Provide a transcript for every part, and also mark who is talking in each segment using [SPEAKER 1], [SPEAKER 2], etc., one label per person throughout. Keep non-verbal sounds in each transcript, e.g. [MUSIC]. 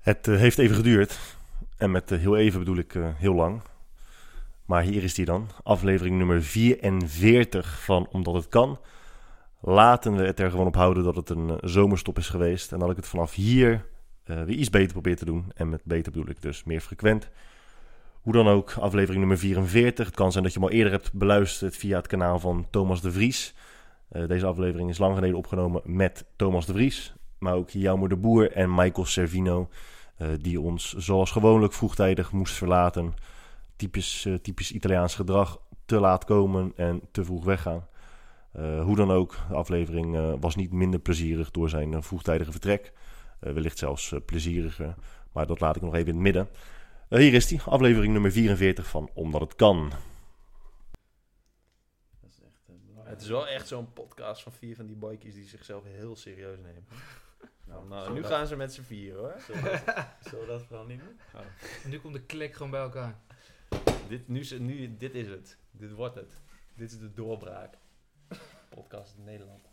[SPEAKER 1] Het eh, heeft even geduurd. En met eh, heel even bedoel ik eh, heel lang. Maar hier is die dan. Aflevering nummer 44 van Omdat het kan. Laten we het er gewoon op houden dat het een eh, zomerstop is geweest. En dat ik het vanaf hier eh, weer iets beter probeer te doen. En met beter bedoel ik dus meer frequent. Hoe dan ook, aflevering nummer 44. Het kan zijn dat je hem al eerder hebt beluisterd via het kanaal van Thomas de Vries. Eh, deze aflevering is lang geleden opgenomen met Thomas de Vries. Maar ook Jelmer de Boer en Michael Servino. Eh, die ons zoals gewoonlijk vroegtijdig moest verlaten. Typisch, eh, typisch Italiaans gedrag, te laat komen en te vroeg weggaan. Eh, hoe dan ook, de aflevering eh, was niet minder plezierig door zijn eh, vroegtijdige vertrek. Eh, wellicht zelfs eh, plezieriger, maar dat laat ik nog even in het midden. Eh, hier is die, aflevering nummer 44 van Omdat het kan.
[SPEAKER 2] Het is wel echt zo'n podcast van vier van die boykies die zichzelf heel serieus nemen. Nou, nou, nu gaan ze met z'n vier hoor.
[SPEAKER 3] Zullen we dat vooral niet doen?
[SPEAKER 4] Nu komt de klik gewoon bij elkaar.
[SPEAKER 2] Dit, nu, ze- nu, dit is het. Dit wordt het. Dit is de doorbraak. Podcast in Nederland.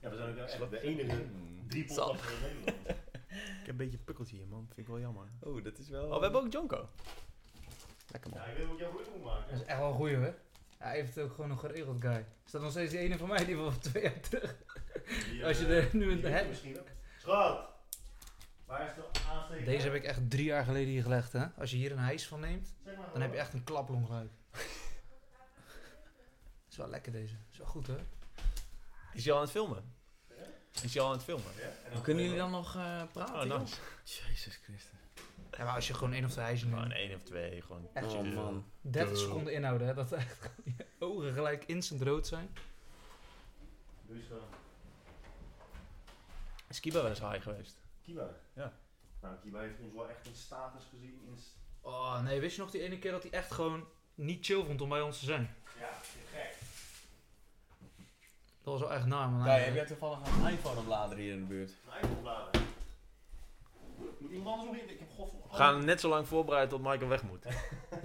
[SPEAKER 1] Ja, we zijn ook echt de enige drie
[SPEAKER 2] podcasts
[SPEAKER 1] in Nederland.
[SPEAKER 3] Ik heb een beetje pukkeltje hier, man. Vind ik wel jammer.
[SPEAKER 2] Oh, dat is wel... Oh, we hebben ook Jonko. Lekker man.
[SPEAKER 1] ik weet wat jouw moeilijk moet
[SPEAKER 4] Dat
[SPEAKER 1] maken.
[SPEAKER 4] is echt wel een goeie hoor. Hij heeft het ook gewoon nog geregeld, guy. Is dat nog steeds die ene van mij die van twee jaar terug... Als je er nu een hebt.
[SPEAKER 1] Schat, waar is de aansteker?
[SPEAKER 4] Deze heb ik echt drie jaar geleden hier gelegd, hè. Als je hier een hijs van neemt, dan heb je echt een [LAUGHS] klaplongluik. is wel lekker deze. Is wel goed, hoor.
[SPEAKER 2] Is hij al aan het filmen? Is hij al aan het filmen?
[SPEAKER 5] Kunnen jullie dan nog eh,
[SPEAKER 2] Oh,
[SPEAKER 5] praten?
[SPEAKER 2] nice.
[SPEAKER 3] Jezus Christus.
[SPEAKER 4] Ja, maar als je gewoon één of twee hijzen
[SPEAKER 2] Gewoon
[SPEAKER 4] neemt.
[SPEAKER 2] één of twee. Gewoon
[SPEAKER 4] Echt.
[SPEAKER 5] joh? Oh man.
[SPEAKER 4] 30
[SPEAKER 2] Oh, Duh.
[SPEAKER 4] seconden inhouden, hè. Dat echt gewoon je ogen gelijk instant rood zijn.
[SPEAKER 1] Dus, eh,
[SPEAKER 2] Is Kiba wel eens high geweest?
[SPEAKER 1] Kiba.
[SPEAKER 2] Ja.
[SPEAKER 1] Nou, Kiba heeft ons wel echt een status gezien. In s-
[SPEAKER 4] Oh, nee. Wist je nog die ene keer dat hij echt gewoon niet chill vond om bij ons te zijn?
[SPEAKER 1] ja, gek.
[SPEAKER 4] Dat was wel echt naar, man.
[SPEAKER 5] Kai, heb jij toevallig een iPhone oplader hier in de buurt?
[SPEAKER 1] Mijn eigen bladen. Moet iemand anders nog in? Ik heb god Oh.
[SPEAKER 2] We gaan hem net zo lang voorbereiden tot Michael weg moet.
[SPEAKER 4] Ja,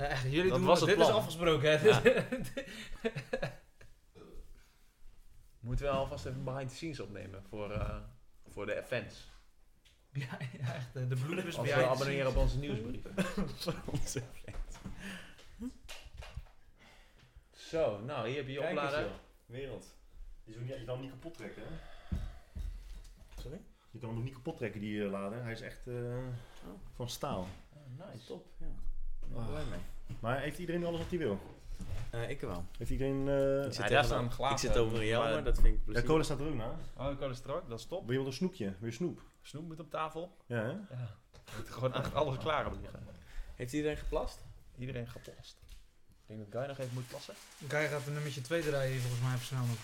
[SPEAKER 4] echt, jullie
[SPEAKER 2] Dat
[SPEAKER 4] doen
[SPEAKER 2] was
[SPEAKER 4] wat-
[SPEAKER 2] het
[SPEAKER 4] dit
[SPEAKER 2] plan.
[SPEAKER 4] is afgesproken, hè?
[SPEAKER 2] [LAUGHS] Moeten we alvast even behind the scenes opnemen voor, eh, voor de fans.
[SPEAKER 4] Ja, ja, echt. eh, [LAUGHS] De
[SPEAKER 5] Dus
[SPEAKER 4] bloedbus
[SPEAKER 2] Als
[SPEAKER 4] bij
[SPEAKER 2] we abonneren op onze nieuwsbrief.
[SPEAKER 5] [LAUGHS] Onze
[SPEAKER 2] Zo, nou hier heb je je oplader.
[SPEAKER 5] Wereld.
[SPEAKER 1] Je, zou niet- je kan hem niet kapot trekken, hè?
[SPEAKER 5] Sorry?
[SPEAKER 1] Je kan hem nog niet kapot trekken, die eh, lader. Hij is echt eh, van staal.
[SPEAKER 5] nice. Top, ja. Ik ben
[SPEAKER 4] Oh.
[SPEAKER 1] Ah.
[SPEAKER 5] blij mee.
[SPEAKER 1] Maar heeft iedereen alles wat hij wil?
[SPEAKER 5] Eh, ik wel.
[SPEAKER 1] Heeft iedereen... eh
[SPEAKER 2] zit
[SPEAKER 5] Hij
[SPEAKER 2] daar
[SPEAKER 5] dacht
[SPEAKER 2] staan
[SPEAKER 5] aan-
[SPEAKER 2] glazen,
[SPEAKER 5] Ik zit over een jou,
[SPEAKER 2] maar-
[SPEAKER 5] maar dat vind ik
[SPEAKER 1] ja,
[SPEAKER 5] plezier.
[SPEAKER 1] cola staat er ook na.
[SPEAKER 2] Oh, ik had strak, dat is top.
[SPEAKER 1] Wil je wat een snoepje? Wil je snoep?
[SPEAKER 2] Snoep moet op tafel.
[SPEAKER 1] Ja, hè?
[SPEAKER 2] Ja. Moet er gewoon echt alles klaar hebben liggen.
[SPEAKER 5] Heeft iedereen geplast?
[SPEAKER 2] Iedereen geplast. Ik denk dat Guy nog even moet plassen.
[SPEAKER 4] Kai gaat een nummertje 2 draaien hier volgens mij even snel nog.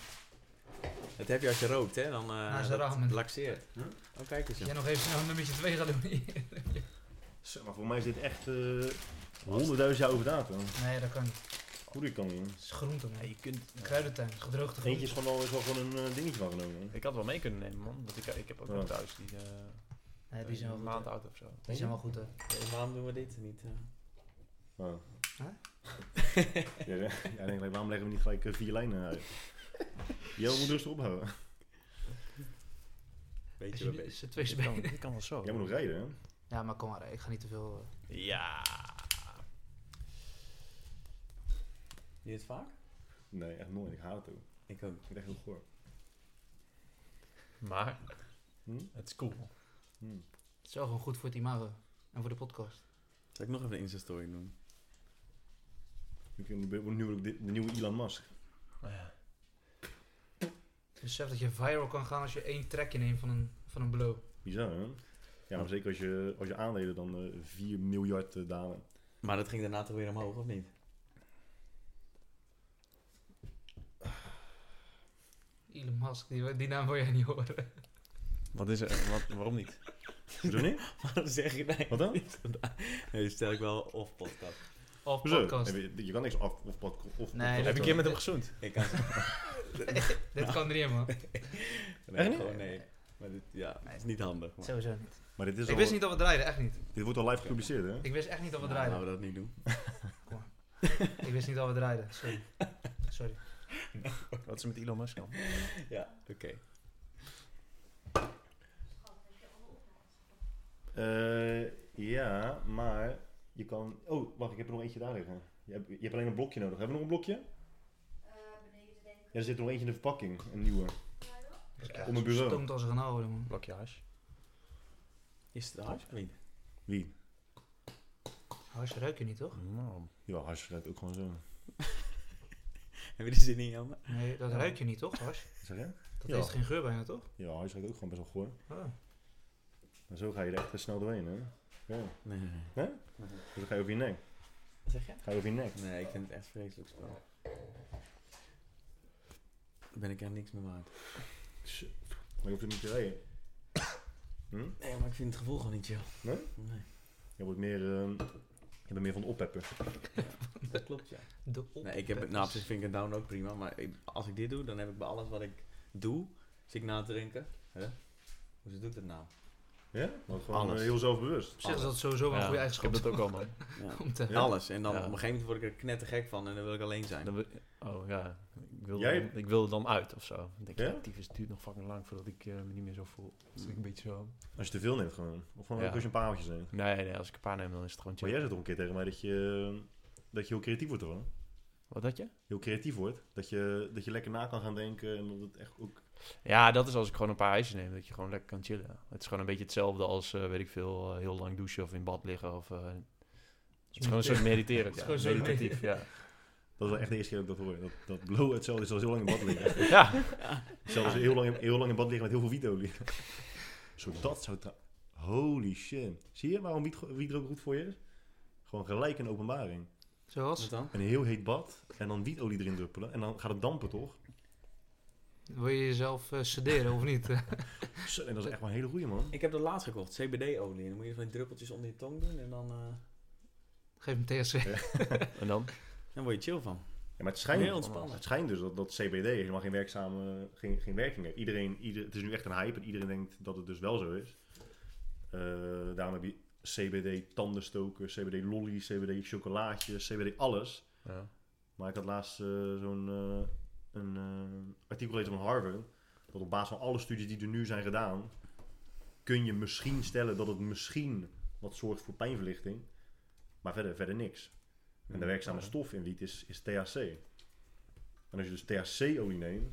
[SPEAKER 5] Dat heb je als je rookt, hè? Dan eh,
[SPEAKER 4] Nou, ze
[SPEAKER 5] dat
[SPEAKER 4] ramen.
[SPEAKER 5] laxeert.
[SPEAKER 1] Hm?
[SPEAKER 5] Oh, kijk eens,
[SPEAKER 4] Als
[SPEAKER 5] joh.
[SPEAKER 4] jij nog even snel een nummertje 2 gaat doen. [LAUGHS]
[SPEAKER 1] Zo, maar voor mij is dit echt eh, honderdduizend jaar over datum.
[SPEAKER 4] nee, dat kan niet.
[SPEAKER 1] Hoe die kan niet.
[SPEAKER 4] Het is groente,
[SPEAKER 2] Ja,
[SPEAKER 4] man.
[SPEAKER 2] je kunt...
[SPEAKER 4] Een kruidentuin, gedroogde
[SPEAKER 1] Eentje is
[SPEAKER 4] groenten.
[SPEAKER 1] gewoon al is wel gewoon een eh, dingetje van genomen.
[SPEAKER 2] Ik had wel mee kunnen nemen, man. Want ik, ik heb ook
[SPEAKER 1] Ja.
[SPEAKER 2] nog thuis die, eh,
[SPEAKER 4] Nee, die zijn
[SPEAKER 2] een
[SPEAKER 4] wel goed.
[SPEAKER 2] maand
[SPEAKER 4] hè.
[SPEAKER 2] oud of zo.
[SPEAKER 4] Die zijn wel goed, hè.
[SPEAKER 5] Eh, Waarom doen we dit niet? eh?
[SPEAKER 1] hè. Ja.
[SPEAKER 4] Huh?
[SPEAKER 1] [LAUGHS] ja, ja. Ja, ik denk, like, waarom leggen we niet gelijk eh, vier lijnen uit?
[SPEAKER 4] [LAUGHS]
[SPEAKER 1] Jij moet rustig ophouden.
[SPEAKER 5] Weet
[SPEAKER 4] Als
[SPEAKER 5] je
[SPEAKER 4] je
[SPEAKER 5] wel
[SPEAKER 4] nu-
[SPEAKER 5] bezig.
[SPEAKER 4] is het twee
[SPEAKER 2] Dit kan,
[SPEAKER 4] spelen.
[SPEAKER 2] dit kan wel zo.
[SPEAKER 1] Jij moet nog rijden, hè?
[SPEAKER 4] Ja, maar kom maar, ik ga niet te veel. eh.
[SPEAKER 2] Ja.
[SPEAKER 5] Doe je het vaak?
[SPEAKER 1] Nee, echt nooit. Ik haat het ook.
[SPEAKER 5] Ik ook.
[SPEAKER 1] Ik vind het echt heel goor.
[SPEAKER 2] Maar
[SPEAKER 1] Hm?
[SPEAKER 2] het is cool.
[SPEAKER 1] Hm.
[SPEAKER 4] Het is wel gewoon goed voor het imago. En voor de podcast.
[SPEAKER 5] Zal ik nog even een Insta-story doen?
[SPEAKER 1] Ik vind het nu ook de, de nieuwe Elon Musk.
[SPEAKER 4] Besef dat je viral kan gaan als je één trekje neemt van een, van een blow.
[SPEAKER 1] Bizar, hè? Ja, maar zeker als je, als je aandelen dan eh 4 miljard eh, dalen.
[SPEAKER 5] Maar dat ging daarna toch weer omhoog, of niet? [LAUGHS]
[SPEAKER 4] Elon Musk, die, die naam wil jij niet horen.
[SPEAKER 2] Wat is er? Wat, waarom niet?
[SPEAKER 1] Zo
[SPEAKER 4] [LAUGHS]
[SPEAKER 1] niet?
[SPEAKER 5] Waarom zeg je nee?
[SPEAKER 1] Wat dan?
[SPEAKER 5] [LAUGHS] Nee, stel ik wel of podcast.
[SPEAKER 4] Of
[SPEAKER 1] Hoezo?
[SPEAKER 4] podcast.
[SPEAKER 1] Heb je, je kan niks af of podcast. Of,
[SPEAKER 4] Nee,
[SPEAKER 1] of-
[SPEAKER 4] dat
[SPEAKER 2] Heb ik een keer met hem gezoend?
[SPEAKER 5] Ik kan [LAUGHS]
[SPEAKER 4] Dit kan er niet in, man.
[SPEAKER 5] Nee,
[SPEAKER 1] Echt niet?
[SPEAKER 2] Oh,
[SPEAKER 5] gewoon nee. Maar dit, ja, het is niet handig. Maar.
[SPEAKER 4] Sowieso niet.
[SPEAKER 1] Maar dit, is
[SPEAKER 4] Ik
[SPEAKER 1] al,
[SPEAKER 4] wist niet dat we draaiden, echt niet.
[SPEAKER 1] dit wordt al live gepubliceerd, hè?
[SPEAKER 4] Ik wist echt niet dat we
[SPEAKER 5] Nou,
[SPEAKER 4] draaiden.
[SPEAKER 5] laten we dat niet doen.
[SPEAKER 4] Ik wist niet dat we draaiden, sorry. Sorry.
[SPEAKER 2] Wat is er met Elon Musk dan?
[SPEAKER 5] Ja, oké.
[SPEAKER 1] Eh, Je kan... Oh, wacht, ik heb er nog eentje daar liggen. Je hebt, je hebt alleen een blokje nodig. Hebben we nog een blokje?
[SPEAKER 6] beneden denk ik.
[SPEAKER 1] Ja, er zit er nog eentje in de verpakking. Een nieuwe.
[SPEAKER 4] Ja,
[SPEAKER 1] Op mijn bureau.
[SPEAKER 4] Stoomt als een oude man.
[SPEAKER 2] Blokje hash.
[SPEAKER 5] Is het hard?
[SPEAKER 1] Wie?
[SPEAKER 4] Hars ruik je niet, toch?
[SPEAKER 1] Ja, hartstikke ook gewoon zo.
[SPEAKER 5] Heb je er zin in, Jan?
[SPEAKER 4] Nee, dat ruik je niet, toch, Hars?
[SPEAKER 1] Zeg je?
[SPEAKER 4] Dat
[SPEAKER 1] Ja.
[SPEAKER 4] heeft geen geur bijna, toch?
[SPEAKER 1] Ja, hartstikke ook gewoon best wel goor.
[SPEAKER 4] Ah.
[SPEAKER 1] Maar zo ga je er echt best snel doorheen, hè? Ja.
[SPEAKER 5] Nee, nee, nee.
[SPEAKER 1] Dus dan ga je over je nek.
[SPEAKER 5] Wat zeg je?
[SPEAKER 1] Ga je over je nek.
[SPEAKER 5] Nee, ik vind het echt vreselijk spel. Dan ben ik er niks meer waard.
[SPEAKER 1] Maar je hoeft hem niet te rijden. Hm?
[SPEAKER 5] Nee, maar ik vind het gevoel gewoon niet chill.
[SPEAKER 1] Nee?
[SPEAKER 5] Nee.
[SPEAKER 1] Je wordt meer... ehm, je bent meer van de oppepper.
[SPEAKER 5] Dat klopt, ja.
[SPEAKER 4] De
[SPEAKER 5] Nee, ik heb, nou, op zich vind ik een down ook prima. Maar ik- als ik dit doe, dan heb ik bij alles wat ik doe, zit ik na te drinken. Hè? Hoe doe ik dat nou?
[SPEAKER 1] Ja? Want gewoon
[SPEAKER 5] Alles.
[SPEAKER 1] eh, heel zelfbewust.
[SPEAKER 4] Op zich is dat sowieso wel een goede eigenschap.
[SPEAKER 2] Ik heb dat ook al, man.
[SPEAKER 5] [LAUGHS] Ja.
[SPEAKER 4] om te...
[SPEAKER 1] Ja.
[SPEAKER 5] Alles. En dan
[SPEAKER 2] Ja.
[SPEAKER 5] op een gegeven moment word ik er knettergek van en dan wil ik alleen zijn.
[SPEAKER 2] Dan wil- oh ja, ik wilde,
[SPEAKER 1] Jij-
[SPEAKER 2] dan, ik wilde dan uit of zo. Dan denk ik,
[SPEAKER 1] Ja?
[SPEAKER 2] ja? tyfus, het duurt nog fucking lang voordat ik eh, me niet meer zo voel. Dus ik een beetje zo...
[SPEAKER 1] Als je te veel neemt gewoon. Of gewoon
[SPEAKER 2] Ja.
[SPEAKER 1] ook als je een paar haaltjes neemt.
[SPEAKER 2] Nee, nee, als ik een paar neem, dan is het gewoon
[SPEAKER 1] Maar
[SPEAKER 2] chill.
[SPEAKER 1] jij zei toch een keer tegen mij dat je, eh, dat je heel creatief wordt ervan.
[SPEAKER 2] Wat had je?
[SPEAKER 1] Heel creatief wordt. Dat je, dat je lekker na kan gaan denken en dat het echt ook...
[SPEAKER 2] Ja, dat is als ik gewoon een paar ijsjes neem, dat je gewoon lekker kan chillen. Het is gewoon een beetje hetzelfde als, eh, weet ik veel, eh, heel lang douchen of in bad liggen. Of, eh, het is gewoon een soort mediteren.
[SPEAKER 4] Het
[SPEAKER 2] ja,
[SPEAKER 4] is gewoon zo'n
[SPEAKER 2] meditatief, ja.
[SPEAKER 1] Dat is wel echt de eerste keer dat ik dat hoor. Dat, dat blow hetzelfde is als heel lang in bad liggen.
[SPEAKER 2] [LAUGHS] ja.
[SPEAKER 1] Zelfs heel lang, heel lang in bad liggen met heel veel wietolie. Zo dat zou... tra- Holy shit. Zie je waarom wiet, go- wiet ook goed voor je is? Gewoon gelijk een openbaring.
[SPEAKER 4] Zoals,
[SPEAKER 5] Wat dan?
[SPEAKER 1] Een heel heet bad en dan wietolie erin druppelen. En dan gaat het dampen, toch?
[SPEAKER 4] wil je jezelf eh, sederen of niet? [LAUGHS]
[SPEAKER 1] Zo, en dat is echt wel een hele goeie, man.
[SPEAKER 5] Ik heb dat laatst gekocht, CBD-olie. En dan moet je van die druppeltjes onder je tong doen en dan, eh,
[SPEAKER 4] Geef hem THC.
[SPEAKER 2] En dan?
[SPEAKER 5] dan word je chill van.
[SPEAKER 1] Ja, maar het
[SPEAKER 5] Heel
[SPEAKER 1] schijnt,
[SPEAKER 5] ontspannen.
[SPEAKER 1] het schijnt dus dat, dat CBD helemaal geen, werkzame, geen, geen werking heeft. Iedereen, ieder, het is nu echt een hype en iedereen denkt dat het dus wel zo is. Eh, daarom heb je CBD tandenstoker, CBD lolly, CBD chocolaatjes, CBD alles.
[SPEAKER 2] Ja.
[SPEAKER 1] Maar ik had laatst eh, zo'n eh, een, eh, artikel gelezen van Harvard. Dat op basis van alle studies die er nu zijn gedaan, kun je misschien stellen dat het misschien wat zorgt voor pijnverlichting. Maar verder, verder niks. En de werkzame stof in wiet is, is THC. En als je dus THC-olie neemt,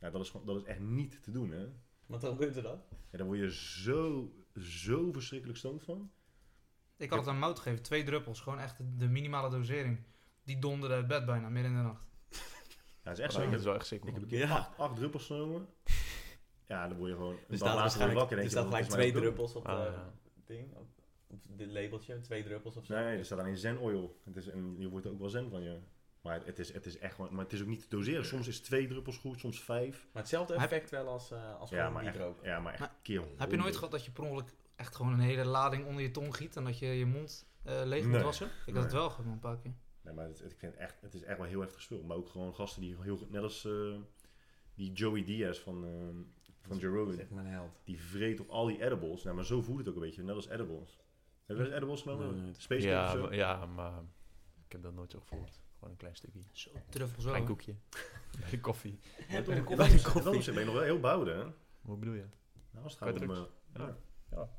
[SPEAKER 1] ja, dat, is, gewoon- dat is echt niet te doen. Hè?
[SPEAKER 5] Wat dan gebeurt er dan?
[SPEAKER 1] Ja, daar word je zo, zo verschrikkelijk stoned van.
[SPEAKER 4] Ik had het aan Mout gegeven, twee druppels. Gewoon echt de- de minimale dosering. Die donderde uit bed bijna, midden in de nacht.
[SPEAKER 1] Ja, dat is echt zo.
[SPEAKER 2] Oh, dat
[SPEAKER 1] Ik
[SPEAKER 2] is
[SPEAKER 1] heb
[SPEAKER 2] wel echt sick, man.
[SPEAKER 5] Ja. dus
[SPEAKER 1] acht druppels genomen. Ja, dan word je gewoon
[SPEAKER 5] Er
[SPEAKER 1] een dag later
[SPEAKER 5] staat
[SPEAKER 1] weer
[SPEAKER 5] waarschijnlijk
[SPEAKER 1] wakker. en
[SPEAKER 5] er
[SPEAKER 1] denk je,
[SPEAKER 5] staat
[SPEAKER 1] dat is
[SPEAKER 5] gelijk
[SPEAKER 1] mij
[SPEAKER 5] twee
[SPEAKER 1] ook doen.
[SPEAKER 5] druppels op het
[SPEAKER 2] Ah, ja.
[SPEAKER 5] ding. Op, op dit labeltje, twee druppels of zo.
[SPEAKER 1] Nee, er staat alleen zen oil. Het is, en je wordt er ook wel zen van, ja. Maar het, het is, het is echt gewoon... Maar het is ook niet te doseren. Soms is twee druppels goed, soms vijf.
[SPEAKER 5] Maar hetzelfde
[SPEAKER 4] Heb-
[SPEAKER 5] effect wel als, eh als
[SPEAKER 1] Ja,
[SPEAKER 5] gewoon
[SPEAKER 1] maar
[SPEAKER 5] wiet
[SPEAKER 1] echt,
[SPEAKER 5] roken.
[SPEAKER 1] ja, maar echt
[SPEAKER 4] Maar
[SPEAKER 1] keer
[SPEAKER 4] Heb je nooit
[SPEAKER 1] honderd.
[SPEAKER 4] gehad dat je per ongeluk echt gewoon een hele lading onder je tong giet en dat je je mond eh, leeg moet
[SPEAKER 1] Nee.
[SPEAKER 4] wassen? Ik
[SPEAKER 1] Nee.
[SPEAKER 4] had het wel gewoon een paar keer.
[SPEAKER 1] Nee, maar het, het- ik vind het, echt, het is echt wel heel heftig spul. Maar ook gewoon gasten die heel goed... Net als eh, die Joey Diaz van, eh, van Joe
[SPEAKER 5] Dat is
[SPEAKER 1] Rogan.
[SPEAKER 5] echt mijn held.
[SPEAKER 1] Die vreet op al die edibles. Nou, maar zo voelt het ook een beetje. Net als edibles. Heb je wel eens edibles genomen?
[SPEAKER 5] Nee, nooit.
[SPEAKER 1] Space Cake
[SPEAKER 2] ja,
[SPEAKER 1] of zo?
[SPEAKER 2] maar, ja, maar ik heb dat nooit zo gevoeld. Gewoon een klein stukje.
[SPEAKER 4] Zo, truffels wel.
[SPEAKER 2] Klein koekje.
[SPEAKER 1] [LAUGHS]
[SPEAKER 2] Bij de koffie.
[SPEAKER 1] Ja, toch?
[SPEAKER 5] de koffie.
[SPEAKER 1] Dat is-
[SPEAKER 5] Koffie.
[SPEAKER 1] dat is- ben je nog wel heel bouwde, hè?
[SPEAKER 2] Hoe bedoel je?
[SPEAKER 1] Nou, als het gaat om...
[SPEAKER 2] drugs.
[SPEAKER 1] eh, ja,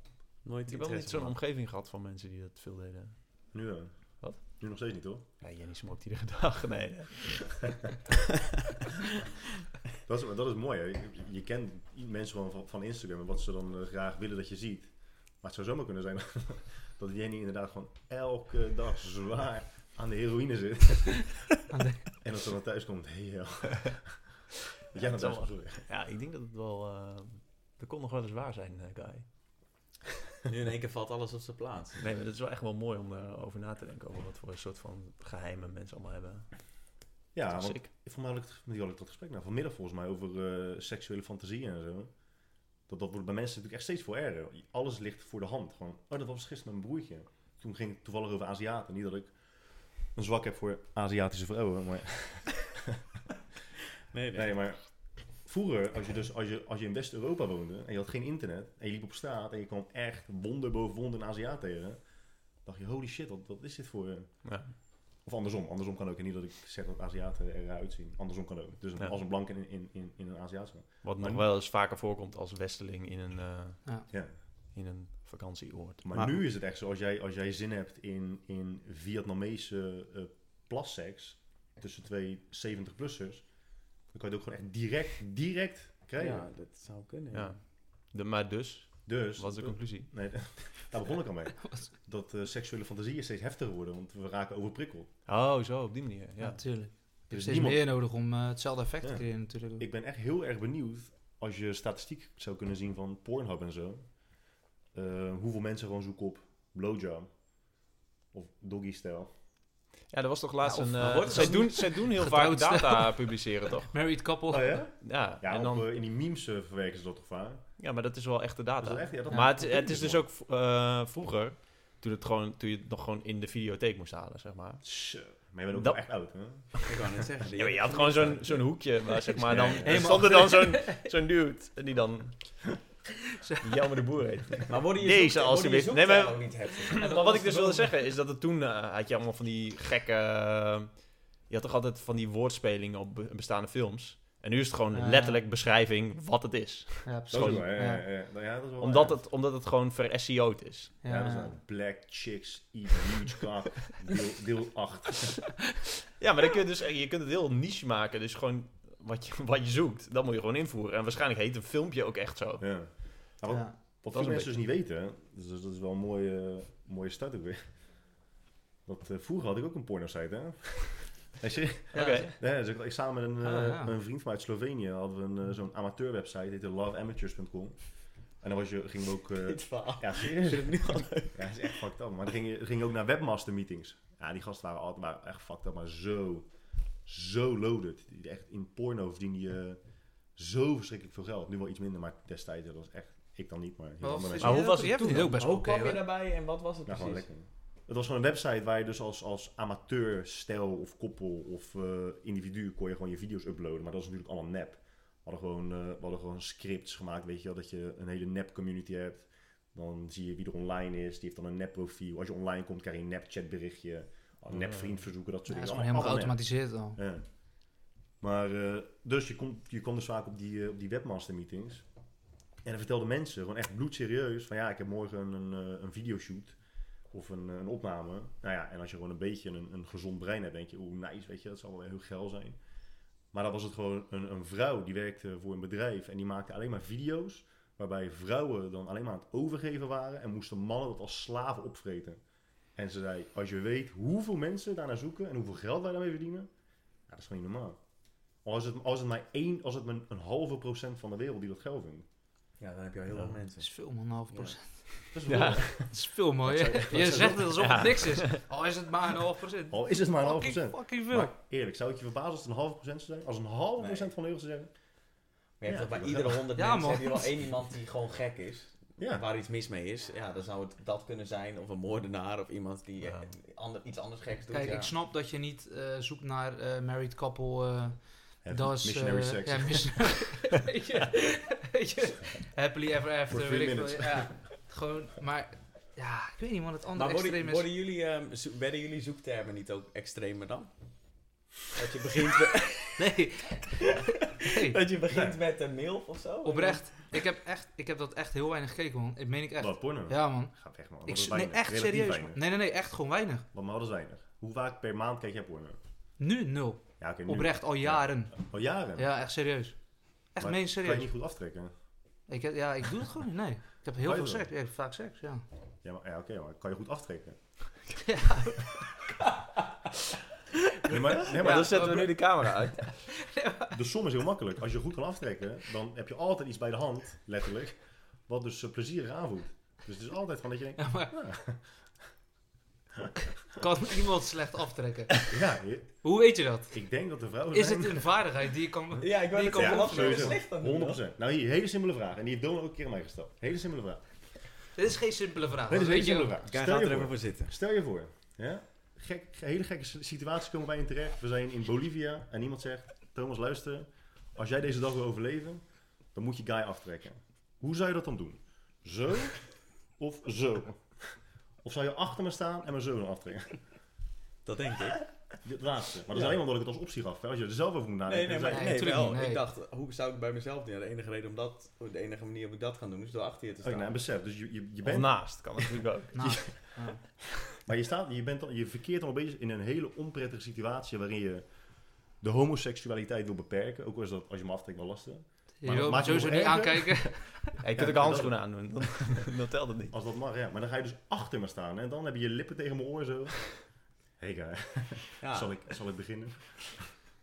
[SPEAKER 5] Nooit
[SPEAKER 2] Ik heb wel niet zo'n
[SPEAKER 5] interesse
[SPEAKER 2] omgeving gehad van mensen die dat veel deden.
[SPEAKER 1] nu eh,
[SPEAKER 2] Wat?
[SPEAKER 1] Nu nog steeds niet, hoor.
[SPEAKER 2] Ja, Jenny smoked iedere dag. [LAUGHS] Nee.
[SPEAKER 1] [LAUGHS] Dat is, dat is mooi. Hè? Je, je kent mensen gewoon van, van Instagram en wat ze dan eh, graag willen dat je ziet. Maar het zou zomaar kunnen zijn [LAUGHS] dat Jenny inderdaad gewoon elke dag zwaar aan de heroïne zit. Ah,
[SPEAKER 4] Aan de-
[SPEAKER 1] En dat ze dan thuis komt,
[SPEAKER 2] [LAUGHS]
[SPEAKER 1] hé hey, Dat jij dan
[SPEAKER 2] dat
[SPEAKER 1] thuis
[SPEAKER 2] zal
[SPEAKER 1] komt, sorry.
[SPEAKER 2] Ja, ik denk dat het wel... eh dat kon nog wel eens waar zijn, eh, Guy.
[SPEAKER 5] van. [LAUGHS] Nu in één keer valt alles op zijn plaats.
[SPEAKER 2] Nee, maar dat is wel echt wel mooi om erover over na te denken. Over wat voor een soort van geheimen mensen allemaal hebben.
[SPEAKER 1] Ja,
[SPEAKER 2] dat is
[SPEAKER 1] want
[SPEAKER 2] sick.
[SPEAKER 1] voor mij had ik, het- met wie had ik dat gesprek nou? Vanmiddag volgens mij over eh, seksuele fantasieën en zo. Dat, dat wordt bij mensen natuurlijk echt steeds veel erger. Alles ligt voor de hand. Gewoon, oh, dat was gisteren met mijn broertje. Toen ging het toevallig over Aziaten. Niet dat ik een zwak heb voor Aziatische vrouwen, maar...
[SPEAKER 5] Nee,
[SPEAKER 1] Nee, maar vroeger, als je, dus, als je, als je in West-Europa woonde en je had geen internet en je liep op straat en je kwam echt wonder boven wonder een Aziat tegen, dacht je, holy shit, wat, wat is dit voor... eh?
[SPEAKER 2] Ja.
[SPEAKER 1] Of andersom, andersom kan ook. En niet dat ik zeg dat Aziaten eruit zien. Andersom kan ook. Dus een-
[SPEAKER 2] Ja.
[SPEAKER 1] als een blanke in, in, in, in een Aziatische.
[SPEAKER 2] Wat
[SPEAKER 1] Maar
[SPEAKER 2] nog
[SPEAKER 1] nu-
[SPEAKER 2] wel eens vaker voorkomt als westeling in een... eh,
[SPEAKER 1] Ja.
[SPEAKER 2] in een vakantieoord.
[SPEAKER 1] Maar, nu is het echt zo, als jij, als jij zin hebt in, in Vietnamese eh plasseks tussen twee 70-plussers, dan kan je het ook gewoon echt direct, direct krijgen.
[SPEAKER 5] Ja, dat zou kunnen.
[SPEAKER 2] Ja. De, maar dus,
[SPEAKER 1] Dus,
[SPEAKER 2] wat is de conclusie?
[SPEAKER 1] nee, [LAUGHS] daar begon ik al
[SPEAKER 2] [LAUGHS]
[SPEAKER 1] mee, dat eh, seksuele fantasieën steeds heftiger worden, want we raken overprikkeld.
[SPEAKER 2] Oh, zo, op die manier. Ja.
[SPEAKER 4] natuurlijk. Je
[SPEAKER 1] Dus
[SPEAKER 4] hebt steeds
[SPEAKER 1] niemand-
[SPEAKER 4] meer nodig om eh, hetzelfde effect
[SPEAKER 1] Ja.
[SPEAKER 4] te creëren natuurlijk.
[SPEAKER 1] Ik ben echt heel erg benieuwd, als je statistiek zou kunnen zien van Pornhub en zo, eh, hoeveel mensen gewoon zoeken op blowjob of doggy-stijl.
[SPEAKER 2] Ja, er was toch laatst
[SPEAKER 4] Ja, of-
[SPEAKER 2] een...
[SPEAKER 4] maar
[SPEAKER 2] eh,
[SPEAKER 4] wordt het
[SPEAKER 2] zij,
[SPEAKER 4] dan
[SPEAKER 2] doen, zij doen heel vaak
[SPEAKER 4] Getrouwd staan?
[SPEAKER 2] data publiceren, toch?
[SPEAKER 4] Married couple.
[SPEAKER 1] Oh ja?
[SPEAKER 2] Ja,
[SPEAKER 1] Ja,
[SPEAKER 2] en
[SPEAKER 1] op,
[SPEAKER 2] dan,
[SPEAKER 1] eh, in die memes eh, verwerken ze dat toch vaak?
[SPEAKER 2] ja, maar dat is wel echte data.
[SPEAKER 1] Dus dat echt- ja, dat-
[SPEAKER 2] Maar
[SPEAKER 1] dat
[SPEAKER 2] het, het
[SPEAKER 1] weet
[SPEAKER 2] is
[SPEAKER 1] ik
[SPEAKER 2] dus ook eh, vroeger, toen, het gewoon, toen je het nog gewoon in de videotheek moest halen, zeg maar.
[SPEAKER 1] Zo. Maar je bent ook
[SPEAKER 2] dus Dat-
[SPEAKER 1] wel echt oud, hè?
[SPEAKER 5] Ik wou net zeggen.
[SPEAKER 2] Ja, maar je had gewoon zo'n zo'n hoekje, maar zeg maar, dan
[SPEAKER 1] Ja, ja.
[SPEAKER 2] er stond er dan zo'n zo'n dude en die dan Jelmer de Boer heet.
[SPEAKER 5] Maar worden je
[SPEAKER 2] Deze,
[SPEAKER 5] zoekt- worden
[SPEAKER 2] alsjeblieft.
[SPEAKER 5] je
[SPEAKER 2] Nee,
[SPEAKER 5] zoektermen
[SPEAKER 2] maar-
[SPEAKER 5] ook niet [LAUGHS] heftig?
[SPEAKER 2] Maar wat ik dus wilde zeggen is dat het toen eh, had je allemaal van die gekke, eh, je had toch altijd van die woordspelingen op be- bestaande films. En nu is het gewoon
[SPEAKER 4] Ah.
[SPEAKER 2] letterlijk beschrijving wat het is.
[SPEAKER 4] Ja,
[SPEAKER 1] Dat is
[SPEAKER 4] precies.
[SPEAKER 1] wel, ja,
[SPEAKER 4] Ja.
[SPEAKER 1] ja, Nou ja. Oh, Ja, dat is wel
[SPEAKER 2] Omdat
[SPEAKER 1] waar.
[SPEAKER 2] het, omdat het gewoon ver SEO'd is.
[SPEAKER 1] Ja, dat is wel. Black
[SPEAKER 2] [LAUGHS]
[SPEAKER 1] Chicks Eat Huge Cock, deel, deel 8.
[SPEAKER 2] Ja, maar dan kun je, dus, je kunt het heel niche maken. Dus gewoon wat je, wat je zoekt, dat moet je gewoon invoeren. En waarschijnlijk heet een filmpje ook echt zo.
[SPEAKER 1] Ja. Nou, wat
[SPEAKER 4] Ja.
[SPEAKER 2] Dat
[SPEAKER 1] wat veel
[SPEAKER 2] is
[SPEAKER 1] mensen dus
[SPEAKER 2] een
[SPEAKER 1] niet weten, hè, dus dat- dat is wel een mooie, mooie start ook weer. Dat, eh, vroeger had ik ook een porno-site, hè? Als je-
[SPEAKER 2] Oké.
[SPEAKER 1] Nee, dus ik, ik samen met een,
[SPEAKER 4] Ah,
[SPEAKER 1] eh,
[SPEAKER 4] ja.
[SPEAKER 1] een vriend van uit Slovenië hadden we een, eh, zo'n amateur-website, die heette loveamateurs.com. En dan was je, gingen we ook...
[SPEAKER 5] [LAUGHS]
[SPEAKER 1] eh,
[SPEAKER 5] Dit verhaal.
[SPEAKER 1] ja, serieus. [LAUGHS] Ja, dat is echt fucked up. Maar dan gingen ging ook naar webmaster meetings. Ja, die gasten waren altijd waren echt fucked up, maar zo, zo loaded. Die- Echt in porno verdiende je zo verschrikkelijk veel geld. Nu wel iets minder, maar destijds, dat was echt, ik dan niet, maar heel
[SPEAKER 4] Maar
[SPEAKER 1] andere mensen.
[SPEAKER 2] Maar hoe was het
[SPEAKER 4] het
[SPEAKER 2] toen
[SPEAKER 4] ook best wel
[SPEAKER 5] Hoe
[SPEAKER 4] oké
[SPEAKER 5] kwam je
[SPEAKER 4] hoor.
[SPEAKER 5] daarbij en wat was het
[SPEAKER 1] Ja, gewoon
[SPEAKER 5] precies?
[SPEAKER 1] lekker. Het was gewoon een website waar je dus als, als amateur, stijl of koppel of eh, individu kon je gewoon je video's uploaden. Maar dat is natuurlijk allemaal nep. We hadden gewoon, eh, we hadden gewoon scripts gemaakt, weet je wel, dat je een hele nep community hebt. Dan zie je wie er online is, die heeft dan een nep profiel. Als je online komt krijg je een nep chatberichtje, nep vriendverzoeken, dat
[SPEAKER 4] Mm. Ja,
[SPEAKER 1] soort
[SPEAKER 4] dat is
[SPEAKER 1] dingen.
[SPEAKER 4] gewoon
[SPEAKER 1] Allemaal
[SPEAKER 4] helemaal
[SPEAKER 1] nep.
[SPEAKER 4] geautomatiseerd al.
[SPEAKER 1] Ja. Maar, eh, dus je kwam je kwam dus vaak op die, eh, op die webmaster meetings. En dan vertelden mensen, gewoon echt bloedserieus, van ja, ik heb morgen een, eh, een videoshoot of een, eh, een opname. Nou ja, en als je gewoon een beetje een, een gezond brein hebt, denk je, oeh, nice, weet je, dat zal wel heel geil zijn. Maar dan was het gewoon een, een vrouw die werkte voor een bedrijf en die maakte alleen maar video's waarbij vrouwen dan alleen maar aan het overgeven waren en moesten mannen dat als slaven opvreten. En ze zei, als je weet hoeveel mensen daarnaar zoeken en hoeveel geld wij daarmee verdienen, ja, dat is gewoon niet normaal. Als het, als het maar één, als het maar een halve procent van de wereld die dat geld vindt.
[SPEAKER 5] Ja, dan heb je al heel
[SPEAKER 1] Ja.
[SPEAKER 5] veel
[SPEAKER 4] Dat
[SPEAKER 5] mensen.
[SPEAKER 4] is veel, man. Een half
[SPEAKER 5] Ja.
[SPEAKER 4] procent. [LAUGHS]
[SPEAKER 1] Dat is
[SPEAKER 2] Ja.
[SPEAKER 1] wel-
[SPEAKER 4] Dat is veel, man.
[SPEAKER 1] Dat zou- dat
[SPEAKER 4] Je
[SPEAKER 1] zou-
[SPEAKER 4] zegt het alsof
[SPEAKER 2] Ja.
[SPEAKER 4] het niks is. Al is het maar een half procent.
[SPEAKER 1] Al is het maar een half
[SPEAKER 4] Fucking
[SPEAKER 1] procent.
[SPEAKER 4] fucking veel.
[SPEAKER 1] Maar eerlijk, zou het je verbazen als het een halve procent zou zijn? Als een halve
[SPEAKER 5] Nee.
[SPEAKER 1] procent van de wereld zou zeggen?
[SPEAKER 5] Maar je hebt
[SPEAKER 1] Ja.
[SPEAKER 5] toch bij iedere honderd
[SPEAKER 4] Ja,
[SPEAKER 5] mensen
[SPEAKER 4] man.
[SPEAKER 5] heb je wel één iemand die gewoon gek is.
[SPEAKER 1] Ja,
[SPEAKER 5] Waar iets mis mee is. Ja, dan zou het dat kunnen zijn. Of een moordenaar of iemand die
[SPEAKER 2] Ja.
[SPEAKER 5] eh, ander, iets anders geks doet.
[SPEAKER 4] Kijk,
[SPEAKER 5] ja.
[SPEAKER 4] ik snap dat je niet eh, zoekt naar eh, married couple. eh,
[SPEAKER 1] Hè,
[SPEAKER 4] dat is,
[SPEAKER 1] missionary
[SPEAKER 4] eh,
[SPEAKER 1] sex.
[SPEAKER 4] Ja,
[SPEAKER 1] [LAUGHS]
[SPEAKER 4] [LAUGHS] missionary. weet je, weet je, happily ever after.
[SPEAKER 1] three
[SPEAKER 4] Weet ik veel,
[SPEAKER 1] minutes.
[SPEAKER 4] ja. Gewoon, maar ja, ik weet niet, man. Het andere
[SPEAKER 5] Maar worden,
[SPEAKER 4] extreem is.
[SPEAKER 5] worden, jullie, ehm, zo- werden jullie zoektermen niet ook extremer dan? Dat je begint met,
[SPEAKER 4] Nee. [LAUGHS] nee.
[SPEAKER 5] dat je begint met een milf of zo?
[SPEAKER 4] Oprecht, ik heb, echt, ik heb dat echt heel weinig gekeken, man. Ik meen ik echt.
[SPEAKER 1] Wat, porno?
[SPEAKER 4] Ja, man.
[SPEAKER 1] Ga weg, man.
[SPEAKER 4] Ik,
[SPEAKER 1] Wat is
[SPEAKER 4] s- nee,
[SPEAKER 1] weinig.
[SPEAKER 4] echt
[SPEAKER 1] Relatief
[SPEAKER 4] serieus.
[SPEAKER 1] weinig.
[SPEAKER 4] Man. Nee, nee, nee, echt gewoon weinig.
[SPEAKER 1] Want maar dat is weinig. Hoe vaak per maand kijk jij porno?
[SPEAKER 4] Nu nul.
[SPEAKER 1] Ja, oké, nu.
[SPEAKER 4] Oprecht, al jaren.
[SPEAKER 1] Al jaren.
[SPEAKER 4] Ja, echt serieus. Echt
[SPEAKER 1] Maar
[SPEAKER 4] meen
[SPEAKER 1] Kan je
[SPEAKER 4] serieus.
[SPEAKER 1] niet goed aftrekken?
[SPEAKER 4] Ik heb, ja, ik doe het gewoon niet, nee. Ik heb heel
[SPEAKER 1] Kan je
[SPEAKER 4] veel
[SPEAKER 1] wel?
[SPEAKER 4] seks. Ja, ik heb vaak seks, ja.
[SPEAKER 1] Ja, maar- ja oké, maar kan je goed
[SPEAKER 4] [LAUGHS]
[SPEAKER 1] aftrekken?
[SPEAKER 4] Ja,
[SPEAKER 1] Nee, maar, nee, maar
[SPEAKER 4] Ja.
[SPEAKER 1] dat is-
[SPEAKER 4] zetten we nu
[SPEAKER 2] de camera uit.
[SPEAKER 1] de som is heel makkelijk. Als je goed kan aftrekken, dan heb je altijd iets bij de hand, letterlijk, wat dus eh, plezierig aanvoelt. Dus het is altijd van dat je denkt,
[SPEAKER 4] Ja, maar... [LAUGHS] Kan iemand slecht aftrekken?
[SPEAKER 1] ja, je-
[SPEAKER 4] Hoe weet je dat?
[SPEAKER 1] Ik denk dat de vrouwen
[SPEAKER 4] Is
[SPEAKER 1] zijn-
[SPEAKER 4] het een vaardigheid die je kan...
[SPEAKER 5] Ja, ik
[SPEAKER 4] Die
[SPEAKER 5] wou net
[SPEAKER 4] kan
[SPEAKER 5] zeggen,
[SPEAKER 1] ja,
[SPEAKER 5] wat voor
[SPEAKER 1] sowieso.
[SPEAKER 5] slecht dan?
[SPEAKER 1] 100%. Nou hier, hele simpele vraag. En die heeft Donald ook een keer aan mij gesteld. Hele simpele vraag.
[SPEAKER 5] Ah,
[SPEAKER 4] Dit is geen simpele vraag.
[SPEAKER 1] Nee, dit is
[SPEAKER 4] want
[SPEAKER 1] een hele simpele
[SPEAKER 4] weet je...
[SPEAKER 1] vraag.
[SPEAKER 5] Kijk,
[SPEAKER 1] Stel
[SPEAKER 5] gaat
[SPEAKER 1] je
[SPEAKER 5] er even
[SPEAKER 1] voor,
[SPEAKER 5] voor zitten.
[SPEAKER 1] stel je voor ja? gek, ge- hele gekke s- situaties komen bij je terecht. We zijn in Bolivia en iemand zegt, Thomas luister, als jij deze dag wil overleven, dan moet je guy aftrekken. Hoe zou je dat dan doen? Zo of zo? Of zou je achter me staan en me zo dan aftrekken?
[SPEAKER 5] Dat denk ik.
[SPEAKER 1] Dit laatste. Maar dat is
[SPEAKER 5] Ja.
[SPEAKER 1] alleen maar omdat ik het als optie gaf. hè. Als je er zelf over moet
[SPEAKER 5] Nee,
[SPEAKER 1] nadenken.
[SPEAKER 5] nee,
[SPEAKER 1] dan
[SPEAKER 5] maar
[SPEAKER 1] zeg
[SPEAKER 4] Nee,
[SPEAKER 1] je-
[SPEAKER 5] nee,
[SPEAKER 4] tuurlijk
[SPEAKER 5] wel.
[SPEAKER 4] niet, nee.
[SPEAKER 5] Ik dacht, hoe zou ik het bij mezelf doen? Ja, de enige reden om dat, de enige manier om Oh, ik dat gaan doen, is door achter je te
[SPEAKER 1] Oké,
[SPEAKER 5] staan.
[SPEAKER 1] nou, besef. Dus je, je, je
[SPEAKER 2] Of
[SPEAKER 1] bent...
[SPEAKER 2] naast, kan natuurlijk ook.
[SPEAKER 4] Nou, ja.
[SPEAKER 1] Maar je, staat, je, bent al, je verkeert al een beetje in een hele onprettige situatie waarin je de homoseksualiteit wil beperken. Ook al is dat, als je me aftrekt, wel lastig. Maar
[SPEAKER 4] Je
[SPEAKER 1] dat
[SPEAKER 4] wil
[SPEAKER 1] maakt het
[SPEAKER 4] sowieso
[SPEAKER 1] nog
[SPEAKER 4] niet
[SPEAKER 1] erger.
[SPEAKER 4] aankijken.
[SPEAKER 2] Hey, je kunt ook
[SPEAKER 1] Ja,
[SPEAKER 2] handschoenen aandoen, [LAUGHS] dan, dan telt het niet.
[SPEAKER 1] Als dat mag, ja. Maar dan ga je dus achter me staan. En dan heb je je lippen tegen mijn
[SPEAKER 2] [LAUGHS]
[SPEAKER 1] oor zo. hey guy,
[SPEAKER 5] Ja,
[SPEAKER 2] Ah.
[SPEAKER 1] zal, ik, zal ik beginnen?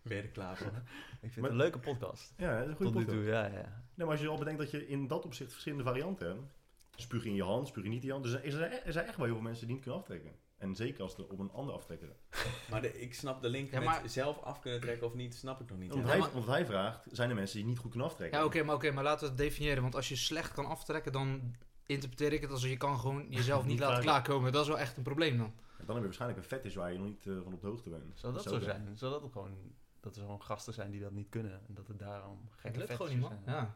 [SPEAKER 5] ben je er klaar voor?
[SPEAKER 2] Ik vind
[SPEAKER 1] Maar-
[SPEAKER 2] het een leuke podcast.
[SPEAKER 1] Ja, dat is een goede
[SPEAKER 2] Tot nu
[SPEAKER 1] podcast.
[SPEAKER 2] toe, ja, ja.
[SPEAKER 1] Nee, maar als je al bedenkt dat je in dat opzicht verschillende varianten hebt. Spuug je in je hand, spuug je niet in je hand. Dus er zijn, er zijn echt wel heel veel mensen die niet kunnen aftrekken. En zeker als ze op een ander aftrekken.
[SPEAKER 5] Maar de, ik snap de link
[SPEAKER 4] Ja, maar-
[SPEAKER 5] met zelf af kunnen trekken of niet, snap ik nog niet.
[SPEAKER 1] Want,
[SPEAKER 5] Ja.
[SPEAKER 1] hij,
[SPEAKER 4] maar-
[SPEAKER 1] want hij vraagt, zijn er mensen die niet goed kunnen aftrekken?
[SPEAKER 4] Ja, oké, maar, oké, maar laten we het definiëren. Want als je slecht kan aftrekken, dan interpreteer ik het als je kan gewoon jezelf niet
[SPEAKER 1] Niet
[SPEAKER 4] laten
[SPEAKER 1] klaar-
[SPEAKER 4] klaarkomen. Dat is wel echt een probleem dan.
[SPEAKER 1] En Dan heb je waarschijnlijk een fetish waar je nog niet eh, van op de hoogte bent.
[SPEAKER 2] Zou dat
[SPEAKER 1] Zo
[SPEAKER 2] zo
[SPEAKER 1] zijn.
[SPEAKER 2] zijn? Zou dat ook gewoon... Dat er gewoon gasten zijn die dat niet kunnen. En dat het daarom
[SPEAKER 4] Het
[SPEAKER 2] gekke
[SPEAKER 4] lukt gewoon
[SPEAKER 2] fetishes
[SPEAKER 4] niet, man.
[SPEAKER 2] zijn.
[SPEAKER 4] Ja.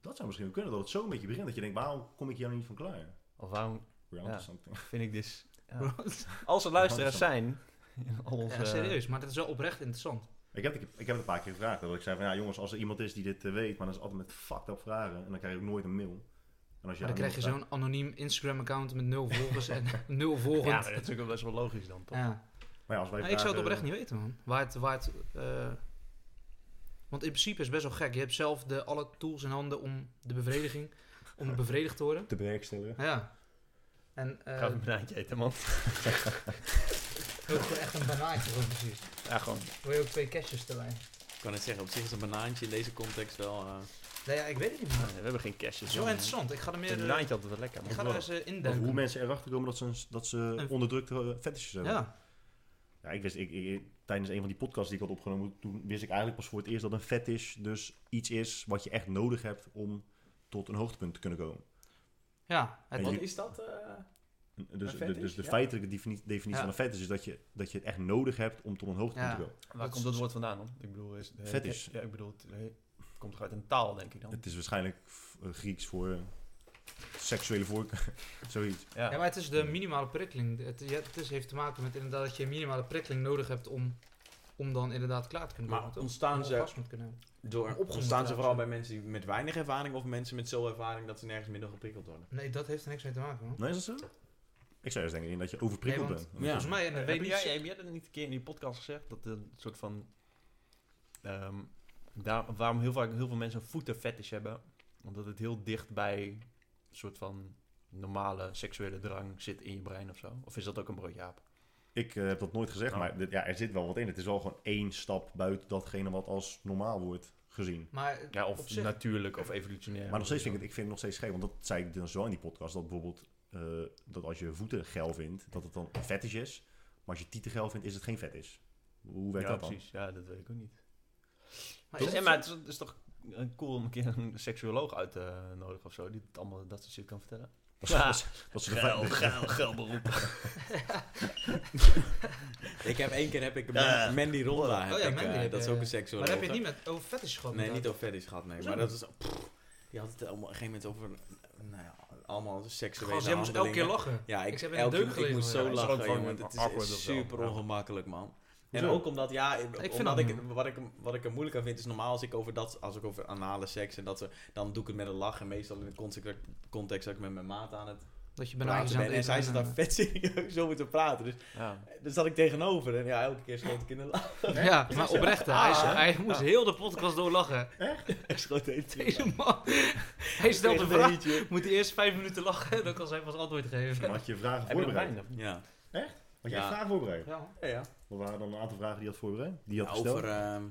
[SPEAKER 1] Dat zou misschien wel kunnen, dat het zo met je begint. Dat je denkt, waarom kom ik hier nou niet van klaar?
[SPEAKER 2] Of waarom
[SPEAKER 1] We're onto
[SPEAKER 2] Ja.
[SPEAKER 1] something.
[SPEAKER 2] vind ik
[SPEAKER 4] [LAUGHS]
[SPEAKER 2] dit... Ja. Als er luisteraars zijn... Al onze,
[SPEAKER 4] Ja, serieus, maar dat is wel oprecht interessant.
[SPEAKER 1] Ik heb, ik, heb het een paar keer gevraagd. hè, Dat ik zei van, ja jongens, als er iemand is die dit eh, weet, maar dat is altijd met fucked up vragen. En dan krijg je ook nooit een mail. En als
[SPEAKER 4] Maar dan
[SPEAKER 1] aan
[SPEAKER 4] krijg je
[SPEAKER 1] iemand
[SPEAKER 4] zo'n anoniem Instagram-account met nul volgers en nul volgend.
[SPEAKER 2] Ja,
[SPEAKER 4] Ja,
[SPEAKER 2] maar dat is natuurlijk ook best wel logisch dan, toch?
[SPEAKER 1] vraagt- Maar ja, als wij
[SPEAKER 4] Nou, ik zou het
[SPEAKER 1] vragen-
[SPEAKER 4] oprecht niet weten, man. Waar het... Waar het eh, want in principe is het best wel gek. Je hebt zelf de, alle tools in handen om de bevrediging... om bevredigd te worden.
[SPEAKER 1] te bewerkstelligen.
[SPEAKER 4] Ja. En... eh
[SPEAKER 2] Ga even een banaantje eten, man.
[SPEAKER 4] ook gewoon echt een banaantje, gewoon precies.
[SPEAKER 2] Ja, gewoon.
[SPEAKER 4] Wil je ook twee cashjes erbij?
[SPEAKER 5] Ik kan het zeggen, op zich is een banaantje in deze context wel... eh,
[SPEAKER 4] Nee, ja, ik weet het niet,
[SPEAKER 2] Nee,
[SPEAKER 4] man.
[SPEAKER 2] we hebben geen dus cashes.
[SPEAKER 4] Zo
[SPEAKER 2] man.
[SPEAKER 4] interessant. Ik ga er meer...
[SPEAKER 2] Een
[SPEAKER 4] eh,
[SPEAKER 2] banaantje altijd wel lekker,
[SPEAKER 4] Ik
[SPEAKER 2] man.
[SPEAKER 4] ga er eens eh,
[SPEAKER 1] Of hoe
[SPEAKER 4] induiken.
[SPEAKER 1] mensen erachter komen dat ze, een- dat ze
[SPEAKER 4] Een-
[SPEAKER 1] onderdrukte eh, fetishes hebben. Ja.
[SPEAKER 4] Ja.
[SPEAKER 1] ik wist, ik, ik- tijdens een van die podcasts die ik had opgenomen, toen wist ik eigenlijk pas voor het eerst dat een fetish dus iets is wat je echt nodig hebt om tot een hoogtepunt te kunnen komen.
[SPEAKER 4] Ja. Het,
[SPEAKER 1] En
[SPEAKER 5] wat
[SPEAKER 1] je-
[SPEAKER 5] is dat? eh?
[SPEAKER 1] En- en Dus,
[SPEAKER 5] Een
[SPEAKER 1] de,
[SPEAKER 5] fetish,
[SPEAKER 1] dus de
[SPEAKER 5] ja.
[SPEAKER 1] feitelijke defini- definitie
[SPEAKER 4] Ja.
[SPEAKER 1] van een fetish is dat je, dat je het echt nodig hebt om tot een hoogtepunt
[SPEAKER 4] Ja.
[SPEAKER 1] te komen.
[SPEAKER 2] Waar komt dat woord vandaan, dan? Ik bedoel, is... de-
[SPEAKER 1] Fetish.
[SPEAKER 2] Ja, ik bedoel, het het komt toch uit een taal, denk ik dan?
[SPEAKER 1] Het is waarschijnlijk eh, Grieks voor eh, seksuele voorkeur, [LAUGHS] zoiets.
[SPEAKER 2] Ja.
[SPEAKER 4] ja, maar het is de minimale prikkeling. Het, ja, het is, heeft te maken met inderdaad dat je een minimale prikkeling nodig hebt om, om dan inderdaad klaar te kunnen
[SPEAKER 5] Maar
[SPEAKER 4] komen. toch?
[SPEAKER 5] ontstaan
[SPEAKER 4] Om
[SPEAKER 5] ze-
[SPEAKER 4] orgasme te kunnen hebben.
[SPEAKER 5] Door,
[SPEAKER 4] Opgemoed
[SPEAKER 5] ontstaan ze
[SPEAKER 4] raken.
[SPEAKER 5] vooral bij mensen die met weinig ervaring of mensen met zoveel ervaring dat ze nergens meer door geprikkeld worden?
[SPEAKER 4] Nee, dat heeft er niks mee te maken, man.
[SPEAKER 1] Nee, is dat zo? Ik zou juist denken dat je overprikkeld
[SPEAKER 4] Nee, want-
[SPEAKER 1] bent.
[SPEAKER 5] Ja.
[SPEAKER 4] Volgens mij, en dat
[SPEAKER 2] Eh, Heb
[SPEAKER 4] weet
[SPEAKER 2] jij,
[SPEAKER 4] ik niet...
[SPEAKER 2] heb jij dat niet een keer in die podcast gezegd? Dat een soort van... ehm, daar, waarom heel, vaak, heel veel mensen een voetenfetish hebben. Omdat het heel dicht bij een soort van normale seksuele drang zit in je brein of zo. Of is dat ook een broodje aap?
[SPEAKER 1] Ik eh, heb dat nooit gezegd,
[SPEAKER 2] Oh.
[SPEAKER 1] maar dit- ja, er zit wel wat in. Het is wel gewoon één stap buiten datgene wat als normaal wordt gezien.
[SPEAKER 4] Maar
[SPEAKER 2] Ja,
[SPEAKER 4] op
[SPEAKER 2] of
[SPEAKER 4] zich-
[SPEAKER 2] natuurlijk of evolutionair.
[SPEAKER 1] maar nog steeds vind ik,
[SPEAKER 2] het...
[SPEAKER 1] het, ik vind het nog steeds scheef, want dat zei ik dus wel in die podcast, dat bijvoorbeeld eh, dat als je voeten geil vindt, dat het dan een fetish is. Maar als je tieten geil vindt, is het geen fetish. Hoe werkt
[SPEAKER 2] Ja,
[SPEAKER 1] dat dan?
[SPEAKER 2] precies. Ja, dat weet ik ook niet.
[SPEAKER 4] maar
[SPEAKER 2] Toch? En
[SPEAKER 4] is het
[SPEAKER 2] maar het
[SPEAKER 4] zo?
[SPEAKER 2] is, het is toch eh, cool om een keer een seksuoloog uit te nodigen of zo. Die het allemaal dat soort shit kan vertellen. [LAUGHS]
[SPEAKER 1] Dat,
[SPEAKER 2] Ja.
[SPEAKER 1] dat, dat is de
[SPEAKER 2] Geil, [LAUGHS]
[SPEAKER 1] fe- de-
[SPEAKER 2] geil, geil beroep.
[SPEAKER 5] Ik heb één keer heb ik
[SPEAKER 2] Ja.
[SPEAKER 5] Man- Mandy Ronda. heb
[SPEAKER 4] Oh ja,
[SPEAKER 5] ik,
[SPEAKER 4] Mandy
[SPEAKER 5] eh,
[SPEAKER 4] heb
[SPEAKER 5] dat is
[SPEAKER 4] je-
[SPEAKER 5] ook een seksueel.
[SPEAKER 4] Maar daar heb je het niet met over fetish gehad.
[SPEAKER 5] Nee, niet
[SPEAKER 4] inderdaad.
[SPEAKER 5] over fetish gehad, nee. Maar dat is. pff, die had het allemaal- op een gegeven moment over. Nou ja, allemaal seksuele.
[SPEAKER 4] Gast, jij moest elke keer
[SPEAKER 5] handelingen.
[SPEAKER 4] lachen.
[SPEAKER 5] Ja, ik,
[SPEAKER 4] Ik heb in de
[SPEAKER 5] elke,
[SPEAKER 4] deuk
[SPEAKER 5] ik
[SPEAKER 4] gelegen,
[SPEAKER 5] moest
[SPEAKER 4] ja.
[SPEAKER 5] zo
[SPEAKER 2] Ja, het is
[SPEAKER 5] lachen,
[SPEAKER 2] ook
[SPEAKER 5] jongen.
[SPEAKER 2] gewoon
[SPEAKER 5] Het
[SPEAKER 2] awkward of zo,
[SPEAKER 5] is super
[SPEAKER 2] ja.
[SPEAKER 5] ongemakkelijk, man. En
[SPEAKER 1] Hoezo?
[SPEAKER 5] ook omdat, ja,
[SPEAKER 4] vind
[SPEAKER 5] omdat
[SPEAKER 4] dat
[SPEAKER 5] ik,
[SPEAKER 4] niet.
[SPEAKER 5] wat, ik, wat ik er moeilijk aan vind, is normaal als ik over dat, als ik over anale seks en dat ze, dan doe ik het met een lach en meestal in de context, context dat ik met mijn maat aan het
[SPEAKER 4] Dat je bijna
[SPEAKER 5] praten
[SPEAKER 4] aan het
[SPEAKER 5] ben. En zij zit
[SPEAKER 4] eten
[SPEAKER 5] daar
[SPEAKER 4] en,
[SPEAKER 5] vet serieus over te praten, dus
[SPEAKER 2] Ja.
[SPEAKER 5] daar zat ik tegenover en ja,
[SPEAKER 4] [LAUGHS]
[SPEAKER 5] elke keer schoot ik in de lach.
[SPEAKER 4] eh, [LAUGHS] Ja, maar oprecht, hè. hij, is- hij moest heel de podcast door lachen.
[SPEAKER 5] Ik schoot de hele tijd in de
[SPEAKER 4] Deze
[SPEAKER 5] lach. [LAUGHS]
[SPEAKER 4] man, hij stelt een
[SPEAKER 5] Tegen
[SPEAKER 4] vraag.
[SPEAKER 5] beetje.
[SPEAKER 4] Moet hij eerst vijf minuten lachen, dan kan zij pas antwoord
[SPEAKER 1] Dan [LAUGHS]
[SPEAKER 4] geven.
[SPEAKER 1] had je vragen
[SPEAKER 2] Heb je nog
[SPEAKER 1] voorbereid.
[SPEAKER 2] wijn of niet?
[SPEAKER 5] Ja,
[SPEAKER 1] Had jij
[SPEAKER 5] Ja.
[SPEAKER 1] vragen voorbereid?
[SPEAKER 4] Ja.
[SPEAKER 5] ja, ja.
[SPEAKER 1] Wat waren dan een aantal vragen die je had voorbereid? Die je had gesteld?
[SPEAKER 5] Over ehm,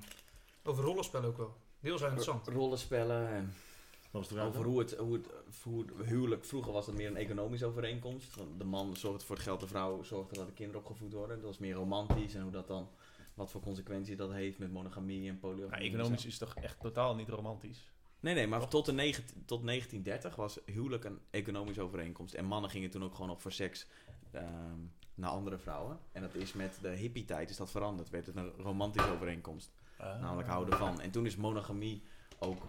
[SPEAKER 4] Over rollenspellen ook wel. Deels wel interessant.
[SPEAKER 5] rollenspellen en
[SPEAKER 1] Dat was de vraag.
[SPEAKER 5] over hoe het, hoe het hoe het huwelijk... Vroeger was dat meer een economische overeenkomst. Want De man zorgt voor het geld, de vrouw zorgt ervoor dat de kinderen opgevoed worden. Dat was meer romantisch en hoe dat dan... Wat voor consequenties dat heeft met monogamie en
[SPEAKER 2] Ja,
[SPEAKER 5] polygamie.
[SPEAKER 2] economisch is toch echt totaal niet romantisch?
[SPEAKER 5] Nee, nee, maar tot, de negen- tot 1930 was huwelijk een economische overeenkomst. En mannen gingen toen ook gewoon nog voor seks ehm, naar andere vrouwen. En dat is met de hippie-tijd is dat veranderd. Werd het een romantische overeenkomst.
[SPEAKER 2] Nou,
[SPEAKER 5] Namelijk houden van. En toen is monogamie ook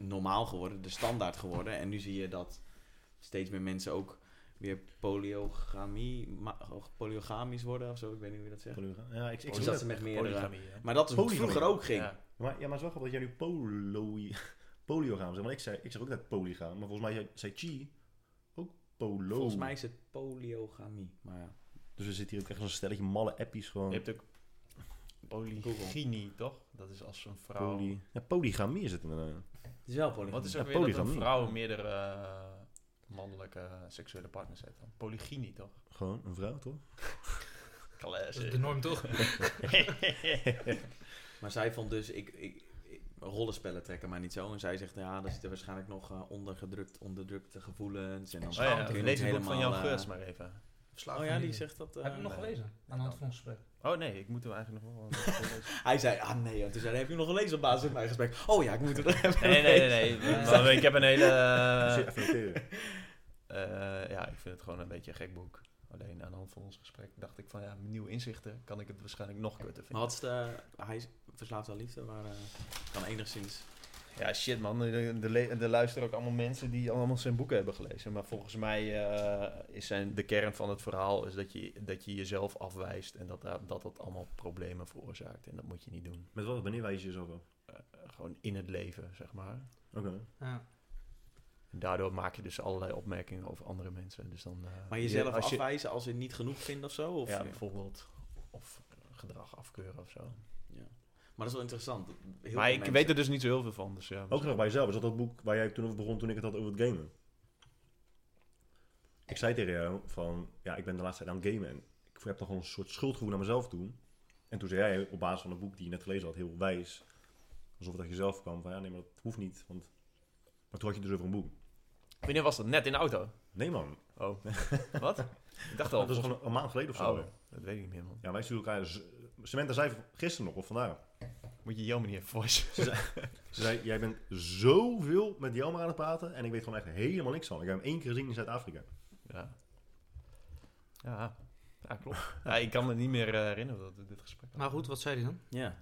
[SPEAKER 5] normaal geworden, de standaard geworden. En nu zie je dat steeds meer mensen ook weer polyogamie, ma- polyogamisch worden of zo, ik weet niet hoe je dat zegt.
[SPEAKER 1] Ja, ik, ik
[SPEAKER 5] Of Oh,
[SPEAKER 1] zie
[SPEAKER 5] is dat
[SPEAKER 1] dat.
[SPEAKER 5] ze met meerdere...
[SPEAKER 2] Polygamie, hè?
[SPEAKER 5] Maar dat is hoe het
[SPEAKER 1] Polygamie.
[SPEAKER 5] vroeger ook ging.
[SPEAKER 2] Ja.
[SPEAKER 1] Maar, ja, maar het is wel grappig dat jij nu polo, [LAUGHS] polyogaam zegt. Want ik zei, ik zeg ook net polygaam. Maar volgens mij zei, zei Chi ook polo.
[SPEAKER 5] Volgens mij is het polyogamie. Maar ja,
[SPEAKER 1] Dus er zit hier ook echt zo'n stelletje malle appies gewoon.
[SPEAKER 2] Je hebt ook polygynie, toch? Dat is als een vrouw...
[SPEAKER 1] Poly... Ja, polygamie is het inderdaad.
[SPEAKER 5] het is wel polygamie.
[SPEAKER 2] Wat is
[SPEAKER 1] Ja,
[SPEAKER 2] ook weer dat een
[SPEAKER 1] polygamie.
[SPEAKER 2] vrouw meerdere eh, mannelijke seksuele partners heeft? dan? Polygynie, toch? Oh
[SPEAKER 1] Gewoon een vrouw, toch?
[SPEAKER 4] Dat is
[SPEAKER 2] [LAUGHS]
[SPEAKER 4] de norm
[SPEAKER 5] [LAUGHS]
[SPEAKER 4] toch?
[SPEAKER 5] Maar zij vond dus, ik, ik, ik- rollenspellen trekken maar niet zo. En zij zegt, ja, daar zitten waarschijnlijk nog eh, ondergedrukt, onderdrukte gevoelens. En dan
[SPEAKER 4] Oh
[SPEAKER 2] Oh ja,
[SPEAKER 5] kun je
[SPEAKER 2] lees
[SPEAKER 5] niet
[SPEAKER 2] het boek van
[SPEAKER 5] helemaal,
[SPEAKER 2] Jan
[SPEAKER 5] eh,
[SPEAKER 2] Geurs maar even.
[SPEAKER 5] Oh ja, die zegt dat... eh,
[SPEAKER 4] Heb je hem nog
[SPEAKER 5] nee.
[SPEAKER 4] gelezen? Aan de hand van ons gesprek.
[SPEAKER 2] Oh nee, ik moet hem eigenlijk nog [LAUGHS] wel... eh,
[SPEAKER 5] Hij zei, ah nee, joh. toen zei hij, heb je hem nog gelezen op basis van mijn gesprek? Oh ja, ik moet het [LAUGHS] nog even
[SPEAKER 2] Nee, nee, nee. nee. [LAUGHS]
[SPEAKER 5] Ja.
[SPEAKER 2] Maar Ik heb een hele... eh,
[SPEAKER 1] Zit even noteren.
[SPEAKER 2] eh, ja, ik vind het gewoon een beetje een gek boek. Alleen aan de hand van ons gesprek dacht ik van ja, met nieuwe inzichten kan ik het waarschijnlijk nog kutter vinden.
[SPEAKER 5] Maar wat is de... Hij is verslaafd aan liefde, maar eh, kan enigszins...
[SPEAKER 2] Ja, shit man. Er- Er le- er luisteren ook allemaal mensen die allemaal zijn boeken hebben gelezen. Maar volgens mij eh, is zijn, de kern van het verhaal is dat je, dat je jezelf afwijst en dat, daar- dat dat allemaal problemen veroorzaakt. En dat moet je niet doen.
[SPEAKER 1] Met wat? Wanneer wijs je jezelf af?
[SPEAKER 2] Eh, gewoon in het leven, zeg maar.
[SPEAKER 1] Oké.
[SPEAKER 4] Ja.
[SPEAKER 2] En daardoor maak je dus allerlei opmerkingen over andere mensen. Dus dan, eh,
[SPEAKER 5] Maar
[SPEAKER 2] je-
[SPEAKER 5] jezelf
[SPEAKER 2] als je-
[SPEAKER 5] afwijzen als je het niet genoeg vindt of zo? Of,
[SPEAKER 2] ja, bijvoorbeeld. Of gedrag afkeuren of zo.
[SPEAKER 5] Ja. Maar dat is wel interessant. Heel veel
[SPEAKER 2] maar ik
[SPEAKER 5] mensen-
[SPEAKER 2] weet er dus niet zo heel veel van. Dus ja,
[SPEAKER 1] Ook nog bij jezelf. Is dat dat boek waar jij toen over begon toen ik het had over het gamen? Ik zei tegen jou van, ja, ik ben de laatste tijd aan het gamen en ik heb dan gewoon een soort schuldgevoel naar mezelf toe. En toen zei jij op basis van het boek die je net gelezen had, heel wijs, alsof het uit jezelf kwam, van ja, nee, maar dat hoeft niet, want... Maar toen had je het dus over een boek.
[SPEAKER 2] Wanneer was dat? Net in de auto?
[SPEAKER 1] Nee man,
[SPEAKER 2] Oh. Wat? Ik dacht al.
[SPEAKER 1] dat is gewoon een maand geleden of zo.
[SPEAKER 2] Oh, dat weet ik niet meer, man.
[SPEAKER 1] Ja, wij sturen elkaar. z- Samantha zei gisteren nog, of vandaag.
[SPEAKER 2] Moet je jouw manier voice.
[SPEAKER 1] Ze zei: Jij bent zoveel met Jelmer aan het praten. En ik weet gewoon echt helemaal niks van. Ik heb hem één keer gezien in Zuid-Afrika.
[SPEAKER 2] Ja. Ja, ja klopt. Ja, ik kan me niet meer eh, herinneren dat we dit gesprek hadden.
[SPEAKER 4] Maar goed, wat zei hij dan?
[SPEAKER 5] Ja.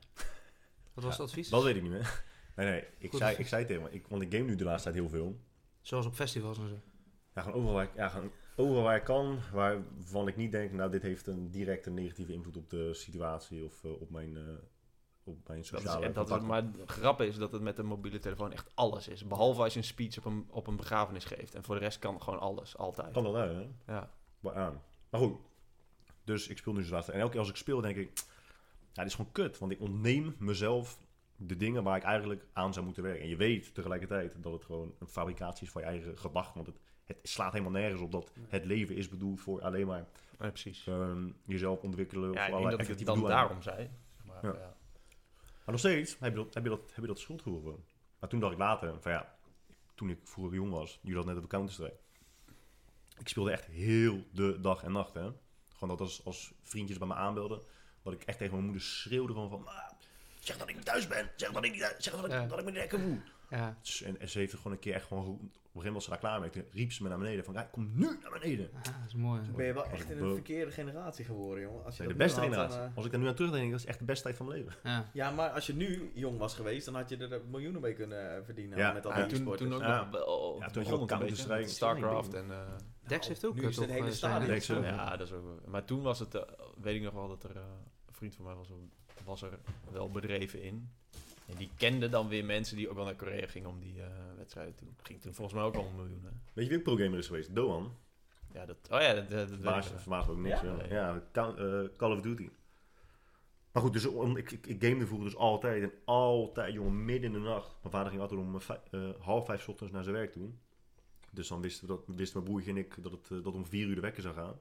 [SPEAKER 4] Wat was het advies?
[SPEAKER 1] Dat weet ik niet meer. [LAUGHS] Nee, nee. Ik
[SPEAKER 4] Goed.
[SPEAKER 1] zei, ik zei tegen hem, ik, want ik game nu de laatste tijd heel veel.
[SPEAKER 4] Zoals op festivals en zo.
[SPEAKER 1] Ja, gewoon overal waar ik, ja, gewoon overal waar ik kan. Waarvan ik niet denk, nou, dit heeft een directe negatieve invloed op de situatie. Of eh, op mijn. eh, op mijn
[SPEAKER 2] Dat is,
[SPEAKER 1] sociale
[SPEAKER 2] en dat is,
[SPEAKER 1] contacten.
[SPEAKER 2] maar het grap is dat het met een mobiele telefoon echt alles is. Behalve als je een speech op een, op een begrafenis geeft. En voor de rest kan gewoon alles, altijd.
[SPEAKER 1] Kan dat uit, hè?
[SPEAKER 2] Ja.
[SPEAKER 1] Maar aan. Maar goed. Dus ik speel nu de laatste. En elke keer als ik speel, denk ik... Ja, dit is gewoon kut. Want ik ontneem mezelf de dingen waar ik eigenlijk aan zou moeten werken. En je weet tegelijkertijd dat het gewoon een fabricatie is van je eigen gedachten. Want het, het slaat helemaal nergens op dat het leven is bedoeld voor alleen maar
[SPEAKER 2] Ja, precies.
[SPEAKER 1] ehm, jezelf ontwikkelen.
[SPEAKER 2] Ja,
[SPEAKER 1] of
[SPEAKER 2] ik denk
[SPEAKER 1] allerlei
[SPEAKER 2] dat het
[SPEAKER 1] effectieve
[SPEAKER 2] dan
[SPEAKER 1] doeleinden.
[SPEAKER 2] daarom zei. zeg Maar,
[SPEAKER 1] Ja.
[SPEAKER 2] ja. Ja.
[SPEAKER 1] Maar nog steeds heb je dat, heb je dat, heb je dat schuldgevoel gewoon. Maar toen dacht ik later, van ja, toen ik vroeger jong was, jullie hadden net over Counter-Strike. Ik speelde echt heel de dag en nacht, hè. Gewoon dat als, als vriendjes bij me aanbelden, dat ik echt tegen mijn moeder schreeuwde gewoon van... "Ma, Zeg dat ik niet thuis ben. Zeg dat ik, niet, thuis- zeg dat ik,
[SPEAKER 4] Ja.
[SPEAKER 1] dat ik me lekker voel.
[SPEAKER 4] Ja.
[SPEAKER 1] Dus- En, en ze heeft er gewoon een keer echt gewoon... geroepen. Op een gegeven moment was ze daar klaar mee. Toen riep ze me naar beneden. Van, ja, kom nu naar beneden.
[SPEAKER 4] Ah, dat is mooi. hè.
[SPEAKER 5] Ben je wel
[SPEAKER 1] Was
[SPEAKER 5] echt
[SPEAKER 1] ik
[SPEAKER 5] in
[SPEAKER 1] bo-
[SPEAKER 5] een verkeerde generatie geworden, jongen. Als je
[SPEAKER 1] De
[SPEAKER 5] dat
[SPEAKER 1] beste
[SPEAKER 5] niet had, dan,
[SPEAKER 1] generatie.
[SPEAKER 5] eh,
[SPEAKER 1] Als ik daar nu aan terugdenk, denk ik, dat is echt de beste tijd van mijn leven.
[SPEAKER 4] Ja.
[SPEAKER 5] Ja, maar als je nu jong was geweest, dan had je er miljoenen mee kunnen eh, verdienen
[SPEAKER 1] Ja,
[SPEAKER 5] met al
[SPEAKER 2] Ja,
[SPEAKER 5] die
[SPEAKER 2] toen,
[SPEAKER 5] e-sporters.
[SPEAKER 2] toen ook
[SPEAKER 1] Ja.
[SPEAKER 2] nog wel. eh,
[SPEAKER 1] Ja, toen had je
[SPEAKER 2] begon
[SPEAKER 1] ook
[SPEAKER 2] het een beetje
[SPEAKER 1] Counter-Strike.
[SPEAKER 2] met Starcraft en... eh,
[SPEAKER 4] Dex heeft ook
[SPEAKER 5] nu
[SPEAKER 4] eh,
[SPEAKER 5] is het
[SPEAKER 4] toch,
[SPEAKER 5] hele
[SPEAKER 4] eh,
[SPEAKER 5] stadion.
[SPEAKER 4] zijn-
[SPEAKER 1] Dex ook.
[SPEAKER 2] Ja, dat is ook. wel- Maar toen was het, eh, weet ik nog wel dat er eh, een vriend van mij was, was er wel bedreven in. En die kende dan weer mensen die ook wel naar Korea gingen om die eh wedstrijden toe. Ging toen volgens mij ook al om miljoenen.
[SPEAKER 1] Weet je wie ook pro-gamer is geweest? Doan.
[SPEAKER 2] Ja, dat. Oh ja, dat, dat, dat weet ik
[SPEAKER 1] Verbaasd
[SPEAKER 2] nog.
[SPEAKER 1] verbaasd me ook niks.
[SPEAKER 2] Ja?
[SPEAKER 1] Ja, ja Coun- eh, Call of Duty. Maar goed, dus om, ik, ik, ik gamede vroeger dus altijd en altijd, jongen, midden in de nacht. Mijn vader ging altijd om vij- eh, half vijf 's ochtends naar zijn werk toe. Dus dan wisten we dat, wist mijn broertje en ik dat het eh, dat om vier uur de wekker zou gaan.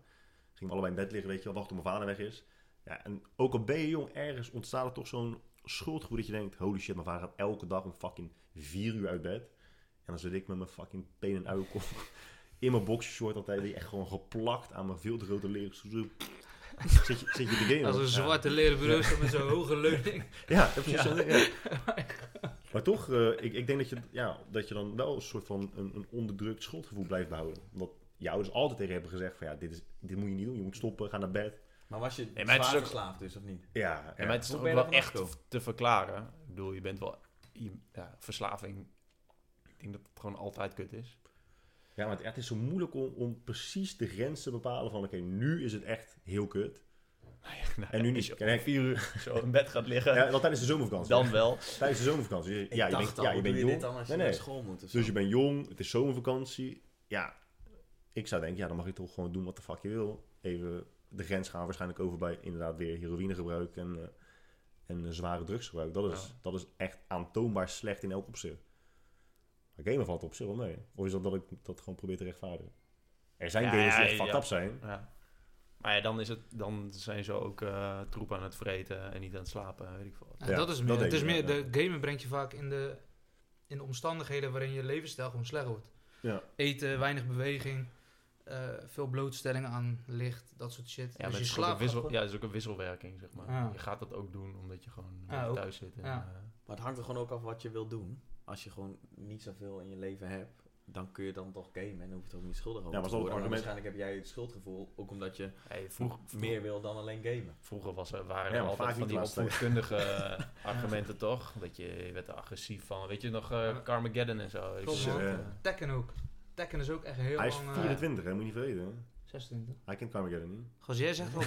[SPEAKER 1] Gingen we allebei in bed liggen, weet je wel, wachten tot mijn vader weg is. Ja, en ook al ben je jong, ergens ontstaat er toch zo'n schuldgevoel dat je denkt, holy shit, mijn vader gaat elke dag om fucking vier uur uit bed. En dan zit ik met mijn fucking peen en uikel in mijn boxershort altijd, die echt gewoon geplakt aan mijn veel te grote leren schoenen. Zit je, zit je te gamen?
[SPEAKER 4] Als een
[SPEAKER 1] Ja.
[SPEAKER 4] zwarte leren bureau [LAUGHS] met zo'n hoge leuning.
[SPEAKER 1] Ja, dat precies. Ja. Ja. Maar toch, eh, ik, ik denk dat je, ja, dat je dan wel een soort van een, een onderdrukt schuldgevoel blijft behouden. Omdat je ouders altijd tegen je hebben gezegd van ja, dit, is, dit moet je niet doen. Je moet stoppen, ga naar bed.
[SPEAKER 5] Maar was je
[SPEAKER 2] Nee, maar het
[SPEAKER 5] zwaar
[SPEAKER 2] is ook-
[SPEAKER 5] verslaafd dus, of niet?
[SPEAKER 1] Ja,
[SPEAKER 2] Ja, maar het is
[SPEAKER 5] Hoe
[SPEAKER 2] toch
[SPEAKER 5] ben
[SPEAKER 2] ook
[SPEAKER 5] je
[SPEAKER 2] wel
[SPEAKER 5] daar
[SPEAKER 2] echt
[SPEAKER 5] vanaf
[SPEAKER 2] te verklaren. Ik bedoel, je bent wel. je- ja, verslaving. Ik denk dat het gewoon altijd kut is. [LAUGHS]
[SPEAKER 1] Ja, maar het, het is zo moeilijk om, om precies de grens te bepalen van... Oké, nu is het echt heel kut.
[SPEAKER 2] Nou
[SPEAKER 1] En nu niet.
[SPEAKER 2] Als je om vier uur zo in bed gaat liggen,
[SPEAKER 1] Ja, want tijdens de zomervakantie.
[SPEAKER 2] dan wel.
[SPEAKER 1] Tijdens de zomervakantie. Je-
[SPEAKER 5] Ik
[SPEAKER 1] ja, je
[SPEAKER 5] dacht
[SPEAKER 1] bent,
[SPEAKER 5] al,
[SPEAKER 1] ja, je
[SPEAKER 5] hoe
[SPEAKER 1] bent
[SPEAKER 5] doe
[SPEAKER 1] jong.
[SPEAKER 5] dit dan als je
[SPEAKER 1] Nee, nee.
[SPEAKER 5] naar school moet of zo?
[SPEAKER 1] Dus je bent jong, het is zomervakantie. Ja, ik zou denken, ja, dan mag je toch gewoon doen wat de fuck je wil. Even de grens gaan waarschijnlijk over bij inderdaad weer heroïnegebruik en, eh, en eh, zware drugsgebruik. Dat is,
[SPEAKER 2] Ja.
[SPEAKER 1] dat is echt aantoonbaar slecht in elk opzicht. Maar gamen valt op zich wel mee. Of is dat dat ik dat gewoon probeer te rechtvaardigen? Er zijn
[SPEAKER 2] Ja,
[SPEAKER 1] gamers die
[SPEAKER 2] ja,
[SPEAKER 1] echt fucked
[SPEAKER 2] ja.
[SPEAKER 1] up zijn.
[SPEAKER 2] Ja. Maar ja, dan, is het, dan zijn ze ook eh troep aan het vreten en niet aan het slapen, weet ik veel wat.
[SPEAKER 4] Ja,
[SPEAKER 1] Ja,
[SPEAKER 4] dat is
[SPEAKER 1] dat
[SPEAKER 4] meer.
[SPEAKER 1] denk
[SPEAKER 4] het is
[SPEAKER 1] ik,
[SPEAKER 4] meer
[SPEAKER 1] ja,
[SPEAKER 4] De gamen brengt je vaak in de, in de omstandigheden waarin je levensstijl gewoon slecht wordt.
[SPEAKER 1] Ja.
[SPEAKER 4] Eten, weinig beweging, eh, veel blootstelling aan licht, dat soort shit.
[SPEAKER 2] Ja,
[SPEAKER 4] dus
[SPEAKER 2] dat
[SPEAKER 4] je
[SPEAKER 2] is ook een
[SPEAKER 4] slaapt
[SPEAKER 2] wissel,
[SPEAKER 4] gewoon.
[SPEAKER 2] ja, dat is ook een wisselwerking, zeg maar.
[SPEAKER 4] Ja.
[SPEAKER 2] Je gaat dat ook doen omdat je gewoon
[SPEAKER 4] Ja,
[SPEAKER 2] eh,
[SPEAKER 4] ook.
[SPEAKER 2] thuis zit. En,
[SPEAKER 4] Ja.
[SPEAKER 2] eh,
[SPEAKER 5] Maar het hangt er gewoon ook af wat je wil doen. Als je gewoon niet zoveel in je leven hebt, dan kun je dan toch gamen en hoef je het ook niet schuldig over
[SPEAKER 1] Ja, maar
[SPEAKER 5] te
[SPEAKER 1] dat is
[SPEAKER 5] worden.
[SPEAKER 1] wel het
[SPEAKER 5] Maar
[SPEAKER 1] argument.
[SPEAKER 5] waarschijnlijk heb jij het schuldgevoel, ook omdat je
[SPEAKER 2] hey, vroeg,
[SPEAKER 5] meer wil dan alleen gamen.
[SPEAKER 2] Vroeger was er, waren
[SPEAKER 1] Ja,
[SPEAKER 2] er
[SPEAKER 1] maar vaak
[SPEAKER 2] altijd van
[SPEAKER 1] niet
[SPEAKER 2] die
[SPEAKER 1] laatst, hè. [LAUGHS]
[SPEAKER 2] opvoedkundige eh, argumenten, toch? Dat je, je werd er agressief van. Weet je nog, eh Carmageddon en zo. weet je
[SPEAKER 4] Klopt,
[SPEAKER 2] wel.
[SPEAKER 1] man.
[SPEAKER 2] Eh,
[SPEAKER 4] Tekken ook. Tekken is ook echt heel
[SPEAKER 1] Hij is
[SPEAKER 4] lang... eh,
[SPEAKER 1] 24, hè, moet je niet vergeten. hè.
[SPEAKER 4] 26.
[SPEAKER 1] Hij kent Carmageddon niet.
[SPEAKER 4] Als jij [LAUGHS] zegt al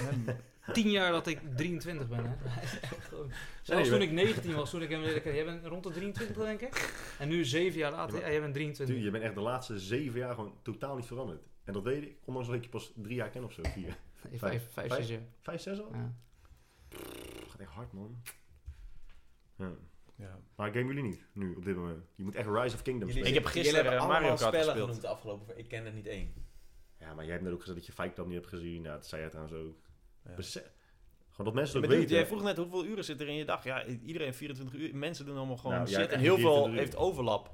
[SPEAKER 4] 10 jaar dat ik 23 ben, hè? [LAUGHS] Dat is echt gewoon- Zelfs
[SPEAKER 1] je
[SPEAKER 4] toen
[SPEAKER 1] bent-
[SPEAKER 4] ik 19 was, toen ik hem leerde kennen. Jij bent rond de 23, denk ik. En nu 7 jaar later,
[SPEAKER 1] Ja, maar-
[SPEAKER 4] ja, jij bent
[SPEAKER 1] Dude,
[SPEAKER 4] 23.
[SPEAKER 1] je bent echt de laatste zeven jaar gewoon totaal niet veranderd. En dat weet ik, ondanks dat ik je pas drie jaar ken of zo. Vier.
[SPEAKER 4] Nee, Vijf, vijf,
[SPEAKER 1] Vijf?
[SPEAKER 4] Oh. zes jaar.
[SPEAKER 1] Vijf, zes al?
[SPEAKER 4] Ja.
[SPEAKER 1] Dat gaat echt hard, man. Ja.
[SPEAKER 2] ja.
[SPEAKER 1] Maar gamen jullie niet, nu, op dit moment. Je moet echt Rise of Kingdoms spelen.
[SPEAKER 2] Ik heb gisteren, eh, Mario
[SPEAKER 5] allemaal
[SPEAKER 2] Kart
[SPEAKER 5] spellen
[SPEAKER 2] gespeeld.
[SPEAKER 5] genoemd de afgelopen Ik ken er niet één.
[SPEAKER 1] Ja, maar jij hebt net ook gezegd dat je Fight Club niet hebt gezien. Ja, dat zei jij trouwens ook.
[SPEAKER 2] Ja.
[SPEAKER 1] Besef- Gewoon dat mensen
[SPEAKER 2] Maar
[SPEAKER 1] dat
[SPEAKER 2] dude,
[SPEAKER 1] weten.
[SPEAKER 2] jij vroeg net hoeveel uren zit er in je dag? Ja, iedereen 24 uur. Mensen doen allemaal gewoon
[SPEAKER 1] Nou, jij
[SPEAKER 2] shit.
[SPEAKER 1] hebt
[SPEAKER 2] En
[SPEAKER 1] echt
[SPEAKER 2] heel
[SPEAKER 1] 24
[SPEAKER 2] veel
[SPEAKER 1] uur.
[SPEAKER 2] heeft overlap.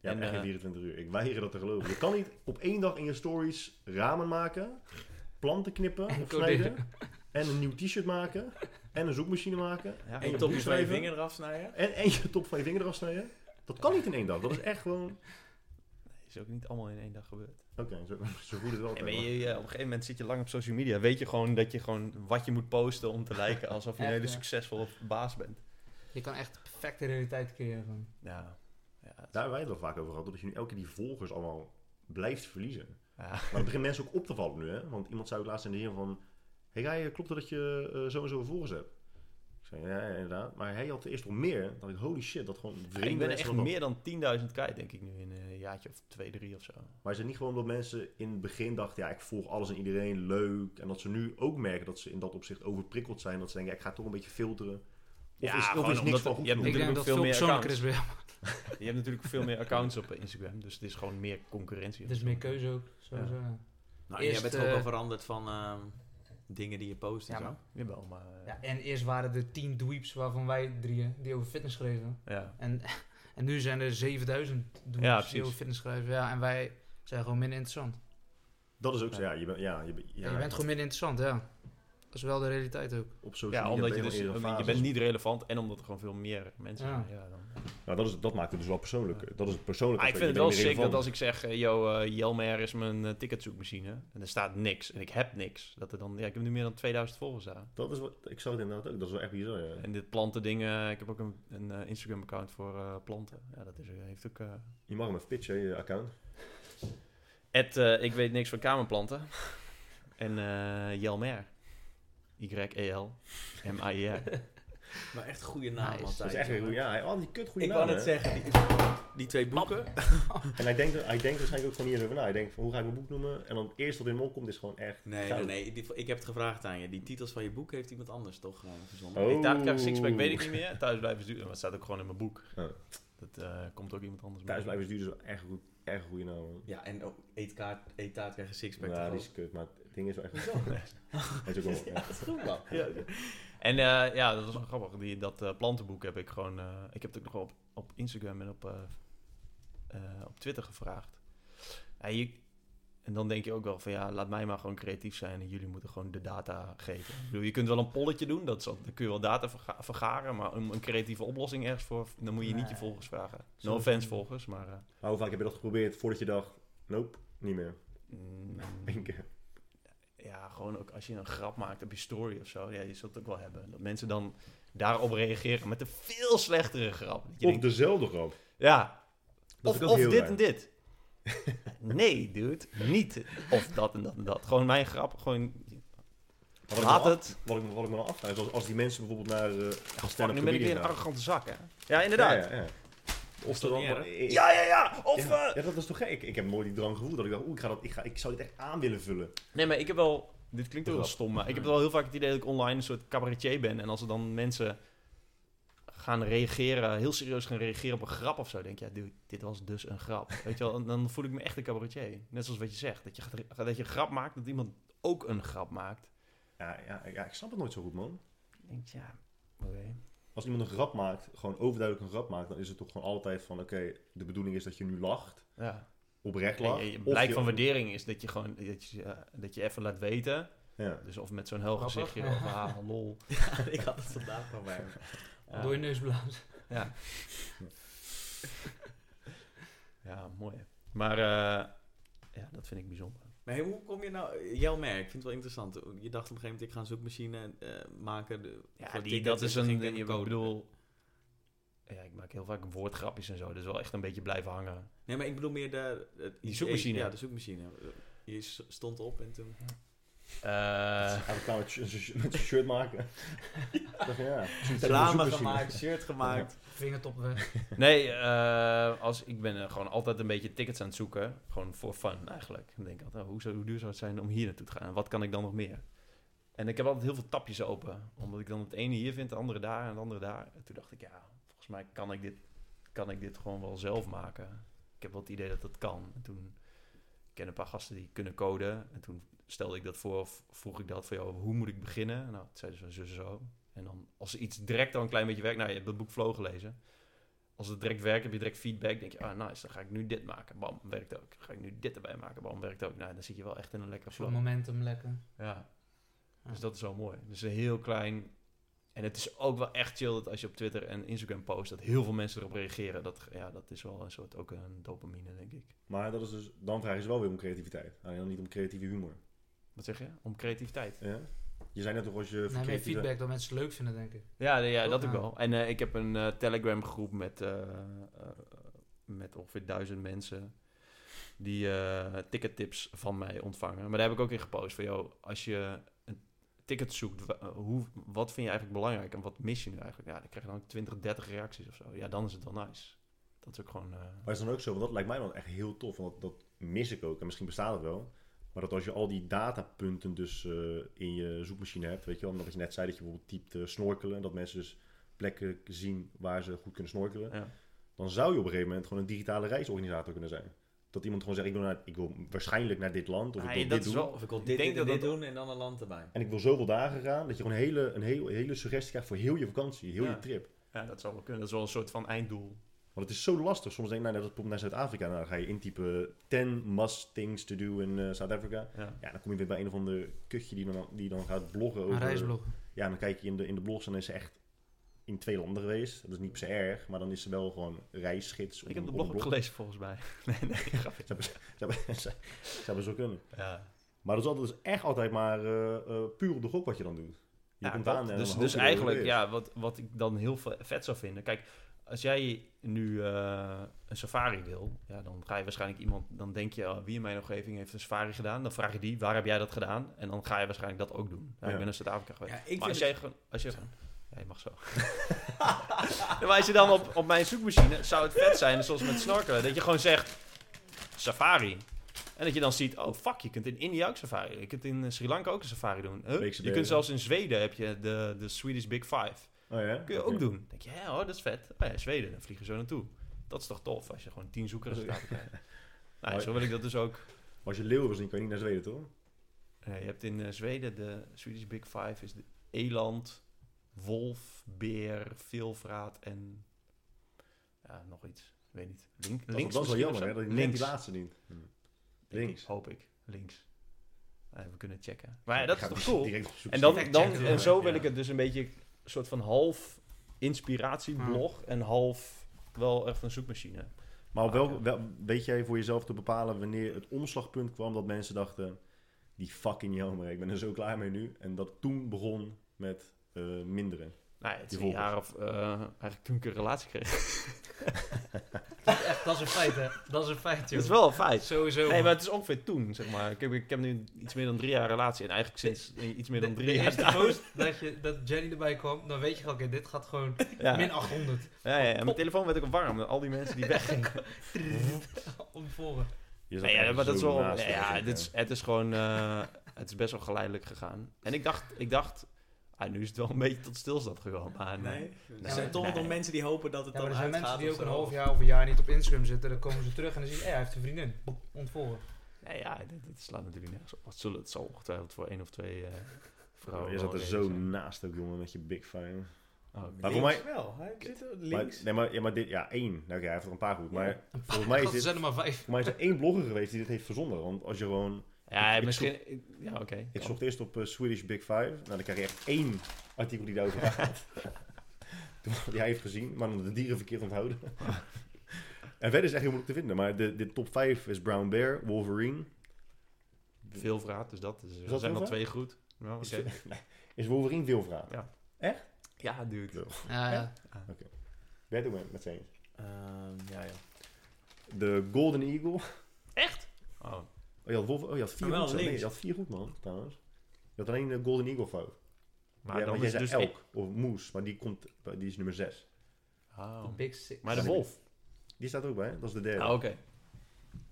[SPEAKER 1] Ja,
[SPEAKER 2] En,
[SPEAKER 1] echt geen
[SPEAKER 2] eh,
[SPEAKER 1] 24 uur. Ik weiger dat te geloven. Je kan niet op één dag in je stories ramen maken, planten
[SPEAKER 2] [LAUGHS]
[SPEAKER 1] knippen
[SPEAKER 4] En
[SPEAKER 1] of
[SPEAKER 4] coderen.
[SPEAKER 1] snijden, en een nieuw t-shirt maken, en een zoekmachine maken,
[SPEAKER 2] Ja.
[SPEAKER 1] En
[SPEAKER 5] Eén
[SPEAKER 1] je
[SPEAKER 5] topje van je
[SPEAKER 1] boekschrijven.
[SPEAKER 5] vinger eraf snijden.
[SPEAKER 1] en, en je top van je vinger eraf snijden. Dat kan niet in één dag. Dat is echt gewoon...
[SPEAKER 2] Is ook niet allemaal in één dag gebeurd.
[SPEAKER 1] Oké, zo, zo voelt het wel.
[SPEAKER 2] En
[SPEAKER 1] te hebben.
[SPEAKER 2] je, ja, op een gegeven moment zit je lang op social media. Weet je gewoon dat je gewoon wat je moet posten [LAUGHS] om te lijken alsof je een
[SPEAKER 4] Echt,
[SPEAKER 2] hele
[SPEAKER 4] ja.
[SPEAKER 2] succesvolle baas bent.
[SPEAKER 4] Je kan echt perfecte realiteit creëren. gewoon.
[SPEAKER 2] Ja. Ja,
[SPEAKER 1] Daar hebben wij het wel vaak over gehad. Dat je nu elke keer die volgers allemaal blijft verliezen.
[SPEAKER 2] ja.
[SPEAKER 1] Maar het begint mensen ook op te vallen nu, hè? Want iemand zei ook laatst in de hier van... Hé, hey, Guy, klopt het dat je eh, zo en zo volgers hebt? Ik zei, ja, ja, inderdaad. Maar hij had er eerst nog meer. Dan ik, holy shit, dat gewoon
[SPEAKER 2] Ja, ik
[SPEAKER 1] vreemde
[SPEAKER 2] ben
[SPEAKER 1] mensen
[SPEAKER 2] echt
[SPEAKER 1] dat-
[SPEAKER 2] meer dan 10.000 kwijt, denk ik nu. In eh, een jaartje of twee, drie of zo.
[SPEAKER 1] Maar is het niet gewoon dat mensen in het begin dachten... Ja, ik volg alles en iedereen, leuk. En dat ze nu ook merken dat ze in dat opzicht overprikkeld zijn. Dat ze denken, ja, ik ga toch een beetje filteren. Of is, of
[SPEAKER 2] gewoon
[SPEAKER 1] is niks
[SPEAKER 2] omdat-
[SPEAKER 1] van goed
[SPEAKER 2] je hebt
[SPEAKER 1] genoeg.
[SPEAKER 4] Ik
[SPEAKER 2] natuurlijk
[SPEAKER 4] denk dat
[SPEAKER 2] veel
[SPEAKER 4] veel
[SPEAKER 2] meer
[SPEAKER 4] persoonlijker is
[SPEAKER 2] accounts.
[SPEAKER 4] bij jou.
[SPEAKER 2] Je hebt natuurlijk veel meer accounts op eh, Instagram, dus het is gewoon meer concurrentie.
[SPEAKER 4] Er is meer keuze ook. Sowieso. Ja.
[SPEAKER 5] Nou, en jij
[SPEAKER 4] Eerst,
[SPEAKER 5] bent ook
[SPEAKER 4] eh,
[SPEAKER 5] al veranderd van ehm, dingen die je post en
[SPEAKER 4] Ja,
[SPEAKER 5] zo.
[SPEAKER 4] maar-
[SPEAKER 2] Jawel, maar... eh,
[SPEAKER 4] Ja, en eerst waren er 10 dweeps waarvan wij drieën die over fitness schreven.
[SPEAKER 2] ja.
[SPEAKER 4] En, en nu zijn er 7000 dweeps
[SPEAKER 2] Ja,
[SPEAKER 4] die
[SPEAKER 2] precies.
[SPEAKER 4] over fitness schrijven. Ja, en wij zijn gewoon minder interessant.
[SPEAKER 1] Dat is ook zo, ja. Je, bent- ja, je, bent- ja,
[SPEAKER 4] Ja, je bent gewoon minder interessant, ja. Dat is wel de realiteit ook.
[SPEAKER 1] op social
[SPEAKER 2] Ja,
[SPEAKER 1] media
[SPEAKER 2] omdat je
[SPEAKER 1] ben
[SPEAKER 2] dus...
[SPEAKER 1] wel in een
[SPEAKER 2] Je
[SPEAKER 1] fase
[SPEAKER 2] bent niet relevant en omdat er gewoon veel meer mensen
[SPEAKER 4] Ja.
[SPEAKER 2] zijn. Ja, dan.
[SPEAKER 1] Nou, dat, is, dat maakt het dus wel persoonlijk. Dat is het persoonlijke.
[SPEAKER 2] Maar Ah, ik vind
[SPEAKER 1] aspect.
[SPEAKER 2] het
[SPEAKER 1] Je
[SPEAKER 2] wel
[SPEAKER 1] bent
[SPEAKER 2] sick dat
[SPEAKER 1] irrelevant.
[SPEAKER 2] als ik zeg... eh, Yo, eh, Jelmer is mijn eh, ticketzoekmachine. En er staat niks. En ik heb niks. Dat er dan... Ja, ik heb nu meer dan 2000 volgers aan.
[SPEAKER 1] Dat is wat, ik zag het inderdaad ook. Dat is wel echt bizar, ja.
[SPEAKER 2] En dit planten dingen... Ik heb ook een, een eh, Instagram-account voor eh, planten. Ja, dat is, heeft ook... eh,
[SPEAKER 1] Je mag hem even pitchen, hè, je account.
[SPEAKER 2] Ed, eh, ik weet niks van kamerplanten. [LAUGHS] En eh Jelmer. Y-E-L. M-I-E-R.
[SPEAKER 5] Maar echt goede naam
[SPEAKER 4] Nice.
[SPEAKER 5] altijd.
[SPEAKER 1] Dat is echt een goede... Ja, hij had die kut goede
[SPEAKER 5] Ik
[SPEAKER 1] naam,
[SPEAKER 5] wou net
[SPEAKER 1] hè.
[SPEAKER 5] zeggen, die, die twee boeken.
[SPEAKER 1] En hij denkt, hij denkt waarschijnlijk ook gewoon niet eens over na. Hij denkt van, hoe ga ik mijn boek noemen? En dan het eerste wat in mijn mond komt is gewoon echt...
[SPEAKER 5] Nee, nee,
[SPEAKER 1] goud.
[SPEAKER 5] nee. die- ik heb het gevraagd aan je. Die titels van je boeken heeft iemand anders toch eh, verzonnen?
[SPEAKER 1] Oh.
[SPEAKER 2] Ik taart krijg sixpack, weet ik niet meer. Thuis blijven duur. Maar het staat ook gewoon in mijn boek.
[SPEAKER 1] Ja.
[SPEAKER 2] Dat eh, komt ook iemand anders
[SPEAKER 1] Thuis
[SPEAKER 2] mee.
[SPEAKER 1] blijven is duur, is echt een goed, echt een goede naam, man.
[SPEAKER 5] Ja, en ook eetkaart, eettaart krijg een sixpack.
[SPEAKER 1] Ja,
[SPEAKER 5] toch
[SPEAKER 1] die
[SPEAKER 5] ook?
[SPEAKER 1] is kut, maar het ding
[SPEAKER 2] [LAUGHS]
[SPEAKER 1] is wel echt... Het is ook wel...
[SPEAKER 5] Ja, dat is goed [LAUGHS] man.
[SPEAKER 2] En eh, ja, dat was wel grappig. Die, dat eh, plantenboek heb ik gewoon... eh, ik heb het ook nog wel op, op Instagram en op, eh, eh, op Twitter gevraagd. Ja, je- en dan denk je ook wel van ja, laat mij maar gewoon creatief zijn en jullie moeten gewoon de data geven. Ik bedoel, je kunt wel een polletje doen, dat is, al- daar kun je wel data verga- vergaren, maar om een creatieve oplossing ergens voor, dan moet je niet je
[SPEAKER 4] Nee.
[SPEAKER 2] volgers vragen. No
[SPEAKER 4] Zo.
[SPEAKER 2] offense volgers, maar eh,
[SPEAKER 1] Maar hoe vaak heb je dat geprobeerd voordat je dacht... Nope, niet meer.
[SPEAKER 2] mm,
[SPEAKER 1] Eén keer.
[SPEAKER 2] ja, gewoon ook als je een grap maakt op je story of zo, ja, je zult het ook wel hebben. Dat mensen dan daarop reageren met een veel slechtere grap. Dat je
[SPEAKER 1] Of
[SPEAKER 2] denkt,
[SPEAKER 1] dezelfde grap.
[SPEAKER 2] ja,
[SPEAKER 1] Dat
[SPEAKER 2] of,
[SPEAKER 1] vind ik ook
[SPEAKER 2] of
[SPEAKER 1] heel
[SPEAKER 2] dit [LAUGHS]
[SPEAKER 1] raar.
[SPEAKER 2] en dit. Nee, dude, niet. Of dat en dat en dat. Gewoon mijn grap. Gewoon,
[SPEAKER 1] Wat ik
[SPEAKER 2] laat
[SPEAKER 1] me af-
[SPEAKER 2] het.
[SPEAKER 1] Wat ik, me- wat ik me dan afvraag is als, als die mensen bijvoorbeeld naar eh ja,
[SPEAKER 2] Fuck,
[SPEAKER 1] stand-up
[SPEAKER 2] nu ben ik weer een
[SPEAKER 1] comedians gaan.
[SPEAKER 2] arrogante zak, hè? Ja, inderdaad.
[SPEAKER 1] Ja, ja, ja. Of er dan...
[SPEAKER 5] Is dat niet
[SPEAKER 1] ik-
[SPEAKER 2] Ja, ja, ja. Of...
[SPEAKER 1] ja,
[SPEAKER 2] eh,
[SPEAKER 1] ja, dat was toch gek. Ik, ik heb nooit die drang gevoeld dat ik dacht, oeh, ik, ga dat, ik, ga, ik zou dit echt aan willen vullen.
[SPEAKER 2] Nee, maar ik heb wel... Dit klinkt ook wel
[SPEAKER 1] Grap.
[SPEAKER 2] stom, maar ik heb wel heel vaak het idee dat ik online een soort cabaretier ben. En als er dan mensen gaan reageren, heel serieus gaan reageren op een grap of zo, denk je, ja, dude, dit was dus een grap. [LAUGHS] Weet je wel, en dan voel ik me echt een cabaretier. Net zoals wat je zegt, dat je, gaat- dat je een grap maakt, dat iemand ook een grap maakt.
[SPEAKER 1] Ja, ja, ja, ik snap het nooit zo goed, man.
[SPEAKER 2] Ik denk, ja, oké.
[SPEAKER 1] Als iemand een grap maakt, gewoon overduidelijk een grap maakt, dan is het toch gewoon altijd van, oké, de bedoeling is dat je nu lacht,
[SPEAKER 2] Ja.
[SPEAKER 1] oprecht
[SPEAKER 2] En
[SPEAKER 1] lacht.
[SPEAKER 2] je- je
[SPEAKER 1] of
[SPEAKER 2] blijk
[SPEAKER 1] je-
[SPEAKER 2] van waardering is dat je gewoon, dat je, eh, dat je even laat weten.
[SPEAKER 1] Ja.
[SPEAKER 2] Dus of met zo'n hel
[SPEAKER 4] Grappig.
[SPEAKER 2] gezichtje, of ah, lol.
[SPEAKER 5] Ja, ik had het vandaag van mij.
[SPEAKER 2] Ja.
[SPEAKER 4] Door je neusblaas.
[SPEAKER 2] Ja. ja, mooi. hè. Maar eh, ja, dat vind ik bijzonder.
[SPEAKER 5] Maar hey, hoe kom je nou... Jouw merk, ik vind het wel interessant. Je dacht op een gegeven moment, ik ga een zoekmachine eh, maken. de-
[SPEAKER 2] Ja,
[SPEAKER 5] voor
[SPEAKER 2] die,
[SPEAKER 5] tickets
[SPEAKER 2] dat
[SPEAKER 5] en
[SPEAKER 2] is
[SPEAKER 5] toen
[SPEAKER 2] een,
[SPEAKER 5] ging
[SPEAKER 2] ik
[SPEAKER 5] ik met code.
[SPEAKER 2] bedoel... Ja, ik maak heel vaak woordgrapjes en zo. Dus wel echt een beetje blijven [LAUGHS] hangen.
[SPEAKER 5] Nee, maar ik bedoel meer de... het idee-
[SPEAKER 2] zoekmachine.
[SPEAKER 5] Ja, de zoekmachine. Je s- stond op en toen...
[SPEAKER 2] Eh,
[SPEAKER 1] Hij kan met zijn shirt
[SPEAKER 2] [LAUGHS]
[SPEAKER 1] maken. ja. Dacht, ja. zo'n
[SPEAKER 5] Reclame
[SPEAKER 1] zoekmachine.
[SPEAKER 5] gemaakt, shirt gemaakt.
[SPEAKER 4] [LAUGHS] Vingertop weg.
[SPEAKER 2] nee, eh, als, ik ben eh, gewoon altijd een beetje tickets aan het zoeken. Gewoon voor fun eigenlijk. Dan denk ik altijd, oh, hoe, zou, hoe duur zou het zijn om hier naartoe te gaan? En wat kan ik dan nog meer? En ik heb altijd heel veel tapjes open. Omdat ik dan het ene hier vind, het andere daar en het andere daar. En toen dacht ik, ja, volgens mij kan ik dit, kan ik dit gewoon wel zelf maken. Ik heb wel het idee dat dat kan. En toen ik ken een paar gasten die kunnen coden. En toen stelde ik dat voor of vroeg ik dat van, joh, hoe moet ik beginnen? Nou, het zeiden ze zo, zo, zo. En dan, als iets direct al een klein beetje werkt. Nou, je hebt dat boek Flow gelezen. Als het direct werkt, heb je direct feedback. denk je, ah, nice, dan ga ik nu dit maken. Bam, werkt ook. Ga ik nu dit erbij maken. Bam, werkt ook. Nou, dan zit je wel echt in een lekkere
[SPEAKER 4] Zo'n
[SPEAKER 2] flow.
[SPEAKER 4] momentum lekker.
[SPEAKER 2] Ja. Dus
[SPEAKER 4] Ja.
[SPEAKER 2] dat is wel mooi. Dus een heel klein. En het is ook wel echt chill dat als je op Twitter en Instagram post, dat heel veel mensen erop reageren. Dat, ja, dat is wel een soort ook een dopamine, denk ik.
[SPEAKER 1] Maar dat is dus, dan vraag je ze wel weer om creativiteit. Alleen dan niet om creatieve humor.
[SPEAKER 2] Wat zeg je? Om creativiteit.
[SPEAKER 1] Ja? Je zei net toch als je...
[SPEAKER 2] Nou,
[SPEAKER 4] Nee,
[SPEAKER 1] voor
[SPEAKER 4] meer
[SPEAKER 1] creatieve-
[SPEAKER 4] feedback dat mensen het leuk vinden, denk ik.
[SPEAKER 2] Ja, nee, ja
[SPEAKER 4] Toch?
[SPEAKER 2] dat ook
[SPEAKER 4] Ja.
[SPEAKER 2] wel. En eh, ik heb een eh, Telegram groep met, eh, eh, met ongeveer duizend mensen die eh tickettips van mij ontvangen. Maar daar heb ik ook in gepost van, joh, als je een ticket zoekt, wa- eh, hoe, wat vind je eigenlijk belangrijk en wat mis je nu eigenlijk? Ja, dan krijg je dan ook 20, 30 reacties of zo. Ja, dan is het wel nice. Dat is ook gewoon... eh,
[SPEAKER 1] Maar is dan ook zo, want dat lijkt mij dan echt heel tof. Want dat, dat mis ik ook. En misschien bestaat het wel. Maar dat als je al die datapunten dus eh, in je zoekmachine hebt, weet je wel. Omdat je net zei dat je bijvoorbeeld typt eh, snorkelen. Dat mensen dus plekken zien waar ze goed kunnen snorkelen.
[SPEAKER 2] Ja.
[SPEAKER 1] Dan zou je op een gegeven moment gewoon een digitale reisorganisator kunnen zijn. Dat iemand gewoon zegt, ik wil, naar, ik wil waarschijnlijk naar dit land. Of
[SPEAKER 2] Ah,
[SPEAKER 1] ik wil
[SPEAKER 2] ja,
[SPEAKER 1] dit
[SPEAKER 2] dat
[SPEAKER 1] doen.
[SPEAKER 2] is wel-
[SPEAKER 5] Of ik wil
[SPEAKER 2] Ik
[SPEAKER 5] dit,
[SPEAKER 2] denk
[SPEAKER 5] dit,
[SPEAKER 2] dat
[SPEAKER 5] dit
[SPEAKER 2] dat-
[SPEAKER 5] doen en dan een land erbij.
[SPEAKER 1] En ik wil zoveel dagen gaan, dat je gewoon een hele, een hele, hele suggestie krijgt voor heel je vakantie, heel
[SPEAKER 2] Ja.
[SPEAKER 1] je trip.
[SPEAKER 2] Ja, dat zou wel kunnen. Dat is wel een soort van einddoel.
[SPEAKER 1] Want het is zo lastig. Soms denk ik, nou, dat komt naar Zuid-Afrika. Nou, dan ga je intypen 10 must things to do in eh, South Africa.
[SPEAKER 2] Ja.
[SPEAKER 1] Ja, dan kom je weer bij een of ander kutje die dan, die dan gaat bloggen
[SPEAKER 4] Een
[SPEAKER 1] over...
[SPEAKER 4] reisblog.
[SPEAKER 1] Ja, dan kijk je in de, in de blogs en dan is ze echt in twee landen geweest. Dat is niet per se erg, maar dan is ze wel gewoon reisgids. op
[SPEAKER 2] Ik heb
[SPEAKER 1] een-
[SPEAKER 2] de
[SPEAKER 1] op een
[SPEAKER 2] blog ook
[SPEAKER 1] [LAUGHS]
[SPEAKER 2] gelezen volgens mij. Nee, nee, grapje.
[SPEAKER 1] Zou ze hebben zo kunnen.
[SPEAKER 2] Ja.
[SPEAKER 1] Maar dat is, altijd, dat is echt altijd maar eh, eh, puur op de gok wat je dan doet. Je
[SPEAKER 2] Ja,
[SPEAKER 1] komt
[SPEAKER 2] klopt.
[SPEAKER 1] aan en
[SPEAKER 2] dus
[SPEAKER 1] dan
[SPEAKER 2] dus
[SPEAKER 1] hoop je dat het
[SPEAKER 2] eigenlijk,
[SPEAKER 1] weer is.
[SPEAKER 2] ja, wat, wat ik dan heel ve- vet zou vinden. Kijk, als jij nu eh, een safari wil, ja, dan ga je waarschijnlijk iemand, dan denk je, oh, wie in mijn omgeving heeft een safari gedaan? Dan vraag je die, waar heb jij dat gedaan? En dan ga je waarschijnlijk dat ook doen. Ja,
[SPEAKER 1] Ja.
[SPEAKER 2] Ik ben naar Zuid-Afrika geweest.
[SPEAKER 5] Ja, ik
[SPEAKER 2] maar
[SPEAKER 5] vind
[SPEAKER 2] als jij gewoon, als je gewoon, ja, je mag zo. [LAUGHS] Ja, maar als je dan op, op mijn zoekmachine, zou het vet zijn, zoals met snorkelen, dat je gewoon zegt, safari. En dat je dan ziet, oh fuck, je kunt in India ook safari. Je kunt in eh, Sri Lanka ook een safari doen. Huh?
[SPEAKER 1] Beekse
[SPEAKER 2] Je
[SPEAKER 1] Bergen.
[SPEAKER 2] kunt zelfs in Zweden heb je de, de Swedish Big Five.
[SPEAKER 1] Oh ja?
[SPEAKER 2] Kun je
[SPEAKER 1] Oké.
[SPEAKER 2] ook doen. Dan denk je, hè, oh, dat is vet. Oh ja, Zweden, dan vliegen we zo naartoe. Dat is toch tof, als je gewoon tien zoekresultaten krijgt.
[SPEAKER 1] [LAUGHS]
[SPEAKER 2] Nou, ja, zo wil ik dat dus ook.
[SPEAKER 1] Maar als je leeuwen wil zien, kan je niet naar Zweden, toch?
[SPEAKER 2] Eh, je hebt in eh, Zweden de Swedish Big Five, is de eland, wolf, beer, veelvraat en ja, nog iets. Ik weet niet. Link,
[SPEAKER 1] Dat,
[SPEAKER 2] links
[SPEAKER 1] dat is wel
[SPEAKER 2] misschien of
[SPEAKER 1] jammer,
[SPEAKER 2] zo.
[SPEAKER 1] hè? Dat je net
[SPEAKER 2] links,
[SPEAKER 1] die laatste niet.
[SPEAKER 2] denk ik,
[SPEAKER 1] links.
[SPEAKER 2] hoop ik. Links. Eh, we kunnen checken. Maar ja, dat
[SPEAKER 1] Ik
[SPEAKER 2] is
[SPEAKER 1] ga
[SPEAKER 2] toch
[SPEAKER 1] die
[SPEAKER 2] cool?
[SPEAKER 1] direct op zoek
[SPEAKER 2] En, dan,
[SPEAKER 1] zien.
[SPEAKER 2] dan, en zo wil
[SPEAKER 5] Ja.
[SPEAKER 2] ik het dus een beetje een soort van half inspiratieblog en half wel echt een zoekmachine.
[SPEAKER 1] Maar op
[SPEAKER 2] Ah, ja.
[SPEAKER 1] wel, wel, weet jij voor jezelf te bepalen wanneer het omslagpunt kwam dat mensen dachten... Die fucking jammer, ik ben er zo klaar mee nu. En dat toen begon met eh, minderen.
[SPEAKER 2] Nou, ja, het is
[SPEAKER 1] Je
[SPEAKER 2] een
[SPEAKER 1] volgers.
[SPEAKER 2] jaar of eh, eigenlijk toen ik een relatie kreeg.
[SPEAKER 4] Echt Dat is een feit, hè. Dat is een feit, joh.
[SPEAKER 2] [LAUGHS] Het is wel een feit.
[SPEAKER 4] Sowieso.
[SPEAKER 2] Nee, maar het is ongeveer toen, zeg maar. Ik heb, ik heb nu iets meer dan drie jaar relatie. En eigenlijk sinds iets meer dan
[SPEAKER 4] de,
[SPEAKER 2] drie jaar.
[SPEAKER 4] eerste
[SPEAKER 2] trouwens.
[SPEAKER 4] post dat, je, dat Jenny erbij kwam, dan weet je gewoon, oké, dit gaat gewoon
[SPEAKER 2] [LAUGHS] Ja.
[SPEAKER 4] min 800
[SPEAKER 2] Ja, ja, en mijn telefoon werd ook warm. Al die [LAUGHS] mensen die weggingen.
[SPEAKER 4] omvoren.
[SPEAKER 1] Je zat
[SPEAKER 2] Nee, ja,
[SPEAKER 1] echt
[SPEAKER 2] maar dat is
[SPEAKER 1] zo
[SPEAKER 2] wel.
[SPEAKER 1] naast
[SPEAKER 2] ja,
[SPEAKER 1] me,
[SPEAKER 2] ja,
[SPEAKER 1] zeg,
[SPEAKER 2] dit is, het is gewoon. eh, het is best wel geleidelijk gegaan. En ik dacht, ik dacht. Ah, nu is het wel een beetje tot stilstand gekomen. Maar eh, nee.
[SPEAKER 5] Ah, Nee.
[SPEAKER 2] Nee.
[SPEAKER 5] Er zijn toch nog
[SPEAKER 2] Nee.
[SPEAKER 5] mensen die hopen dat het
[SPEAKER 4] Ja, maar
[SPEAKER 5] dan
[SPEAKER 4] er zijn
[SPEAKER 5] uitgaat
[SPEAKER 4] mensen die
[SPEAKER 5] of
[SPEAKER 4] ook een
[SPEAKER 5] zo.
[SPEAKER 4] half jaar of een jaar niet op Instagram zitten. Dan komen ze terug en dan zie je, hé, hij heeft een vriendin. Boep, Ontvolgen.
[SPEAKER 2] Nee, ja, dit, dit slaat natuurlijk nergens op. Wat zullen het zal ongetwijfeld voor één of twee eh
[SPEAKER 1] joh.
[SPEAKER 2] vrouwen.
[SPEAKER 1] Je
[SPEAKER 2] wel
[SPEAKER 1] zat Oh, er
[SPEAKER 2] een
[SPEAKER 1] zo
[SPEAKER 2] reden
[SPEAKER 1] naast ook, jongen, met je big fire.
[SPEAKER 2] zijn. Oh,
[SPEAKER 1] Maar
[SPEAKER 5] Links
[SPEAKER 1] voor mij-
[SPEAKER 5] wel. Hij zit er
[SPEAKER 1] Maar,
[SPEAKER 5] links.
[SPEAKER 1] nee, maar, ja, maar dit, ja, één. Nou, Oké, hij heeft er een paar goed, maar
[SPEAKER 5] Ja.
[SPEAKER 1] volgens mij is
[SPEAKER 4] God, er
[SPEAKER 1] dit...
[SPEAKER 4] zijn er maar vijf.
[SPEAKER 1] Voor mij is er één blogger geweest die dit heeft verzonnen. Want als je gewoon...
[SPEAKER 2] ja,
[SPEAKER 1] Ik- ik
[SPEAKER 2] misschien. ja, oké.
[SPEAKER 1] Ik
[SPEAKER 2] Ja.
[SPEAKER 1] zocht eerst op eh, Swedish Big Five. Nou, dan krijg je echt één artikel die daarover
[SPEAKER 2] [LAUGHS]
[SPEAKER 1] gaat. Toen- die hij heeft gezien, maar om de dieren
[SPEAKER 2] [LAUGHS]
[SPEAKER 1] verkeerd onthouden. en verder is het echt heel moeilijk te vinden. Maar de, de top 5 is Brown Bear, Wolverine.
[SPEAKER 2] Veel vraat, dus dat. Dus, er
[SPEAKER 1] dat
[SPEAKER 2] zijn
[SPEAKER 1] heel
[SPEAKER 2] al
[SPEAKER 1] veel?
[SPEAKER 2] twee goed. Ja,
[SPEAKER 1] Is,
[SPEAKER 2] oké.
[SPEAKER 1] nee, is Wolverine veelvraat?
[SPEAKER 2] ja, dude.
[SPEAKER 4] Ja, ja.
[SPEAKER 1] Daar doen we het met z'n eens.
[SPEAKER 5] Ehm, ja, ja.
[SPEAKER 1] De Golden Eagle. Oh,
[SPEAKER 2] Oh,
[SPEAKER 1] je had, Wolver- oh, je had vier
[SPEAKER 5] Maar wel
[SPEAKER 1] goed. zo. Nee,
[SPEAKER 5] links.
[SPEAKER 1] je had vier goed, man, trouwens. Je had alleen de Golden Eagle fout.
[SPEAKER 2] maar
[SPEAKER 1] ja,
[SPEAKER 2] dan
[SPEAKER 1] want jij
[SPEAKER 2] is het dus.
[SPEAKER 1] zei elk, of moes, maar die, komt, die is nummer 6.
[SPEAKER 2] Oh.
[SPEAKER 4] De Big Six.
[SPEAKER 2] Maar de wolf.
[SPEAKER 1] Die staat er ook bij, hè? dat is de derde.
[SPEAKER 2] Ah, oké.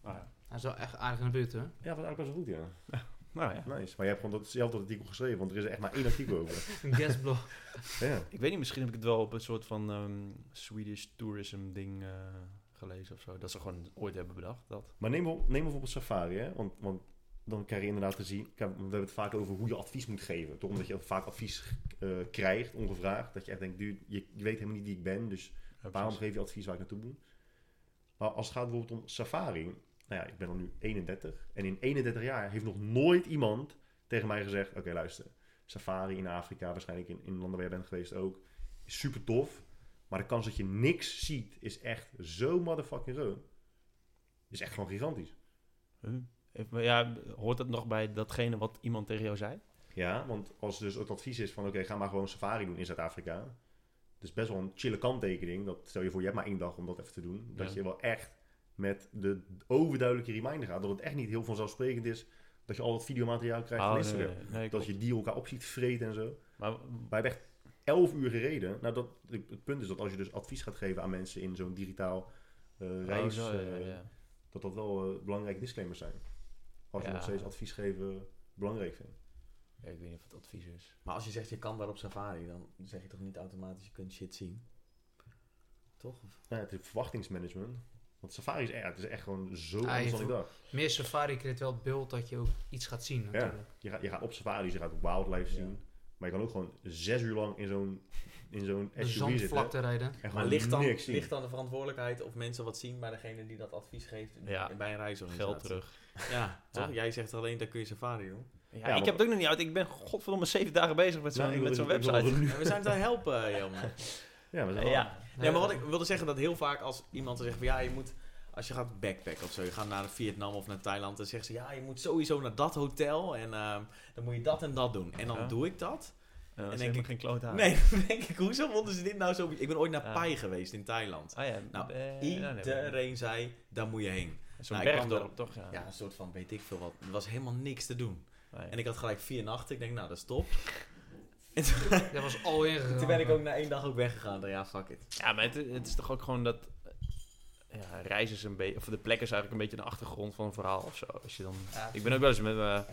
[SPEAKER 2] Ah, ja.
[SPEAKER 4] Hij is wel echt aardig in de buurt, hè?
[SPEAKER 1] Ja, dat was eigenlijk best wel goed, ja.
[SPEAKER 2] Nou ja.
[SPEAKER 1] Nice. Maar je hebt gewoon datzelfde artikel geschreven, want er is echt maar één artikel over.
[SPEAKER 4] Een guestblog.
[SPEAKER 1] Ja.
[SPEAKER 2] Ik weet niet, misschien heb ik het wel op een soort van ehm, Swedish tourism ding eh, gelezen of zo. Dat ze gewoon ooit hebben bedacht. Dat.
[SPEAKER 1] Maar neem, bijvoorbeeld- neem bijvoorbeeld Safari, hè? Want, want dan krijg je inderdaad te zien... kijk, We hebben het vaak over hoe je advies moet geven. Toch omdat je vaak advies eh, krijgt, ongevraagd. Dat je echt denkt, dude, je, je weet helemaal niet wie ik ben. Dus waarom geef je advies waar ik naartoe moet? Maar als het gaat bijvoorbeeld om Safari... Nou ja, ik ben dan nu 31. En in 31 jaar heeft nog nooit iemand tegen mij gezegd... Oké, luister. Safari in Afrika, waarschijnlijk in, in landen waar jij bent geweest ook... Is super tof. Maar de kans dat je niks ziet is echt zo motherfucking groot. Is echt gewoon gigantisch.
[SPEAKER 2] Huh? Heeft- maar Ja, hoort dat nog bij datgene wat iemand tegen jou zei?
[SPEAKER 1] Ja, want als dus het advies is van oké, ga maar gewoon safari doen in Zuid-Afrika. Het is best wel een chille kanttekening. Dat, stel je voor, je hebt maar één dag om dat even te doen. Dat
[SPEAKER 2] Ja.
[SPEAKER 1] je wel echt met de overduidelijke reminder gaat. Dat het echt niet heel vanzelfsprekend is dat je al dat videomateriaal krijgt
[SPEAKER 2] Ah,
[SPEAKER 1] van
[SPEAKER 2] nee,
[SPEAKER 1] Instagram.
[SPEAKER 2] nee, nee,
[SPEAKER 1] dat
[SPEAKER 2] klopt.
[SPEAKER 1] je dieren elkaar op ziet vreten en zo.
[SPEAKER 2] Maar
[SPEAKER 1] Wij hebben echt 11 uur gereden. Nou, dat, het punt is dat als je dus advies gaat geven aan mensen in zo'n digitaal eh reis,
[SPEAKER 2] Oh, zo, ja,
[SPEAKER 1] eh,
[SPEAKER 2] ja, ja.
[SPEAKER 1] dat dat wel eh, belangrijke disclaimers zijn. Als je
[SPEAKER 2] Ja.
[SPEAKER 1] nog steeds advies geven belangrijk vindt.
[SPEAKER 2] Ja, Ik weet niet of het advies is.
[SPEAKER 5] Maar als je zegt je kan daar op safari, dan zeg je toch niet automatisch je kunt shit zien? Toch? Of-
[SPEAKER 1] Nou, ja, het is verwachtingsmanagement. Want safari is, echt- ja, het is echt gewoon zo
[SPEAKER 4] Ah,
[SPEAKER 1] anders
[SPEAKER 4] je
[SPEAKER 1] dan ik
[SPEAKER 4] voelt-
[SPEAKER 1] dacht.
[SPEAKER 4] Meer safari creëert wel het beeld dat je ook iets gaat zien, natuurlijk.
[SPEAKER 1] Je gaat, je gaat op safaris, je gaat wildlife zien. Maar je kan ook gewoon zes uur lang in zo'n in zo'n
[SPEAKER 4] De
[SPEAKER 1] SUV zitten.
[SPEAKER 4] zandvlakte rijden.
[SPEAKER 1] En
[SPEAKER 5] Maar
[SPEAKER 1] gewoon
[SPEAKER 5] ligt dan,
[SPEAKER 1] niks zien.
[SPEAKER 5] ligt dan de verantwoordelijkheid of mensen wat zien bij degene die dat advies geeft
[SPEAKER 2] Ja.
[SPEAKER 5] bij een reisorganisatie?
[SPEAKER 2] Geld terug.
[SPEAKER 5] Ja, toch?
[SPEAKER 2] Ja.
[SPEAKER 5] Jij zegt alleen, daar kun je safari doen.
[SPEAKER 2] Ja,
[SPEAKER 1] maar-
[SPEAKER 2] ik heb het ook nog niet uit. Ik ben godverdomme zeven dagen bezig met zo'n
[SPEAKER 1] Nou, ik wil-
[SPEAKER 2] met zo'n
[SPEAKER 1] ik wil- [LAUGHS]
[SPEAKER 2] website.
[SPEAKER 5] En we zijn te helpen, eh, Jelmer.
[SPEAKER 1] Ja, maar dat is wel-
[SPEAKER 2] Ja.
[SPEAKER 5] Nee, maar wat ik wilde zeggen, dat heel vaak als iemand zegt van ja, je moet, als je gaat backpacken of zo, je gaat naar Vietnam of naar Thailand, dan zeggen ze ja, je moet sowieso naar dat hotel en ehm, dan moet je dat en dat doen. En dan
[SPEAKER 2] Ja.
[SPEAKER 5] doe ik dat.
[SPEAKER 2] Ja,
[SPEAKER 5] En
[SPEAKER 2] en
[SPEAKER 5] denk
[SPEAKER 2] denk
[SPEAKER 5] ik-
[SPEAKER 2] ik geen kloot aan.
[SPEAKER 5] Nee, [LAUGHS] dan denk ik, hoezo vonden ze dit nou zo? Ik ben ooit naar
[SPEAKER 2] Ja.
[SPEAKER 5] Pai geweest in Thailand.
[SPEAKER 2] Ah ja.
[SPEAKER 5] Nou,
[SPEAKER 2] eh, nou, nee, maar-
[SPEAKER 5] Iedereen zei, daar moet je heen.
[SPEAKER 2] Zo'n
[SPEAKER 5] Nou, ik kwam
[SPEAKER 2] bergdorp, toch? Ja.
[SPEAKER 5] Ja, een soort van weet ik veel wat. Er was helemaal niks te doen.
[SPEAKER 2] Nee.
[SPEAKER 5] En ik had gelijk vier nachten. Ik denk, nou, dat is [LAUGHS] top.
[SPEAKER 4] Dat was al ingegaan.
[SPEAKER 5] Toen ben ik ook na één dag ook weggegaan. Dan, ja, fuck it.
[SPEAKER 2] Ja, maar het, het is toch ook gewoon dat... eh, Ja, reis is een beetje... Of de plek is eigenlijk een beetje de achtergrond van een verhaal of zo. Als je dan...
[SPEAKER 4] Ja,
[SPEAKER 2] Ik ben ook wel eens met mijn,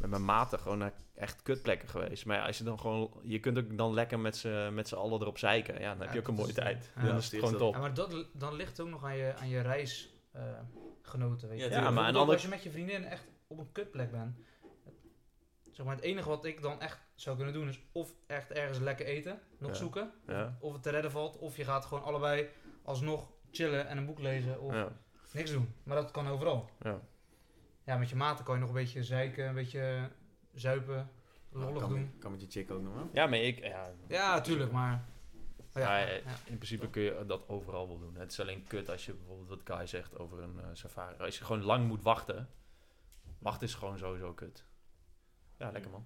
[SPEAKER 2] met mijn maten gewoon naar echt kutplekken geweest. Maar ja, als je dan gewoon... Je kunt ook dan lekker met z'n met z'n allen erop zeiken. Ja, dan heb
[SPEAKER 4] Ja,
[SPEAKER 2] je ook een
[SPEAKER 4] dat
[SPEAKER 2] mooie
[SPEAKER 4] is-
[SPEAKER 2] tijd.
[SPEAKER 4] ja,
[SPEAKER 2] dan
[SPEAKER 5] dat
[SPEAKER 2] is
[SPEAKER 5] is
[SPEAKER 2] het gewoon
[SPEAKER 5] dat.
[SPEAKER 2] top.
[SPEAKER 4] Ja, maar dat, dan ligt het ook nog aan je, aan je reisgenoten. weet je.
[SPEAKER 5] Ja,
[SPEAKER 4] Ik
[SPEAKER 5] ja,
[SPEAKER 4] bedoel,
[SPEAKER 2] maar een
[SPEAKER 4] ook
[SPEAKER 2] ander-
[SPEAKER 4] Als je met je vriendin echt op een kutplek bent. Zeg maar, het enige wat ik dan echt zou kunnen doen is of echt ergens lekker eten, nog
[SPEAKER 2] Ja.
[SPEAKER 4] zoeken.
[SPEAKER 2] Ja.
[SPEAKER 4] Of het te redden valt, of je gaat gewoon allebei alsnog chillen en een boek lezen of
[SPEAKER 2] Ja,
[SPEAKER 4] niks doen. Maar dat kan overal.
[SPEAKER 2] ja.
[SPEAKER 4] Ja, met je maten kan je nog een beetje zeiken, een beetje zuipen,
[SPEAKER 5] Nou,
[SPEAKER 4] lollig
[SPEAKER 5] kan,
[SPEAKER 4] doen.
[SPEAKER 5] met- kan met je chick ook nog wel.
[SPEAKER 2] ja maar ik... Ja,
[SPEAKER 4] Ja, tuurlijk, maar... maar ja,
[SPEAKER 2] Ja, ja.
[SPEAKER 4] ja.
[SPEAKER 2] in principe kun je dat overal wel doen. Het is alleen kut als je bijvoorbeeld wat Kai zegt over een eh, safari. Als je gewoon lang moet wachten. Wachten is gewoon sowieso kut. Ja, lekker man.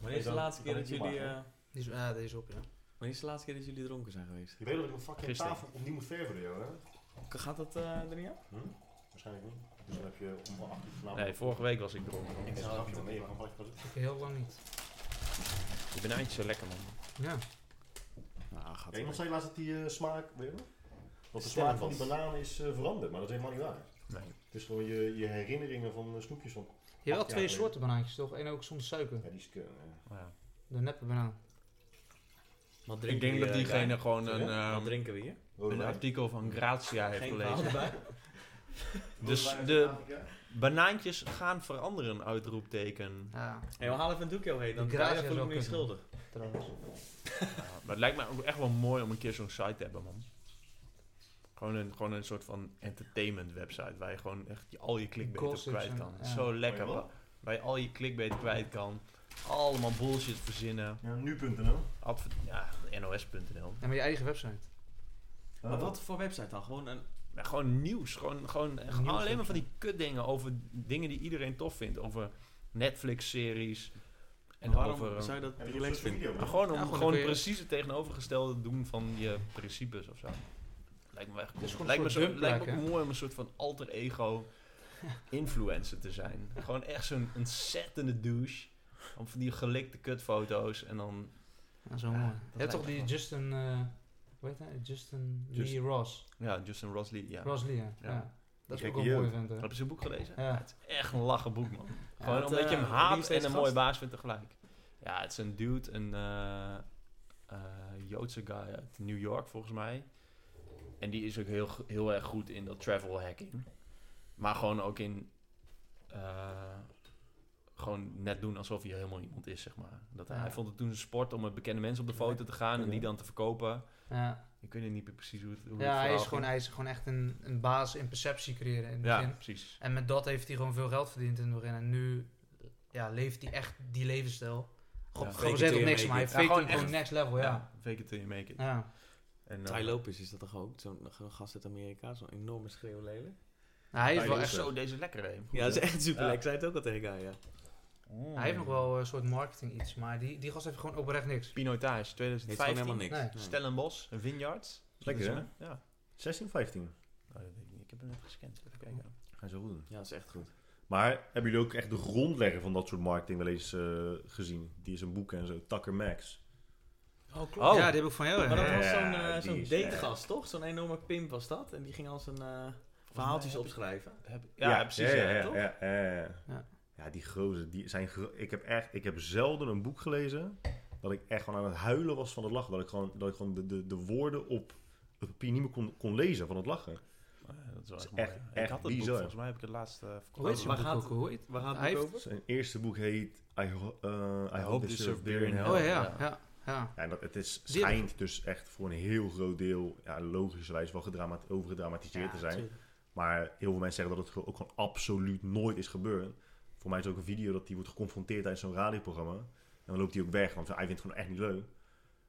[SPEAKER 5] Wanneer is de
[SPEAKER 1] Dan-
[SPEAKER 5] laatste keer
[SPEAKER 1] dan
[SPEAKER 5] dat
[SPEAKER 1] moet je
[SPEAKER 5] jullie...
[SPEAKER 1] maar,
[SPEAKER 5] eh,
[SPEAKER 4] Die is, ja, die is op, ja.
[SPEAKER 5] Wanneer is de laatste keer dat jullie dronken zijn geweest?
[SPEAKER 1] Ik weet dat ik mijn fucking
[SPEAKER 2] Gisteren.
[SPEAKER 1] tafel opnieuw moet verven, joh. Hè? Hm?
[SPEAKER 5] Gaat dat eh er niet aan?
[SPEAKER 1] Waarschijnlijk niet. Dus dan heb je om 8 uur vanavond...
[SPEAKER 2] Nee, vorige week was ik dronken.
[SPEAKER 1] Ik
[SPEAKER 2] Ik
[SPEAKER 1] zou het mee. gaan pakken.
[SPEAKER 4] Ik heel lang niet.
[SPEAKER 2] ben eindjes zo lekker, man.
[SPEAKER 4] Ja.
[SPEAKER 5] Nou, gaat
[SPEAKER 1] Ja, iemand zei laatst dat die eh, smaak... Weet je nog? Dat de smaak
[SPEAKER 5] Sterrenbos.
[SPEAKER 1] van die banaan is eh, veranderd, maar dat is helemaal niet waar.
[SPEAKER 2] Nee.
[SPEAKER 1] Het is gewoon je, je herinneringen van eh, snoepjes. Van,
[SPEAKER 4] Je hebt wel
[SPEAKER 1] Ja,
[SPEAKER 4] twee
[SPEAKER 1] nee.
[SPEAKER 4] soorten banaantjes toch? Eén ook zonder suiker.
[SPEAKER 1] ja, die is, eh, eh,
[SPEAKER 2] Maar ja.
[SPEAKER 4] De neppe banaan.
[SPEAKER 5] Wat
[SPEAKER 2] Ik denk dat
[SPEAKER 5] eh,
[SPEAKER 2] diegene gewoon een,
[SPEAKER 5] Wat
[SPEAKER 2] ehm,
[SPEAKER 5] drinken we hier?
[SPEAKER 1] rode
[SPEAKER 2] een
[SPEAKER 1] wijn.
[SPEAKER 2] artikel van Grazia heeft
[SPEAKER 5] Geen
[SPEAKER 2] gelezen.
[SPEAKER 5] verhaal erbij.
[SPEAKER 2] [LAUGHS] Dus de banaantjes gaan veranderen, [LAUGHS] uitroepteken.
[SPEAKER 4] Ja,
[SPEAKER 5] Hey, we halen even een doekje overheen. Dan
[SPEAKER 4] Die
[SPEAKER 5] dan
[SPEAKER 4] gratia
[SPEAKER 5] voel ik
[SPEAKER 4] zou
[SPEAKER 5] me niet
[SPEAKER 4] kunnen.
[SPEAKER 5] schuldig.
[SPEAKER 4] trouwens.
[SPEAKER 2] Ja, maar het lijkt mij ook echt wel mooi om een keer zo'n site te hebben, man. Gewoon een, gewoon een soort van entertainment website waar je gewoon echt je- al je clickbait op
[SPEAKER 4] Gossips
[SPEAKER 2] kwijt
[SPEAKER 4] en-
[SPEAKER 2] kan.
[SPEAKER 4] ja.
[SPEAKER 2] Zo lekker,
[SPEAKER 1] Mooi,
[SPEAKER 2] man. Waar je al je clickbait kwijt kan. Allemaal bullshit verzinnen.
[SPEAKER 1] Ja, nu.nl.
[SPEAKER 2] Adver- ja, nos.nl.
[SPEAKER 4] En met je eigen website.
[SPEAKER 1] Oh.
[SPEAKER 5] Maar wat voor website dan? Gewoon een...
[SPEAKER 2] Ja, gewoon nieuws. Gewoon, gewoon
[SPEAKER 4] Nieuws
[SPEAKER 2] gewoon alleen
[SPEAKER 4] ook,
[SPEAKER 2] maar van
[SPEAKER 4] ja.
[SPEAKER 2] die kutdingen over dingen die iedereen tof vindt. Over Netflix-series. En
[SPEAKER 5] En waarom
[SPEAKER 2] over... eh,
[SPEAKER 5] zou je dat
[SPEAKER 1] Heb je
[SPEAKER 5] relaxed
[SPEAKER 1] social
[SPEAKER 5] vinden?
[SPEAKER 1] media,
[SPEAKER 2] maar gewoon
[SPEAKER 1] man?
[SPEAKER 2] om
[SPEAKER 4] Ja, gewoon
[SPEAKER 2] gewoon,
[SPEAKER 4] dan kun je-
[SPEAKER 2] precies het tegenovergestelde doen van je principes of zo. Lijkt me echt cool.
[SPEAKER 4] is gewoon
[SPEAKER 2] lijkt,
[SPEAKER 4] een
[SPEAKER 2] me
[SPEAKER 4] soort
[SPEAKER 2] zo, lijkt me
[SPEAKER 4] dumplek,
[SPEAKER 2] ook
[SPEAKER 4] hè?
[SPEAKER 2] mooi om een soort van alter ego
[SPEAKER 4] [LAUGHS]
[SPEAKER 2] influencer te zijn. gewoon echt zo'n ontzettende douche. Om van die gelikte kutfoto's en dan...
[SPEAKER 4] Ja, zo
[SPEAKER 2] Ja,
[SPEAKER 4] mooi.
[SPEAKER 2] dat
[SPEAKER 4] Je hebt
[SPEAKER 2] lijkt
[SPEAKER 4] toch
[SPEAKER 2] me
[SPEAKER 4] die
[SPEAKER 2] wel.
[SPEAKER 4] Justin... eh hoe heet hij? Justin
[SPEAKER 2] Just-
[SPEAKER 4] Lee Ross.
[SPEAKER 2] Ja, Justin Rosley. Ja.
[SPEAKER 4] Ross Lee, ja.
[SPEAKER 2] Ja.
[SPEAKER 4] ja. Dat is
[SPEAKER 1] Kijk,
[SPEAKER 4] ook wel een
[SPEAKER 1] hier.
[SPEAKER 4] mooi vent, hè?
[SPEAKER 2] Heb je zijn boek gelezen?
[SPEAKER 4] Ja.
[SPEAKER 2] Het is echt een lachen boek, man.
[SPEAKER 4] Ja,
[SPEAKER 2] Gewoon
[SPEAKER 5] dat,
[SPEAKER 2] omdat je hem
[SPEAKER 5] eh, wie is
[SPEAKER 2] haat
[SPEAKER 5] deze
[SPEAKER 2] en een
[SPEAKER 5] gast?
[SPEAKER 2] mooie baas vindt tegelijk. Ja, het is een dude, een eh, eh, Joodse guy uit New York volgens mij. En die is ook heel, go- heel erg goed in dat travel hacking. Maar gewoon ook in... eh, gewoon net doen alsof hij helemaal iemand is, zeg maar. Dat hij,
[SPEAKER 4] Ja.
[SPEAKER 2] hij vond het toen een sport om met bekende mensen op de foto te gaan en die dan te verkopen.
[SPEAKER 4] Ja,
[SPEAKER 2] Ik weet niet meer precies hoe het hoe het
[SPEAKER 4] ja hij,
[SPEAKER 2] verhaal
[SPEAKER 4] is gewoon,
[SPEAKER 2] ging.
[SPEAKER 4] hij is gewoon echt een, een baas in perceptie creëren in het
[SPEAKER 2] Ja,
[SPEAKER 4] begin.
[SPEAKER 2] precies.
[SPEAKER 4] En met dat heeft hij gewoon veel geld verdiend in het begin. En nu ja, leeft hij echt die levensstijl.
[SPEAKER 2] Ja.
[SPEAKER 4] Gewoon
[SPEAKER 5] Fake it
[SPEAKER 4] gezegd
[SPEAKER 5] till
[SPEAKER 4] op
[SPEAKER 5] you make
[SPEAKER 4] niks, maar hij
[SPEAKER 5] it.
[SPEAKER 4] faked
[SPEAKER 2] Ja,
[SPEAKER 4] hem
[SPEAKER 2] gewoon
[SPEAKER 4] gewoon next level, Oh, ja.
[SPEAKER 2] fake it till you make it.
[SPEAKER 4] Ja,
[SPEAKER 2] En, eh,
[SPEAKER 5] Ty Lopez is dat toch ook? Zo'n zo'n gast uit Amerika. Zo'n enorme schreeuwlelijk.
[SPEAKER 4] Nou, hij, is
[SPEAKER 1] Hij
[SPEAKER 4] wel
[SPEAKER 1] is
[SPEAKER 4] echt,
[SPEAKER 1] er.
[SPEAKER 2] zo deze lekkere heen.
[SPEAKER 5] Ja, dat is echt super
[SPEAKER 2] Ja.
[SPEAKER 5] Ik zei het ook al tegen haar, ja.
[SPEAKER 4] hij heeft nog wel een soort marketing iets, maar die, die gast heeft gewoon oprecht niks.
[SPEAKER 2] Pinotage
[SPEAKER 5] Heeft gewoon
[SPEAKER 2] 2015.
[SPEAKER 5] helemaal niks.
[SPEAKER 4] Nee.
[SPEAKER 2] Stellenbosch, Vineyards.
[SPEAKER 1] Lekker,
[SPEAKER 2] Dat is
[SPEAKER 1] hè?
[SPEAKER 2] hem, Ja.
[SPEAKER 1] 16, 15.
[SPEAKER 2] Nou, dat weet ik niet. Ik heb hem net gescand. Even kijken.
[SPEAKER 1] Ga je zo goed doen.
[SPEAKER 5] Ja, dat is echt goed.
[SPEAKER 1] Maar hebben jullie ook echt de grondlegger van dat soort marketing wel eens eh, gezien? Die is een boek en zo. Tucker Max.
[SPEAKER 5] Oh, klopt.
[SPEAKER 2] Oh.
[SPEAKER 4] Ja, die heb ik van jou, hè?
[SPEAKER 5] Maar dat was
[SPEAKER 1] Ja,
[SPEAKER 5] zo'n eh,
[SPEAKER 1] die
[SPEAKER 5] zo'n
[SPEAKER 1] is
[SPEAKER 5] dategast, toch? Zo'n enorme pimp was dat. En die ging al zijn eh, verhaaltjes
[SPEAKER 2] heb ik-
[SPEAKER 5] opschrijven.
[SPEAKER 2] Heb- ja, precies.
[SPEAKER 1] Ja,
[SPEAKER 2] Ja,
[SPEAKER 1] ja, ja,
[SPEAKER 2] toch?
[SPEAKER 1] ja, ja, ja.
[SPEAKER 4] Ja.
[SPEAKER 1] Ja, die gozer. Die zijn gro- ik, heb echt, ik heb zelden een boek gelezen dat ik echt gewoon aan het huilen was van het lachen. Dat ik gewoon, dat ik gewoon de, de, de woorden op het papier niet meer kon, kon lezen van het lachen.
[SPEAKER 2] Ah, Dat is wel echt,
[SPEAKER 1] Dat is
[SPEAKER 2] mooi.
[SPEAKER 1] echt-
[SPEAKER 2] Ik
[SPEAKER 1] echt
[SPEAKER 2] had dat boek,
[SPEAKER 1] bizar.
[SPEAKER 2] volgens mij heb ik het laatst eh verkocht.
[SPEAKER 4] Hoe heet zijn
[SPEAKER 5] Waar
[SPEAKER 4] boek
[SPEAKER 5] gaat
[SPEAKER 4] ook?
[SPEAKER 5] het-
[SPEAKER 4] Hoe heet-
[SPEAKER 5] Waar gaat
[SPEAKER 4] Hij
[SPEAKER 5] het
[SPEAKER 4] heeft-
[SPEAKER 5] over?
[SPEAKER 1] Zijn eerste boek heet I, Ho- eh, I Hope They Serve Beer in Hell.
[SPEAKER 4] Oh ja,
[SPEAKER 2] Ja.
[SPEAKER 4] ja, ja. ja.
[SPEAKER 1] Ja, en dat, het is,
[SPEAKER 4] Die heb ik-
[SPEAKER 1] schijnt dus echt voor een heel groot deel, ja, logischerwijs, wel gedramat- overgedramatiseerd te zijn.
[SPEAKER 5] tuurlijk.
[SPEAKER 1] Maar heel veel mensen zeggen dat het gewoon- ook gewoon absoluut nooit is gebeurd. Voor mij is er ook een video dat die wordt geconfronteerd tijdens zo'n radioprogramma. En dan loopt hij ook weg, want hij vindt het gewoon echt niet leuk.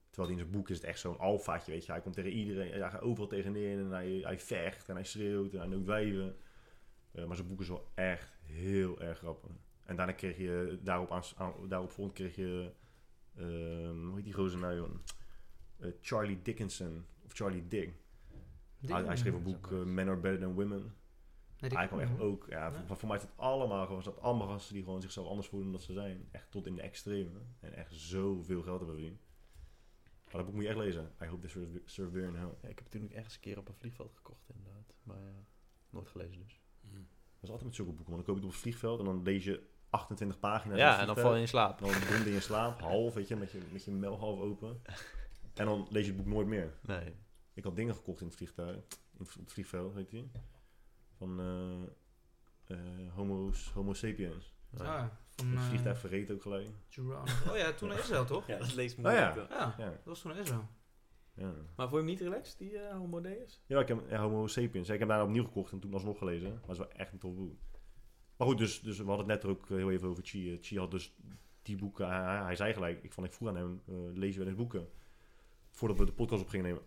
[SPEAKER 1] Terwijl in zijn boek is het echt zo'n alfaatje, weet je. Hij komt tegen iedereen, hij gaat overal tegenin en hij, hij vecht en hij schreeuwt en hij noemt wijven. Eh, maar zijn boek is wel echt heel erg grappig. En daarna kreeg je, daarop, aan, aan- daarop volgend kreeg je, ehm, hoe heet die gozer nou joh? Eh, Charlie Dickinson, of Charlie Dick.
[SPEAKER 4] Die-
[SPEAKER 1] Hij, hij schreef een boek, eh, Men Are Better Than Women.
[SPEAKER 4] Nee, die-
[SPEAKER 1] Hij kwam echt ook, ja,
[SPEAKER 4] Ja.
[SPEAKER 1] voor, voor mij is het allemaal gewoon, dat allemaal gasten die gewoon zichzelf anders voelen dan ze zijn. Echt tot in de extreme. En echt zoveel geld hebben verdiend. Maar dat boek moet je echt lezen. I hope this serve- serve beer in hell.
[SPEAKER 2] Ja, ik heb het toen ook ergens een keer op een vliegveld gekocht, inderdaad. Maar ja, nooit gelezen dus.
[SPEAKER 1] Dat is altijd met zulke boeken, want dan koop je het op het vliegveld en dan lees je 28 pagina's. op
[SPEAKER 2] Ja,
[SPEAKER 1] dus het eh,
[SPEAKER 2] en dan
[SPEAKER 1] vliegveld.
[SPEAKER 2] val je in slaap.
[SPEAKER 1] En dan donder je in slaap, half, weet je, met je, met je mel half open. En dan lees je het boek nooit meer.
[SPEAKER 2] Nee.
[SPEAKER 1] Ik had dingen gekocht in het vliegtuig, in het, op het vliegveld, weet je. Van eh, eh, homo's, homo sapiens.
[SPEAKER 4] Ah,
[SPEAKER 2] Ja.
[SPEAKER 4] van,
[SPEAKER 1] Het
[SPEAKER 4] eh,
[SPEAKER 1] vliegtuig verreed ook gelijk.
[SPEAKER 4] Geronimo. Oh ja, toen naar Israël, toch?
[SPEAKER 5] Ja, dat leest
[SPEAKER 1] Oh
[SPEAKER 5] moeilijk.
[SPEAKER 1] ja.
[SPEAKER 5] hoor.
[SPEAKER 4] Ja,
[SPEAKER 1] Ja,
[SPEAKER 4] dat was toen naar Israël.
[SPEAKER 1] ja.
[SPEAKER 5] Maar vond je hem niet relaxed, die eh Homo Deus?
[SPEAKER 1] ja ik heb ja, homo sapiens. Ja, ik heb daarna opnieuw gekocht en toen alsnog gelezen. Maar het is wel echt een tof boek. Maar goed, dus, dus we hadden het net er ook heel even over Chi. Eh, Chi had dus die boeken, hij, hij- hij zei gelijk, ik, van, ik vroeg aan hem, eh, lees je wel eens boeken? Voordat we de podcast op gingen nemen.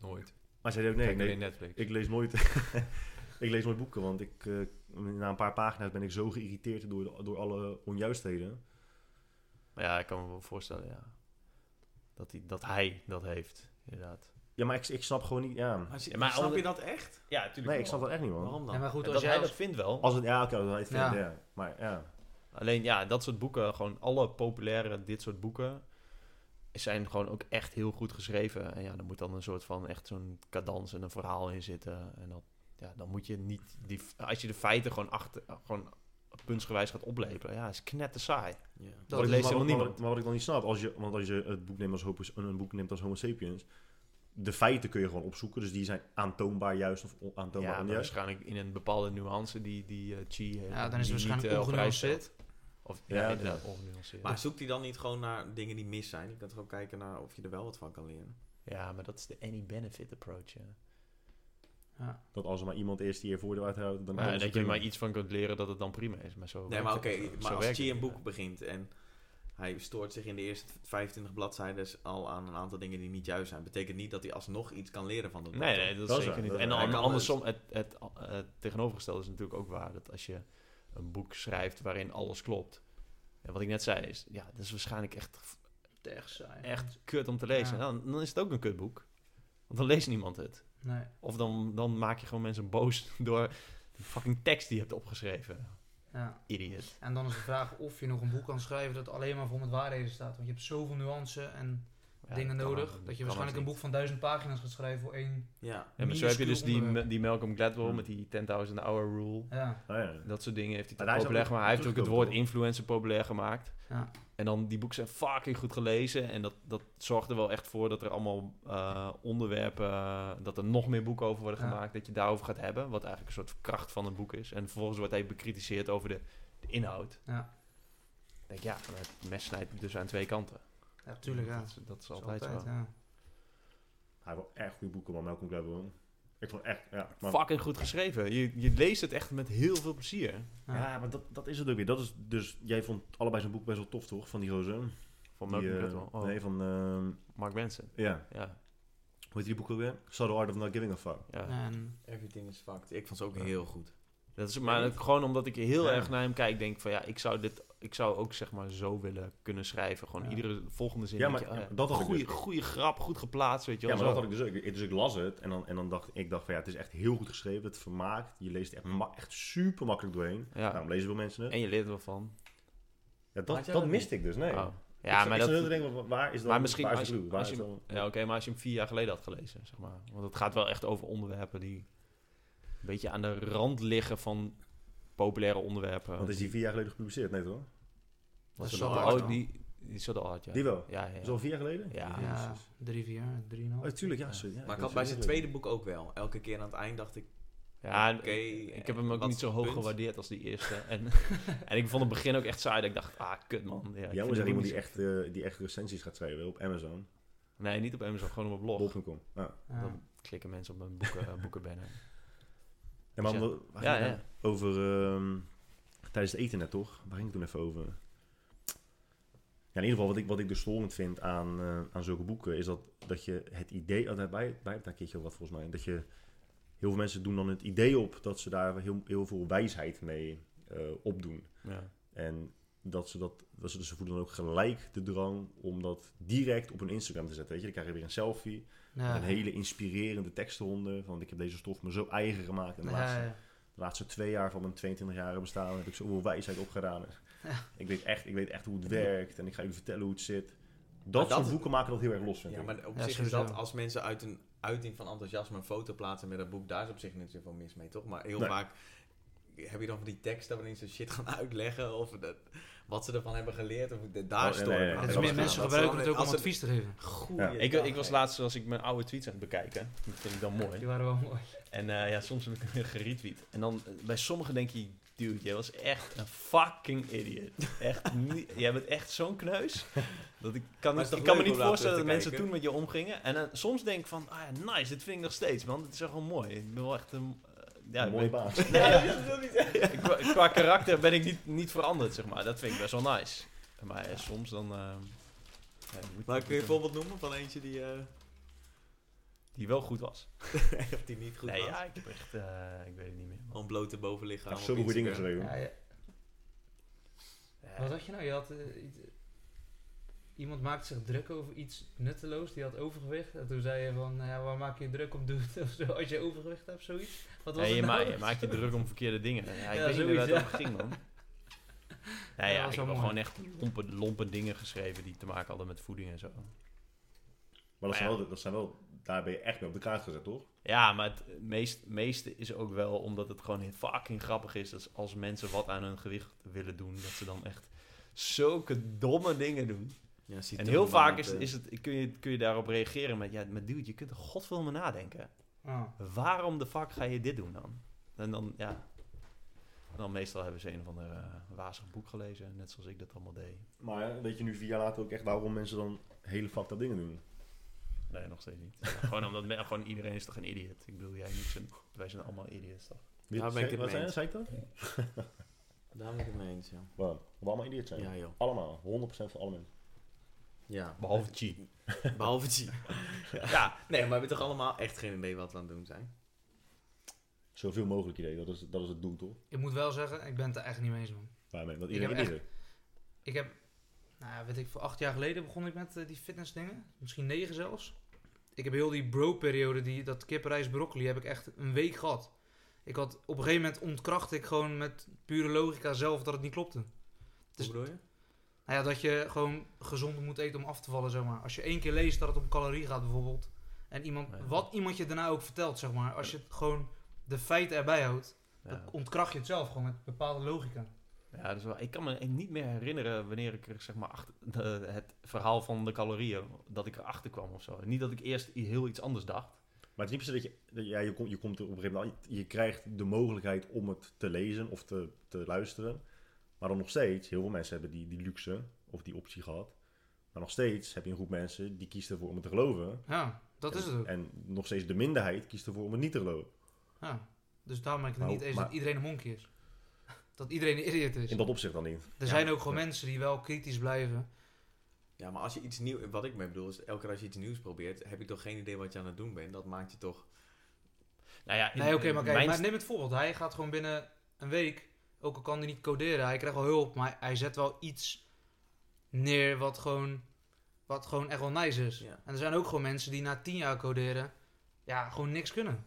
[SPEAKER 2] Nooit.
[SPEAKER 1] Maar hij zei ook,
[SPEAKER 2] Nee,
[SPEAKER 1] nee, nee,
[SPEAKER 2] in Netflix.
[SPEAKER 1] Ik lees nooit, [LAUGHS] ik lees nooit boeken, want ik, eh, na een paar pagina's ben ik zo geïrriteerd door, de- door alle onjuistheden.
[SPEAKER 2] Maar ja, ik kan me wel voorstellen, ja. Dat hij dat, hij dat heeft, inderdaad.
[SPEAKER 1] Ja, maar ik, ik snap gewoon niet. Ja.
[SPEAKER 5] Maar, zie-
[SPEAKER 2] Ja, maar
[SPEAKER 5] snap
[SPEAKER 2] onder-
[SPEAKER 5] je dat echt?
[SPEAKER 2] Ja, natuurlijk.
[SPEAKER 1] Nee, ik snap dat echt niet, man.
[SPEAKER 5] Waarom dan?
[SPEAKER 4] Ja, maar goed,
[SPEAKER 2] dat
[SPEAKER 4] als
[SPEAKER 2] hij
[SPEAKER 4] jij
[SPEAKER 2] dat
[SPEAKER 4] als...
[SPEAKER 2] vindt wel.
[SPEAKER 1] Als het, ja, oké, dat het
[SPEAKER 4] Ja.
[SPEAKER 1] vindt, ja. Maar ja.
[SPEAKER 2] Alleen ja, dat soort boeken, gewoon alle populaire dit soort boeken, zijn gewoon ook echt heel goed geschreven. En ja, er moet dan een soort van echt zo'n cadans en een verhaal in zitten. En dat, ja, dan moet je niet, die, als je de feiten gewoon achter, gewoon puntsgewijs gaat oplepelen, ja, is knetter saai.
[SPEAKER 5] Ja.
[SPEAKER 4] Dat
[SPEAKER 2] Dat
[SPEAKER 4] is
[SPEAKER 2] leest helemaal
[SPEAKER 1] maar, wat- maar,
[SPEAKER 2] niemand.
[SPEAKER 1] wat- maar wat ik dan niet snap, als je, want als je het boek neemt als Hopus, een, een boek neemt als Homo sapiens, de feiten kun je gewoon opzoeken, dus die zijn aantoonbaar juist of on- aantoonbaar
[SPEAKER 2] Ja, maar
[SPEAKER 1] onjuist.
[SPEAKER 2] waarschijnlijk in een bepaalde nuance die, die eh, Chi heeft.
[SPEAKER 4] Ja, dan is
[SPEAKER 2] die
[SPEAKER 4] het
[SPEAKER 2] niet,
[SPEAKER 4] waarschijnlijk
[SPEAKER 2] eh, op prijs
[SPEAKER 4] ongenuanceerd.
[SPEAKER 2] stelt. Of ja,
[SPEAKER 1] Ja, oké.
[SPEAKER 2] inderdaad, ongenuanceerd.
[SPEAKER 5] Maar zoekt hij dan niet gewoon naar dingen die mis zijn? Je kunt gewoon kijken naar of je er wel wat van kan leren.
[SPEAKER 2] ja, maar dat is de any benefit approach. hè.
[SPEAKER 4] Ja.
[SPEAKER 1] Dat als er maar iemand is die er voordeel uit houdt, dan
[SPEAKER 2] Maar dat
[SPEAKER 1] kan het
[SPEAKER 2] je er
[SPEAKER 1] prima.
[SPEAKER 2] maar iets van kunt leren dat het dan prima is. Maar zo
[SPEAKER 5] Nee,
[SPEAKER 2] werkt
[SPEAKER 5] maar
[SPEAKER 2] het-
[SPEAKER 5] oké,
[SPEAKER 2] zo
[SPEAKER 5] maar als
[SPEAKER 2] werkt
[SPEAKER 5] Chi
[SPEAKER 2] het
[SPEAKER 5] een
[SPEAKER 2] niet.
[SPEAKER 5] boek begint en hij stoort zich in de eerste 25 bladzijden al aan een aantal dingen die niet juist zijn, betekent niet dat hij alsnog iets kan leren van dat boek.
[SPEAKER 2] Nee, nee, dat,
[SPEAKER 1] Dat
[SPEAKER 2] is
[SPEAKER 1] is
[SPEAKER 2] zeker
[SPEAKER 1] waar.
[SPEAKER 2] niet.
[SPEAKER 1] Dat-
[SPEAKER 2] En
[SPEAKER 5] hij
[SPEAKER 2] dan
[SPEAKER 5] kan
[SPEAKER 2] andersom, het, het, het tegenovergestelde is natuurlijk ook waar. Dat als je een boek schrijft waarin alles klopt. En wat ik net zei is, ja, dat is waarschijnlijk echt,
[SPEAKER 4] Echt saai.
[SPEAKER 2] echt kut om te lezen.
[SPEAKER 4] Ja.
[SPEAKER 2] Dan, dan is het ook een kutboek. Want dan leest niemand het.
[SPEAKER 4] Nee.
[SPEAKER 2] Of dan, dan maak je gewoon mensen boos [LAUGHS] door de fucking tekst die je hebt opgeschreven.
[SPEAKER 4] Ja.
[SPEAKER 2] Idiot.
[SPEAKER 4] En dan is de vraag of je nog een boek kan schrijven dat alleen maar vol met waarheden staat. Want je hebt zoveel nuance en
[SPEAKER 2] Ja,
[SPEAKER 4] dingen
[SPEAKER 2] dat kan
[SPEAKER 4] nodig.
[SPEAKER 2] ook niet.
[SPEAKER 4] dat je
[SPEAKER 2] Kan
[SPEAKER 4] waarschijnlijk
[SPEAKER 2] ook
[SPEAKER 4] een
[SPEAKER 2] niet.
[SPEAKER 4] boek van duizend pagina's gaat schrijven voor één.
[SPEAKER 5] Ja,
[SPEAKER 2] Ja, maar zo heb je dus die,
[SPEAKER 4] minuscuul
[SPEAKER 2] die Malcolm Gladwell
[SPEAKER 1] Hmm.
[SPEAKER 2] met die 10.000 hour rule.
[SPEAKER 4] Ja,
[SPEAKER 1] Ah, ja.
[SPEAKER 2] Dat soort dingen heeft hij toch
[SPEAKER 1] Maar daar is
[SPEAKER 2] populair
[SPEAKER 1] ook
[SPEAKER 2] gemaakt. Hij heeft ook het
[SPEAKER 1] teruggekomen,
[SPEAKER 2] woord
[SPEAKER 1] toch?
[SPEAKER 2] influencer populair gemaakt.
[SPEAKER 4] ja.
[SPEAKER 2] En dan die boeken zijn fucking goed gelezen. En dat, dat zorgt er wel echt voor dat er allemaal eh, onderwerpen, eh, dat er nog meer boeken over worden
[SPEAKER 4] Ja.
[SPEAKER 2] gemaakt, dat je daarover gaat hebben. Wat eigenlijk een soort kracht van een boek is. En vervolgens wordt hij bekritiseerd over de, de inhoud.
[SPEAKER 4] Ja.
[SPEAKER 2] Ik denk, ja, maar het mes snijdt dus aan twee kanten.
[SPEAKER 4] ja tuurlijk. Ja.
[SPEAKER 2] Dat, is- dat is altijd, zo.
[SPEAKER 4] ja.
[SPEAKER 1] Hij heeft wel echt goede boeken, man. Malcolm Gladwell. Ik vond echt, ja. Maar,
[SPEAKER 2] Fucking goed geschreven. Je, je leest het echt met heel veel plezier.
[SPEAKER 1] ja, maar dat, dat is het ook weer. Dat is dus, jij vond allebei zijn boek best wel tof, toch? Van die roze.
[SPEAKER 2] Van Malcolm
[SPEAKER 1] Die, eh,
[SPEAKER 2] Gladwell. Oh,
[SPEAKER 1] Nee, van, ehm,
[SPEAKER 2] Mark Manson.
[SPEAKER 1] ja.
[SPEAKER 2] Ja,
[SPEAKER 1] Hoe heet die boek ook weer? Subtle Art of Not Giving a Fuck.
[SPEAKER 2] ja.
[SPEAKER 4] En,
[SPEAKER 5] everything is fucked. Ik vond ze ook
[SPEAKER 2] Ja.
[SPEAKER 5] heel goed.
[SPEAKER 2] Dat is, maar ook gewoon omdat ik heel
[SPEAKER 1] Ja.
[SPEAKER 2] erg naar hem kijk, denk van ja, ik zou dit, ik zou ook zeg maar zo willen kunnen schrijven. Gewoon
[SPEAKER 4] Ja.
[SPEAKER 2] iedere volgende zin.
[SPEAKER 1] Ja,
[SPEAKER 2] denk
[SPEAKER 1] maar
[SPEAKER 2] je, oh
[SPEAKER 1] dat had ik
[SPEAKER 2] goede,
[SPEAKER 1] dus.
[SPEAKER 2] goede grap, goed geplaatst, weet je
[SPEAKER 1] Ja,
[SPEAKER 2] wel.
[SPEAKER 1] maar dat
[SPEAKER 2] zo.
[SPEAKER 1] had ik dus ook. Ik- Dus ik las het en dan, en dan dacht ik dacht van ja, het is echt heel goed geschreven. Het vermaakt. Je leest er echt, ma- echt super makkelijk doorheen.
[SPEAKER 2] Hm. ja.
[SPEAKER 1] Daarom lezen veel mensen het.
[SPEAKER 2] En je leert er wel van.
[SPEAKER 1] Ja,
[SPEAKER 5] Had
[SPEAKER 1] dat
[SPEAKER 5] jij
[SPEAKER 1] dat
[SPEAKER 5] dat
[SPEAKER 1] miste ik dus, nee.
[SPEAKER 2] Oh.
[SPEAKER 1] Ik
[SPEAKER 2] Ja,
[SPEAKER 1] zat-
[SPEAKER 2] maar
[SPEAKER 1] ik zat heel
[SPEAKER 2] dat.
[SPEAKER 1] te denken, wa- waar is dan
[SPEAKER 2] Maar misschien
[SPEAKER 1] waar is
[SPEAKER 2] als
[SPEAKER 1] de
[SPEAKER 2] je-
[SPEAKER 1] clue? Waar
[SPEAKER 2] als
[SPEAKER 1] is
[SPEAKER 2] je-
[SPEAKER 1] dan-
[SPEAKER 2] Ja, oké, maar als je hem vier jaar geleden had gelezen, zeg maar. Want het gaat wel echt over onderwerpen die een beetje aan de rand liggen van populaire onderwerpen.
[SPEAKER 1] Want is die vier jaar geleden gepubliceerd? Nee toch?
[SPEAKER 4] dat is
[SPEAKER 2] Zo-
[SPEAKER 4] wel
[SPEAKER 5] Art
[SPEAKER 4] hard,
[SPEAKER 2] oh, die, die zat al hard, ja.
[SPEAKER 1] Die wel?
[SPEAKER 2] Ja, ja.
[SPEAKER 1] Is al vier jaar geleden?
[SPEAKER 2] ja. ja.
[SPEAKER 4] Ja,
[SPEAKER 1] Ah, Jezus.
[SPEAKER 4] drie, vier jaar, drieënhalf.
[SPEAKER 1] Oh, tuurlijk, ja. sorry, ja,
[SPEAKER 5] Maar
[SPEAKER 1] dat
[SPEAKER 5] ik had
[SPEAKER 1] is
[SPEAKER 5] bij
[SPEAKER 1] heel
[SPEAKER 5] zijn
[SPEAKER 1] geleden.
[SPEAKER 5] tweede boek ook wel. Elke keer aan het eind dacht ik,
[SPEAKER 2] Ja,
[SPEAKER 5] Oké,
[SPEAKER 2] ik-
[SPEAKER 5] eh,
[SPEAKER 2] ik heb hem ook
[SPEAKER 5] wat
[SPEAKER 2] niet zo hoog
[SPEAKER 5] punt?
[SPEAKER 2] gewaardeerd als die eerste. En, en ik vond het begin ook echt saai. Dat ik dacht, ah, kut man. Ja, ik
[SPEAKER 1] Jou
[SPEAKER 2] vind
[SPEAKER 1] is
[SPEAKER 2] het
[SPEAKER 1] er iemand
[SPEAKER 2] niet
[SPEAKER 1] die echt, eh, die echt recensies gaat schrijven op Amazon.
[SPEAKER 2] zo- Nee, niet op Amazon, gewoon op mijn blog.
[SPEAKER 1] Bol.com. Ja.
[SPEAKER 4] Ja.
[SPEAKER 2] Dan klikken mensen op mijn boeken, eh, boekenbanner.
[SPEAKER 1] En maar
[SPEAKER 2] Dus
[SPEAKER 1] om- waar
[SPEAKER 2] Ja,
[SPEAKER 1] ging het
[SPEAKER 2] ja.
[SPEAKER 1] nou? over ehm, tijdens het eten net toch? Waar ging het toen even over? Ja, in ieder geval, wat ik, wat ik dus storend vind aan, eh, aan zulke boeken, is dat, dat je het idee, oh, daarbij, bij daar een keertje wat volgens mij, dat je heel veel mensen doen dan het idee op dat ze daar heel, heel veel wijsheid mee eh, opdoen.
[SPEAKER 2] Ja.
[SPEAKER 1] En dat ze dat, dat ze, ze voelen dan ook gelijk de drang om dat direct op hun Instagram te zetten. Weet je, dan krijg je weer een selfie,
[SPEAKER 4] Ja.
[SPEAKER 1] met een hele inspirerende tekst eronder, van ik heb deze stof me zo eigen gemaakt. En de laatste
[SPEAKER 4] Ja, ja.
[SPEAKER 1] de laatste twee jaar van mijn 22 jarige bestaan heb ik zoveel wijsheid opgedaan. Ik, weet echt, ik weet echt hoe het werkt en ik ga jullie vertellen hoe het zit. Dat,
[SPEAKER 5] dat
[SPEAKER 1] soort
[SPEAKER 5] is-
[SPEAKER 1] boeken maken dat heel erg los, vind
[SPEAKER 5] Ja,
[SPEAKER 1] ik.
[SPEAKER 5] maar op
[SPEAKER 4] Ja,
[SPEAKER 5] zich is
[SPEAKER 4] sowieso.
[SPEAKER 5] dat als mensen uit een uiting van enthousiasme een foto plaatsen met een boek, daar is op zich niet zoveel mis mee, toch? Maar heel
[SPEAKER 1] Nee.
[SPEAKER 5] vaak heb je dan van die teksten waarin ze shit gaan uitleggen of dat, wat ze ervan hebben geleerd of hoe de daar
[SPEAKER 1] Oh, nee,
[SPEAKER 5] story.
[SPEAKER 1] nee, nee.
[SPEAKER 5] van
[SPEAKER 1] Ja,
[SPEAKER 4] Het is
[SPEAKER 1] dat
[SPEAKER 4] dus meer
[SPEAKER 1] was-
[SPEAKER 4] mensen
[SPEAKER 5] Dat ze
[SPEAKER 4] gebruiken
[SPEAKER 5] dan-
[SPEAKER 4] het ook om
[SPEAKER 5] als ze-
[SPEAKER 4] advies te geven.
[SPEAKER 5] Goeie
[SPEAKER 1] Ja.
[SPEAKER 2] Ik, ik
[SPEAKER 5] dag,
[SPEAKER 2] was
[SPEAKER 5] hè.
[SPEAKER 2] laatst als ik mijn oude tweets aan het bekijken. Dat vind ik dan mooi.
[SPEAKER 4] Die waren wel mooi.
[SPEAKER 2] En eh, ja, soms heb ik [LAUGHS] hem geretweet. En dan eh, bij sommigen denk je, dude, jij was echt een fucking idiot.
[SPEAKER 5] [LAUGHS]
[SPEAKER 2] Echt niet, jij bent echt zo'n kneus. Dat ik kan,
[SPEAKER 5] Maar
[SPEAKER 2] niet-
[SPEAKER 5] is toch
[SPEAKER 2] ik kan me
[SPEAKER 5] leuk
[SPEAKER 2] niet
[SPEAKER 5] om daar
[SPEAKER 2] voorstellen
[SPEAKER 5] terug te
[SPEAKER 2] dat mensen
[SPEAKER 5] kijken?
[SPEAKER 2] toen met je omgingen. En dan soms denk ik van, ah ja, nice, dit vind ik nog steeds, man. Dit is echt wel mooi. Ik ben wel echt een... eh, ja,
[SPEAKER 1] een
[SPEAKER 2] ik
[SPEAKER 1] mooie
[SPEAKER 2] ben-
[SPEAKER 1] baas.
[SPEAKER 4] [LAUGHS]
[SPEAKER 2] ik- [LAUGHS] qua, qua karakter ben ik niet, niet veranderd, zeg maar. Dat vind ik best wel nice. Maar eh, soms dan... eh, ja, je moet-
[SPEAKER 5] Maar kun je een voorbeeld noemen van eentje die, eh
[SPEAKER 2] Die wel goed was.
[SPEAKER 5] of die niet goed
[SPEAKER 2] nee,
[SPEAKER 5] was?
[SPEAKER 2] ja, ik heb echt... eh, ik weet het niet meer. man.
[SPEAKER 5] Gewoon blote bovenlichaam.
[SPEAKER 1] Ja,
[SPEAKER 5] op
[SPEAKER 1] zoveel goede dingen
[SPEAKER 5] Instagram.
[SPEAKER 1] geschreven.
[SPEAKER 4] Ja, ja.
[SPEAKER 2] Ja.
[SPEAKER 4] Wat had je nou? Je had eh, iets- iemand maakte zich druk over iets nutteloos. Die had overgewicht. En toen zei je van, nou ja, waar maak je je druk [LAUGHS] op doet of zo, als je overgewicht hebt, zoiets. Wat was
[SPEAKER 2] Nee, je,
[SPEAKER 4] het
[SPEAKER 2] ma-
[SPEAKER 4] nou?
[SPEAKER 2] je maakt je druk om verkeerde dingen. Ja, ik
[SPEAKER 4] Ja,
[SPEAKER 2] weet niet meer waar
[SPEAKER 4] zoiets,
[SPEAKER 2] het over ging,
[SPEAKER 4] [LAUGHS]
[SPEAKER 2] man. Nou
[SPEAKER 4] dat
[SPEAKER 2] ja,
[SPEAKER 4] was
[SPEAKER 2] ik
[SPEAKER 4] wel
[SPEAKER 2] heb
[SPEAKER 4] mooi.
[SPEAKER 2] gewoon echt lompe, lompe dingen geschreven die te maken hadden met voeding en zo.
[SPEAKER 1] Maar dat
[SPEAKER 2] Maar
[SPEAKER 1] zijn,
[SPEAKER 2] ja.
[SPEAKER 1] wel, dat zijn wel, daar ben je echt mee op de kaart gezet, toch?
[SPEAKER 2] Ja, maar het meest, meeste is ook wel omdat het gewoon heel fucking grappig is. Dat als mensen wat aan hun gewicht willen doen, dat ze dan echt zulke domme dingen doen. eh,
[SPEAKER 5] Ja,
[SPEAKER 2] en heel vaak is, is het, kun, je, kun je daarop reageren met, ja, maar dude, je kunt er godverdomme nadenken.
[SPEAKER 4] Ah.
[SPEAKER 2] Waarom de fuck ga je dit doen dan? En dan, ja... En dan meestal hebben ze een of ander eh, wazig boek gelezen, net zoals ik dat allemaal deed.
[SPEAKER 1] Maar ja, weet je nu vier jaar later ook echt waarom mensen dan hele fucked up dingen doen?
[SPEAKER 2] Nee, nog steeds niet. Ja, gewoon omdat me- gewoon iedereen is toch een idiot. Ik bedoel, jij niet, zijn, wij zijn allemaal idiots toch?
[SPEAKER 1] Wie-
[SPEAKER 5] Daar ben ik het
[SPEAKER 1] wat
[SPEAKER 5] mee
[SPEAKER 1] zei,
[SPEAKER 5] eens.
[SPEAKER 1] zei ik dat?
[SPEAKER 5] Daar ben ik het mee eens, ja.
[SPEAKER 1] Wow, dat we allemaal idiots zijn.
[SPEAKER 5] Ja, joh.
[SPEAKER 1] Allemaal, 100% van alle mensen.
[SPEAKER 5] Ja.
[SPEAKER 2] Behalve G.
[SPEAKER 5] Behalve [LAUGHS] G. ja, nee, maar we hebben toch allemaal echt geen idee wat we aan het doen zijn?
[SPEAKER 1] Zoveel mogelijk idee, dat is, dat is het doel toch?
[SPEAKER 4] Ik moet wel zeggen, ik ben het er echt niet mee eens, man.
[SPEAKER 1] Waarmee, dat
[SPEAKER 4] Ik
[SPEAKER 1] iedereen
[SPEAKER 4] heb
[SPEAKER 1] idee.
[SPEAKER 4] Ik heb, nou ja, weet ik, voor acht jaar geleden begon ik met eh, die fitnessdingen. Misschien negen zelfs. Ik heb heel die bro-periode, die, dat kippenrijst broccoli, heb ik echt een week gehad. Ik had, op een gegeven moment ontkracht ik gewoon met pure logica zelf dat het niet klopte. Dus-
[SPEAKER 5] Hoe bedoel je?
[SPEAKER 4] Nou ja, dat je gewoon gezond moet eten om af te vallen, zeg maar. Als je één keer leest dat het om calorie gaat, bijvoorbeeld. En iemand,
[SPEAKER 2] Ja.
[SPEAKER 4] wat iemand je daarna ook vertelt, zeg maar. Als je het gewoon de feiten erbij houdt,
[SPEAKER 2] Ja.
[SPEAKER 4] dan ontkracht je het zelf gewoon met bepaalde logica.
[SPEAKER 2] Ja, dus wel, ik kan me niet meer herinneren wanneer ik er, zeg maar, achter, de- het verhaal van de calorieën, dat ik erachter kwam of zo. Niet dat ik eerst i- heel iets anders dacht.
[SPEAKER 1] Maar het is niet per se dat je, dat- ja, je, komt, je komt er op een gegeven moment aan, je, je krijgt de mogelijkheid om het te lezen of te, te luisteren. Maar dan nog steeds, heel veel mensen hebben die, die luxe of die optie gehad. Maar nog steeds heb je een groep mensen die kiest ervoor om het te geloven.
[SPEAKER 4] Ja, dat
[SPEAKER 1] en,
[SPEAKER 4] is het ook.
[SPEAKER 1] En nog steeds de minderheid kiest ervoor om het niet te geloven.
[SPEAKER 4] Ja. Dus daarom ben ik het
[SPEAKER 1] Maar-
[SPEAKER 4] niet eens
[SPEAKER 1] Nou, maar-
[SPEAKER 4] dat iedereen een monkey is. [LAUGHS] Dat iedereen een idiot is.
[SPEAKER 1] In dat opzicht dan niet.
[SPEAKER 4] Er zijn ook gewoon mensen die wel kritisch blijven.
[SPEAKER 5] Ja, maar als je iets nieuws... Wat ik mee bedoel is, elke keer als je iets nieuws probeert, heb je toch geen idee wat je aan het doen bent. Dat maakt je toch...
[SPEAKER 2] Nou ja, in-
[SPEAKER 4] Nee, oké, maar kijk,
[SPEAKER 2] mijn
[SPEAKER 4] maar
[SPEAKER 2] st-
[SPEAKER 4] neem het voorbeeld. Hij gaat gewoon binnen een week, ook al kan hij niet coderen, hij krijgt wel hulp, maar hij zet wel iets neer wat gewoon, wat gewoon echt wel nice is.
[SPEAKER 5] Ja.
[SPEAKER 4] En er zijn ook gewoon mensen die na tien jaar coderen, ja, gewoon niks kunnen.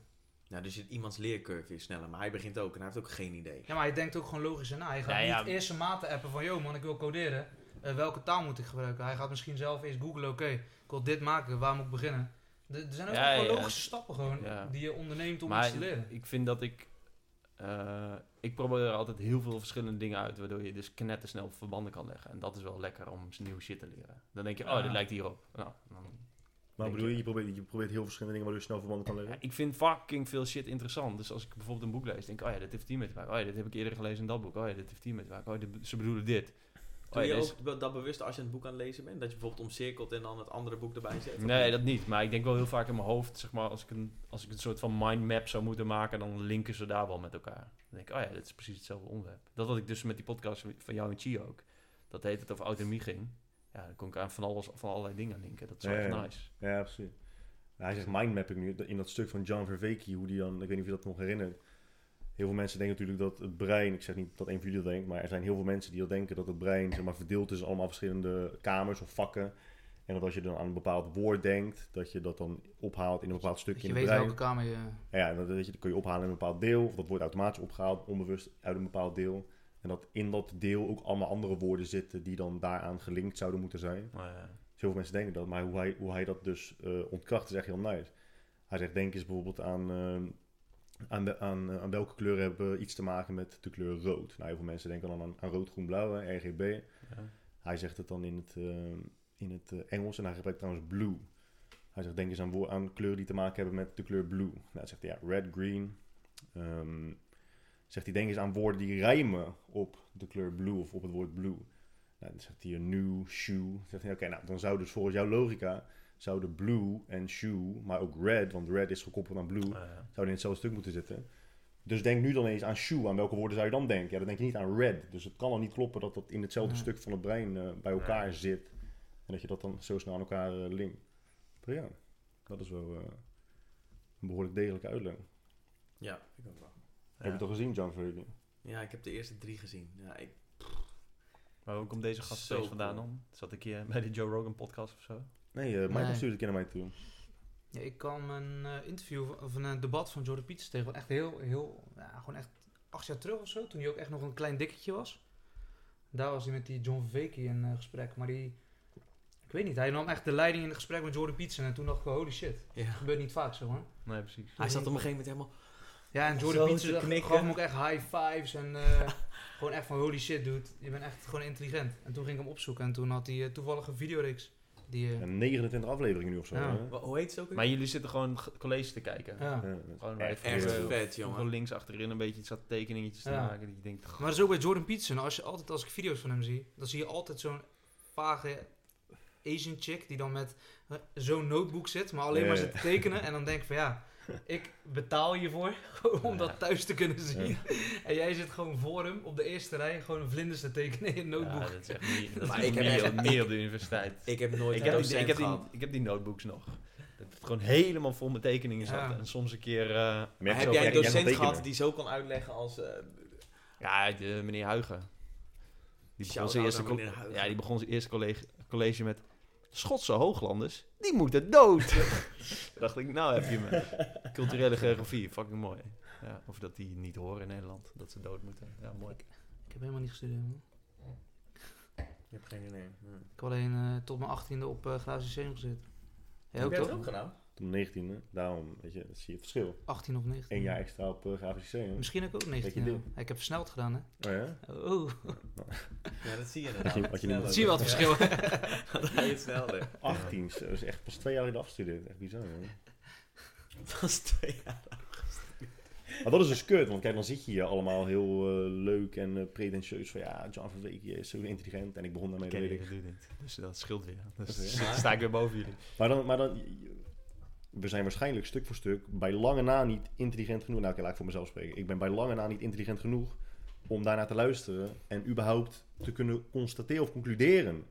[SPEAKER 5] Nou, dus je- iemands leercurve is sneller, maar hij begint ook en hij heeft ook geen idee.
[SPEAKER 4] Ja, maar hij denkt ook gewoon logisch na. Hij gaat
[SPEAKER 2] Nou
[SPEAKER 4] niet
[SPEAKER 2] ja.
[SPEAKER 4] eerst zijn maten appen van, yo man, ik wil coderen. Eh, welke taal moet ik gebruiken? Hij gaat misschien zelf eerst googlen, oké, ik wil dit maken, waar moet ik beginnen? Er er zijn ook
[SPEAKER 2] Ja,
[SPEAKER 4] gewoon
[SPEAKER 2] ja.
[SPEAKER 4] logische stappen gewoon,
[SPEAKER 2] Ja.
[SPEAKER 4] die je onderneemt om
[SPEAKER 2] maar
[SPEAKER 4] iets te leren.
[SPEAKER 2] ik vind dat ik... eh, ik probeer er altijd heel veel verschillende dingen uit, waardoor je dus knettersnel verbanden kan leggen. En dat is wel lekker om nieuw shit te leren. Dan denk je, oh, dit
[SPEAKER 4] Ah.
[SPEAKER 2] lijkt hierop. Nou, dan
[SPEAKER 1] Maar
[SPEAKER 2] Denk
[SPEAKER 1] bedoel
[SPEAKER 2] je.
[SPEAKER 1] je, je probeert, je probeert heel verschillende dingen waardoor je snel verbanden kan
[SPEAKER 2] Ja,
[SPEAKER 1] leggen?
[SPEAKER 2] ik vind fucking veel shit interessant. Dus als ik bijvoorbeeld een boek lees, denk ik, oh ja, dit heeft hier mee te maken. Oh ja, dit heb ik eerder gelezen in dat boek. Oh ja, dit heeft hier mee te maken. Oh, dit- ze bedoelen dit.
[SPEAKER 5] Doe
[SPEAKER 2] Oh ja,
[SPEAKER 5] je
[SPEAKER 2] deze-
[SPEAKER 5] ook be- dat bewust als je het boek aan het lezen bent? Dat je bijvoorbeeld omcirkelt en dan het andere boek erbij zet?
[SPEAKER 2] Nee, dat niet. Maar ik denk wel heel vaak in mijn hoofd, zeg maar, als ik een, als ik een soort van mindmap zou moeten maken, dan linken ze daar wel met elkaar. Dan denk ik, oh ja, dit is precies hetzelfde onderwerp. Dat had ik dus met die podcast van jou en Chi ook. Dat heet het over autonomie ging. Ja, dan kon ik aan van alles, van allerlei dingen linken. Dat is wel
[SPEAKER 1] Ja,
[SPEAKER 2] echt
[SPEAKER 1] ja.
[SPEAKER 2] nice.
[SPEAKER 1] Ja, precies. Nou, hij zegt mindmapping nu, in dat stuk van John Verveke, hoe die dan, ik weet niet of je dat nog herinnert. Heel veel mensen denken natuurlijk dat het brein, ik zeg niet dat een van jullie dat denkt, maar er zijn heel veel mensen die dat denken dat het brein zeg maar, verdeeld is in allemaal verschillende kamers of vakken. En dat als je dan aan een bepaald woord denkt, dat je dat dan ophaalt in een bepaald
[SPEAKER 4] dat
[SPEAKER 1] stukje
[SPEAKER 4] je
[SPEAKER 1] in het
[SPEAKER 4] weet
[SPEAKER 1] brein.
[SPEAKER 4] welke kamer je...
[SPEAKER 1] Ja, en dat, weet je, dat kun je ophalen in een bepaald deel. Of dat wordt automatisch opgehaald, onbewust uit een bepaald deel. En dat in dat deel ook allemaal andere woorden zitten die dan daaraan gelinkt zouden moeten zijn.
[SPEAKER 2] Maar, eh, ja.
[SPEAKER 1] Zoveel mensen denken dat, maar hoe hij, hoe hij dat dus eh, ontkracht is echt heel nice. Hij zegt, denk eens bijvoorbeeld aan, ehm, aan, de, aan, eh, aan welke kleuren hebben iets te maken met de kleur rood. Nou, heel veel mensen denken dan aan, aan rood, groen, blauw, hè, RGB.
[SPEAKER 2] Ja.
[SPEAKER 1] Hij zegt het dan in het, eh, in het eh, Engels en hij gebruikt trouwens blue. Hij zegt, denk eens aan, wo- aan kleuren die te maken hebben met de kleur blue. Nou, hij zegt hij, ja, red, green. Ehm, zegt hij, denk eens aan woorden die rijmen op de kleur blue of op het woord blue. Nou, dan zegt hij, een new, shoe. Dan zegt hij, oké, nou, dan zou dus volgens jouw logica, zouden blue en shoe, maar ook red, want red is gekoppeld aan blue,
[SPEAKER 2] Maar eh, ja.
[SPEAKER 1] zouden in hetzelfde stuk moeten zitten. Dus denk nu dan eens aan shoe. Aan welke woorden zou je dan denken? Ja, dan denk je niet aan red. Dus het kan dan niet kloppen dat dat in hetzelfde
[SPEAKER 4] Nee.
[SPEAKER 1] stuk van het brein eh, bij elkaar
[SPEAKER 2] Nee.
[SPEAKER 1] zit. En dat je dat dan zo snel aan elkaar eh, linkt. Maar ja, dat is wel eh, een behoorlijk degelijke uitleg.
[SPEAKER 5] Ja, ik ook wel.
[SPEAKER 1] Heb je het al gezien, John Verheugen?
[SPEAKER 5] Ja, ik heb de eerste drie gezien. Ja, ik,
[SPEAKER 2] Maar Maar waar komt deze gast
[SPEAKER 5] Zo
[SPEAKER 2] steeds vandaan
[SPEAKER 5] cool.
[SPEAKER 2] dan? Zat ik hier bij de Joe Rogan podcast of zo?
[SPEAKER 1] Nee, eh, Michael stuurde
[SPEAKER 4] Nee.
[SPEAKER 1] het een keer naar mij toe.
[SPEAKER 4] Ja, ik kwam een eh, interview van- of een eh, debat van Jordan Pieters tegen. Echt heel, heel, ja, gewoon echt acht jaar terug of zo. Toen hij ook echt nog een klein dikketje was. Daar was hij met die John Verveke in eh, gesprek. Maar die, ik weet niet, hij nam echt de leiding in het gesprek met Jordan Pieters. En toen dacht ik, wel, holy shit,
[SPEAKER 5] Ja.
[SPEAKER 4] dat gebeurt niet vaak zo hoor.
[SPEAKER 2] Nee, precies.
[SPEAKER 5] Hij zat op een gegeven moment helemaal...
[SPEAKER 4] Ja, en
[SPEAKER 5] Om
[SPEAKER 4] Jordan
[SPEAKER 5] zo te
[SPEAKER 4] Pieters
[SPEAKER 5] knikken.
[SPEAKER 4] gaf hem ook echt high fives. En [LAUGHS] eh, gewoon echt van, holy shit dude, je bent echt gewoon intelligent. En toen ging ik hem opzoeken. En toen had hij eh, toevallig een videoreeks. Die, eh,
[SPEAKER 1] En 29 afleveringen nu of zo.
[SPEAKER 4] Ja.
[SPEAKER 1] hè?
[SPEAKER 5] Wa- Hoe heet ze ook weer?
[SPEAKER 2] Maar jullie zitten gewoon g- colleges te kijken.
[SPEAKER 4] ja.
[SPEAKER 1] Ja.
[SPEAKER 2] Gewoon waar je
[SPEAKER 1] Echt
[SPEAKER 5] Echt
[SPEAKER 1] heel-
[SPEAKER 2] vroeger-
[SPEAKER 5] vet,
[SPEAKER 2] Jongen.
[SPEAKER 5] jongen.
[SPEAKER 2] links achterin een beetje zat tekeningetjes te
[SPEAKER 4] Ja.
[SPEAKER 2] maken. Dat je denkt, "Goh,
[SPEAKER 4] Maar dat is ook bij Jordan Peterson. Als, je altijd, als ik video's van hem zie, dan zie je altijd zo'n vage Asian chick die dan met eh, zo'n notebook zit, maar alleen
[SPEAKER 1] Ja,
[SPEAKER 4] maar
[SPEAKER 1] ja.
[SPEAKER 4] zit te tekenen. En dan denk ik van ja, ik betaal je voor [LAUGHS] om dat thuis te kunnen zien.
[SPEAKER 1] Ja.
[SPEAKER 4] En jij zit gewoon voor hem op de eerste rij gewoon een vlinders te tekenen in een notebook.
[SPEAKER 2] Ja, dat is echt [LAUGHS] niet, dat
[SPEAKER 5] Maar
[SPEAKER 2] is
[SPEAKER 5] ik heb
[SPEAKER 2] niet,
[SPEAKER 5] echt-
[SPEAKER 2] niet op de universiteit.
[SPEAKER 5] Ik heb nooit
[SPEAKER 2] Ik
[SPEAKER 5] een
[SPEAKER 2] heb, die,
[SPEAKER 5] docent
[SPEAKER 2] ik, heb die,
[SPEAKER 5] gehad.
[SPEAKER 2] ik heb die notebooks nog. Dat het gewoon helemaal vol met tekeningen zat.
[SPEAKER 4] Ja.
[SPEAKER 2] En soms een keer... eh,
[SPEAKER 1] Maar
[SPEAKER 5] heb
[SPEAKER 1] zo-
[SPEAKER 5] jij een
[SPEAKER 1] kan
[SPEAKER 5] docent
[SPEAKER 1] tekenen.
[SPEAKER 5] gehad die zo kon uitleggen als... eh,
[SPEAKER 2] ja, de, meneer Huigen. Die begon
[SPEAKER 5] Shout-out
[SPEAKER 2] zijn eerste,
[SPEAKER 5] aan
[SPEAKER 2] col-
[SPEAKER 5] meneer Huigen.
[SPEAKER 2] ja, die begon zijn eerste college, college met... Schotse hooglanders, die moeten dood. [LAUGHS] Toen dacht ik, nou heb je me. Culturele geografie, fucking mooi. Ja, of dat die niet horen in Nederland, dat ze dood moeten. Ja, mooi.
[SPEAKER 4] Ik heb helemaal niet gestudeerd. man.
[SPEAKER 5] Ik heb geen idee. Hm. nee.
[SPEAKER 4] Ik heb alleen eh, tot mijn astiende op eh Glazen Lyceum gezeten. Jij
[SPEAKER 5] Heb
[SPEAKER 4] ook
[SPEAKER 5] jij
[SPEAKER 4] toch?
[SPEAKER 5] dat ook gedaan?
[SPEAKER 1] Toen 19, hè? daarom weet je, zie je het verschil.
[SPEAKER 4] 18 of 19.
[SPEAKER 1] Eén jaar extra op eh grafisch systeem. hè?
[SPEAKER 4] Misschien heb ik ook
[SPEAKER 1] Weet
[SPEAKER 4] 19.
[SPEAKER 1] je
[SPEAKER 4] ja.
[SPEAKER 1] dit?
[SPEAKER 4] Ja, Ik heb versneld gedaan hè.
[SPEAKER 1] Oh ja?
[SPEAKER 4] Oh,
[SPEAKER 5] Ja, dat zie je
[SPEAKER 1] Had je-
[SPEAKER 5] inderdaad.
[SPEAKER 1] had je niet
[SPEAKER 4] zie
[SPEAKER 1] meer.
[SPEAKER 4] je wel het
[SPEAKER 5] [LAUGHS]
[SPEAKER 4] verschil.
[SPEAKER 5] Dan ga je het sneller.
[SPEAKER 1] 18, zo, dat is echt pas twee jaar geleden afgestudeerd. Echt bizar, hè?
[SPEAKER 5] Dat is [LAUGHS] twee jaar.
[SPEAKER 1] Maar dat is dus kut, want kijk, dan zit je hier allemaal heel eh, leuk en eh, pretentieus van ja, John van Week is zo intelligent en ik begon daarmee, dat
[SPEAKER 2] Ken
[SPEAKER 1] weet
[SPEAKER 2] ik
[SPEAKER 1] ik.
[SPEAKER 2] natuurlijk niet. Dus dat scheelt weer. Dus [LAUGHS]
[SPEAKER 1] Oké.
[SPEAKER 2] sta- sta ik weer boven jullie.
[SPEAKER 1] Maar dan, maar dan, we zijn waarschijnlijk stuk voor stuk bij lange na niet intelligent genoeg. Nou, oké, laat ik voor mezelf spreken. Ik ben bij lange na niet intelligent genoeg om daarnaar te luisteren en überhaupt te kunnen constateren of concluderen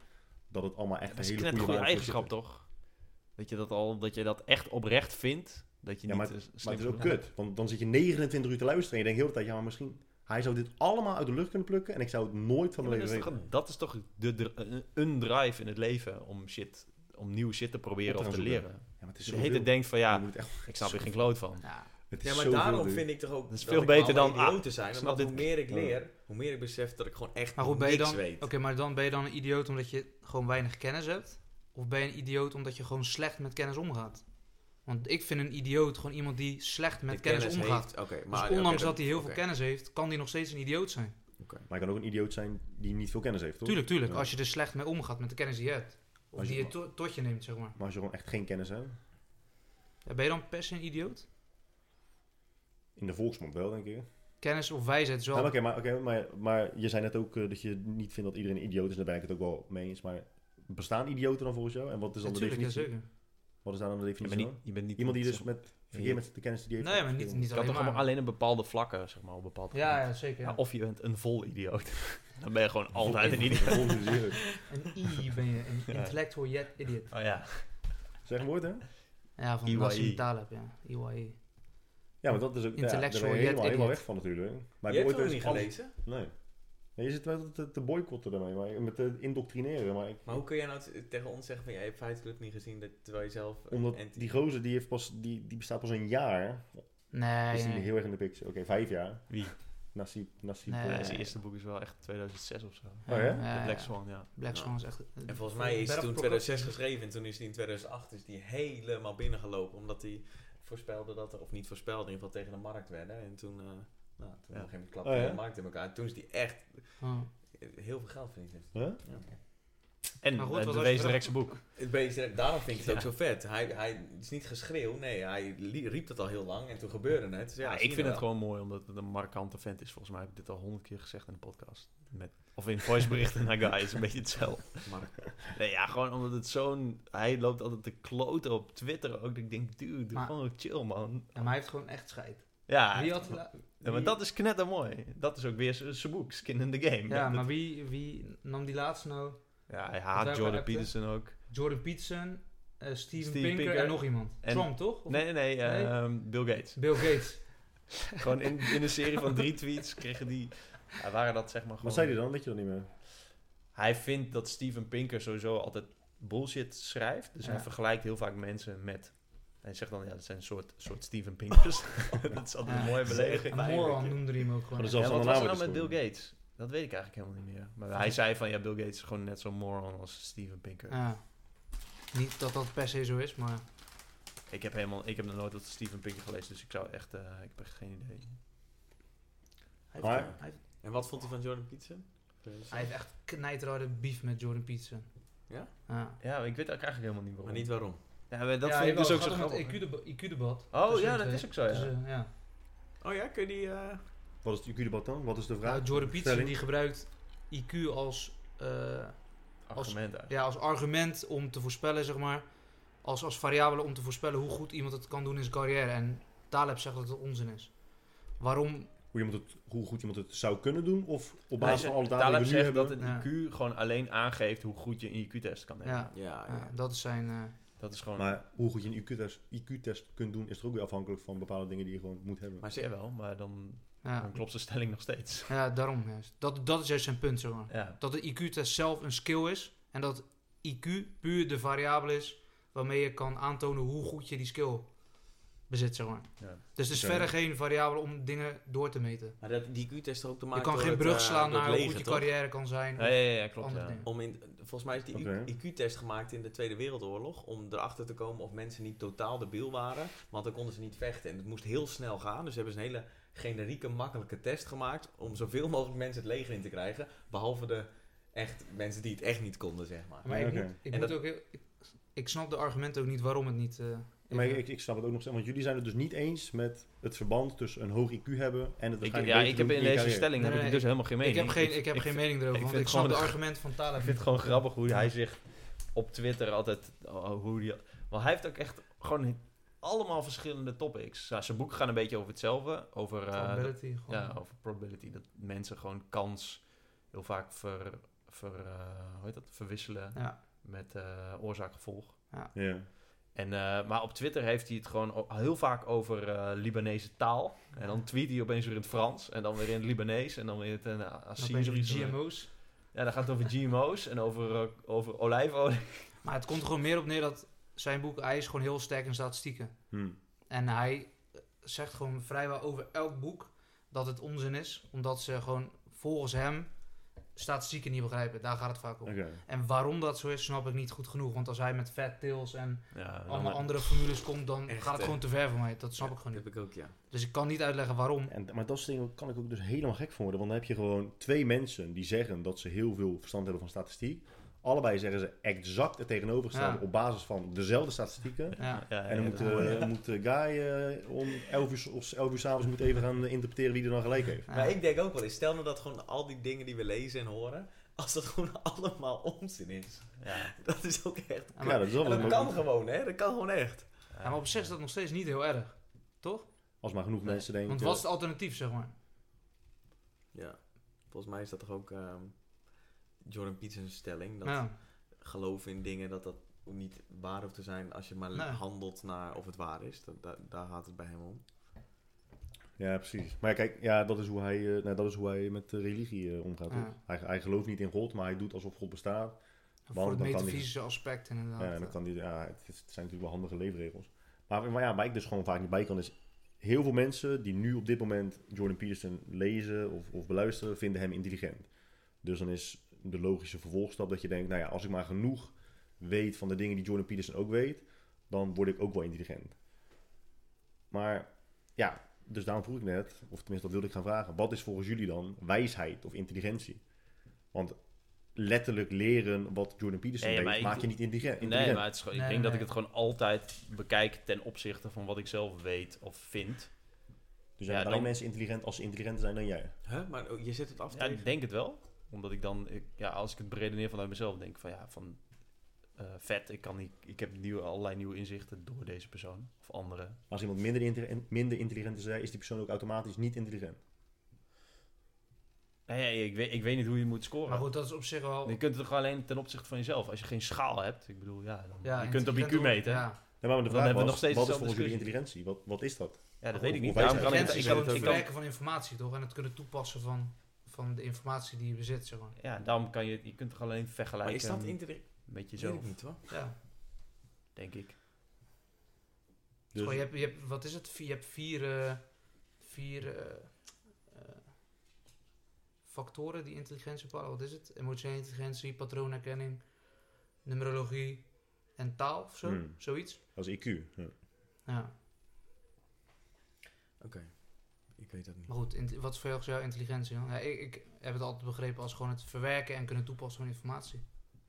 [SPEAKER 1] dat het allemaal echt
[SPEAKER 2] Dat is
[SPEAKER 1] een
[SPEAKER 2] een
[SPEAKER 1] hele
[SPEAKER 2] knettergoede
[SPEAKER 1] goede
[SPEAKER 2] eigenschap, toch? Dat je dat al, dat je dat echt oprecht vindt. Dat je
[SPEAKER 1] Ja,
[SPEAKER 2] niet...
[SPEAKER 1] maar,
[SPEAKER 2] eh,
[SPEAKER 1] maar
[SPEAKER 2] slim
[SPEAKER 1] het is ook
[SPEAKER 2] genoeg-
[SPEAKER 1] kut, want dan zit je 29 uur te luisteren en je denkt heel de tijd, ja, maar misschien... Hij zou dit allemaal uit de lucht kunnen plukken en ik zou het nooit van
[SPEAKER 2] Ja,
[SPEAKER 1] mijn
[SPEAKER 2] maar dat,
[SPEAKER 1] leven
[SPEAKER 2] is
[SPEAKER 1] weten.
[SPEAKER 2] toch, dat is toch de, dr- een- een drive in het leven om shit, om nieuw shit te proberen
[SPEAKER 1] Op te
[SPEAKER 2] of te
[SPEAKER 1] gaan zoeken.
[SPEAKER 2] leren.
[SPEAKER 1] Ja, maar het
[SPEAKER 2] Dus
[SPEAKER 1] is
[SPEAKER 2] je
[SPEAKER 1] zoveel.
[SPEAKER 2] heet het denkt van ja,
[SPEAKER 1] Je moet echt-
[SPEAKER 2] ik snap hier geen kloot van.
[SPEAKER 4] Ja.
[SPEAKER 1] het is
[SPEAKER 5] Ja, maar
[SPEAKER 1] zoveel,
[SPEAKER 5] daarom
[SPEAKER 1] dude.
[SPEAKER 5] vind ik toch ook...
[SPEAKER 2] Dat is
[SPEAKER 5] dat
[SPEAKER 2] veel
[SPEAKER 5] ik
[SPEAKER 2] beter
[SPEAKER 5] allemaal
[SPEAKER 2] dan, ah,
[SPEAKER 5] idioot te zijn.
[SPEAKER 2] snap
[SPEAKER 5] Want
[SPEAKER 2] dit.
[SPEAKER 5] hoe meer ik leer, hoe meer ik besef dat ik gewoon echt
[SPEAKER 4] Maar hoe ben je
[SPEAKER 5] niks
[SPEAKER 4] dan?
[SPEAKER 5] weet.
[SPEAKER 4] Oké, maar dan ben je dan een idioot omdat je gewoon weinig kennis hebt? Of ben je een idioot omdat je gewoon slecht met kennis omgaat? Want ik vind een idioot gewoon iemand die slecht met
[SPEAKER 5] De
[SPEAKER 4] kennis, omgaat.
[SPEAKER 5] heeft- oké,
[SPEAKER 4] dus
[SPEAKER 5] maar,
[SPEAKER 4] ondanks
[SPEAKER 5] oké,
[SPEAKER 4] dat hij heel
[SPEAKER 5] oké.
[SPEAKER 4] veel kennis heeft, kan die nog steeds een idioot zijn.
[SPEAKER 1] Maar hij kan ook een idioot zijn die niet veel kennis heeft, toch?
[SPEAKER 4] Tuurlijk, tuurlijk.
[SPEAKER 1] Ja.
[SPEAKER 4] Als je er slecht mee omgaat met de kennis die je hebt. Of
[SPEAKER 1] Als je-
[SPEAKER 4] die je to- tot je neemt, zeg maar.
[SPEAKER 1] Maar als je gewoon echt geen kennis hebt,
[SPEAKER 4] Ja, Ben je dan per se een idioot?
[SPEAKER 1] in de volksmond wel, denk ik. Ja,
[SPEAKER 4] Kennis of wijsheid is wel...
[SPEAKER 1] Nou, maar oké, maar, oké, maar, maar je zei net ook eh, dat je niet vindt dat iedereen een idioot is. En daar ben ik het ook wel mee eens. Maar bestaan idioten dan volgens jou? En wat is dan de
[SPEAKER 4] Natuurlijk, ja,
[SPEAKER 1] definitie?
[SPEAKER 4] zeker.
[SPEAKER 1] Wat is daar dan de
[SPEAKER 2] Je
[SPEAKER 1] definitie
[SPEAKER 2] bent niet,
[SPEAKER 1] van?
[SPEAKER 2] je bent niet
[SPEAKER 1] Iemand die dus met, verkeerd
[SPEAKER 2] Ja.
[SPEAKER 1] met de kennis die hij heeft.
[SPEAKER 4] Nee, maar niet, niet
[SPEAKER 2] je kan
[SPEAKER 4] alleen
[SPEAKER 2] toch allemaal
[SPEAKER 4] maar.
[SPEAKER 2] alleen een bepaalde vlakken, zeg maar, op bepaalde
[SPEAKER 4] Ja,
[SPEAKER 2] gebieden.
[SPEAKER 4] ja, zeker.
[SPEAKER 2] Ja,
[SPEAKER 4] Ja.
[SPEAKER 2] Of je bent een vol idioot. [LAUGHS] Dan ben je gewoon altijd een idioot.
[SPEAKER 1] niet.
[SPEAKER 4] Een I ben je, een
[SPEAKER 2] [LAUGHS] Ja.
[SPEAKER 4] intellectual yet idiot.
[SPEAKER 2] Oh ja.
[SPEAKER 1] Zeg een woord, hè?
[SPEAKER 4] Ja, van
[SPEAKER 2] EYE.
[SPEAKER 4] Nassim Taleb, ja. E. EYE.
[SPEAKER 1] Ja, maar dat is ook... Ja, daar ben je
[SPEAKER 4] Intellectual yet
[SPEAKER 1] helemaal, helemaal
[SPEAKER 4] idiot.
[SPEAKER 1] weg van natuurlijk. Maar
[SPEAKER 5] Je
[SPEAKER 1] heb
[SPEAKER 5] hebt
[SPEAKER 1] ooit
[SPEAKER 5] het nog
[SPEAKER 1] eens alles-
[SPEAKER 5] niet gelezen?
[SPEAKER 1] Nee. Nee, je zit wel te, te boycotten daarmee, maar, met te indoctrineren. Maar ik,
[SPEAKER 5] Maar hoe kun jij nou t- tegen ons zeggen van... jij hebt Fight Club niet gezien, dat, terwijl je zelf... een
[SPEAKER 1] Omdat
[SPEAKER 5] anti-
[SPEAKER 1] die gozer die, heeft pas, die, die bestaat pas een jaar.
[SPEAKER 4] Nee,
[SPEAKER 1] is die
[SPEAKER 4] nee.
[SPEAKER 1] heel erg in de picture. Oké, vijf jaar.
[SPEAKER 2] Wie?
[SPEAKER 1] Nasib. Nasib
[SPEAKER 4] Nee,
[SPEAKER 1] eh,
[SPEAKER 2] Ja, zijn eerste boek is wel echt 2006 of zo.
[SPEAKER 1] Oh ja?
[SPEAKER 2] De Black
[SPEAKER 4] ja.
[SPEAKER 2] Swan, ja.
[SPEAKER 4] Black
[SPEAKER 5] Ja.
[SPEAKER 4] Swan is echt...
[SPEAKER 5] En volgens mij is
[SPEAKER 4] Berg
[SPEAKER 5] het toen
[SPEAKER 4] pro-
[SPEAKER 5] 2006 geschreven en toen is hij in 2008 is die helemaal binnengelopen. Omdat hij voorspelde dat er, of niet voorspelde, in ieder geval tegen de markt werden. En toen, eh nou, toen op een gegeven moment klapte
[SPEAKER 1] Oh, ja?
[SPEAKER 5] de markt in elkaar. Toen is die echt
[SPEAKER 4] Oh.
[SPEAKER 5] heel veel geld verdiend. heeft.
[SPEAKER 1] Huh?
[SPEAKER 2] En
[SPEAKER 4] Maar goed,
[SPEAKER 2] eh,
[SPEAKER 4] wat was
[SPEAKER 2] de
[SPEAKER 4] je
[SPEAKER 2] wees
[SPEAKER 4] vraag?
[SPEAKER 2] rechtse boek.
[SPEAKER 5] Het beest- daarom vind ik het ook zo vet. Hij, hij het is niet geschreeuw, nee, hij li- riep dat al heel lang en toen gebeurde het. Dus ja,
[SPEAKER 2] Ja,
[SPEAKER 5] zie
[SPEAKER 2] ik
[SPEAKER 5] je
[SPEAKER 2] vind
[SPEAKER 5] wel.
[SPEAKER 2] het gewoon mooi, omdat het een markante vent is. Volgens mij heb ik dit al honderd keer gezegd in de podcast. Met, of in voiceberichten naar Guy, is een beetje hetzelfde.
[SPEAKER 5] Mark.
[SPEAKER 2] Nee, ja, gewoon omdat het zo'n... Hij loopt altijd te kloten op Twitter ook. Dat ik denk, dude, doe
[SPEAKER 4] Maar-
[SPEAKER 2] gewoon chill, man.
[SPEAKER 4] En hij heeft gewoon echt scheid.
[SPEAKER 2] Ah, Ja,
[SPEAKER 4] wie had die la-
[SPEAKER 2] ja, maar
[SPEAKER 4] wie-
[SPEAKER 2] dat is knettermooi. Dat is ook weer z- zijn boek, Skin in the Game.
[SPEAKER 4] Ja,
[SPEAKER 2] Dat-
[SPEAKER 4] maar wie, wie nam die laatste nou?
[SPEAKER 2] ja hij
[SPEAKER 4] daar
[SPEAKER 2] haat
[SPEAKER 4] bij
[SPEAKER 2] Jordan
[SPEAKER 4] appte.
[SPEAKER 2] Peterson ook.
[SPEAKER 4] Jordan Peterson, eh, Steven
[SPEAKER 2] Steven
[SPEAKER 4] Pinker,
[SPEAKER 2] Pinker.
[SPEAKER 4] en nog iemand.
[SPEAKER 2] En-
[SPEAKER 4] Trump, toch? Of-
[SPEAKER 2] Nee, nee,
[SPEAKER 4] Nee?
[SPEAKER 2] ehm, Bill Gates.
[SPEAKER 4] Bill Gates.
[SPEAKER 2] Gewoon in,
[SPEAKER 4] [LAUGHS]
[SPEAKER 2] in een serie van drie tweets kregen die... Ja, waren dat zeg maar gewoon...
[SPEAKER 1] Wat zei hij dan? Weet je dat niet meer?
[SPEAKER 2] Hij vindt dat Steven Pinker sowieso altijd bullshit schrijft. Dus hij
[SPEAKER 4] Ja.
[SPEAKER 2] vergelijkt heel vaak mensen met... Hij zegt dan, ja, dat zijn een soort, soort Steven
[SPEAKER 4] [LAUGHS]
[SPEAKER 2] Pinkers. [LAUGHS] dat is altijd een
[SPEAKER 4] Ja.
[SPEAKER 2] mooie
[SPEAKER 4] Dat is
[SPEAKER 2] belediging.
[SPEAKER 4] Moron noemde hij hem ook gewoon.
[SPEAKER 1] Maar dat is
[SPEAKER 2] Ja,
[SPEAKER 1] Zelfs
[SPEAKER 2] wat
[SPEAKER 1] al
[SPEAKER 2] was
[SPEAKER 1] een
[SPEAKER 2] er nou
[SPEAKER 1] naam
[SPEAKER 2] met Bill
[SPEAKER 1] wordt
[SPEAKER 2] Gates? Dat weet ik eigenlijk helemaal niet meer. Maar hij zei van, ja, Bill Gates is gewoon net zo'n moron als Steven Pinker.
[SPEAKER 4] Ja. Niet dat dat per se zo is, maar
[SPEAKER 2] Ik heb helemaal, ik heb nog nooit wat Steven Pinker gelezen, dus ik zou echt, eh, ik heb echt geen idee.
[SPEAKER 5] Hij heeft,
[SPEAKER 1] Maar-
[SPEAKER 5] eh, hij heeft- en wat vond hij van Jordan Peterson?
[SPEAKER 4] hij heeft echt knijterharde beef met Jordan Peterson.
[SPEAKER 5] Ja?
[SPEAKER 4] Ja.
[SPEAKER 2] Ja, maar ik weet ook eigenlijk helemaal niet
[SPEAKER 5] Maar
[SPEAKER 2] waarom.
[SPEAKER 5] niet waarom.
[SPEAKER 2] Ja, maar dat
[SPEAKER 4] Ja,
[SPEAKER 2] vind ik
[SPEAKER 4] jawel,
[SPEAKER 2] dus ook
[SPEAKER 4] het
[SPEAKER 2] zo
[SPEAKER 4] gaat om het E
[SPEAKER 2] grappig.
[SPEAKER 4] EQ-deba- IQ-debat.
[SPEAKER 2] Oh
[SPEAKER 4] tussen
[SPEAKER 2] ja,
[SPEAKER 4] de
[SPEAKER 2] dat
[SPEAKER 4] twee.
[SPEAKER 2] is ook zo, ja.
[SPEAKER 4] Tussen, ja.
[SPEAKER 5] Oh ja, kun je die... eh,
[SPEAKER 1] Wat is de IQ-debat dan? Wat is de vraag?
[SPEAKER 4] Nou, Jordan Peterson
[SPEAKER 1] Stelling?
[SPEAKER 4] die gebruikt IQ als, eh,
[SPEAKER 2] Argument eigenlijk.
[SPEAKER 4] ja, als argument om te voorspellen, zeg maar. Als, als variabele om te voorspellen hoe goed iemand het kan doen in zijn carrière. En Taleb zegt dat het onzin is. Waarom?
[SPEAKER 1] Hoe, iemand het, hoe goed iemand het zou kunnen doen? Of
[SPEAKER 4] Nou,
[SPEAKER 1] op
[SPEAKER 2] Hij
[SPEAKER 1] basis
[SPEAKER 2] zegt-
[SPEAKER 1] van alle data
[SPEAKER 2] Taleb
[SPEAKER 1] die we nu
[SPEAKER 2] zegt
[SPEAKER 1] hebben?
[SPEAKER 2] dat een
[SPEAKER 4] Ja.
[SPEAKER 2] IQ gewoon alleen aangeeft hoe goed je een IQ-test kan hebben.
[SPEAKER 4] Ja,
[SPEAKER 5] Ja,
[SPEAKER 4] ja,
[SPEAKER 5] ja.
[SPEAKER 4] dat is zijn... eh,
[SPEAKER 2] Dat is gewoon...
[SPEAKER 1] Maar hoe goed je een IQ-test IQ-test kunt doen, is er ook weer afhankelijk van bepaalde dingen die je gewoon moet hebben.
[SPEAKER 5] Maar ze-
[SPEAKER 2] ja, wel, maar dan,
[SPEAKER 4] ja.
[SPEAKER 2] dan klopt de stelling nog
[SPEAKER 4] [LAUGHS]
[SPEAKER 2] steeds.
[SPEAKER 4] ja, daarom. juist. Dat, dat is juist zijn punt, zeg maar.
[SPEAKER 2] Ja.
[SPEAKER 4] dat de IQ-test zelf een skill is en dat IQ puur de variabele is waarmee je kan aantonen hoe goed je die skill bezit, zeg maar.
[SPEAKER 2] Ja.
[SPEAKER 4] Dus het is
[SPEAKER 1] Oké.
[SPEAKER 4] verder geen variabele om dingen door te meten.
[SPEAKER 5] Maar dat, die IQ-test ook te
[SPEAKER 4] Je
[SPEAKER 5] maken
[SPEAKER 4] kan
[SPEAKER 5] door
[SPEAKER 4] geen
[SPEAKER 5] het,
[SPEAKER 4] brug
[SPEAKER 5] eh,
[SPEAKER 4] slaan
[SPEAKER 5] door het
[SPEAKER 4] naar hoe
[SPEAKER 5] leger,
[SPEAKER 4] goed je
[SPEAKER 5] toch?
[SPEAKER 4] carrière kan zijn.
[SPEAKER 2] Ja, ja, ja, ja, klopt.
[SPEAKER 4] andere
[SPEAKER 2] Ja.
[SPEAKER 4] dingen.
[SPEAKER 5] Om in, volgens mij is die
[SPEAKER 1] Oké.
[SPEAKER 5] IQ-test gemaakt in de Tweede Wereldoorlog om erachter te komen of mensen niet totaal debiel waren, want dan konden ze niet vechten. En het moest heel snel gaan, dus hebben ze een hele generieke, makkelijke test gemaakt om zoveel mogelijk mensen het leger in te krijgen, behalve de echt mensen die het echt niet konden, zeg maar.
[SPEAKER 4] Maar
[SPEAKER 1] Ja,
[SPEAKER 4] ik,
[SPEAKER 1] oké.
[SPEAKER 4] moet, ik,
[SPEAKER 5] En
[SPEAKER 4] moet
[SPEAKER 5] dat-
[SPEAKER 4] ook heel- ik, ik snap de argumenten ook niet waarom het niet... eh,
[SPEAKER 1] Maar
[SPEAKER 4] even-
[SPEAKER 1] ik, ik snap het ook nog steeds, want jullie zijn het dus niet eens met het verband tussen een hoog IQ hebben en het
[SPEAKER 2] Ik,
[SPEAKER 1] waarschijnlijk
[SPEAKER 2] ja,
[SPEAKER 1] beter
[SPEAKER 2] ik heb
[SPEAKER 1] doen
[SPEAKER 2] in
[SPEAKER 1] je
[SPEAKER 2] deze
[SPEAKER 1] carrière.
[SPEAKER 2] stelling heb
[SPEAKER 4] Nee,
[SPEAKER 2] ik
[SPEAKER 4] nee,
[SPEAKER 2] dus helemaal geen
[SPEAKER 4] ik
[SPEAKER 2] mening.
[SPEAKER 4] heb geen, ik heb
[SPEAKER 2] ik
[SPEAKER 4] geen
[SPEAKER 2] vind-
[SPEAKER 4] mening erover,
[SPEAKER 2] ik
[SPEAKER 4] want
[SPEAKER 2] vind
[SPEAKER 4] ik snap
[SPEAKER 2] gewoon
[SPEAKER 4] de
[SPEAKER 2] een-
[SPEAKER 4] argumenten van Taleb.
[SPEAKER 2] Ik vind het gewoon grappig hoe hij zich op Twitter altijd... oh, hoe die, want hij heeft ook echt gewoon allemaal verschillende topics. Ja, zijn boeken gaan een beetje over hetzelfde. Over, eh,
[SPEAKER 4] Probability, gewoon.
[SPEAKER 5] oh.
[SPEAKER 2] ja, over probability. Dat mensen gewoon kans heel vaak ver, ver, eh, hoe heet dat? verwisselen
[SPEAKER 4] Ja.
[SPEAKER 2] met eh, oorzaak-gevolg.
[SPEAKER 1] Ja.
[SPEAKER 2] En, eh, maar op Twitter heeft hij het gewoon o- heel vaak over eh, Libanese taal. En dan tweet hij opeens weer in het Frans. En dan weer in het Libanees. En dan weer in het eh,
[SPEAKER 4] Dan
[SPEAKER 2] Assyrisch.
[SPEAKER 4] opeens GMO's.
[SPEAKER 2] Ja, dan gaat het over GMO's en over, eh, over olijfolie.
[SPEAKER 4] Maar het komt er gewoon meer op neer dat zijn boek, hij is gewoon heel sterk in statistieken.
[SPEAKER 1] Hm.
[SPEAKER 4] En hij zegt gewoon vrijwel over elk boek dat het onzin is. Omdat ze gewoon volgens hem statistieken niet begrijpen. Daar gaat het vaak om.
[SPEAKER 1] Oké.
[SPEAKER 4] En waarom dat zo is, snap ik niet goed genoeg. Want als hij met fat tails en
[SPEAKER 2] Ja, dan-
[SPEAKER 4] allemaal andere formules komt, dan
[SPEAKER 5] Echt,
[SPEAKER 4] gaat het
[SPEAKER 5] hè?
[SPEAKER 4] gewoon te ver voor mij. Dat snap
[SPEAKER 5] Ja,
[SPEAKER 4] ik gewoon
[SPEAKER 5] Dat
[SPEAKER 4] niet.
[SPEAKER 5] heb ik ook, ja.
[SPEAKER 4] Dus ik kan niet uitleggen waarom.
[SPEAKER 1] En, maar dat soort dingen kan ik ook dus helemaal gek van worden. Want dan heb je gewoon twee mensen die zeggen dat ze heel veel verstand hebben van statistiek. Allebei zeggen ze exact het tegenovergestelde
[SPEAKER 4] Ja.
[SPEAKER 1] op basis van dezelfde statistieken.
[SPEAKER 4] Ja.
[SPEAKER 2] ja,
[SPEAKER 1] En dan
[SPEAKER 2] ja,
[SPEAKER 1] moet,
[SPEAKER 2] dat-
[SPEAKER 1] eh, moet eh, Guy eh, om 11 uur, s- of 11 uur s'avonds moet even gaan eh, interpreteren wie er dan gelijk heeft.
[SPEAKER 5] Maar ik denk ook wel eens, stel nou dat gewoon al die dingen die we lezen en horen, als dat gewoon [LAUGHS] allemaal onzin is.
[SPEAKER 2] ja.
[SPEAKER 5] Dat is ook echt...
[SPEAKER 4] Ja,
[SPEAKER 1] ja,
[SPEAKER 4] maar,
[SPEAKER 1] dat is wel
[SPEAKER 5] En
[SPEAKER 1] wat
[SPEAKER 5] dat kan gewoon, hè? Dat kan gewoon echt.
[SPEAKER 4] ja, maar op zich is dat nog steeds niet heel erg.
[SPEAKER 1] Als maar genoeg mensen denken.
[SPEAKER 4] Want wat is het alternatief, zeg maar?
[SPEAKER 5] Ja, volgens mij is dat toch ook ehm, Jordan Peterson's stelling. Dat
[SPEAKER 4] Ja.
[SPEAKER 5] geloven in dingen, dat dat niet waar hoeft te zijn als je maar
[SPEAKER 4] Nee.
[SPEAKER 5] handelt naar of het waar is. Dat, da- daar gaat het bij hem om.
[SPEAKER 1] Ja, precies. Maar ja, kijk, ja, dat, is hoe hij, eh, nou, dat is hoe hij met de religie eh, omgaat.
[SPEAKER 4] Ja.
[SPEAKER 1] toch? Hij, hij gelooft niet in God, maar hij doet alsof God bestaat.
[SPEAKER 4] Voor
[SPEAKER 1] dan
[SPEAKER 4] het
[SPEAKER 1] kan die-
[SPEAKER 4] metafysische aspect inderdaad.
[SPEAKER 1] Ja, Eh, en dan kan die, ja, het, is- het zijn natuurlijk wel handige leefregels. Maar, maar ja, waar ik dus gewoon vaak niet bij kan is... Heel veel mensen die nu op dit moment Jordan Peterson lezen of, of beluisteren, vinden hem intelligent. Dus dan is de logische vervolgstap dat je denkt, nou ja, als ik maar genoeg weet van de dingen die Jordan Peterson ook weet, dan word ik ook wel intelligent. Maar ja, dus daarom vroeg ik net, of tenminste dat wilde ik gaan vragen, wat is volgens jullie dan wijsheid of intelligentie? Want letterlijk leren wat Jordan Peterson
[SPEAKER 2] Nee, maar
[SPEAKER 1] weet,
[SPEAKER 2] ik-
[SPEAKER 1] maakt je niet intelligent.
[SPEAKER 2] Nee,
[SPEAKER 1] intelligent.
[SPEAKER 2] maar het is gewoon- ik
[SPEAKER 4] Nee,
[SPEAKER 2] denk dat ik
[SPEAKER 4] nee.
[SPEAKER 2] het gewoon altijd bekijk ten opzichte van wat ik zelf weet of vind.
[SPEAKER 1] Dus zijn
[SPEAKER 2] Ja,
[SPEAKER 1] alleen
[SPEAKER 2] dan-
[SPEAKER 1] mensen intelligent als ze intelligenter zijn dan jij.
[SPEAKER 5] Huh? Maar oh, je zet het af
[SPEAKER 2] Ja, ik
[SPEAKER 5] tegen-
[SPEAKER 2] denk het wel. Omdat ik dan, ik- ja, als ik het beredeneer vanuit mezelf, denk ik van ja, van eh, vet, ik, kan niet, ik heb nieuwe, allerlei nieuwe inzichten door deze persoon of andere.
[SPEAKER 1] Als iemand minder, inter- minder intelligent is, dan jij, is die persoon ook automatisch niet intelligent.
[SPEAKER 2] Nee, nee, Nou ik, weet, ik weet niet hoe je moet scoren.
[SPEAKER 4] Maar goed, dat is op zich wel...
[SPEAKER 2] je kunt het toch alleen ten opzichte van jezelf. Als je geen schaal hebt, ik bedoel, ja, dan,
[SPEAKER 4] Ja,
[SPEAKER 2] je kunt het op IQ
[SPEAKER 4] intelligent
[SPEAKER 2] meten.
[SPEAKER 4] worden,
[SPEAKER 2] Ja,
[SPEAKER 4] ja.
[SPEAKER 1] Nee, maar de
[SPEAKER 2] Dan
[SPEAKER 1] vraag
[SPEAKER 2] hebben we
[SPEAKER 1] was,
[SPEAKER 2] nog steeds
[SPEAKER 1] wat is
[SPEAKER 2] dezelfde
[SPEAKER 1] volgens jullie
[SPEAKER 2] discussie.
[SPEAKER 1] intelligentie? Wat, wat is dat?
[SPEAKER 2] dat
[SPEAKER 1] Of-
[SPEAKER 2] weet ik
[SPEAKER 1] of
[SPEAKER 2] niet.
[SPEAKER 1] wij
[SPEAKER 2] Daarom
[SPEAKER 1] zijn
[SPEAKER 2] kan ik,
[SPEAKER 1] grenzen
[SPEAKER 2] ik
[SPEAKER 4] ik
[SPEAKER 2] kan
[SPEAKER 4] kan
[SPEAKER 1] zijn
[SPEAKER 2] het, ik kan,
[SPEAKER 4] verwerken van informatie toch en het kunnen toepassen van van de informatie die je bezit, zeg maar.
[SPEAKER 2] Ja, daarom kan je, je kunt toch alleen
[SPEAKER 5] Maar
[SPEAKER 2] vergelijken
[SPEAKER 5] is dat inter...
[SPEAKER 2] met
[SPEAKER 5] Weet ik
[SPEAKER 2] jezelf,
[SPEAKER 5] niet hoor.
[SPEAKER 4] Ja.
[SPEAKER 2] denk ik.
[SPEAKER 4] Dus
[SPEAKER 1] Dus-
[SPEAKER 4] je, hebt, je hebt, wat is het? Vier- Je hebt vier, eh, vier eh, eh, factoren die intelligentie bepalen. Wat is het? Emotionele intelligentie, patroonherkenning, numerologie en taal of zo.
[SPEAKER 1] Hmm.
[SPEAKER 4] Zoiets.
[SPEAKER 1] Als IQ. Ja.
[SPEAKER 4] Ja.
[SPEAKER 5] Oké. Ik weet dat niet.
[SPEAKER 4] Maar goed, in- wat is voor jou jouw intelligentie dan? Ja, ik, ik heb het altijd begrepen als gewoon het verwerken en kunnen toepassen van informatie.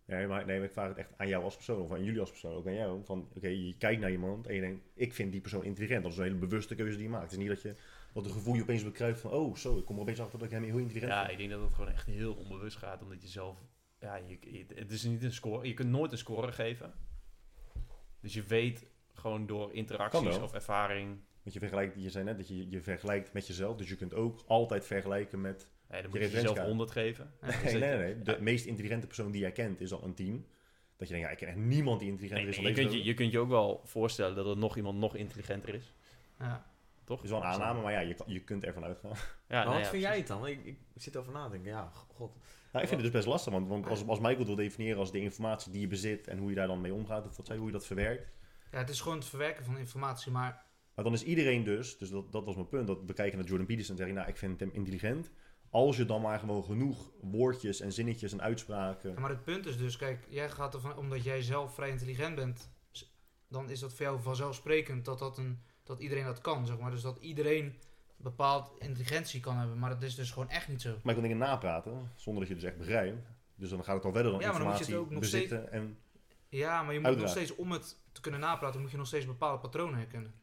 [SPEAKER 1] Nee, maar, nee, maar ik vraag het echt aan jou als persoon, of aan jullie als persoon, ook aan jou. Van, oké, je kijkt naar iemand en je denkt, ik vind die persoon intelligent. Dat is een hele bewuste keuze die je maakt. Het is niet dat je, wat een gevoel je opeens bekruipt van, oh zo, ik kom er opeens achter dat ik hem heel intelligent
[SPEAKER 2] Ja,
[SPEAKER 1] vind.
[SPEAKER 2] ik denk dat het gewoon echt heel onbewust gaat, omdat je zelf... Ja, je, je- het is niet een score. Je kunt nooit een score geven. Dus je weet gewoon door interacties
[SPEAKER 1] wel.
[SPEAKER 2] of ervaring...
[SPEAKER 1] Want je vergelijkt, je zei net dat je je vergelijkt met jezelf, dus je kunt ook altijd vergelijken met...
[SPEAKER 2] Nee, dan
[SPEAKER 1] Je
[SPEAKER 2] moet je jezelf
[SPEAKER 1] referentiekader.
[SPEAKER 2] 100 geven.
[SPEAKER 4] Ja.
[SPEAKER 2] Dus
[SPEAKER 1] [LAUGHS] Nee,
[SPEAKER 2] dat-
[SPEAKER 1] nee, nee. De meest intelligente persoon die jij kent is al een team. Dat je denkt, ja, ik ken echt niemand die
[SPEAKER 2] Nee,
[SPEAKER 1] intelligenter is
[SPEAKER 2] nee,
[SPEAKER 1] dan
[SPEAKER 2] je,
[SPEAKER 1] deze
[SPEAKER 2] kunt je, je
[SPEAKER 1] persoon.
[SPEAKER 2] kunt je ook wel voorstellen dat er nog iemand nog intelligenter is,
[SPEAKER 4] Ja.
[SPEAKER 2] toch?
[SPEAKER 1] is wel een aanname, maar ja, je, kan- je kunt ervan uitgaan.
[SPEAKER 2] Ja,
[SPEAKER 5] Maar
[SPEAKER 2] nou
[SPEAKER 5] wat
[SPEAKER 2] ja,
[SPEAKER 5] vind
[SPEAKER 2] precies.
[SPEAKER 5] jij het dan? Ik, ik zit over na te denken. Ja, god.
[SPEAKER 1] [LAUGHS] Nou, ik vind het dus best lastig, want, want als, als Michael wil definiëren als de informatie die je bezit en hoe je daar dan mee omgaat, of wat zei, hoe je dat verwerkt.
[SPEAKER 4] ja, het is gewoon het verwerken van informatie, maar
[SPEAKER 1] Maar dan is iedereen dus, dus dat, dat was mijn punt, dat we kijken naar Jordan Peterson en zeggen, nou, ik vind hem intelligent. Als je dan maar gewoon genoeg woordjes en zinnetjes en uitspraken...
[SPEAKER 4] Ja, maar het punt is dus, kijk, jij gaat ervan, omdat jij zelf vrij intelligent bent, s- dan is dat voor jou vanzelfsprekend dat, dat, een, dat iedereen dat kan, zeg maar. Dus dat iedereen bepaald intelligentie kan hebben, maar dat is dus gewoon echt niet zo.
[SPEAKER 1] Maar ik wil dingen napraten, zonder dat je dus echt begrijpt. Dus dan gaat het al verder dan
[SPEAKER 4] Ja, maar dan moet je het
[SPEAKER 1] informatie
[SPEAKER 4] ook nog
[SPEAKER 1] bezitten. En,
[SPEAKER 4] Ja, maar je moet nog
[SPEAKER 1] Uiteraard.
[SPEAKER 4] steeds, om het te kunnen napraten, moet je nog steeds bepaalde patronen herkennen.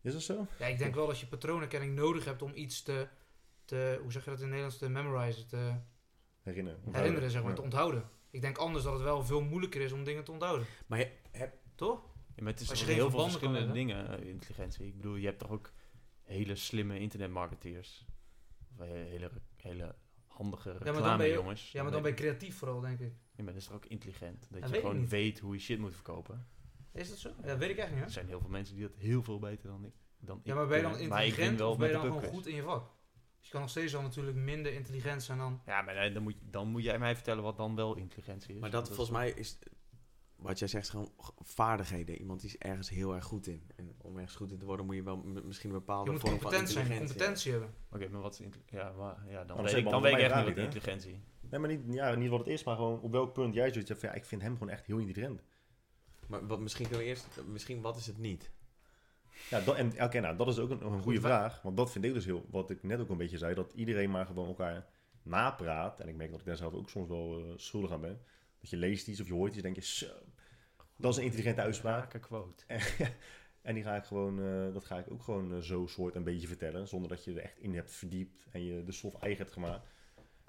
[SPEAKER 1] is dat zo?
[SPEAKER 4] Ja, ik denk wel dat je patroonherkenning nodig hebt om iets te, te hoe zeg je dat in het Nederlands, te memorizen, te
[SPEAKER 1] Herinneren. onthouden.
[SPEAKER 4] herinneren, zeg maar,
[SPEAKER 1] Ja.
[SPEAKER 4] te onthouden. Ik denk anders dat het wel veel moeilijker is om dingen te onthouden,
[SPEAKER 5] Maar je- heb,
[SPEAKER 4] toch?
[SPEAKER 2] Ja, maar het is
[SPEAKER 4] Als
[SPEAKER 2] toch
[SPEAKER 4] je geen
[SPEAKER 2] heel veel
[SPEAKER 4] verbanden kan
[SPEAKER 2] verschillende dingen, eh, intelligentie. Ik bedoel, je hebt toch ook hele slimme internetmarketeers. Of he- hele, hele handige
[SPEAKER 4] dan
[SPEAKER 2] reclame
[SPEAKER 4] ben je-
[SPEAKER 2] jongens.
[SPEAKER 4] Ja, maar dan ben je creatief vooral, denk ik.
[SPEAKER 2] Ja, maar dat is toch ook intelligent? Dat,
[SPEAKER 4] Dat
[SPEAKER 2] je
[SPEAKER 4] weet ik
[SPEAKER 2] gewoon
[SPEAKER 4] niet.
[SPEAKER 2] weet hoe je shit moet verkopen.
[SPEAKER 4] Is dat zo? Ja, dat weet ik echt niet, hè?
[SPEAKER 2] Er zijn heel veel mensen die dat heel veel beter dan ik. Dan
[SPEAKER 4] Ja,
[SPEAKER 2] ik
[SPEAKER 4] maar ben je dan
[SPEAKER 2] kunnen. Maar ik
[SPEAKER 4] intelligent
[SPEAKER 2] win wel
[SPEAKER 4] of ben je
[SPEAKER 2] met
[SPEAKER 4] dan
[SPEAKER 2] de
[SPEAKER 4] gewoon
[SPEAKER 2] pubquiz.
[SPEAKER 4] goed in je vak? Dus je kan nog steeds al natuurlijk minder intelligent zijn dan...
[SPEAKER 2] Ja, maar eh, dan moet, dan moet jij mij vertellen wat dan wel intelligentie is.
[SPEAKER 5] maar
[SPEAKER 2] Want
[SPEAKER 5] dat volgens mij is... Wat jij zegt is gewoon g- vaardigheden. Iemand die is ergens heel erg goed in. En om ergens goed in te worden moet je wel m- misschien een
[SPEAKER 4] Je
[SPEAKER 5] bepaalde
[SPEAKER 4] moet
[SPEAKER 5] vorm van
[SPEAKER 4] competent zijn,
[SPEAKER 5] intelligentie
[SPEAKER 4] competentie hebben.
[SPEAKER 2] Oké, maar wat is intelligentie? Ja, maar, ja, dan
[SPEAKER 1] Anders
[SPEAKER 2] weet ik,
[SPEAKER 1] heb-
[SPEAKER 2] dan
[SPEAKER 1] want
[SPEAKER 2] weet ik
[SPEAKER 1] mij
[SPEAKER 2] echt niet
[SPEAKER 1] vraagt
[SPEAKER 2] wat
[SPEAKER 1] niet, hè?
[SPEAKER 2] intelligentie.
[SPEAKER 1] Nee, maar niet, ja, niet wat het is, maar gewoon op welk punt jij zoiets hebt van, ja, ik vind hem gewoon echt heel intelligent.
[SPEAKER 5] hebben. Maar wat, misschien kunnen we eerst... Misschien wat is het niet?
[SPEAKER 1] Ja, dat, en oké, nou, dat is ook een, een goede
[SPEAKER 4] wa-
[SPEAKER 1] vraag, want dat vind ik dus heel, wat ik net ook een beetje zei, dat iedereen maar gewoon elkaar napraat. En ik merk dat ik daar zelf ook soms wel eh, schuldig aan ben. Dat je leest iets of je hoort iets en denk je, zo, dat is een intelligente uitspraak.
[SPEAKER 2] Raken quote.
[SPEAKER 1] En die ga ik gewoon, eh, dat ga ik ook gewoon eh, zo soort een beetje vertellen, zonder dat je er echt in hebt verdiept en je de stof eigen hebt gemaakt.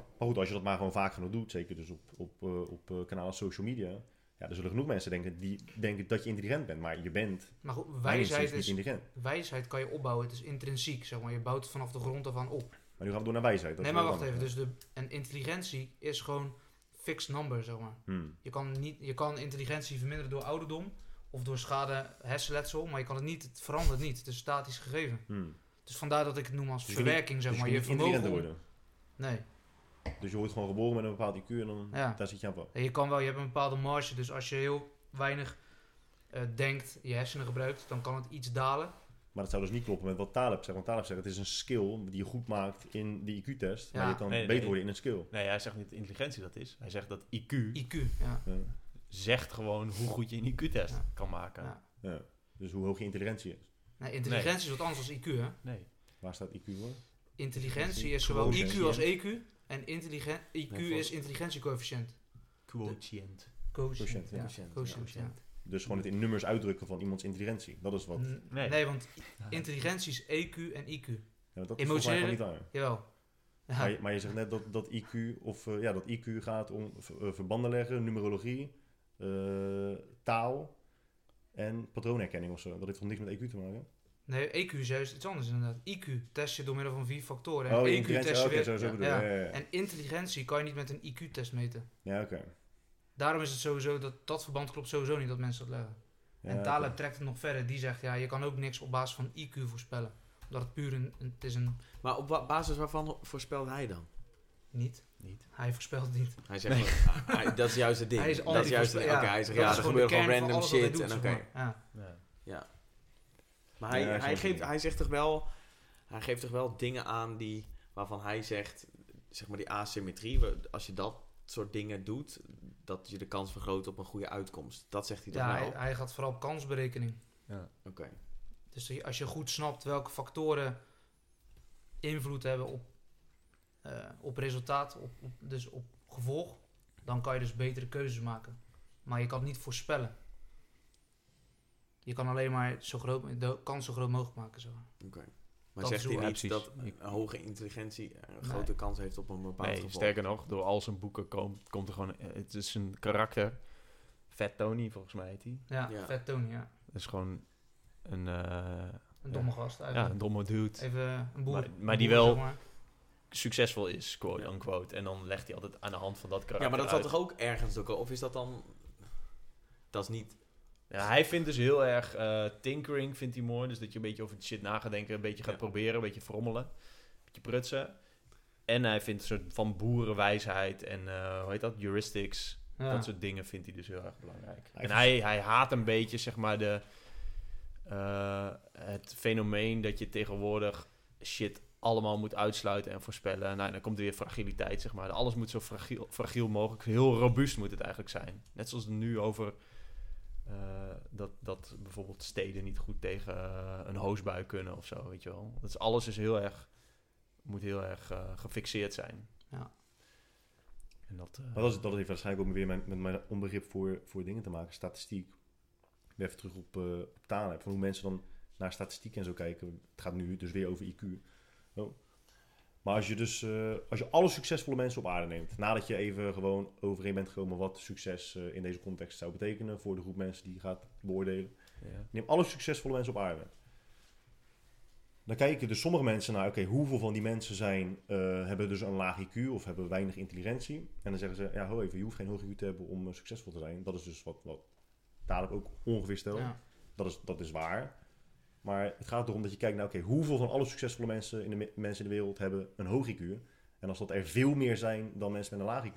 [SPEAKER 1] Maar goed, als je dat maar gewoon vaak genoeg doet, zeker dus op, op, eh, op eh, kanalen als social media, ja, er zullen genoeg mensen denken die denken dat je intelligent bent, maar je bent
[SPEAKER 4] Maar goed,
[SPEAKER 1] wijsheid
[SPEAKER 4] wijsheid,
[SPEAKER 1] niet
[SPEAKER 4] is,
[SPEAKER 1] intelligent.
[SPEAKER 4] wijsheid kan je opbouwen. Het is intrinsiek, zeg maar. Je bouwt het vanaf de grond af aan op.
[SPEAKER 1] Maar nu gaan we door naar wijsheid. dat is
[SPEAKER 4] nee, maar
[SPEAKER 1] wel
[SPEAKER 4] wacht even.
[SPEAKER 1] belangrijk.
[SPEAKER 4] Dus de, en intelligentie is gewoon fixed number, zeg maar.
[SPEAKER 1] Hmm.
[SPEAKER 4] Je kan, niet, je kan intelligentie verminderen door ouderdom of door schade, hersenletsel, maar je kan het niet, het verandert niet. Het is statisch gegeven.
[SPEAKER 1] Hmm.
[SPEAKER 4] Dus vandaar dat ik het noem als
[SPEAKER 1] Dus je kunt niet-
[SPEAKER 4] verwerking, zeg
[SPEAKER 1] Dus
[SPEAKER 4] maar.
[SPEAKER 1] je
[SPEAKER 4] Je
[SPEAKER 1] moet niet intelligent
[SPEAKER 4] vermogen... om-
[SPEAKER 1] worden.
[SPEAKER 4] Nee.
[SPEAKER 1] Dus je wordt gewoon geboren met een bepaald IQ en dan,
[SPEAKER 4] Ja.
[SPEAKER 1] daar zit je aan vast.
[SPEAKER 4] Ja, Je kan wel, je hebt een bepaalde marge. Dus als je heel weinig eh, denkt, je hersenen gebruikt, dan kan het iets dalen.
[SPEAKER 1] Maar dat zou dus niet kloppen met wat Taleb zegt. Want Taleb zegt, het is een skill die je goed maakt in die IQ-test. Maar
[SPEAKER 4] Ja.
[SPEAKER 1] je kan
[SPEAKER 2] Nee, nee,
[SPEAKER 1] beter
[SPEAKER 2] nee.
[SPEAKER 1] worden in een skill.
[SPEAKER 2] Nee, hij zegt niet dat intelligentie dat is. Hij zegt dat IQ
[SPEAKER 4] IQ, ja.
[SPEAKER 1] Ja.
[SPEAKER 2] zegt gewoon hoe goed je een IQ-test
[SPEAKER 4] Ja.
[SPEAKER 2] kan maken.
[SPEAKER 4] Ja.
[SPEAKER 1] Ja. Dus hoe hoog je intelligentie is.
[SPEAKER 4] Nee, Nou, intelligentie is wat anders dan IQ, hè.
[SPEAKER 2] Nee.
[SPEAKER 1] Waar staat IQ voor?
[SPEAKER 4] Intelligentie is zowel IQ als EQ. En intelligent, IQ
[SPEAKER 5] Nee, voor-
[SPEAKER 4] is intelligentiecoëfficiënt.
[SPEAKER 2] Quotient.
[SPEAKER 4] Quotient,
[SPEAKER 1] ja.
[SPEAKER 4] ja.
[SPEAKER 5] Quotient,
[SPEAKER 4] Quotient,
[SPEAKER 5] ja.
[SPEAKER 4] ja.
[SPEAKER 1] Dus gewoon het in nummers uitdrukken van iemands intelligentie. Dat is wat. Ja,
[SPEAKER 4] N- Nee. want intelligentie is EQ en IQ.
[SPEAKER 1] maar dat is volgens mij gewoon
[SPEAKER 4] Emotionele-
[SPEAKER 1] niet waar.
[SPEAKER 4] Jawel. Ja.
[SPEAKER 1] Maar, je, maar je zegt net dat, dat IQ of eh, ja, dat IQ gaat om v- eh, verbanden leggen, numerologie, eh, taal en patroonherkenning of zo. Dat heeft toch niks met EQ te maken?
[SPEAKER 4] Nee, EQ is juist iets anders inderdaad. IQ test je door middel van vier factoren. En
[SPEAKER 1] oh,
[SPEAKER 4] EQ
[SPEAKER 1] intelligentie.
[SPEAKER 4] test je
[SPEAKER 1] Oké,
[SPEAKER 4] weer...
[SPEAKER 1] zo, zo
[SPEAKER 4] ja,
[SPEAKER 1] bedoel je.
[SPEAKER 4] ja.
[SPEAKER 1] Ja, ja, ja.
[SPEAKER 4] En intelligentie kan je niet met een IQ-test meten.
[SPEAKER 1] Ja, oké.
[SPEAKER 4] Daarom is het sowieso dat dat verband klopt sowieso niet dat mensen dat leggen.
[SPEAKER 1] Ja,
[SPEAKER 4] en
[SPEAKER 1] oké.
[SPEAKER 4] Taleb trekt het nog verder. Die zegt, ja, je kan ook niks op basis van IQ voorspellen. Omdat het puur een, een- het is een...
[SPEAKER 5] Maar op wa- basis waarvan voorspelt hij dan?
[SPEAKER 4] Niet.
[SPEAKER 2] Niet.
[SPEAKER 4] Hij voorspelt het niet.
[SPEAKER 5] Hij zegt, gewoon, ah, ah, dat is juist het ding.
[SPEAKER 4] [LAUGHS] Hij is
[SPEAKER 5] dat is juist,
[SPEAKER 4] anti-voorspe-
[SPEAKER 5] oké,
[SPEAKER 4] ja,
[SPEAKER 5] hij zegt,
[SPEAKER 4] dat
[SPEAKER 5] ja,
[SPEAKER 4] is
[SPEAKER 5] er
[SPEAKER 4] gewoon de
[SPEAKER 5] gebeurt gewoon
[SPEAKER 4] kern van
[SPEAKER 5] random
[SPEAKER 4] alles wat hij
[SPEAKER 5] shit.
[SPEAKER 4] doet,
[SPEAKER 5] en
[SPEAKER 4] zeg
[SPEAKER 5] oké.
[SPEAKER 4] maar. Ja.
[SPEAKER 5] Maar hij,
[SPEAKER 1] Ja, hij is
[SPEAKER 5] hij,
[SPEAKER 1] wel
[SPEAKER 5] geeft,
[SPEAKER 1] zo.
[SPEAKER 5] hij zegt toch wel, hij geeft toch wel dingen aan die, waarvan hij zegt, zeg maar die asymmetrie, we- als je dat soort dingen doet, dat je de kans vergroot op een goede uitkomst. Dat zegt hij toch
[SPEAKER 4] Ja,
[SPEAKER 5] wel?
[SPEAKER 4] hij,
[SPEAKER 2] nou,
[SPEAKER 4] hij gaat vooral op kansberekening.
[SPEAKER 5] Oké.
[SPEAKER 4] Dus die- als je goed snapt welke factoren invloed hebben op, eh, op resultaat, op, op- dus op gevolg, dan kan je dus betere keuzes maken. Maar je kan het niet voorspellen. Je kan alleen maar zo groot, de kans zo groot mogelijk maken. Zo.
[SPEAKER 5] Maar
[SPEAKER 4] Dat
[SPEAKER 5] zegt
[SPEAKER 4] is
[SPEAKER 5] hij
[SPEAKER 4] hoe-
[SPEAKER 5] niet
[SPEAKER 2] Ja, precies.
[SPEAKER 5] dat een hoge intelligentie een grote kans heeft op een bepaald
[SPEAKER 2] Nee,
[SPEAKER 5] gevolg?
[SPEAKER 2] sterker nog, door al zijn boeken komt, komt er gewoon... eh, Het is een karakter. Fat Tony, volgens mij heet hij.
[SPEAKER 4] Ja,
[SPEAKER 5] Ja.
[SPEAKER 4] vet Tony, ja.
[SPEAKER 2] Dat is gewoon een, eh,
[SPEAKER 4] Een domme gast
[SPEAKER 2] ja,
[SPEAKER 5] Eh,
[SPEAKER 4] eigenlijk.
[SPEAKER 2] een domme dude.
[SPEAKER 4] Even een boer.
[SPEAKER 2] Maar-
[SPEAKER 4] een
[SPEAKER 2] maar die
[SPEAKER 4] boer,
[SPEAKER 2] wel-
[SPEAKER 4] zeg maar.
[SPEAKER 2] Succesvol is,
[SPEAKER 5] Ja.
[SPEAKER 2] quote-unquote. En dan legt hij altijd aan de hand van dat karakter
[SPEAKER 5] Ja, maar dat zat
[SPEAKER 2] uit.
[SPEAKER 5] toch ook ergens ook al? Of is dat dan... Dat is niet...
[SPEAKER 2] Ja, hij vindt dus heel erg eh, tinkering, vindt hij mooi. Dus dat je een beetje over die shit na gaat denken, een beetje gaat
[SPEAKER 5] Ja.
[SPEAKER 2] proberen, een beetje frommelen, een beetje prutsen. En hij vindt een soort van boerenwijsheid en eh, hoe heet dat, heuristics.
[SPEAKER 4] Ja.
[SPEAKER 2] Dat soort dingen vindt hij dus heel erg belangrijk.
[SPEAKER 1] Hij
[SPEAKER 2] en
[SPEAKER 1] vindt-
[SPEAKER 2] hij, hij haat een beetje, zeg maar, de, eh, het fenomeen dat je tegenwoordig shit allemaal moet uitsluiten en voorspellen. En nou, dan komt er weer fragiliteit, zeg maar. Alles moet zo fragiel, fragiel mogelijk, heel robuust moet het eigenlijk zijn. Net zoals nu over eh, dat, dat bijvoorbeeld steden niet goed tegen eh, een hoosbui kunnen of zo, weet je wel. Dat is, alles is heel erg, moet heel erg eh, gefixeerd zijn.
[SPEAKER 4] Ja.
[SPEAKER 2] En dat... eh,
[SPEAKER 1] Maar dat, is, dat heeft waarschijnlijk ook weer mijn, met mijn onbegrip voor, voor dingen te maken. Statistiek. Weer even terug op, eh op talen. Van hoe mensen dan naar statistiek en zo kijken. Het gaat nu dus weer over IQ. Oh. Maar als je dus eh, als je alle succesvolle mensen op aarde neemt. Nadat je even gewoon overeen bent gekomen wat succes eh, in deze context zou betekenen. Voor de groep mensen die je gaat beoordelen.
[SPEAKER 2] ja.
[SPEAKER 1] Neem alle succesvolle mensen op aarde. Dan kijken dus sommige mensen naar, oké, hoeveel van die mensen zijn, eh, hebben dus een laag IQ of hebben weinig intelligentie. En dan zeggen ze, ja, ho even, je hoeft geen hoog IQ te hebben om eh, succesvol te zijn. Dat is dus wat, wat dadelijk ook ongeveer stelt.
[SPEAKER 4] Ja.
[SPEAKER 1] Dat, is, dat is waar. Maar het gaat erom dat je kijkt naar, oké, hoeveel van alle succesvolle mensen in, de, me- mensen in de wereld hebben een hoog IQ. En als dat er veel meer zijn dan mensen met een laag IQ,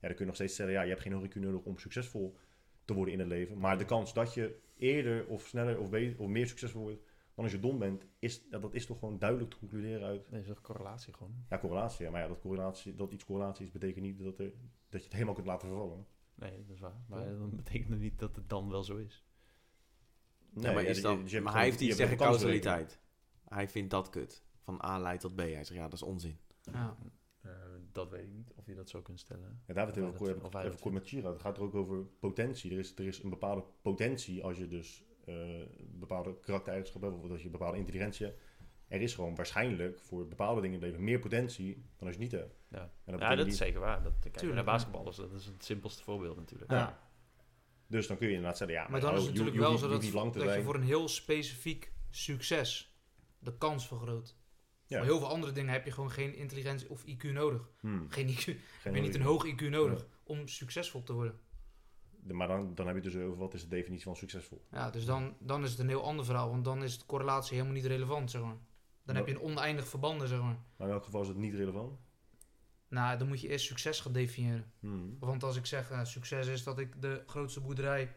[SPEAKER 1] ja, dan kun je nog steeds stellen, ja, je hebt geen hoog IQ nodig om succesvol te worden in het leven. Maar de kans dat je eerder of sneller of, beter, of meer succesvol wordt dan als je dom bent, is, ja, dat is toch gewoon duidelijk te concluderen uit
[SPEAKER 2] Nee, is dat correlatie gewoon.
[SPEAKER 1] ja, correlatie. Ja, maar ja, dat, correlatie, dat iets correlatie is, betekent niet dat, er, dat je het helemaal kunt laten vervallen.
[SPEAKER 2] Nee, dat is waar. Maar dat betekent nog niet dat het dan wel zo is.
[SPEAKER 1] Nee,
[SPEAKER 5] ja, maar, is
[SPEAKER 1] je-
[SPEAKER 5] dan,
[SPEAKER 1] je hebt
[SPEAKER 5] maar
[SPEAKER 1] gewoon-
[SPEAKER 5] hij heeft
[SPEAKER 1] je
[SPEAKER 5] iets
[SPEAKER 1] hebt
[SPEAKER 5] tegen
[SPEAKER 1] een kansberekening.
[SPEAKER 5] causaliteit. Hij vindt dat kut. Van A leidt tot B. Hij zegt, ja, dat is onzin.
[SPEAKER 4] Ja.
[SPEAKER 2] Eh, dat weet ik niet of je dat zo kunt stellen.
[SPEAKER 1] Ja, daar hebben we het
[SPEAKER 2] Of
[SPEAKER 1] heel
[SPEAKER 2] hij dat-
[SPEAKER 1] kort, heb ik even
[SPEAKER 2] of
[SPEAKER 1] kort met Chira. Het gaat er ook over potentie. Er is, er is een bepaalde potentie als je dus eh, bepaalde karaktereigenschappen hebt, of dat je een bepaalde intelligentie hebt. Er is gewoon waarschijnlijk voor bepaalde dingen in het leven meer potentie dan als je het niet hebt.
[SPEAKER 2] Ja.
[SPEAKER 1] En dat
[SPEAKER 2] ja,
[SPEAKER 1] betekent
[SPEAKER 2] dat
[SPEAKER 1] niet-
[SPEAKER 2] is zeker waar. Dat, kijk
[SPEAKER 4] Tuurlijk,
[SPEAKER 2] naar
[SPEAKER 4] ja.
[SPEAKER 2] basketballers, dat is het simpelste voorbeeld natuurlijk.
[SPEAKER 4] Ja.
[SPEAKER 1] Dus dan kun je inderdaad zeggen, ja,
[SPEAKER 4] Maar dan
[SPEAKER 1] oh,
[SPEAKER 4] is
[SPEAKER 1] je-
[SPEAKER 4] het natuurlijk
[SPEAKER 1] je hoeft
[SPEAKER 4] wel
[SPEAKER 1] niet-
[SPEAKER 4] zo
[SPEAKER 1] je
[SPEAKER 4] dat,
[SPEAKER 1] hoeft niet lang te
[SPEAKER 4] dat je
[SPEAKER 1] zijn.
[SPEAKER 4] voor een heel specifiek succes de kans vergroot.
[SPEAKER 1] Ja.
[SPEAKER 4] Maar heel veel andere dingen heb je gewoon geen intelligentie of IQ nodig.
[SPEAKER 1] Hmm,
[SPEAKER 4] Geen IQ.
[SPEAKER 1] geen
[SPEAKER 4] heb je niet een
[SPEAKER 1] horizon.
[SPEAKER 4] hoog IQ nodig om succesvol te worden.
[SPEAKER 1] De- Maar dan, dan heb je het dus over wat is de definitie van succesvol.
[SPEAKER 4] Ja, dus dan, dan is het een heel ander verhaal, want dan is de correlatie helemaal niet relevant, zeg maar. Dan heb je een oneindig verbanden, zeg maar.
[SPEAKER 1] Maar in elk geval is het niet relevant.
[SPEAKER 4] Nou, dan moet je eerst succes gaan definiëren.
[SPEAKER 1] Hmm.
[SPEAKER 4] Want als ik zeg, eh, succes is dat ik de grootste boerderij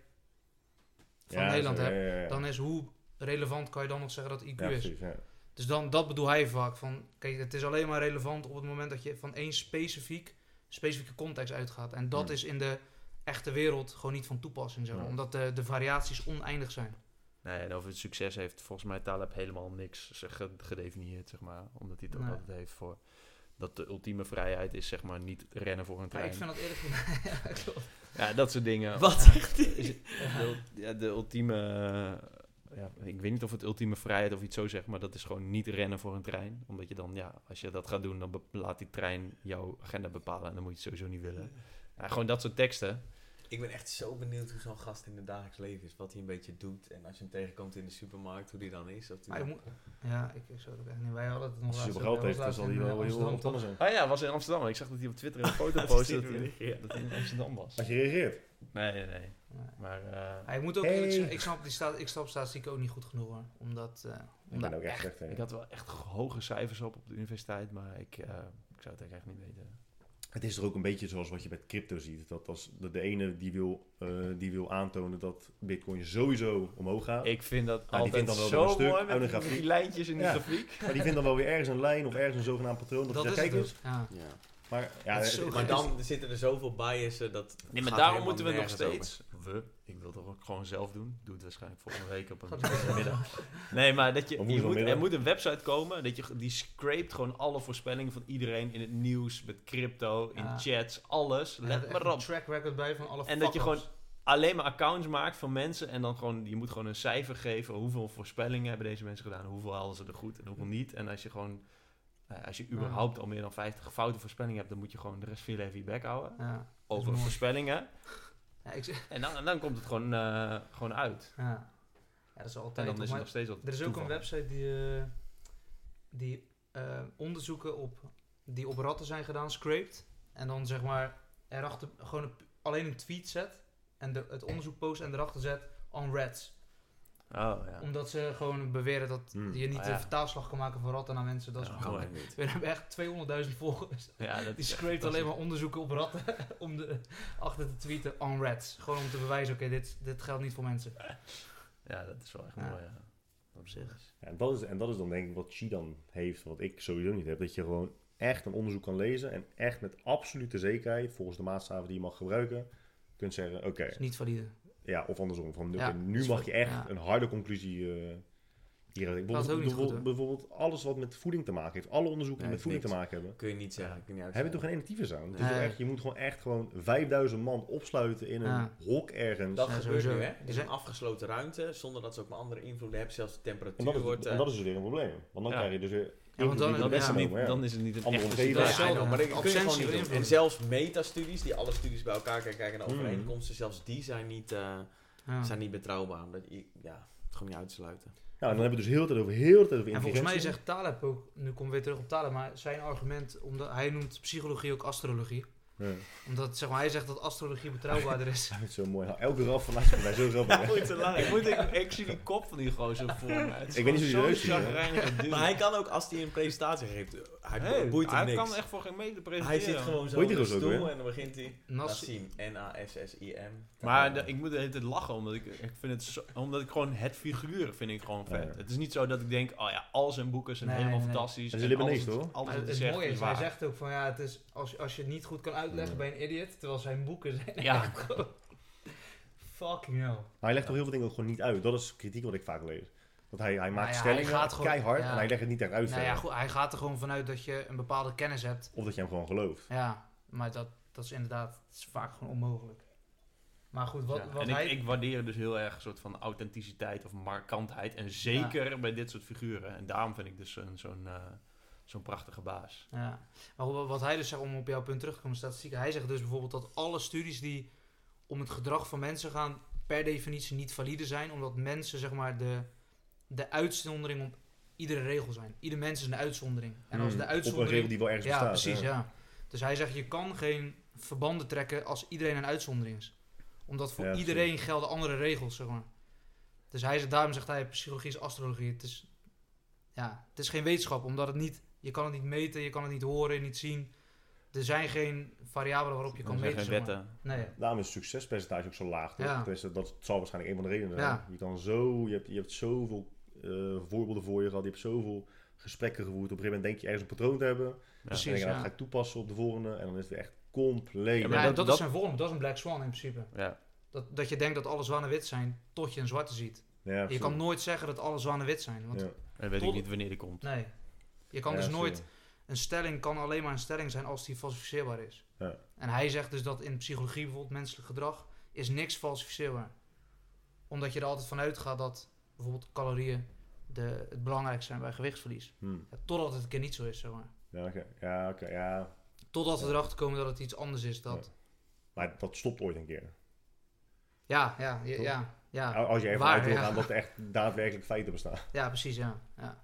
[SPEAKER 4] van
[SPEAKER 1] Ja,
[SPEAKER 4] Nederland
[SPEAKER 1] zo,
[SPEAKER 4] heb,
[SPEAKER 1] ja, ja, ja.
[SPEAKER 4] dan is hoe relevant kan je dan nog zeggen dat IQ
[SPEAKER 1] ja,
[SPEAKER 4] is.
[SPEAKER 1] precies, ja.
[SPEAKER 4] Dus dan, dat bedoel hij vaak. Van, kijk, het is alleen maar relevant op het moment dat je van één specifiek, specifieke context uitgaat. En dat
[SPEAKER 1] Hmm.
[SPEAKER 4] is in de echte wereld gewoon niet van toepassing, zeg maar.
[SPEAKER 1] Ja.
[SPEAKER 4] Omdat de, de variaties oneindig zijn.
[SPEAKER 2] Nee, en over het succes heeft volgens mij Taleb helemaal niks zeg, ge- gedefinieerd, zeg maar. Omdat hij het ook
[SPEAKER 4] Nee.
[SPEAKER 2] altijd heeft voor... Dat de ultieme vrijheid is, zeg maar, niet rennen voor een
[SPEAKER 4] Maar
[SPEAKER 2] trein.
[SPEAKER 4] ik vind dat eerlijk gezegd...
[SPEAKER 2] [LAUGHS] Ja, dat soort dingen.
[SPEAKER 5] Wat
[SPEAKER 2] Ja, is het- De, ul- ja, de ultieme... eh, Ja, ik weet niet of het ultieme vrijheid of iets zo zegt, maar dat is gewoon niet rennen voor een trein. Omdat je dan, ja, als je dat gaat doen, dan be- laat die trein jouw agenda bepalen. En dan moet je het sowieso niet willen. Ja, gewoon dat soort teksten.
[SPEAKER 5] Ik ben echt zo benieuwd hoe zo'n gast in het dagelijks leven is. Wat hij een beetje doet. En als je hem tegenkomt in de supermarkt, hoe die dan is. Of die
[SPEAKER 2] Ah,
[SPEAKER 4] Maar je moet- ja, ik zou het echt niet... Wij hadden het nog
[SPEAKER 1] Als hij
[SPEAKER 4] laatst
[SPEAKER 1] zoveel geld
[SPEAKER 4] over-
[SPEAKER 1] heeft, dan
[SPEAKER 4] laatst
[SPEAKER 1] zal
[SPEAKER 4] in,
[SPEAKER 1] hij
[SPEAKER 4] eh,
[SPEAKER 1] wel heel
[SPEAKER 4] Amsterdam,
[SPEAKER 1] wat
[SPEAKER 4] toch?
[SPEAKER 1] anders zijn.
[SPEAKER 2] Ah ja, was in Amsterdam. Ik zag dat hij op [LAUGHS] Twitter een foto postte dat, hij- dat hij in Amsterdam was.
[SPEAKER 1] Als je reageert.
[SPEAKER 2] Nee, nee, nee.
[SPEAKER 4] Nee.
[SPEAKER 2] Maar eh,
[SPEAKER 4] Hij moet ook
[SPEAKER 1] Hey.
[SPEAKER 4] eerlijk zeggen, ik snap, die staat, ik snap statistieken ook niet goed genoeg hoor. Omdat, eh,
[SPEAKER 1] Ik
[SPEAKER 4] omdat
[SPEAKER 1] ben ook echt slecht. hè.
[SPEAKER 2] ik had wel echt hoge cijfers op op de universiteit, maar ik, eh, ik zou het echt niet weten.
[SPEAKER 1] Het is er ook een beetje zoals wat je met crypto ziet. Dat als de, de ene die wil, eh, die wil aantonen dat bitcoin sowieso omhoog gaat.
[SPEAKER 2] Ik vind dat
[SPEAKER 1] die
[SPEAKER 2] altijd
[SPEAKER 1] vindt dan wel weer
[SPEAKER 2] zo
[SPEAKER 1] een stuk
[SPEAKER 2] mooi
[SPEAKER 1] uit
[SPEAKER 2] met
[SPEAKER 1] een
[SPEAKER 2] die, met die
[SPEAKER 1] grafiek.
[SPEAKER 2] lijntjes in die
[SPEAKER 1] Ja.
[SPEAKER 2] grafiek.
[SPEAKER 1] Maar die vindt dan wel weer ergens een lijn of ergens een zogenaamd patroon. Dat,
[SPEAKER 4] Dat
[SPEAKER 1] je
[SPEAKER 4] is
[SPEAKER 1] zegt,
[SPEAKER 4] het
[SPEAKER 1] kijk eens.
[SPEAKER 4] dus. Ja.
[SPEAKER 5] Ja.
[SPEAKER 1] Maar, ja,
[SPEAKER 4] Dat is
[SPEAKER 1] het-
[SPEAKER 4] zo
[SPEAKER 1] het-
[SPEAKER 5] Maar dan zitten er zoveel biasen dat.
[SPEAKER 2] Nee, maar
[SPEAKER 5] gaat
[SPEAKER 2] daarom
[SPEAKER 5] helemaal
[SPEAKER 2] moeten we nog
[SPEAKER 5] nergens over.
[SPEAKER 2] steeds. We, ik wil dat ook gewoon zelf doen. Doe het waarschijnlijk volgende week op
[SPEAKER 4] Gaat
[SPEAKER 2] een middag. Nee, maar dat je,
[SPEAKER 1] Op
[SPEAKER 2] je moet, er
[SPEAKER 1] woensdagmiddag.
[SPEAKER 2] moet een website komen. Dat je, die scrapt gewoon alle voorspellingen van iedereen in het nieuws, met crypto, in
[SPEAKER 4] Ja.
[SPEAKER 2] chats, alles.
[SPEAKER 4] En
[SPEAKER 2] Let
[SPEAKER 4] er
[SPEAKER 2] maar
[SPEAKER 4] echt
[SPEAKER 2] op.
[SPEAKER 4] een track record bij van alle
[SPEAKER 2] En dat je
[SPEAKER 4] fuck-ups.
[SPEAKER 2] gewoon alleen maar accounts maakt van mensen. En dan gewoon, je moet gewoon een cijfer geven. Hoeveel voorspellingen hebben deze mensen gedaan? Hoeveel hadden ze er goed en hoeveel niet? En als je gewoon, nou ja, als je überhaupt al meer dan 50 foute voorspellingen hebt, dan moet je gewoon de rest van je leven je bek houden.
[SPEAKER 4] Ja. Dat is
[SPEAKER 2] Over
[SPEAKER 4] mooi.
[SPEAKER 2] voorspellingen.
[SPEAKER 4] Ja, ik [LAUGHS] zeg-
[SPEAKER 2] En dan, en dan komt het gewoon, eh, gewoon uit.
[SPEAKER 4] ja. ja, dat is
[SPEAKER 2] En
[SPEAKER 4] altijd.
[SPEAKER 2] dan is
[SPEAKER 4] maar-
[SPEAKER 2] het nog steeds wat.
[SPEAKER 4] Er is ook
[SPEAKER 2] toeval.
[SPEAKER 4] een website die, eh, die eh, onderzoeken op, die op ratten zijn gedaan, scraped. En dan zeg maar erachter gewoon een- alleen een tweet zet. En de, het onderzoek post en erachter zet on rats.
[SPEAKER 2] Oh ja.
[SPEAKER 4] Omdat ze gewoon beweren dat
[SPEAKER 1] Hmm.
[SPEAKER 4] je niet
[SPEAKER 2] Ah,
[SPEAKER 4] de
[SPEAKER 2] ja.
[SPEAKER 4] vertaalslag kan maken van ratten naar mensen. Dat is
[SPEAKER 2] Ja,
[SPEAKER 4] gewoon-
[SPEAKER 2] mooi.
[SPEAKER 5] niet.
[SPEAKER 4] [LAUGHS] We hebben echt 200.000 volgers.
[SPEAKER 2] ja dat
[SPEAKER 4] Die
[SPEAKER 2] is echt
[SPEAKER 4] scraped alleen
[SPEAKER 2] fantastisch.
[SPEAKER 4] maar onderzoeken op ratten [LAUGHS] om de, achter te tweeten on rats. Gewoon om te bewijzen, oké, dit, dit geldt niet voor mensen.
[SPEAKER 2] Ja, dat is wel echt
[SPEAKER 4] Ja.
[SPEAKER 2] mooi. Ja. Op zich.
[SPEAKER 1] Ja, en, dat is, en dat is dan denk ik wat Chi dan heeft, wat ik sowieso niet heb. Dat je gewoon echt een onderzoek kan lezen en echt met absolute zekerheid, volgens de maatstaven die je mag gebruiken, kunt zeggen, oké,
[SPEAKER 4] Dat is niet valide.
[SPEAKER 1] ja, of andersom. Van,
[SPEAKER 4] Ja,
[SPEAKER 1] oké, nu
[SPEAKER 4] dus
[SPEAKER 1] mag
[SPEAKER 4] wat-
[SPEAKER 1] je echt
[SPEAKER 4] ja.
[SPEAKER 1] een harde conclusie eh hieruit.
[SPEAKER 4] Dat is ook
[SPEAKER 1] Bijvoorbeeld,
[SPEAKER 4] niet goed,
[SPEAKER 1] bijvoorbeeld, bijvoorbeeld alles wat met voeding te maken heeft, alle onderzoeken die
[SPEAKER 5] Nee,
[SPEAKER 1] met voeding
[SPEAKER 5] niks.
[SPEAKER 1] te maken hebben,
[SPEAKER 5] Kun je niet zeggen. Kun je niet
[SPEAKER 1] hebben toch
[SPEAKER 5] uitsluiten.
[SPEAKER 1] geen ene tyfus aan? Het is
[SPEAKER 4] Nee.
[SPEAKER 1] toch echt, je moet gewoon echt gewoon 5000 man opsluiten in een
[SPEAKER 4] Ja.
[SPEAKER 1] hok ergens.
[SPEAKER 5] Dat
[SPEAKER 4] Ja,
[SPEAKER 5] gebeurt
[SPEAKER 4] sowieso.
[SPEAKER 5] nu, hè?
[SPEAKER 4] Die
[SPEAKER 5] In een
[SPEAKER 4] zijn-
[SPEAKER 5] afgesloten ruimte, zonder dat ze ook maar andere invloeden hebben. Zelfs de
[SPEAKER 1] en,
[SPEAKER 5] temperatuur
[SPEAKER 1] dat is,
[SPEAKER 5] wordt... eh,
[SPEAKER 1] en dat is dus weer een probleem. Want dan
[SPEAKER 2] Ja.
[SPEAKER 1] krijg je dus weer...
[SPEAKER 4] Ja, want dan-
[SPEAKER 1] inclusief
[SPEAKER 2] Dan
[SPEAKER 1] de
[SPEAKER 2] is, het
[SPEAKER 1] mensen
[SPEAKER 2] niet,
[SPEAKER 1] over, ja.
[SPEAKER 2] dan is het niet een
[SPEAKER 1] Andere
[SPEAKER 2] echte
[SPEAKER 1] omgeving.
[SPEAKER 5] ja,
[SPEAKER 2] situatie.
[SPEAKER 4] Ja,
[SPEAKER 5] I know, maar dat kun je
[SPEAKER 4] Absentie
[SPEAKER 5] gewoon niet
[SPEAKER 4] van
[SPEAKER 5] doen. Hmm.
[SPEAKER 4] invloed.
[SPEAKER 5] En zelfs metastudies, die alle studies bij elkaar kijken kijken naar
[SPEAKER 1] Mhm.
[SPEAKER 5] overeenkomsten, zelfs die zijn niet, eh,
[SPEAKER 4] Ja.
[SPEAKER 5] zijn niet betrouwbaar. Omdat je, ja, het gewoon niet uit te
[SPEAKER 2] [LAUGHS]
[SPEAKER 5] sluiten.
[SPEAKER 1] Nou, en dan hebben we dus heel de tijd over, heel de tijd over
[SPEAKER 4] En volgens mij
[SPEAKER 1] intelligentie.
[SPEAKER 4] zegt Taleb ook, nu komen we weer terug op Taleb, maar zijn argument, omdat hij noemt psychologie ook astrologie.
[SPEAKER 1] Ja.
[SPEAKER 4] Omdat zeg maar, hij zegt dat astrologie betrouwbaarder
[SPEAKER 1] [LAUGHS]
[SPEAKER 4] is.
[SPEAKER 1] Dat is zo mooi. Nou, Elke raf van laatst mij zo zelf.
[SPEAKER 2] Ja, goed, te laat. ik, moet, ik, ik zie die kop van die gozer voor me. Het is
[SPEAKER 1] Ik weet niet
[SPEAKER 2] gewoon
[SPEAKER 1] hoe die
[SPEAKER 2] zo'n
[SPEAKER 1] eruit ziet, hè.
[SPEAKER 2] chagrijnige dude.
[SPEAKER 5] Maar hij kan ook, als hij een presentatie geeft, hij
[SPEAKER 2] Hey,
[SPEAKER 5] boeit hem
[SPEAKER 2] hij
[SPEAKER 5] niks.
[SPEAKER 2] kan echt voor geen meter presenteren.
[SPEAKER 5] hij zit gewoon zo
[SPEAKER 1] Hoe heet
[SPEAKER 5] in
[SPEAKER 1] die
[SPEAKER 5] de
[SPEAKER 1] gozer ook
[SPEAKER 5] stoel
[SPEAKER 1] weer?
[SPEAKER 5] en dan begint hij...
[SPEAKER 4] Nas,
[SPEAKER 5] Nassim, N-A-S-S-I-M.
[SPEAKER 2] Maar de- ik moet de hele tijd lachen, omdat ik, ik vind het zo- omdat ik gewoon het figuur vind ik gewoon vet.
[SPEAKER 1] Ja.
[SPEAKER 2] Het is niet zo dat ik denk, oh ja, al zijn boeken zijn
[SPEAKER 4] Nee,
[SPEAKER 2] helemaal
[SPEAKER 4] nee, nee.
[SPEAKER 2] fantastisch.
[SPEAKER 1] Hij is
[SPEAKER 2] en
[SPEAKER 1] Libanees,
[SPEAKER 2] alles- Alles
[SPEAKER 1] toch?
[SPEAKER 4] maar
[SPEAKER 2] wat
[SPEAKER 4] het,
[SPEAKER 2] hij
[SPEAKER 4] het
[SPEAKER 2] zegt
[SPEAKER 4] mooie
[SPEAKER 2] is
[SPEAKER 4] is, hij
[SPEAKER 2] waar.
[SPEAKER 4] zegt ook van ja, het is, als, als je het niet goed kan uitleggen
[SPEAKER 1] Ja.
[SPEAKER 4] bij een idiot, terwijl zijn boeken zijn [LAUGHS]
[SPEAKER 2] Ja.
[SPEAKER 4] echt gewoon- Fucking hell.
[SPEAKER 1] Maar hij legt toch heel veel dingen ook gewoon niet uit. Dat is kritiek wat ik vaak lees. Want hij, hij maakt
[SPEAKER 4] Nou ja,
[SPEAKER 1] stellingen
[SPEAKER 4] hij gaat gewoon-
[SPEAKER 1] keihard
[SPEAKER 4] ja.
[SPEAKER 1] en hij legt het niet echt uit.
[SPEAKER 4] Nou ja,
[SPEAKER 1] verder.
[SPEAKER 4] goed, hij gaat er gewoon vanuit dat je een bepaalde kennis hebt.
[SPEAKER 1] Of dat je hem gewoon gelooft.
[SPEAKER 4] Ja, maar dat, dat is inderdaad dat is vaak gewoon onmogelijk. Maar goed, wat,
[SPEAKER 5] Ja,
[SPEAKER 4] wat
[SPEAKER 2] en
[SPEAKER 4] hij...
[SPEAKER 2] ik, ik waardeer dus heel erg een soort van authenticiteit of markantheid. En zeker bij dit soort figuren. En daarom vind ik dus zo'n zo'n eh, zo'n prachtige baas.
[SPEAKER 4] Ja, maar hoe- wat hij dus zegt, om op jouw punt terug te komen, statistieken. Hij zegt dus bijvoorbeeld dat alle studies die om het gedrag van mensen gaan, per definitie niet valide zijn, omdat mensen, zeg maar, de, de uitzondering op iedere regel zijn. Ieder mens is een uitzondering. En
[SPEAKER 1] Hmm.
[SPEAKER 4] als de
[SPEAKER 1] Op een regel
[SPEAKER 4] uitzondering.
[SPEAKER 1] die wel ergens
[SPEAKER 4] ja,
[SPEAKER 1] bestaat.
[SPEAKER 4] precies,
[SPEAKER 1] ja.
[SPEAKER 4] ja. Dus hij zegt, je kan geen verbanden trekken als iedereen een uitzondering is. Omdat voor
[SPEAKER 1] Ja, precies.
[SPEAKER 4] iedereen gelden andere regels, zeg maar. Dus hij zegt, daarom zegt hij, psychologie is astrologie. Het is, ja, het is geen wetenschap, omdat het niet, je kan het niet meten, je kan het niet horen, niet zien. Er zijn geen variabelen waarop je kan
[SPEAKER 2] Er zijn
[SPEAKER 4] meten.
[SPEAKER 2] geen
[SPEAKER 4] zeg maar.
[SPEAKER 2] wetten.
[SPEAKER 4] Nee,
[SPEAKER 1] Daarom is het succespercentage ook zo laag. toch?
[SPEAKER 4] Ja.
[SPEAKER 1] Tenminste, dat zal waarschijnlijk een van de redenen zijn.
[SPEAKER 4] Ja.
[SPEAKER 1] Je, kan zo, je, hebt, je hebt zoveel eh, voorbeelden voor je gehad. Je hebt zoveel gesprekken gevoerd. Op een gegeven moment denk je ergens een patroon te hebben. En dan denk
[SPEAKER 4] precies.
[SPEAKER 1] je,
[SPEAKER 4] Ja.
[SPEAKER 1] nou, dat ga ik toepassen op de volgende. En dan is het weer echt compleet.
[SPEAKER 2] Ja,
[SPEAKER 4] Ja,
[SPEAKER 2] maar dat-
[SPEAKER 4] dat,
[SPEAKER 2] dat-
[SPEAKER 4] is een vorm, dat is een black swan in principe.
[SPEAKER 2] Ja.
[SPEAKER 4] Dat, dat je denkt dat alle zwanen wit zijn, tot je een zwarte ziet.
[SPEAKER 1] Ja,
[SPEAKER 4] je
[SPEAKER 1] absoluut.
[SPEAKER 4] kan nooit zeggen dat alle zwanen wit zijn. Want
[SPEAKER 1] Ja.
[SPEAKER 2] En weet ik
[SPEAKER 4] Tot-
[SPEAKER 2] niet wanneer die komt.
[SPEAKER 4] nee, je kan
[SPEAKER 1] Ja,
[SPEAKER 4] dus
[SPEAKER 1] sorry.
[SPEAKER 4] nooit een stelling kan alleen maar een stelling zijn als die falsificeerbaar is.
[SPEAKER 1] Ja.
[SPEAKER 4] En hij zegt dus dat in psychologie bijvoorbeeld menselijk gedrag is niks falsificeerbaar. Omdat je er altijd van uitgaat dat bijvoorbeeld calorieën de, het belangrijkste zijn bij gewichtsverlies.
[SPEAKER 1] Hm.
[SPEAKER 4] Ja, totdat het een keer niet zo is, zeg maar.
[SPEAKER 1] Ja, oké. Ja, oké, ja.
[SPEAKER 4] Totdat we erachter komen dat het iets anders is. Dat,
[SPEAKER 1] Maar dat stopt ooit een keer.
[SPEAKER 4] ja, ja, ja,
[SPEAKER 1] Toch?
[SPEAKER 4] ja, ja,
[SPEAKER 1] Als je ervan
[SPEAKER 4] Waar,
[SPEAKER 1] uit wil
[SPEAKER 4] ja.
[SPEAKER 1] gaan dat er echt daadwerkelijk feiten bestaan.
[SPEAKER 4] ja, precies, ja. ja.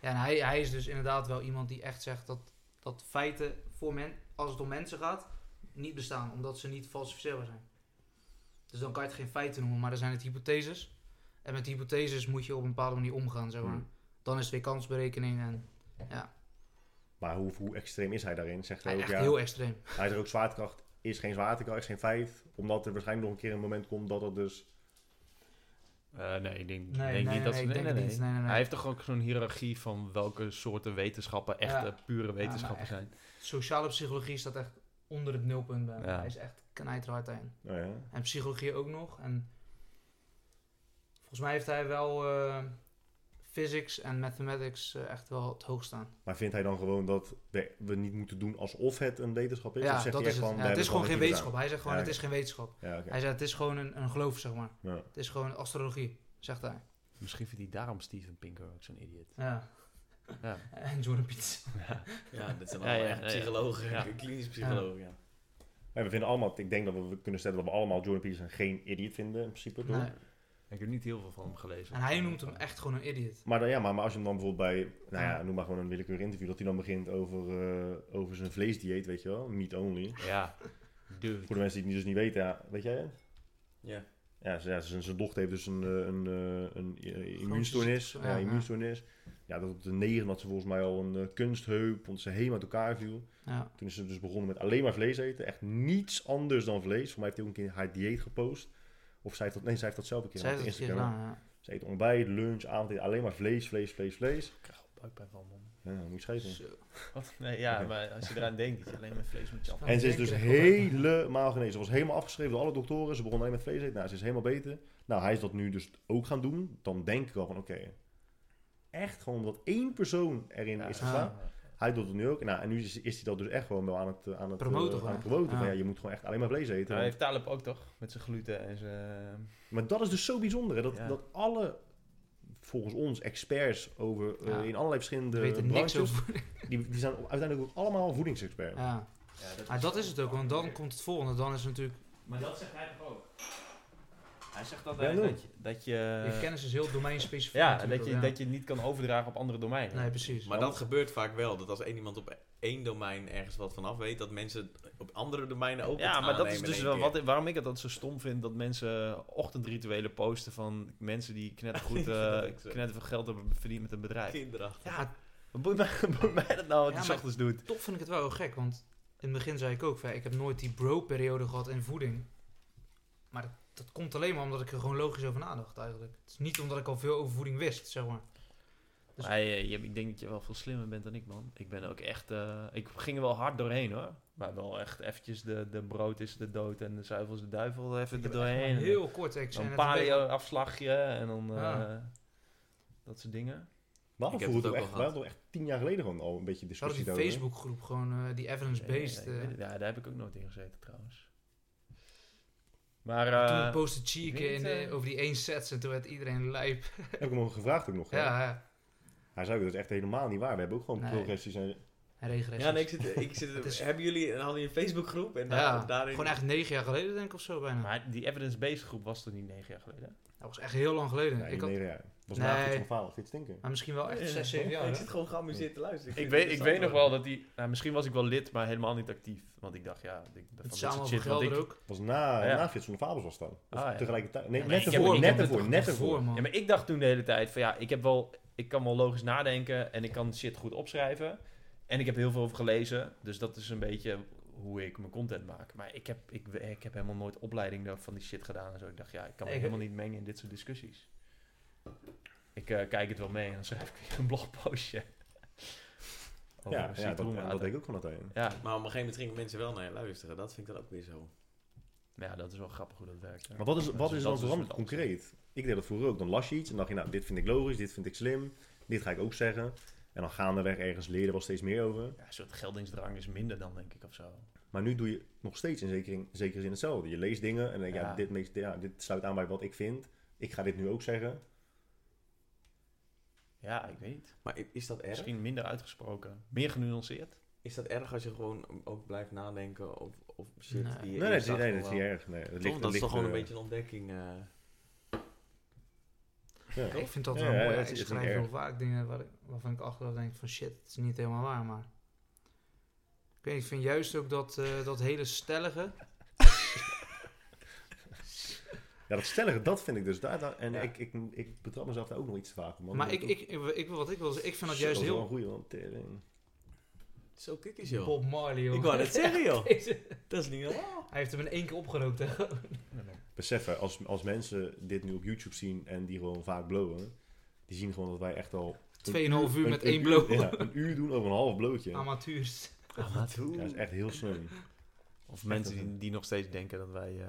[SPEAKER 4] ja en hij, hij is dus inderdaad wel iemand die echt zegt dat, dat feiten, voor men, als het om mensen gaat, niet bestaan. Omdat ze niet falsificeerbaar zijn. Dus dan kan je het geen feiten noemen, maar dan zijn het hypotheses. En met
[SPEAKER 2] Hmm.
[SPEAKER 4] hypotheses moet je op een bepaalde manier omgaan, zeg maar.
[SPEAKER 1] Hmm.
[SPEAKER 4] Dan is het weer kansberekening en ja.
[SPEAKER 1] Maar hoe, hoe extreem is hij daarin? Zegt hij,
[SPEAKER 4] Ja,
[SPEAKER 1] ook,
[SPEAKER 4] echt
[SPEAKER 1] ja,
[SPEAKER 4] heel extreem.
[SPEAKER 1] hij zegt ook zwaartekracht is geen zwaartekracht, is geen feit. Omdat er waarschijnlijk nog een keer een moment komt dat het dus...
[SPEAKER 2] Eh, nee, ik denk,
[SPEAKER 4] Nee,
[SPEAKER 2] denk niet
[SPEAKER 4] nee,
[SPEAKER 2] dat
[SPEAKER 4] nee,
[SPEAKER 2] ze...
[SPEAKER 4] ik denk het niet. Nee, nee, nee.
[SPEAKER 2] Hij heeft toch ook zo'n hiërarchie van welke soorten wetenschappen echte,
[SPEAKER 4] Ja.
[SPEAKER 2] pure wetenschappen
[SPEAKER 4] echt.
[SPEAKER 2] zijn.
[SPEAKER 4] Sociale psychologie staat echt onder het nulpunt bij hem.
[SPEAKER 2] Ja.
[SPEAKER 4] Hij is echt knijterhard aan.
[SPEAKER 1] Nou ja,
[SPEAKER 4] En psychologie ook nog. En volgens mij heeft hij wel eh, physics en mathematics eh, echt wel het hoogst staan.
[SPEAKER 1] Maar vindt hij dan gewoon dat we, we niet moeten doen alsof het een wetenschap is? of
[SPEAKER 4] Ja,
[SPEAKER 1] zegt
[SPEAKER 4] dat
[SPEAKER 1] hij
[SPEAKER 4] is
[SPEAKER 1] echt
[SPEAKER 4] het.
[SPEAKER 1] van,
[SPEAKER 4] Ja,
[SPEAKER 1] we
[SPEAKER 4] het
[SPEAKER 1] hebben
[SPEAKER 4] is gewoon geen
[SPEAKER 1] een keer
[SPEAKER 4] wetenschap. Hij zegt gewoon,
[SPEAKER 1] Ja,
[SPEAKER 4] het
[SPEAKER 1] ja.
[SPEAKER 4] is geen wetenschap.
[SPEAKER 1] gedaan? Ja, oké.
[SPEAKER 4] Hij zegt, het is gewoon een, een geloof, zeg maar.
[SPEAKER 1] Ja.
[SPEAKER 4] Het is gewoon astrologie, zegt hij.
[SPEAKER 2] Misschien vindt hij daarom Steven Pinker ook zo'n idiot.
[SPEAKER 4] Ja.
[SPEAKER 2] Ja.
[SPEAKER 4] [LAUGHS] En Jordan Piets.
[SPEAKER 5] Ja, dat zijn
[SPEAKER 2] Ja,
[SPEAKER 5] allemaal
[SPEAKER 2] ja,
[SPEAKER 5] echt
[SPEAKER 2] ja, ja.
[SPEAKER 5] psychologen, [LAUGHS]
[SPEAKER 2] Ja.
[SPEAKER 5] klinische psychologen. Ja.
[SPEAKER 1] Maar we vinden allemaal, ik denk dat we kunnen stellen dat we allemaal Jordan Peterson geen idiot vinden, in principe. toch?
[SPEAKER 4] Nee.
[SPEAKER 2] Ik heb niet heel veel van hem gelezen.
[SPEAKER 4] En hij noemt hem echt gewoon een idiot.
[SPEAKER 1] Maar, dan, ja, maar, maar als je hem dan bijvoorbeeld bij, nou ja,
[SPEAKER 4] Ja.
[SPEAKER 1] noem maar gewoon een willekeurig interview, dat hij dan begint over, eh, over zijn vleesdieet, weet je wel, meat only.
[SPEAKER 2] Ja, dude.
[SPEAKER 1] Voor de mensen die het dus niet weten, ja, weet jij het?
[SPEAKER 5] Ja.
[SPEAKER 1] Ja, z- ja, zijn, zijn dochter heeft dus een, eh, een, eh, een, eh, immuunstoornis.
[SPEAKER 4] ziekte,
[SPEAKER 1] Ja,
[SPEAKER 4] ja, ja.
[SPEAKER 1] immuunstoornis. Ja, dat op de negen had ze volgens mij al een eh, kunstheup, want ze helemaal uit elkaar viel.
[SPEAKER 4] Ja.
[SPEAKER 1] Toen is ze dus begonnen met alleen maar vlees eten. Echt niets anders dan vlees. Voor mij heeft hij ook een keer haar dieet gepost. Of zij heeft dat, nee, zij heeft dat zelf een keer
[SPEAKER 4] Zij heeft
[SPEAKER 1] op
[SPEAKER 4] het een keer
[SPEAKER 1] Instagram.
[SPEAKER 4] gedaan, ja.
[SPEAKER 1] Ze eet ontbijt, lunch, avondeten, alleen maar vlees, vlees, vlees, vlees.
[SPEAKER 2] Ik krijg er buikpijn van, man.
[SPEAKER 1] Ja, dan moet je scheten.
[SPEAKER 4] Zo.
[SPEAKER 2] Wat? Nee, [LAUGHS] ja, maar als je eraan denkt dat je alleen met vlees moet jappen.
[SPEAKER 4] Ja,
[SPEAKER 1] En ze is
[SPEAKER 4] ik
[SPEAKER 1] dus
[SPEAKER 4] krijg ook echt-
[SPEAKER 1] helemaal genezen. Ze was helemaal afgeschreven door alle doktoren. Ze begon alleen met vlees eten. Nou, ze is helemaal beter. Nou, hij is dat nu dus ook gaan doen. Dan denk ik al van, oké. echt gewoon omdat één persoon erin is gegaan.
[SPEAKER 4] Ah.
[SPEAKER 1] Hij doet het nu ook. Nou, en nu is, is hij dat dus echt gewoon wel aan het, eh, aan het eh,
[SPEAKER 4] Promoten
[SPEAKER 1] aan
[SPEAKER 4] gewoon.
[SPEAKER 1] het promoten. Van,
[SPEAKER 4] Ja.
[SPEAKER 1] ja, je moet gewoon echt alleen maar vlees eten.
[SPEAKER 2] Hij
[SPEAKER 1] want-
[SPEAKER 2] heeft Taleb ook toch? Met zijn gluten en zijn...
[SPEAKER 1] Maar dat is dus zo bijzonder, hè? Dat,
[SPEAKER 2] Ja.
[SPEAKER 1] dat alle, volgens ons, experts over, eh,
[SPEAKER 4] Ja.
[SPEAKER 1] in allerlei
[SPEAKER 4] Ik
[SPEAKER 1] verschillende
[SPEAKER 4] weet er niks
[SPEAKER 1] branches,
[SPEAKER 4] over.
[SPEAKER 1] [LAUGHS] die, die zijn uiteindelijk ook allemaal voedingsexperts.
[SPEAKER 4] Ja.
[SPEAKER 2] Ah,
[SPEAKER 4] Maar dat is het ook, want dan komt het volgende. Dan is het natuurlijk...
[SPEAKER 5] Maar dat zegt hij toch ook? Hij zegt dat
[SPEAKER 1] Ja,
[SPEAKER 5] hij...
[SPEAKER 1] doe.
[SPEAKER 5] dat je-
[SPEAKER 2] Dat
[SPEAKER 4] Je
[SPEAKER 2] je...
[SPEAKER 4] kennis is heel domeinspecifiek.
[SPEAKER 2] Eh, Ja, en
[SPEAKER 4] natuurlijk
[SPEAKER 2] dat je,
[SPEAKER 4] ook,
[SPEAKER 2] dat je het niet kan overdragen op andere domeinen.
[SPEAKER 4] Nee, precies.
[SPEAKER 5] Maar dat gebeurt vaak wel. Dat als één iemand op één domein ergens wat vanaf weet, dat mensen op andere domeinen ook
[SPEAKER 2] Ja,
[SPEAKER 5] het
[SPEAKER 2] maar dat is
[SPEAKER 5] aannemen
[SPEAKER 2] dus
[SPEAKER 5] in
[SPEAKER 2] wel
[SPEAKER 5] één
[SPEAKER 2] wat,
[SPEAKER 5] keer.
[SPEAKER 2] waarom ik het altijd zo stom vind dat mensen ochtendrituelen posten van mensen die
[SPEAKER 5] [LAUGHS]
[SPEAKER 2] knettergoed
[SPEAKER 5] Dat
[SPEAKER 2] eh
[SPEAKER 5] ik zo.
[SPEAKER 2] knetterveel geld hebben verdiend met een bedrijf.
[SPEAKER 5] Kinderen.
[SPEAKER 4] Ja,
[SPEAKER 2] Wat boeit mij, [LAUGHS] boeit mij dat nou wat
[SPEAKER 4] Ja,
[SPEAKER 2] die
[SPEAKER 4] maar-
[SPEAKER 2] ochtends doet?
[SPEAKER 4] toch vind ik het wel heel gek, want in het begin zei ik ook, van, ja, ik heb nooit die bro-periode gehad in voeding. Maar dat, dat komt alleen maar omdat ik er gewoon logisch over nadacht eigenlijk. Het is niet omdat ik al veel over voeding wist, zeg maar. Dus-
[SPEAKER 2] Maar, eh, je- ik denk dat je wel veel slimmer bent dan ik, man. Ik ben ook echt... eh, ik ging er wel hard doorheen, hoor. Maar wel echt eventjes de, de brood is de dood en de zuivel is de duivel even
[SPEAKER 4] Ik
[SPEAKER 2] er
[SPEAKER 4] heb echt
[SPEAKER 2] doorheen.
[SPEAKER 4] maar Heel kort, ik
[SPEAKER 2] Dan
[SPEAKER 4] zei
[SPEAKER 2] een
[SPEAKER 4] net een beetje-
[SPEAKER 2] paleo-afslagje en dan... eh,
[SPEAKER 4] Ja.
[SPEAKER 2] Dat soort dingen.
[SPEAKER 1] We
[SPEAKER 5] Ik
[SPEAKER 1] hadden
[SPEAKER 5] heb
[SPEAKER 1] vroeger
[SPEAKER 5] het
[SPEAKER 1] toch
[SPEAKER 5] ook al
[SPEAKER 1] echt, we
[SPEAKER 5] gehad.
[SPEAKER 1] hadden toch echt tien jaar geleden gewoon al een beetje
[SPEAKER 4] Ik had
[SPEAKER 1] discussie
[SPEAKER 4] die Facebookgroep gewoon, eh, die evidence-based.
[SPEAKER 2] Ja, ja, ik
[SPEAKER 4] eh,
[SPEAKER 2] weet het. Ja, daar heb ik ook nooit in gezeten trouwens. Maar
[SPEAKER 4] toen
[SPEAKER 2] eh,
[SPEAKER 4] postte
[SPEAKER 2] ik
[SPEAKER 4] Cheek
[SPEAKER 2] weet
[SPEAKER 4] in,
[SPEAKER 2] niet,
[SPEAKER 4] eh,
[SPEAKER 2] eh.
[SPEAKER 4] over die één sets en toen werd iedereen lijp.
[SPEAKER 1] Heb ik hem ook gevraagd ook nog. hè?
[SPEAKER 4] Ja, ja.
[SPEAKER 1] Hij zei, dat is echt helemaal niet waar. We hebben ook gewoon
[SPEAKER 4] Nee.
[SPEAKER 1] progressies. En,
[SPEAKER 4] En regressies.
[SPEAKER 5] Ja, nee, ik zit,
[SPEAKER 4] [LAUGHS]
[SPEAKER 5] ik
[SPEAKER 4] Het
[SPEAKER 5] zit,
[SPEAKER 4] is-
[SPEAKER 5] hebben jullie en hadden je een Facebookgroep en daar,
[SPEAKER 4] Ja,
[SPEAKER 5] daarin...
[SPEAKER 4] Gewoon echt negen jaar geleden denk ik of zo bijna.
[SPEAKER 2] maar die evidence-based groep was toch niet negen jaar geleden?
[SPEAKER 4] Dat was echt heel lang geleden.
[SPEAKER 1] nee,
[SPEAKER 4] ik had,
[SPEAKER 1] nou, negen jaar. Dat was na
[SPEAKER 4] Nee.
[SPEAKER 1] Frits van Falen, Frits Stinken.
[SPEAKER 2] Ah.
[SPEAKER 4] maar misschien wel echt zes, zeven jaar.
[SPEAKER 5] Ik
[SPEAKER 4] hè?
[SPEAKER 5] zit gewoon geamuseerd te luisteren.
[SPEAKER 2] Ik
[SPEAKER 5] vind
[SPEAKER 2] weet,
[SPEAKER 5] het
[SPEAKER 2] ik weet nog wel
[SPEAKER 5] interessant,
[SPEAKER 2] dat die... Nou, misschien was ik wel lid, maar helemaal niet actief. Want ik dacht, ja... Ik, van dit
[SPEAKER 4] Met
[SPEAKER 2] soort
[SPEAKER 4] samen over
[SPEAKER 2] shit, want
[SPEAKER 4] Gelder
[SPEAKER 2] ik-
[SPEAKER 4] ook.
[SPEAKER 1] Dat was na,
[SPEAKER 2] Ah, ja.
[SPEAKER 1] na Frits van de Fabels was dat. Of
[SPEAKER 2] Ah, ja.
[SPEAKER 1] tegelijkertijd. Nee,
[SPEAKER 2] Ja,
[SPEAKER 1] net
[SPEAKER 2] nee, ik heb
[SPEAKER 1] ervoor,
[SPEAKER 2] het
[SPEAKER 1] net
[SPEAKER 2] niet
[SPEAKER 1] ervoor, net ervoor.
[SPEAKER 2] Ja, maar ik dacht toen de hele tijd van ja, ik heb wel... Ik kan wel logisch nadenken en ik kan shit goed opschrijven. En ik heb er heel veel over gelezen. Dus dat is een beetje hoe ik mijn content maak. Maar ik heb, ik, ik heb helemaal nooit opleiding daar- van die shit gedaan en zo. Ik dacht, ja, ik kan me
[SPEAKER 4] Ik-
[SPEAKER 2] helemaal niet mengen in dit soort discussies. Ik eh, kijk het wel mee en dan [LAUGHS] schrijf ik weer een blogpostje. Over
[SPEAKER 1] Ja, ja, dat,
[SPEAKER 2] citroenwater.
[SPEAKER 1] dat denk ik ook van altijd.
[SPEAKER 2] Ja,
[SPEAKER 5] Maar op een gegeven moment gingen mensen wel naar je luisteren. Dat vind ik dan ook weer zo.
[SPEAKER 2] maar ja, dat is wel grappig hoe dat werkt. hè.
[SPEAKER 1] Maar wat is,
[SPEAKER 2] Dus
[SPEAKER 1] wat is dan
[SPEAKER 2] dat
[SPEAKER 1] veranderd
[SPEAKER 2] wat anders.
[SPEAKER 1] concreet? Ik deed dat vroeger ook. Dan las je iets en dacht je, nou, dit vind ik logisch, dit vind ik slim, dit ga ik ook zeggen. En dan gaandeweg ergens leren we wel steeds meer over.
[SPEAKER 2] Ja, een soort geldingsdrang is minder dan, denk ik, of zo.
[SPEAKER 1] Maar nu doe je nog steeds in zekere, zekere zin hetzelfde. Je leest dingen en dan denk je, ja.
[SPEAKER 2] Ja.
[SPEAKER 1] dit, meest- ja, dit sluit aan bij wat ik vind. Ik ga dit nu ook zeggen.
[SPEAKER 2] Ja, ik weet niet.
[SPEAKER 5] Maar i- is dat erg?
[SPEAKER 2] Misschien minder uitgesproken. Meer genuanceerd.
[SPEAKER 5] Is dat erg als je gewoon ook blijft nadenken of, of shit
[SPEAKER 4] Nee.
[SPEAKER 5] die je
[SPEAKER 1] Nee, nee,
[SPEAKER 5] eerst
[SPEAKER 1] dat is, nee,
[SPEAKER 5] dacht van
[SPEAKER 1] dat is
[SPEAKER 5] wel-
[SPEAKER 1] niet erg. Nee, dat
[SPEAKER 5] Toch,
[SPEAKER 1] ligt,
[SPEAKER 5] dat is
[SPEAKER 1] ligt,
[SPEAKER 5] toch gewoon
[SPEAKER 1] eh,
[SPEAKER 5] een beetje een ontdekking. eh.
[SPEAKER 1] ja.
[SPEAKER 4] Ik vind dat
[SPEAKER 1] Ja,
[SPEAKER 4] wel
[SPEAKER 1] ja, dat
[SPEAKER 4] mooi. hè.
[SPEAKER 1] is-
[SPEAKER 4] ik
[SPEAKER 1] is niet
[SPEAKER 4] schrijf heel
[SPEAKER 1] erg.
[SPEAKER 4] vaak dingen waar ik, waarvan ik achteraf denk van shit, het is niet helemaal waar, maar... Ik weet niet, ik vind juist ook dat, eh, dat hele stellige...
[SPEAKER 1] Ja, dat stellige, dat vind ik dus daar. daar- en
[SPEAKER 5] Ja.
[SPEAKER 1] ik, ik, ik betrap mezelf daar ook nog iets te vaak op. man.
[SPEAKER 4] maar
[SPEAKER 1] Dat
[SPEAKER 4] ik, ik, ik, ik- wat ik wil zeggen, ik vind dat
[SPEAKER 1] Shit,
[SPEAKER 4] juist
[SPEAKER 1] is wel
[SPEAKER 4] heel...
[SPEAKER 1] een goeie, want, eh,
[SPEAKER 5] Zo kik is joh.
[SPEAKER 4] [LAUGHS] Bob Marley, joh.
[SPEAKER 5] Ik wou
[SPEAKER 4] [LAUGHS]
[SPEAKER 5] net zeggen, joh.
[SPEAKER 4] Deze-
[SPEAKER 5] Dat is niet normaal.
[SPEAKER 4] Hij heeft hem in één keer opgerookt, hè.
[SPEAKER 1] Beseffen, als, als mensen dit nu op YouTube zien en die gewoon vaak blowen, die zien gewoon dat wij echt al...
[SPEAKER 4] Tweeënhalf uur
[SPEAKER 1] een-
[SPEAKER 4] met
[SPEAKER 1] een
[SPEAKER 4] één blow. Ah,
[SPEAKER 1] Ja, een uur doen over een half blootje. Ja,
[SPEAKER 4] [LAUGHS] Amateurs.
[SPEAKER 1] Ah, dat is echt heel sneu.
[SPEAKER 2] Of mensen die, die nog steeds denken dat wij eh,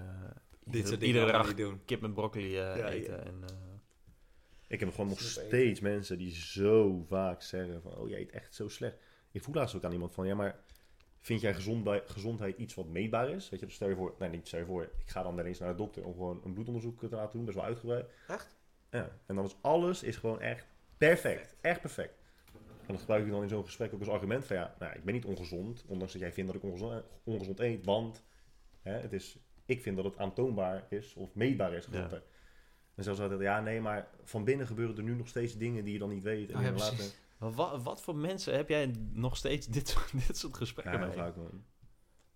[SPEAKER 5] Dit soort dingen
[SPEAKER 2] iedere
[SPEAKER 5] gaan
[SPEAKER 2] dag
[SPEAKER 5] we niet doen.
[SPEAKER 2] kip met broccoli eh,
[SPEAKER 5] ja.
[SPEAKER 2] eten. En, eh,
[SPEAKER 1] Ik heb gewoon nog
[SPEAKER 5] Snap ik.
[SPEAKER 1] steeds mensen die zo vaak zeggen van... Oh, jij eet echt zo slecht. Ik voel laatst ook aan iemand van... Ja, maar vind jij gezond bij, gezondheid iets wat meetbaar is? Weet je, dus stel je voor... Nee, niet stel je voor. Ik ga dan wel eens naar de dokter om gewoon een bloedonderzoek te laten doen. Best wel uitgebreid.
[SPEAKER 4] Echt?
[SPEAKER 1] Ja. En dan is alles is gewoon echt perfect. Echt perfect. En dat gebruik ik dan in zo'n gesprek ook als argument van... Ja, nou, ik ben niet ongezond. Ondanks dat jij vindt dat ik ongezond, eh, ongezond eet. Want hè, het is... Ik vind dat het aantoonbaar is of meetbaar is.
[SPEAKER 2] Ja.
[SPEAKER 1] gezondheid. En zelfs altijd, ja, nee, maar van binnen gebeuren er nu nog steeds dingen die je dan niet weet. En
[SPEAKER 4] Ah, ja,
[SPEAKER 1] dan later-
[SPEAKER 4] precies.
[SPEAKER 2] maar wa- wat voor mensen heb jij nog steeds dit, soort- dit soort gesprekken
[SPEAKER 1] Ja, heel
[SPEAKER 2] mee?
[SPEAKER 1] vaak, man.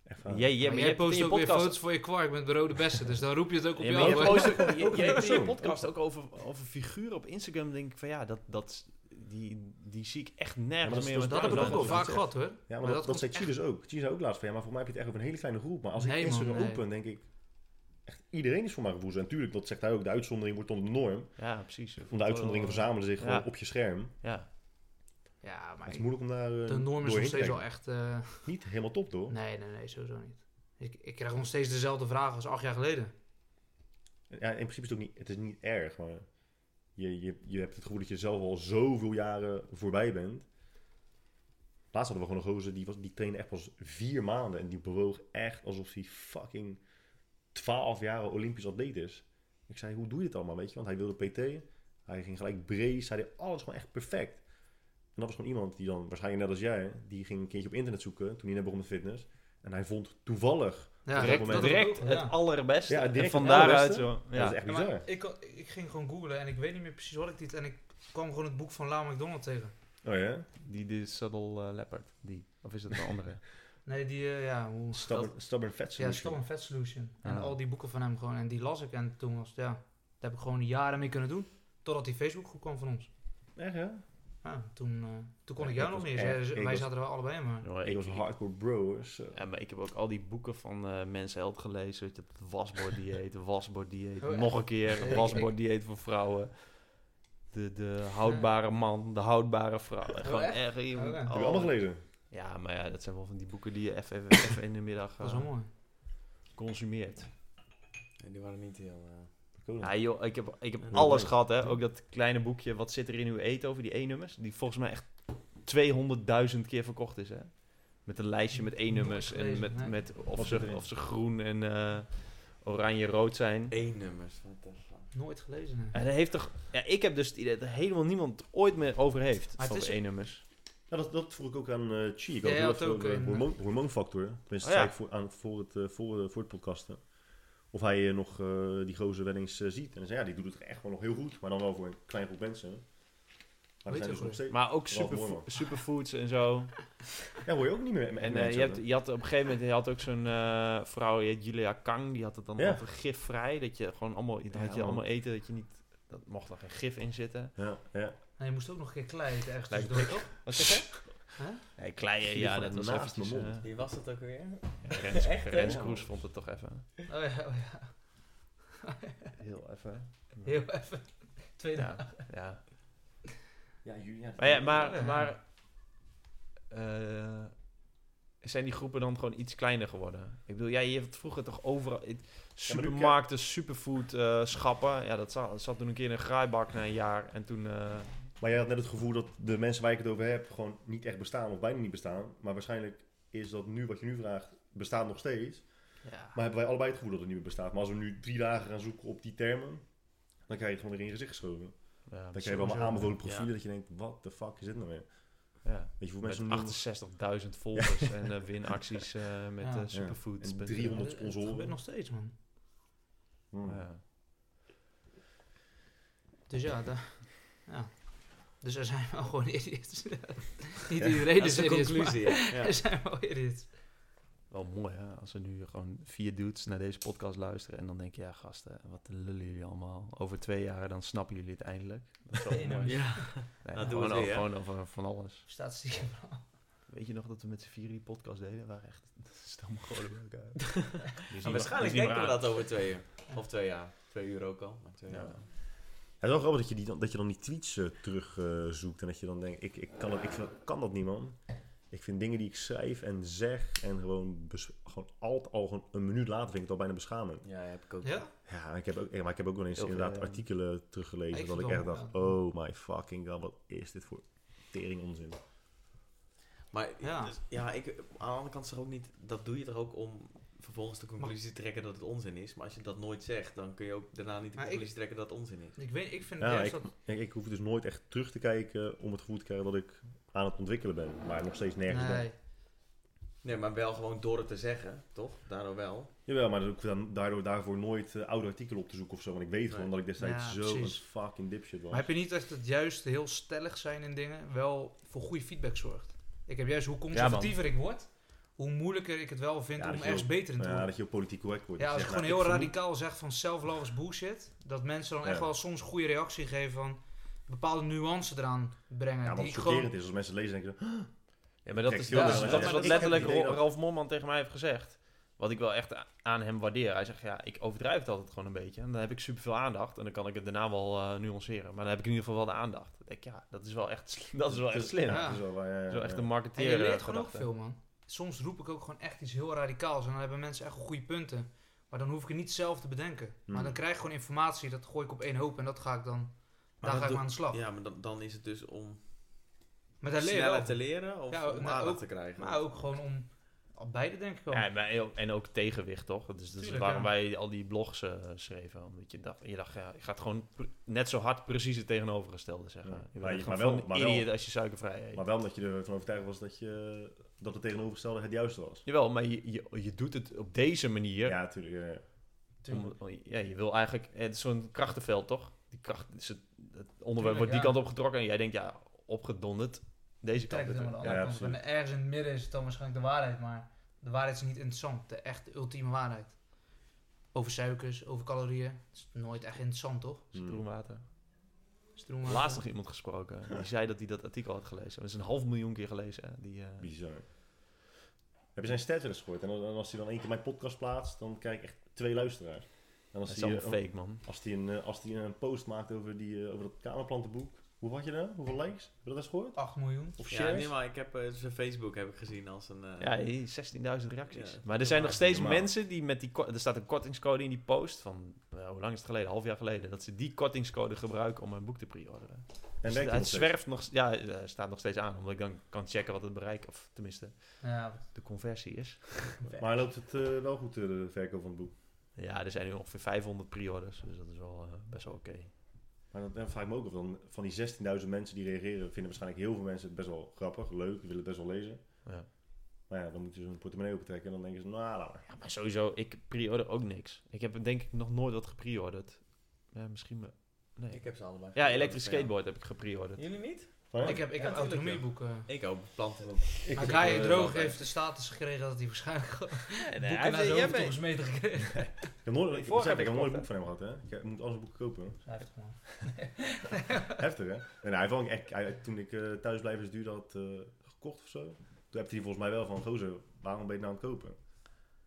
[SPEAKER 1] Echt vaak.
[SPEAKER 2] Jij,
[SPEAKER 4] Ja,
[SPEAKER 2] jij,
[SPEAKER 4] maar
[SPEAKER 2] maar
[SPEAKER 4] jij
[SPEAKER 2] jij
[SPEAKER 4] post
[SPEAKER 2] in je
[SPEAKER 4] ook weer
[SPEAKER 2] podcast-
[SPEAKER 4] foto's voor je kwark met de rode bessen, dus dan roep je het ook op
[SPEAKER 2] Ja,
[SPEAKER 4] jou.
[SPEAKER 2] maar
[SPEAKER 4] hoor.
[SPEAKER 2] jij post ook- jij-
[SPEAKER 4] [LAUGHS]
[SPEAKER 2] jij hebt in je
[SPEAKER 1] persoon.
[SPEAKER 2] podcast ook over, over figuren op Instagram. denk ik van ja, dat, dat, die, die zie ik echt
[SPEAKER 1] Ja, maar dat
[SPEAKER 2] nergens
[SPEAKER 1] is- dus-
[SPEAKER 2] meer.
[SPEAKER 1] dat
[SPEAKER 4] Dat
[SPEAKER 1] is
[SPEAKER 2] want
[SPEAKER 4] heb ik
[SPEAKER 1] Ja,
[SPEAKER 4] ook
[SPEAKER 1] dat
[SPEAKER 4] al
[SPEAKER 1] is
[SPEAKER 4] vaak
[SPEAKER 1] echt-
[SPEAKER 4] gehad, hoor.
[SPEAKER 1] Ja,
[SPEAKER 4] Maar
[SPEAKER 1] maar, dat,
[SPEAKER 4] dat
[SPEAKER 1] dat
[SPEAKER 4] komt
[SPEAKER 1] zei Chi
[SPEAKER 4] echt-
[SPEAKER 1] dus ook. Chi zei ook laatst van, ja, maar voor mij heb je het echt over een hele kleine groep. Maar als ik
[SPEAKER 4] Nee, man,
[SPEAKER 1] Instagram
[SPEAKER 4] nee.
[SPEAKER 1] open, denk ik, echt iedereen is voor mij gevoel. En natuurlijk, dat zegt hij ook, de uitzondering wordt dan de norm.
[SPEAKER 2] Ja, precies.
[SPEAKER 1] Want de
[SPEAKER 4] Oh.
[SPEAKER 1] uitzonderingen verzamelen zich
[SPEAKER 2] Ja.
[SPEAKER 1] gewoon op je scherm.
[SPEAKER 2] Ja,
[SPEAKER 4] Ja, maar
[SPEAKER 1] Het is
[SPEAKER 4] ik-
[SPEAKER 1] moeilijk om daar eh,
[SPEAKER 4] de norm is nog
[SPEAKER 1] doorheen te
[SPEAKER 4] steeds wel
[SPEAKER 1] kijken.
[SPEAKER 4] echt... eh,
[SPEAKER 1] Niet helemaal top, hoor.
[SPEAKER 4] Nee, nee, nee, sowieso niet. Ik, ik krijg nog steeds dezelfde vragen als acht jaar geleden.
[SPEAKER 1] Ja, in principe is het ook niet, het is niet erg, maar je, je, je hebt het gevoel dat je zelf al zoveel jaren voorbij bent. Laatst hadden we gewoon een gozer, die, was, die trainde echt pas vier maanden en die bewoog echt alsof hij fucking 12 jaar al Olympisch atleet is. Ik zei, hoe doe je dit allemaal, weet je? Want hij wilde PT, hij ging gelijk brace, hij deed alles gewoon echt perfect. En dat was gewoon iemand die dan, waarschijnlijk net als jij, die ging een keertje op internet zoeken toen hij net begon met fitness. En hij vond toevallig,
[SPEAKER 4] Ja,
[SPEAKER 1] Direct-
[SPEAKER 4] dat- dat-
[SPEAKER 1] direct
[SPEAKER 4] ja.
[SPEAKER 2] het allerbeste.
[SPEAKER 1] Ja, direct
[SPEAKER 2] en van
[SPEAKER 1] het allerbeste.
[SPEAKER 2] daaruit zo.
[SPEAKER 1] ja. dat
[SPEAKER 2] Ja.
[SPEAKER 1] is echt
[SPEAKER 4] Ja,
[SPEAKER 1] bizar.
[SPEAKER 4] maar ik, kon- ik ging gewoon googlen en ik weet niet meer precies wat ik dit... En ik kwam gewoon het boek van Lau McDonald tegen.
[SPEAKER 1] Oh ja?
[SPEAKER 2] Die, die Subtle eh, Leopard. Die. Of is dat de
[SPEAKER 1] [LAUGHS]
[SPEAKER 2] andere?
[SPEAKER 4] Nee, die... eh, ja, hoe...
[SPEAKER 1] Stubborn, stubborn fat
[SPEAKER 4] Ja,
[SPEAKER 1] solution.
[SPEAKER 4] Stubborn Fat Solution. En
[SPEAKER 2] Ah.
[SPEAKER 4] al die boeken van hem gewoon. En die las ik. En toen was het, ja... Daar heb ik gewoon jaren mee kunnen doen. Totdat die Facebookgroep kwam van ons.
[SPEAKER 1] Echt, hè?
[SPEAKER 4] Ja, toen, eh, toen kon
[SPEAKER 1] Ja,
[SPEAKER 4] ik jou
[SPEAKER 1] ik
[SPEAKER 4] nog
[SPEAKER 1] was
[SPEAKER 4] niet eens.
[SPEAKER 1] echt-
[SPEAKER 4] hè, dus
[SPEAKER 1] ik
[SPEAKER 4] Wij
[SPEAKER 1] was-
[SPEAKER 4] zaten er wel allebei in, maar...
[SPEAKER 1] Ik was hardcore bro. Dus, eh,
[SPEAKER 2] Ja, maar ik heb ook al die boeken van eh mensen held gelezen. Weet je, het wasborddieet, het wasborddieet,
[SPEAKER 4] Oh, echt?
[SPEAKER 2] nog een keer,
[SPEAKER 4] Ik-
[SPEAKER 2] het wasborddieet voor vrouwen. De, de houdbare man, de houdbare vrouw. Gewoon
[SPEAKER 4] echt?
[SPEAKER 2] echt,
[SPEAKER 4] Oh,
[SPEAKER 2] jongen.
[SPEAKER 4] ja. Heb
[SPEAKER 1] Heb je allemaal gelezen?
[SPEAKER 2] Ja, maar ja, dat zijn wel van die boeken die je even, even, even in de middag
[SPEAKER 4] Dat is
[SPEAKER 2] eh,
[SPEAKER 4] wel mooi.
[SPEAKER 2] consumeert.
[SPEAKER 5] Nee, die waren niet heel... eh,
[SPEAKER 1] Cool.
[SPEAKER 2] Ja, joh, ik heb, ik heb
[SPEAKER 5] Ja,
[SPEAKER 2] alles
[SPEAKER 5] leuk.
[SPEAKER 2] gehad, hè. Ook dat kleine boekje, Wat zit er in uw eten over die E-nummers? Die volgens mij echt 200.000 keer verkocht is, hè. Met een lijstje met E-nummers
[SPEAKER 4] Nooit
[SPEAKER 2] en
[SPEAKER 4] gelezen, nee.
[SPEAKER 2] met, met of,
[SPEAKER 1] Wat zit
[SPEAKER 2] ze,
[SPEAKER 1] erin?
[SPEAKER 2] of ze groen en eh, oranje-rood zijn.
[SPEAKER 5] E- E-nummers, wat de fuck.
[SPEAKER 4] Nooit gelezen, hè.
[SPEAKER 2] En hij heeft toch, ja, ik heb dus het idee dat er helemaal niemand het ooit meer over heeft,
[SPEAKER 4] Maar het
[SPEAKER 2] over
[SPEAKER 4] is-
[SPEAKER 2] E-nummers.
[SPEAKER 1] Ja, dat, dat vroeg ik ook aan eh Chi. Ik
[SPEAKER 4] Ja,
[SPEAKER 1] had
[SPEAKER 4] jij
[SPEAKER 1] heel
[SPEAKER 4] had
[SPEAKER 1] even
[SPEAKER 4] ook
[SPEAKER 1] over
[SPEAKER 4] een-
[SPEAKER 1] hormoon, hormoonfactor. Tenminste,
[SPEAKER 2] Oh,
[SPEAKER 1] dat
[SPEAKER 2] ja.
[SPEAKER 1] zei ik voor, aan, voor, het, eh, voor, eh, voor het podcasten. Of hij eh, nog eh, die gozer wel eens eh, ziet. En dan zei ja, die doet het echt wel nog heel goed. Maar dan wel voor een klein groep mensen. Maar er zijn
[SPEAKER 4] Weet je
[SPEAKER 1] dus
[SPEAKER 4] goed.
[SPEAKER 1] nog steeds...
[SPEAKER 2] Maar ook
[SPEAKER 1] Wel mooi,
[SPEAKER 2] superfo-
[SPEAKER 1] man.
[SPEAKER 2] superfoods en zo.
[SPEAKER 1] Ja, hoor je ook niet meer. met
[SPEAKER 2] En eh,
[SPEAKER 1] mensen
[SPEAKER 2] je, hebt,
[SPEAKER 1] hebben.
[SPEAKER 2] je had op een gegeven moment je had ook zo'n eh, vrouw, je had Julia Kang, die had het dan
[SPEAKER 1] Ja.
[SPEAKER 2] over gifvrij. Dat je gewoon allemaal, dan
[SPEAKER 1] Ja,
[SPEAKER 2] had je
[SPEAKER 1] man.
[SPEAKER 2] allemaal eten dat je niet, dat mocht er geen gif in zitten.
[SPEAKER 1] Ja, ja.
[SPEAKER 4] Nee, je moest ook nog een keer klei eten ergens
[SPEAKER 2] Lijkt
[SPEAKER 4] tussendoor, toch?
[SPEAKER 2] Wat zeg je?
[SPEAKER 4] Huh?
[SPEAKER 2] Nee, kleien,
[SPEAKER 1] Vier
[SPEAKER 2] ja,
[SPEAKER 1] van
[SPEAKER 2] dat was
[SPEAKER 1] naast
[SPEAKER 2] eventjes...
[SPEAKER 1] mijn
[SPEAKER 2] eh
[SPEAKER 1] mond.
[SPEAKER 5] Wie was dat ook weer?
[SPEAKER 2] ja, Rens,
[SPEAKER 5] Echt, hè?
[SPEAKER 2] Rens Kroes vond het toch even.
[SPEAKER 4] Oh ja, oh ja.
[SPEAKER 2] Heel even.
[SPEAKER 4] Heel even. Tweede.
[SPEAKER 2] Ja, ja.
[SPEAKER 5] Ja, Julia.
[SPEAKER 2] Maar, ja,
[SPEAKER 4] Ja.
[SPEAKER 2] maar, maar eh, zijn die groepen dan gewoon iets kleiner geworden? Ik bedoel, jij je hebt vroeger toch overal het- supermarkten, superfood eh, schappen. Ja, dat zat, zat toen een keer in een graaibak na een jaar. En toen eh,
[SPEAKER 1] Maar jij had net het gevoel dat de mensen waar ik het over heb... gewoon niet echt bestaan of bijna niet bestaan. Maar waarschijnlijk is dat nu wat je nu vraagt... bestaat nog steeds.
[SPEAKER 4] Ja.
[SPEAKER 1] Maar hebben wij allebei het gevoel dat het niet meer bestaat. Maar als we nu drie dagen gaan zoeken op die termen... dan krijg je het gewoon weer in je gezicht geschoven.
[SPEAKER 2] ja,
[SPEAKER 1] Dan krijg je allemaal
[SPEAKER 2] sowieso-
[SPEAKER 1] aanbevolen profielen dat je denkt, wat de fuck is dit nou weer?
[SPEAKER 2] Ja,
[SPEAKER 1] Weet je hoeveel
[SPEAKER 2] met
[SPEAKER 1] mensen noemen?
[SPEAKER 2] 68.000 volgers en
[SPEAKER 1] [LAUGHS]
[SPEAKER 2] eh, winacties eh, met
[SPEAKER 4] Ja.
[SPEAKER 2] eh,
[SPEAKER 4] Ja.
[SPEAKER 2] superfoods.
[SPEAKER 1] En
[SPEAKER 2] Met-
[SPEAKER 1] 300
[SPEAKER 4] Het- Het
[SPEAKER 1] sponsoren.
[SPEAKER 4] gebeurt nog steeds, man.
[SPEAKER 1] Hmm.
[SPEAKER 2] Ja.
[SPEAKER 4] Dus ja, da- ja. Dus er zijn wel gewoon idiots. [LAUGHS] Niet iedereen is
[SPEAKER 5] de
[SPEAKER 4] idiots, maar
[SPEAKER 5] conclusie, ja. ja.
[SPEAKER 4] er zijn wel idiots.
[SPEAKER 2] Wel mooi hè, als er nu gewoon vier dudes naar deze podcast luisteren en dan denk je, ja gasten, wat lullen jullie allemaal. Over twee jaar dan snappen jullie het
[SPEAKER 5] [LAUGHS]
[SPEAKER 2] eindelijk. Dat is wel mooi.
[SPEAKER 5] Ja.
[SPEAKER 2] Nee,
[SPEAKER 5] Nou, doe
[SPEAKER 2] gewoon,
[SPEAKER 5] het
[SPEAKER 2] over,
[SPEAKER 5] weer, hè?
[SPEAKER 2] gewoon over van alles.
[SPEAKER 4] Statistieken.
[SPEAKER 2] Weet je nog dat we met z'n vieren die podcast deden? We waren echt [LAUGHS] stamgolen bij
[SPEAKER 5] [LAUGHS]
[SPEAKER 2] elkaar.
[SPEAKER 5] Maar
[SPEAKER 2] dus
[SPEAKER 5] waarschijnlijk denken we dat over twee uur. Of twee jaar. Twee uur ook al. Maar twee
[SPEAKER 2] Ja.
[SPEAKER 5] jaar.
[SPEAKER 1] Het is wel grappig dat je, die dan, dat je dan die tweets eh, terugzoekt en dat je dan denkt, ik, ik, kan, dat, ik vind- kan dat niet man. Ik vind dingen die ik schrijf en zeg en gewoon, bes- gewoon altijd al gewoon een minuut later vind ik het al bijna beschamend.
[SPEAKER 5] Ja, heb ik ook.
[SPEAKER 4] Ja?
[SPEAKER 1] Ja, maar ik heb ook, ja, maar ik heb ook wel eens
[SPEAKER 2] Heel veel,
[SPEAKER 1] inderdaad
[SPEAKER 2] ja.
[SPEAKER 1] artikelen teruggelezen
[SPEAKER 4] Ik
[SPEAKER 1] dat ik
[SPEAKER 4] vind
[SPEAKER 1] echt
[SPEAKER 4] wel,
[SPEAKER 1] dacht,
[SPEAKER 4] ja.
[SPEAKER 1] oh my fucking god, wat is dit voor tering onzin.
[SPEAKER 5] Maar
[SPEAKER 4] Ja.
[SPEAKER 5] ja, dus, ja ik, aan de andere kant is toch ook niet... Dat doe je toch ook om vervolgens de conclusie te trekken dat het onzin is. Maar als je dat nooit zegt, dan kun je ook daarna niet de
[SPEAKER 4] Maar ik-
[SPEAKER 5] conclusie trekken dat het onzin is.
[SPEAKER 4] Ik, weet, ik vind
[SPEAKER 1] Ja,
[SPEAKER 4] juist
[SPEAKER 1] ik,
[SPEAKER 4] dat...
[SPEAKER 1] ik, ik hoef dus nooit echt terug te kijken om het gevoel te krijgen dat ik aan het ontwikkelen ben, maar nog steeds nergens ben.
[SPEAKER 4] Nee.
[SPEAKER 5] Nee, maar wel gewoon door het te zeggen, toch? Daardoor wel.
[SPEAKER 1] Jawel, maar dat hoef ik dan daardoor daarvoor nooit eh, oude artikelen op te zoeken of zo. Want ik weet gewoon
[SPEAKER 5] Nee.
[SPEAKER 1] dat ik destijds
[SPEAKER 4] Ja,
[SPEAKER 1] zo een
[SPEAKER 4] precies.
[SPEAKER 1] fucking dipshit was.
[SPEAKER 4] Maar heb je niet echt het juist heel stellig zijn in dingen wel voor goede feedback zorgt? Ik heb juist hoe conservatiever ik word, hoe moeilijker ik het wel vind
[SPEAKER 1] Ja, dat
[SPEAKER 4] om
[SPEAKER 1] je
[SPEAKER 4] ergens
[SPEAKER 1] ook-
[SPEAKER 4] beter in te
[SPEAKER 1] ja,
[SPEAKER 4] worden.
[SPEAKER 1] dat je ook politiek correct wordt.
[SPEAKER 4] Ja, als ik
[SPEAKER 1] je
[SPEAKER 4] gewoon
[SPEAKER 1] zegt,
[SPEAKER 4] heel
[SPEAKER 1] nou, ik
[SPEAKER 4] radicaal zeg van self-love is bullshit, dat mensen dan
[SPEAKER 1] Ja.
[SPEAKER 4] echt wel soms een goede reactie geven van bepaalde nuance eraan brengen.
[SPEAKER 1] vermoed- Ja, wat
[SPEAKER 4] die ik
[SPEAKER 1] chockerend
[SPEAKER 4] gewoon...
[SPEAKER 1] is als mensen lezen denken... zo,
[SPEAKER 2] Ja, maar dat
[SPEAKER 1] Kijk,
[SPEAKER 2] is,
[SPEAKER 1] joh,
[SPEAKER 2] dat,
[SPEAKER 4] dat
[SPEAKER 2] is,
[SPEAKER 4] is-
[SPEAKER 2] dat is
[SPEAKER 4] ja,
[SPEAKER 2] wat
[SPEAKER 4] ik
[SPEAKER 2] letterlijk
[SPEAKER 1] heb het idee
[SPEAKER 2] Ro-
[SPEAKER 1] dat-
[SPEAKER 2] Ralf Molman tegen mij heeft gezegd. Wat ik wel echt a- aan hem waardeer. Hij zegt, ja, ik overdrijf het altijd gewoon een beetje. En dan heb ik superveel aandacht. En dan kan ik het daarna wel eh, nuanceren. Maar dan heb ik in ieder geval wel de aandacht. Dan denk ik, ja, dat is wel echt, slim- [LAUGHS] dat is wel echt slim.
[SPEAKER 1] Ja,
[SPEAKER 4] Ja.
[SPEAKER 1] dat is wel waar, ja,
[SPEAKER 2] Dat is wel echt
[SPEAKER 1] ja.
[SPEAKER 2] een
[SPEAKER 4] En
[SPEAKER 2] marketeer
[SPEAKER 4] je leert
[SPEAKER 2] eh,
[SPEAKER 4] gewoon ook
[SPEAKER 2] gedachte.
[SPEAKER 4] veel, man. Soms roep ik ook gewoon echt iets heel radicaals en dan hebben mensen echt goede punten. Maar dan hoef ik het niet zelf te bedenken. Maar
[SPEAKER 1] Hmm.
[SPEAKER 4] dan krijg ik gewoon informatie, dat gooi ik op één hoop en dat ga ik dan,
[SPEAKER 5] dat
[SPEAKER 4] daar ga ik
[SPEAKER 5] doe-
[SPEAKER 4] mee aan de slag.
[SPEAKER 5] Ja, maar dan, dan is het dus om
[SPEAKER 4] Maar daar leer je
[SPEAKER 5] sneller
[SPEAKER 4] wel
[SPEAKER 5] te leren of
[SPEAKER 4] Ja,
[SPEAKER 5] om
[SPEAKER 4] nou,
[SPEAKER 5] aandacht
[SPEAKER 4] ook-
[SPEAKER 5] te krijgen.
[SPEAKER 4] Maar ook gewoon om. al Beide denk ik wel.
[SPEAKER 2] Ja, maar heel- en ook tegenwicht, toch? Dat is, dat is
[SPEAKER 4] Tuurlijk,
[SPEAKER 2] waarom
[SPEAKER 4] ja.
[SPEAKER 2] wij al die blogs eh, schreven. Omdat je dacht, je dacht ja, je gaat gewoon pr- net zo hard precies het tegenovergestelde zeggen.
[SPEAKER 1] Ja.
[SPEAKER 2] Je
[SPEAKER 1] Maar
[SPEAKER 2] bent
[SPEAKER 1] je-
[SPEAKER 2] gewoon
[SPEAKER 1] maar wel-
[SPEAKER 2] van
[SPEAKER 1] maar wel-
[SPEAKER 2] idiot als je suikervrij eet.
[SPEAKER 1] Maar wel omdat je ervan overtuigd was dat, je, dat het tegenovergestelde het juiste was.
[SPEAKER 2] Jawel, maar je, je, je doet het op deze manier.
[SPEAKER 1] Ja, natuurlijk. Ja, ja.
[SPEAKER 2] Om- om- oh, ja, je wil eigenlijk, het is zo'n krachtenveld toch? Die kracht, is het, het onderwerp
[SPEAKER 4] Tuurlijk,
[SPEAKER 2] wordt die
[SPEAKER 4] ja.
[SPEAKER 2] kant opgetrokken en jij denkt, ja, opgedonderd. Deze
[SPEAKER 4] Trek
[SPEAKER 2] kant.
[SPEAKER 4] het
[SPEAKER 2] op.
[SPEAKER 4] helemaal de
[SPEAKER 1] Ja,
[SPEAKER 4] andere kant. op.
[SPEAKER 1] absoluut.
[SPEAKER 4] En ergens in het midden is het dan waarschijnlijk de waarheid. Maar de waarheid is niet interessant. De echte ultieme waarheid. Over suikers, over calorieën. Het is nooit echt interessant, toch?
[SPEAKER 2] Stroomwater.
[SPEAKER 4] Stroom-
[SPEAKER 2] Laatst nog iemand gesproken. Die zei dat hij dat artikel had gelezen. Dat is een half miljoen keer gelezen. hè, Die, eh,
[SPEAKER 1] Bizar. Heb je zijn stats wel eens gehoord? En dan- en als hij dan één keer mijn podcast plaatst, dan krijg ik echt twee luisteraars. En
[SPEAKER 2] dat
[SPEAKER 1] als
[SPEAKER 2] is
[SPEAKER 1] hij,
[SPEAKER 2] allemaal
[SPEAKER 1] eh,
[SPEAKER 2] fake, man.
[SPEAKER 1] Als hij een, eh, als die een post maakt over, die, eh, over dat kamerplantenboek. Hoe had je dat? Hoeveel likes? Heb je dat eens gehoord?
[SPEAKER 4] 8 miljoen.
[SPEAKER 1] Of
[SPEAKER 5] Ja,
[SPEAKER 1] shares?
[SPEAKER 5] nee, maar ik heb eh, zijn Facebook heb ik gezien als een... eh,
[SPEAKER 2] Ja, hier 16.000 reacties.
[SPEAKER 5] Ja,
[SPEAKER 2] maar er zijn nog steeds
[SPEAKER 1] normaal.
[SPEAKER 2] mensen die met die... ko- Er staat een kortingscode in die post van... eh, hoe lang is het geleden? Een half jaar geleden. Dat ze die kortingscode gebruiken om een boek te pre-orderen.
[SPEAKER 1] en
[SPEAKER 2] Dus
[SPEAKER 1] werkt hij
[SPEAKER 2] het
[SPEAKER 1] nog steeds?
[SPEAKER 2] zwerft nog... Ja, eh, staat nog steeds aan. Omdat ik dan kan checken wat het bereik... Of tenminste,
[SPEAKER 4] Ja,
[SPEAKER 2] de conversie is.
[SPEAKER 1] Maar loopt het eh, wel goed, eh, de verkoop van het boek?
[SPEAKER 2] Ja, er zijn nu ongeveer 500 pre-orders. Dus dat is wel eh, best wel oké.
[SPEAKER 1] Maar dan, dan vraag ik me ook af, dan, van die 16.000 mensen die reageren, vinden waarschijnlijk heel veel mensen het best wel grappig, leuk, willen het best wel lezen.
[SPEAKER 2] Ja.
[SPEAKER 1] Maar ja, dan moeten ze hun portemonnee opentrekken en dan denken ze, nou, laat maar.
[SPEAKER 2] Ja, maar sowieso, ik pre-order ook niks. Ik heb denk ik nog nooit wat gepre-orderd. Ja, misschien... me- Nee.
[SPEAKER 5] Ik heb ze allebei.
[SPEAKER 2] ja,
[SPEAKER 5] gekocht.
[SPEAKER 2] elektrisch skateboard heb ik gepre-orderd.
[SPEAKER 5] Jullie niet?
[SPEAKER 1] Van, ja,
[SPEAKER 4] Ik heb, ik
[SPEAKER 5] Ja,
[SPEAKER 4] heb
[SPEAKER 5] tuurlijk,
[SPEAKER 4] autonomieboeken.
[SPEAKER 5] Ik ook. Planten ook.
[SPEAKER 1] ik
[SPEAKER 4] Maar
[SPEAKER 1] heb,
[SPEAKER 4] Kai
[SPEAKER 1] eh,
[SPEAKER 4] Droog heeft de status gekregen dat hij waarschijnlijk boeken naar zijn hoofd toegesmeten gekregen.
[SPEAKER 1] Ik heb nooit, ik,
[SPEAKER 5] Vorig
[SPEAKER 1] besef,
[SPEAKER 5] heb
[SPEAKER 1] ik
[SPEAKER 5] ik
[SPEAKER 1] heb nooit een
[SPEAKER 5] gekocht,
[SPEAKER 1] boek van hem gehad, hè. Ik, heb- moet al zijn boeken kopen.
[SPEAKER 4] Hij heeft het, man.
[SPEAKER 1] Heftig, hè? Nee, nou, hij heeft wel echt, hij- toen ik eh thuis blijven is duur had eh, gekocht of zo, toen heb hij volgens mij wel van, gozer, waarom ben je nou aan het kopen?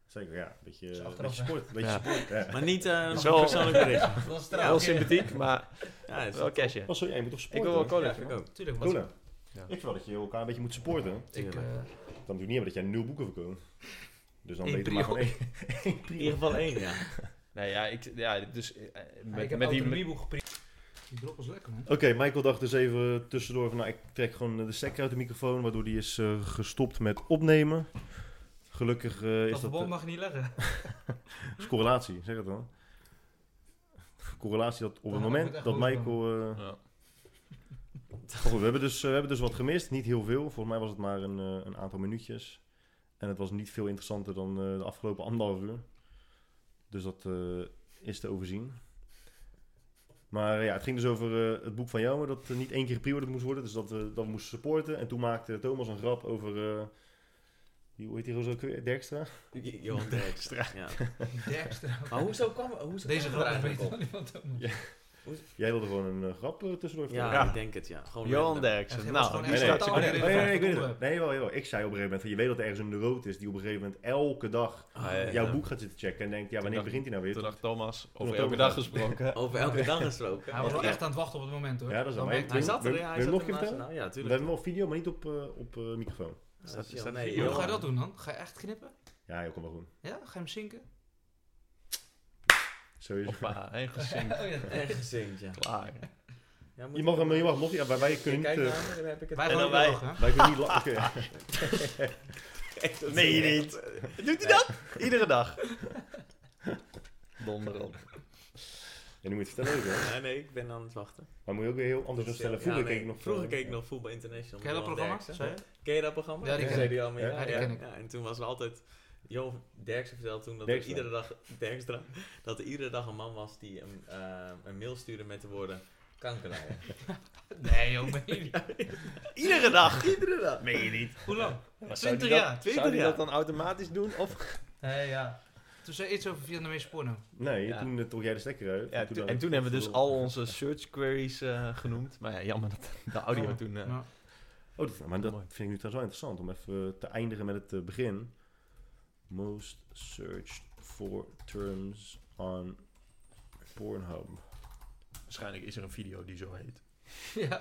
[SPEAKER 1] Zeker, ja, een beetje,
[SPEAKER 4] Dus
[SPEAKER 1] een
[SPEAKER 4] achteraf,
[SPEAKER 1] beetje sport, een beetje
[SPEAKER 2] Ja.
[SPEAKER 1] sport. Ja.
[SPEAKER 5] Maar niet eh
[SPEAKER 2] Is
[SPEAKER 5] nog
[SPEAKER 2] wel-
[SPEAKER 5] een persoonlijk
[SPEAKER 1] [LAUGHS]
[SPEAKER 5] bericht.
[SPEAKER 4] Dat is
[SPEAKER 2] Heel
[SPEAKER 4] trouwens.
[SPEAKER 2] sympathiek, maar
[SPEAKER 5] Ja, is
[SPEAKER 2] wel cashje.
[SPEAKER 1] Oh, sorry, jij moet toch
[SPEAKER 2] Ik
[SPEAKER 1] sporten?
[SPEAKER 2] wil wel cola.
[SPEAKER 5] Ja, vind ik ook.
[SPEAKER 4] Tuurlijk, wat
[SPEAKER 1] Cola.
[SPEAKER 2] Ja.
[SPEAKER 1] Ik vind wel dat je elkaar een beetje moet supporten.
[SPEAKER 4] ik, eh,
[SPEAKER 1] Dan doe ik niet hebben dat jij nul boeken verkoopt. Dus dan
[SPEAKER 4] Eén
[SPEAKER 1] beter maar gewoon
[SPEAKER 4] prio.
[SPEAKER 1] één. [LAUGHS] één
[SPEAKER 5] In
[SPEAKER 1] prio.
[SPEAKER 5] ieder geval één, ja.
[SPEAKER 2] Nee, ja, ik, ja dus eh, eh,
[SPEAKER 4] ja, ik
[SPEAKER 2] met, met
[SPEAKER 4] heb
[SPEAKER 2] die... met-
[SPEAKER 4] autonomieboek geprikt. Die drop was lekker, man.
[SPEAKER 1] Oké, Michael dacht dus even eh, tussendoor van, nou, ik trek gewoon eh, de stekker uit de microfoon, waardoor die is eh, gestopt met opnemen. Gelukkig eh,
[SPEAKER 4] Dat
[SPEAKER 1] is dat,
[SPEAKER 4] verband
[SPEAKER 1] eh,
[SPEAKER 4] mag je niet
[SPEAKER 1] [LAUGHS]
[SPEAKER 4] leggen.
[SPEAKER 1] is correlatie, zeg het dan. Correlatie dat op
[SPEAKER 4] Dan
[SPEAKER 1] het
[SPEAKER 4] had ik
[SPEAKER 1] moment
[SPEAKER 4] het echt
[SPEAKER 1] dat
[SPEAKER 4] goed
[SPEAKER 1] Michael... eh,
[SPEAKER 2] Ja.
[SPEAKER 1] Maar goed, we, hebben dus, eh, we hebben dus wat gemist, niet heel veel. Volgens mij was het maar een, eh, een aantal minuutjes. En het was niet veel interessanter dan eh, de afgelopen anderhalf uur. Dus dat eh, is te overzien. Maar eh, ja, het ging dus over eh, het boek van jou, dat er niet één keer gepreorderd moest worden. Dus dat we dat we moesten supporten. En toen maakte Thomas een grap over... eh, die, hoe heet die roze ook weer? Derkstra?
[SPEAKER 5] J- Johan Derkstra. Ja.
[SPEAKER 4] Die extra.
[SPEAKER 5] Maar hoezo kwam hoezo
[SPEAKER 4] Deze
[SPEAKER 5] kwam er
[SPEAKER 4] grap is
[SPEAKER 5] eigenlijk op?
[SPEAKER 4] beter dan die van Thomas.
[SPEAKER 1] Ja. Jij wilde gewoon een eh, grap eh, tussendoor
[SPEAKER 5] Ja,
[SPEAKER 1] vertellen.
[SPEAKER 5] ik denk het, ja. Gewoon
[SPEAKER 2] Johan
[SPEAKER 5] random.
[SPEAKER 4] Hij
[SPEAKER 2] Derksen.
[SPEAKER 4] was
[SPEAKER 2] Nou,
[SPEAKER 4] gewoon
[SPEAKER 2] die
[SPEAKER 4] echt
[SPEAKER 1] Nee, nee,
[SPEAKER 2] staat
[SPEAKER 4] totaal
[SPEAKER 1] nee,
[SPEAKER 4] niet
[SPEAKER 1] nee, nee, nee, Oh, ik weet het.
[SPEAKER 4] relevant
[SPEAKER 1] Nee, wel, wel. Ik zei op een gegeven moment van, je weet dat er ergens een rood is die op een gegeven moment elke dag
[SPEAKER 5] Ah, ja, ja.
[SPEAKER 1] jouw boek gaat zitten checken en denkt, ja, wanneer
[SPEAKER 2] dacht-
[SPEAKER 1] begint hij nou weer?
[SPEAKER 2] Toen dacht Thomas,
[SPEAKER 1] Toen
[SPEAKER 2] over
[SPEAKER 1] dacht
[SPEAKER 2] elke dag
[SPEAKER 1] Thomas.
[SPEAKER 2] gesproken.
[SPEAKER 5] Over elke dag gesproken.
[SPEAKER 4] Hij was wel
[SPEAKER 5] Ja.
[SPEAKER 4] echt aan het wachten op het moment hoor.
[SPEAKER 1] Ja, dat is
[SPEAKER 4] Dan
[SPEAKER 1] wel-
[SPEAKER 4] merkte
[SPEAKER 5] Hij
[SPEAKER 4] je-
[SPEAKER 5] zat er,
[SPEAKER 1] Wil-
[SPEAKER 5] ja, hij
[SPEAKER 1] wil je
[SPEAKER 5] zat
[SPEAKER 1] nog
[SPEAKER 5] er
[SPEAKER 1] een keer
[SPEAKER 5] naast- nou, Ja,
[SPEAKER 1] We hebben
[SPEAKER 5] tuurlijk.
[SPEAKER 1] wel video, maar niet op, eh, op eh, microfoon.
[SPEAKER 5] Staat-
[SPEAKER 3] Ja,
[SPEAKER 5] staat
[SPEAKER 3] nee,
[SPEAKER 5] hier,
[SPEAKER 3] joh.
[SPEAKER 4] Hoe ga je
[SPEAKER 5] joh.
[SPEAKER 4] dat doen dan? Ga je echt knippen?
[SPEAKER 1] Ja, joh, kom maar goed.
[SPEAKER 4] Ja? Ga je hem zinken?
[SPEAKER 1] Sowieso.
[SPEAKER 2] Hoppa, en gezinkt.
[SPEAKER 4] Oh, ja.
[SPEAKER 5] Echt gezinkt, ja.
[SPEAKER 2] Klaar.
[SPEAKER 5] [LAUGHS] Ja, moet
[SPEAKER 1] Je
[SPEAKER 5] ik-
[SPEAKER 1] mag hem, je mag hem nog, ja, maar wij kunnen niet...
[SPEAKER 3] Kijk
[SPEAKER 1] eh,
[SPEAKER 3] naar me, dan heb ik het.
[SPEAKER 4] Wij
[SPEAKER 2] En
[SPEAKER 4] gaan
[SPEAKER 2] dan
[SPEAKER 4] ook
[SPEAKER 2] wij.
[SPEAKER 4] lachen, hè?
[SPEAKER 1] Wij kunnen niet lachen. Oké. [LAUGHS]
[SPEAKER 2] Meen je niet? Doet hij dat? Iedere dag. Donder op.
[SPEAKER 1] En nu moet je het vertellen ook, hè?
[SPEAKER 5] Nee, nee, ik ben aan het wachten.
[SPEAKER 1] Maar moet je ook weer heel anders opstellen. Vroeger keek ik nog...
[SPEAKER 5] Vroeger
[SPEAKER 1] eh,
[SPEAKER 5] keek ik nog Voetbal International.
[SPEAKER 4] Ken je dat
[SPEAKER 5] met Johan
[SPEAKER 4] programma?
[SPEAKER 5] Derksen.
[SPEAKER 4] Sorry?
[SPEAKER 5] Ken je dat programma?
[SPEAKER 4] Ja, die
[SPEAKER 5] Dat
[SPEAKER 4] ken
[SPEAKER 5] zei
[SPEAKER 4] ik.
[SPEAKER 5] die al meer.
[SPEAKER 1] Ja, die
[SPEAKER 4] ken ik.
[SPEAKER 5] En toen was er altijd... Johan Derksen vertelde toen dat
[SPEAKER 1] Derkstra.
[SPEAKER 5] er iedere dag... [LAUGHS] Derkstra. Dat er iedere dag een man was die een, eh, een mail stuurde met de woorden... Kankerlijn.
[SPEAKER 4] Nee joh, meen je niet.
[SPEAKER 2] Iedere dag.
[SPEAKER 5] iedere dag.
[SPEAKER 2] Meen je niet?
[SPEAKER 4] Hoe lang?
[SPEAKER 2] Zou die dat-
[SPEAKER 4] 20 jaar.
[SPEAKER 2] Zou die
[SPEAKER 5] 20
[SPEAKER 2] dat dan automatisch doen? Of?
[SPEAKER 4] Nee, ja. Toen zei je iets over Vietnamese porno.
[SPEAKER 1] Nee,
[SPEAKER 5] Ja.
[SPEAKER 1] toen eh, trok jij de stekker uit.
[SPEAKER 2] Ja,
[SPEAKER 1] dan-
[SPEAKER 2] en toen hebben we dus al onze search queries eh, genoemd. Maar ja, jammer dat de audio
[SPEAKER 4] Oh,
[SPEAKER 2] toen... eh,
[SPEAKER 4] Ja.
[SPEAKER 1] Oh, dat, maar dat
[SPEAKER 2] Mooi.
[SPEAKER 1] vind ik nu trouwens wel interessant. Om even eh, te eindigen met het eh, begin. Most searched for terms on Pornhub.
[SPEAKER 2] Waarschijnlijk is er een video die zo heet.
[SPEAKER 4] Ja,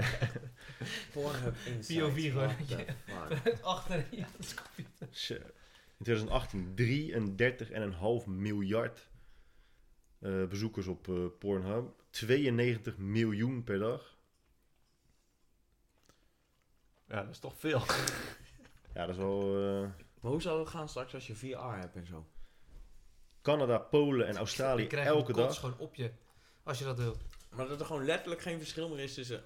[SPEAKER 5] Pornhub Insights.
[SPEAKER 4] POV gewoon.
[SPEAKER 5] What the fuck.
[SPEAKER 4] het achterin. Ja, dat is koffie.
[SPEAKER 1] Zo. In 2018 33,5 miljard eh, bezoekers op eh, Pornhub. 92 miljoen per dag.
[SPEAKER 2] Ja, dat is toch veel.
[SPEAKER 1] Ja, dat is wel... eh,
[SPEAKER 5] Maar hoe zou het gaan straks als je VR hebt en zo?
[SPEAKER 1] Canada, Polen en
[SPEAKER 4] Je
[SPEAKER 1] Australië
[SPEAKER 4] krijgt
[SPEAKER 1] elke
[SPEAKER 4] de kots
[SPEAKER 1] dag.
[SPEAKER 4] gewoon op je. Als je dat wil.
[SPEAKER 5] Maar dat er gewoon letterlijk geen verschil meer is tussen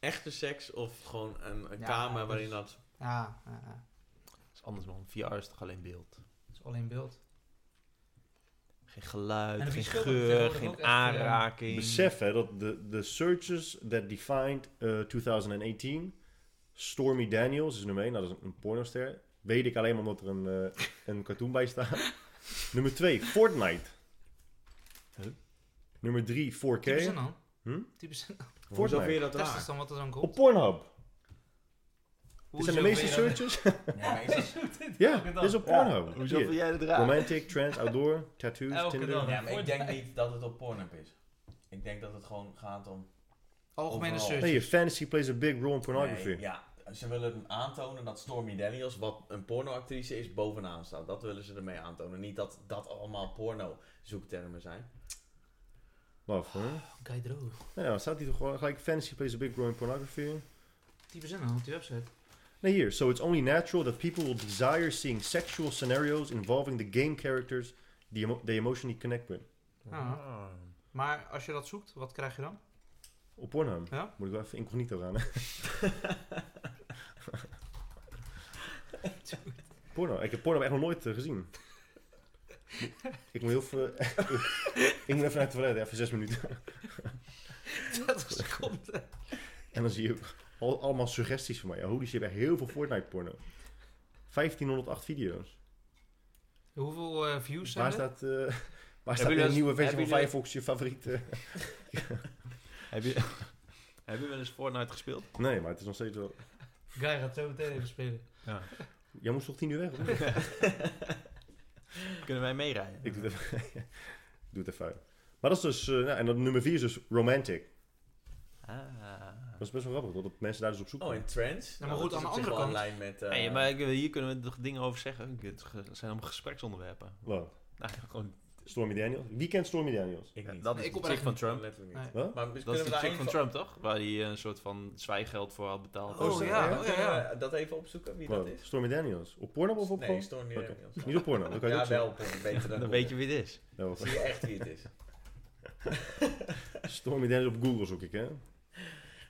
[SPEAKER 5] echte seks of gewoon een, een
[SPEAKER 4] Ja,
[SPEAKER 5] kamer
[SPEAKER 4] dus-
[SPEAKER 5] waarin dat...
[SPEAKER 4] Ja, ja, ja.
[SPEAKER 2] Dat is anders man. VR is toch alleen beeld.
[SPEAKER 4] Het is alleen beeld.
[SPEAKER 2] Geen
[SPEAKER 4] En
[SPEAKER 2] geluid,
[SPEAKER 4] de
[SPEAKER 2] geen
[SPEAKER 4] verschil-
[SPEAKER 2] geur,
[SPEAKER 4] tegenwoordig ook
[SPEAKER 2] geen
[SPEAKER 4] echt, eh,
[SPEAKER 2] aanraking.
[SPEAKER 1] Besef hè, dat de, de searches that defined eh, 2018, Stormy Daniels is nummer 1, dat is een pornoster. Weet ik alleen maar omdat er een, eh, een cartoon bij staat. nummer 2, Fortnite.
[SPEAKER 2] Huh?
[SPEAKER 1] Nummer 3, 4K.
[SPEAKER 4] Typisch en dan?
[SPEAKER 1] Hm?
[SPEAKER 4] Typisch en dan?
[SPEAKER 5] Hoezo
[SPEAKER 1] Fortnite.
[SPEAKER 5] vind je dat
[SPEAKER 4] Test eens
[SPEAKER 5] raar?
[SPEAKER 4] dan wat er dan komt.
[SPEAKER 1] Op Pornhub.
[SPEAKER 4] Hoe
[SPEAKER 1] Dit zijn de meeste searches.
[SPEAKER 5] [LAUGHS]
[SPEAKER 1] ja, dit is op Pornhub.
[SPEAKER 2] Hoezo
[SPEAKER 1] Hier.
[SPEAKER 2] vind jij het raar?
[SPEAKER 1] Romantic, trans, outdoor, tattoos,
[SPEAKER 4] Elke
[SPEAKER 1] Tinder.
[SPEAKER 4] dag.
[SPEAKER 5] Ja, maar ik denk niet dat het op Pornhub is. Ik denk dat het gewoon gaat om...
[SPEAKER 4] Algemene
[SPEAKER 5] Overal.
[SPEAKER 4] search.
[SPEAKER 1] Nee, fantasy plays a big role in pornography.
[SPEAKER 5] Nee, ja, ze willen aantonen dat Stormy Daniels, wat een pornoactrice is, bovenaan staat. Dat willen ze ermee aantonen. Niet dat dat allemaal porno zoektermen zijn.
[SPEAKER 1] Love, hè?
[SPEAKER 4] Kijk droog.
[SPEAKER 1] Nou ja, dan staat hier toch gewoon gelijk fantasy plays a big role in pornography.
[SPEAKER 4] Typisch en dan op die website.
[SPEAKER 1] Nee, hier. So it's only natural that people will desire seeing sexual scenarios involving the game characters the emo- they emotionally connect with.
[SPEAKER 2] Oh.
[SPEAKER 4] Ja.
[SPEAKER 2] Ah.
[SPEAKER 4] Maar als je dat zoekt, wat krijg je
[SPEAKER 2] [LAUGHS]
[SPEAKER 4] dan?
[SPEAKER 1] Op Pornhub.
[SPEAKER 4] Ja?
[SPEAKER 1] Moet ik wel even incognito gaan. hè? porno. Ik heb porno echt nog nooit eh, gezien. Ik moet heel veel... [LAUGHS] ik moet even naar het toilet, even zes minuten.
[SPEAKER 4] 30 seconden.
[SPEAKER 1] En dan zie je al, allemaal suggesties van mij. Ja, holy shit, echt heel veel Fortnite porno. 1508 video's.
[SPEAKER 4] Hoeveel eh, views zijn
[SPEAKER 1] Waar
[SPEAKER 4] er?
[SPEAKER 1] staat, eh [LAUGHS] waar staat
[SPEAKER 2] jullie
[SPEAKER 1] de
[SPEAKER 2] eens-
[SPEAKER 1] nieuwe versie
[SPEAKER 2] hebben
[SPEAKER 1] van
[SPEAKER 2] jullie-
[SPEAKER 1] Firefox je favoriete?
[SPEAKER 2] Heb je, [LAUGHS] heb je wel eens Fortnite gespeeld?
[SPEAKER 1] Nee, maar het is nog steeds wel...
[SPEAKER 4] Guy gaat zo meteen even spelen.
[SPEAKER 2] Ja.
[SPEAKER 1] Jij moest toch tien uur weg? of
[SPEAKER 2] [LAUGHS]
[SPEAKER 1] niet?
[SPEAKER 2] Kunnen wij meerijden?
[SPEAKER 1] [LAUGHS] ik doe het even, [LAUGHS] Ik doe het even uit. Maar dat is dus... eh, nou, en dan nummer vier is dus romantic.
[SPEAKER 2] Ah.
[SPEAKER 1] Dat is best wel grappig, dat mensen daar dus op zoek
[SPEAKER 5] Oh, en trends?
[SPEAKER 4] Ja, maar goed,
[SPEAKER 5] dat
[SPEAKER 4] aan
[SPEAKER 5] is
[SPEAKER 4] de
[SPEAKER 5] op zich
[SPEAKER 4] andere
[SPEAKER 5] wel
[SPEAKER 4] kant-
[SPEAKER 5] in lijn met... eh,
[SPEAKER 2] Hey, maar ik- hier kunnen we toch dingen over zeggen. Het ge- zijn allemaal gespreksonderwerpen. [LAUGHS]
[SPEAKER 1] Wow.
[SPEAKER 2] Nou, gewoon,
[SPEAKER 1] Stormy Daniels. Wie kent Stormy Daniels?
[SPEAKER 5] Ik niet.
[SPEAKER 2] dat
[SPEAKER 4] Nee,
[SPEAKER 2] is
[SPEAKER 4] ik
[SPEAKER 2] de
[SPEAKER 4] op
[SPEAKER 2] chick
[SPEAKER 4] echt
[SPEAKER 2] van
[SPEAKER 4] niet.
[SPEAKER 2] Trump.
[SPEAKER 5] Letterlijk niet.
[SPEAKER 4] Nee.
[SPEAKER 1] Wat?
[SPEAKER 5] Maar dus
[SPEAKER 2] Dat is
[SPEAKER 5] kunnen we
[SPEAKER 2] de
[SPEAKER 5] daar
[SPEAKER 2] chick
[SPEAKER 5] even
[SPEAKER 2] van Trump, toch? Waar hij eh, een soort van zwijgeld voor had betaald. Dus,
[SPEAKER 4] Oh,
[SPEAKER 1] zo,
[SPEAKER 4] ja,
[SPEAKER 1] ja.
[SPEAKER 4] oh, ja,
[SPEAKER 5] Kunnen
[SPEAKER 4] ja.
[SPEAKER 5] we dat even opzoeken, wie
[SPEAKER 1] Wow.
[SPEAKER 5] dat is?
[SPEAKER 1] Stormy Daniels. Op porno of op
[SPEAKER 5] nee,
[SPEAKER 1] gewoon?
[SPEAKER 5] Stormy
[SPEAKER 1] Oké.
[SPEAKER 5] Daniels.
[SPEAKER 1] Niet op porno, dat kan je ook
[SPEAKER 5] Ja,
[SPEAKER 1] zien.
[SPEAKER 5] wel, porno,
[SPEAKER 2] [LAUGHS]
[SPEAKER 5] beter dan
[SPEAKER 2] eh, Dan
[SPEAKER 5] porno.
[SPEAKER 2] weet je wie het is.
[SPEAKER 1] Ja, wel.
[SPEAKER 5] Zie je echt wie het is.
[SPEAKER 1] [LAUGHS] Stormy Daniels op Google zoek ik, hè?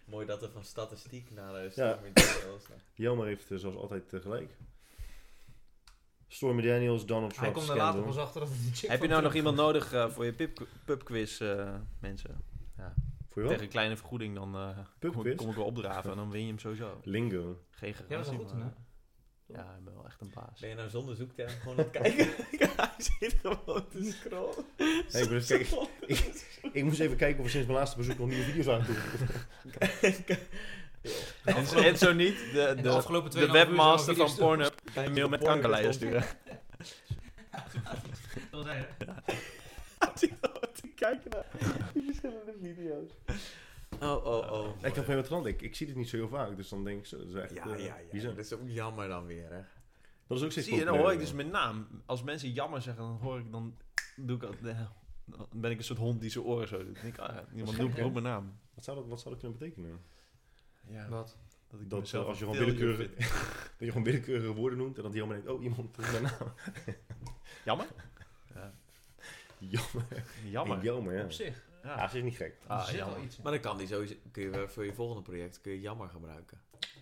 [SPEAKER 5] Mooi dat er van statistiek naar eh,
[SPEAKER 1] Ja.
[SPEAKER 5] Stormy
[SPEAKER 1] [LAUGHS]
[SPEAKER 5] Daniels...
[SPEAKER 1] Jelmer heeft eh, zoals altijd eh, gelijk. Stormy Daniels, Donald
[SPEAKER 4] Hij
[SPEAKER 1] Trump,
[SPEAKER 4] komt er later
[SPEAKER 1] scandal.
[SPEAKER 4] pas achter dat het die chick
[SPEAKER 2] Heb je
[SPEAKER 4] van
[SPEAKER 2] nou
[SPEAKER 4] Trump
[SPEAKER 2] nog iemand
[SPEAKER 4] was.
[SPEAKER 2] nodig eh, voor je pip- pubquiz, eh, mensen?
[SPEAKER 1] Voor jou?
[SPEAKER 2] Tegen een kleine vergoeding dan eh, kom,
[SPEAKER 1] Pubquiz?
[SPEAKER 2] ik- kom ik wel opdraven en dan win je hem sowieso.
[SPEAKER 1] Lingo.
[SPEAKER 2] Geen
[SPEAKER 4] Jij was
[SPEAKER 2] garantie.
[SPEAKER 4] er goed in,
[SPEAKER 2] maar-
[SPEAKER 4] hè?
[SPEAKER 2] Ja, ik ben wel echt een baas.
[SPEAKER 5] Ben je nou zonder zoekterm gewoon aan het
[SPEAKER 1] [LAUGHS]
[SPEAKER 5] kijken? [LAUGHS] Hij zit gewoon te scrollen.
[SPEAKER 1] Nee, ik, moest kijken, ik moest even kijken of er sinds mijn laatste bezoek nog nieuwe video's aan toe.
[SPEAKER 2] En, zo- en zo niet, de,
[SPEAKER 4] En de
[SPEAKER 2] de,
[SPEAKER 4] afgelopen
[SPEAKER 2] de,
[SPEAKER 4] 2,5 uur zijn
[SPEAKER 2] webmaster
[SPEAKER 4] allemaal
[SPEAKER 2] van
[SPEAKER 4] video's
[SPEAKER 2] Pornhub een mail met kankerleier sturen. [LAUGHS]
[SPEAKER 4] Dat zei
[SPEAKER 1] [LAUGHS]
[SPEAKER 4] je.
[SPEAKER 5] kijken naar die verschillende video's. Oh, oh, oh.
[SPEAKER 1] Ik heb geen wat veranderd. Ik, ik zie dit niet zo heel vaak, dus dan denk ik, zo, dat is echt eh,
[SPEAKER 5] Ja, ja, ja.
[SPEAKER 1] bizar.
[SPEAKER 5] Dat is ook jammer dan weer, hè.
[SPEAKER 1] Dat is ook steeds
[SPEAKER 2] Zie je, dan hoor
[SPEAKER 1] populairder
[SPEAKER 2] ik dus
[SPEAKER 1] geworden.
[SPEAKER 2] mijn naam. Als mensen jammer zeggen, dan hoor ik, dan doe ik al- [LAUGHS] eh, dan ben ik een soort hond die zijn oren zo doet. Dan denk ik, ah, ja, iemand
[SPEAKER 1] gek,
[SPEAKER 2] roept
[SPEAKER 1] hè?
[SPEAKER 2] roept mijn naam.
[SPEAKER 1] Wat zou dat, wat zou dat kunnen betekenen?
[SPEAKER 2] Ja,
[SPEAKER 4] Wat?
[SPEAKER 2] dat ik
[SPEAKER 1] Dat,
[SPEAKER 2] mezelf
[SPEAKER 1] eh, als je
[SPEAKER 2] een
[SPEAKER 1] gewoon
[SPEAKER 2] failure
[SPEAKER 1] willekeurig-
[SPEAKER 2] vind.
[SPEAKER 1] Dat je gewoon willekeurige woorden noemt en dat die helemaal denkt, oh, iemand roept mijn naam.
[SPEAKER 2] [LAUGHS]
[SPEAKER 1] Eh.
[SPEAKER 2] Jammer? Ja,
[SPEAKER 1] Jammer.
[SPEAKER 2] [LAUGHS] jammer.
[SPEAKER 1] Jammer, ja.
[SPEAKER 4] Op zich.
[SPEAKER 1] Ja,
[SPEAKER 2] Ja.
[SPEAKER 1] dat is niet gek.
[SPEAKER 4] Er
[SPEAKER 2] Ah,
[SPEAKER 4] zit
[SPEAKER 2] jammer.
[SPEAKER 4] wel iets in.
[SPEAKER 5] Maar dan kan die sowieso... Kun je wel voor je volgende project kun je jammer gebruiken.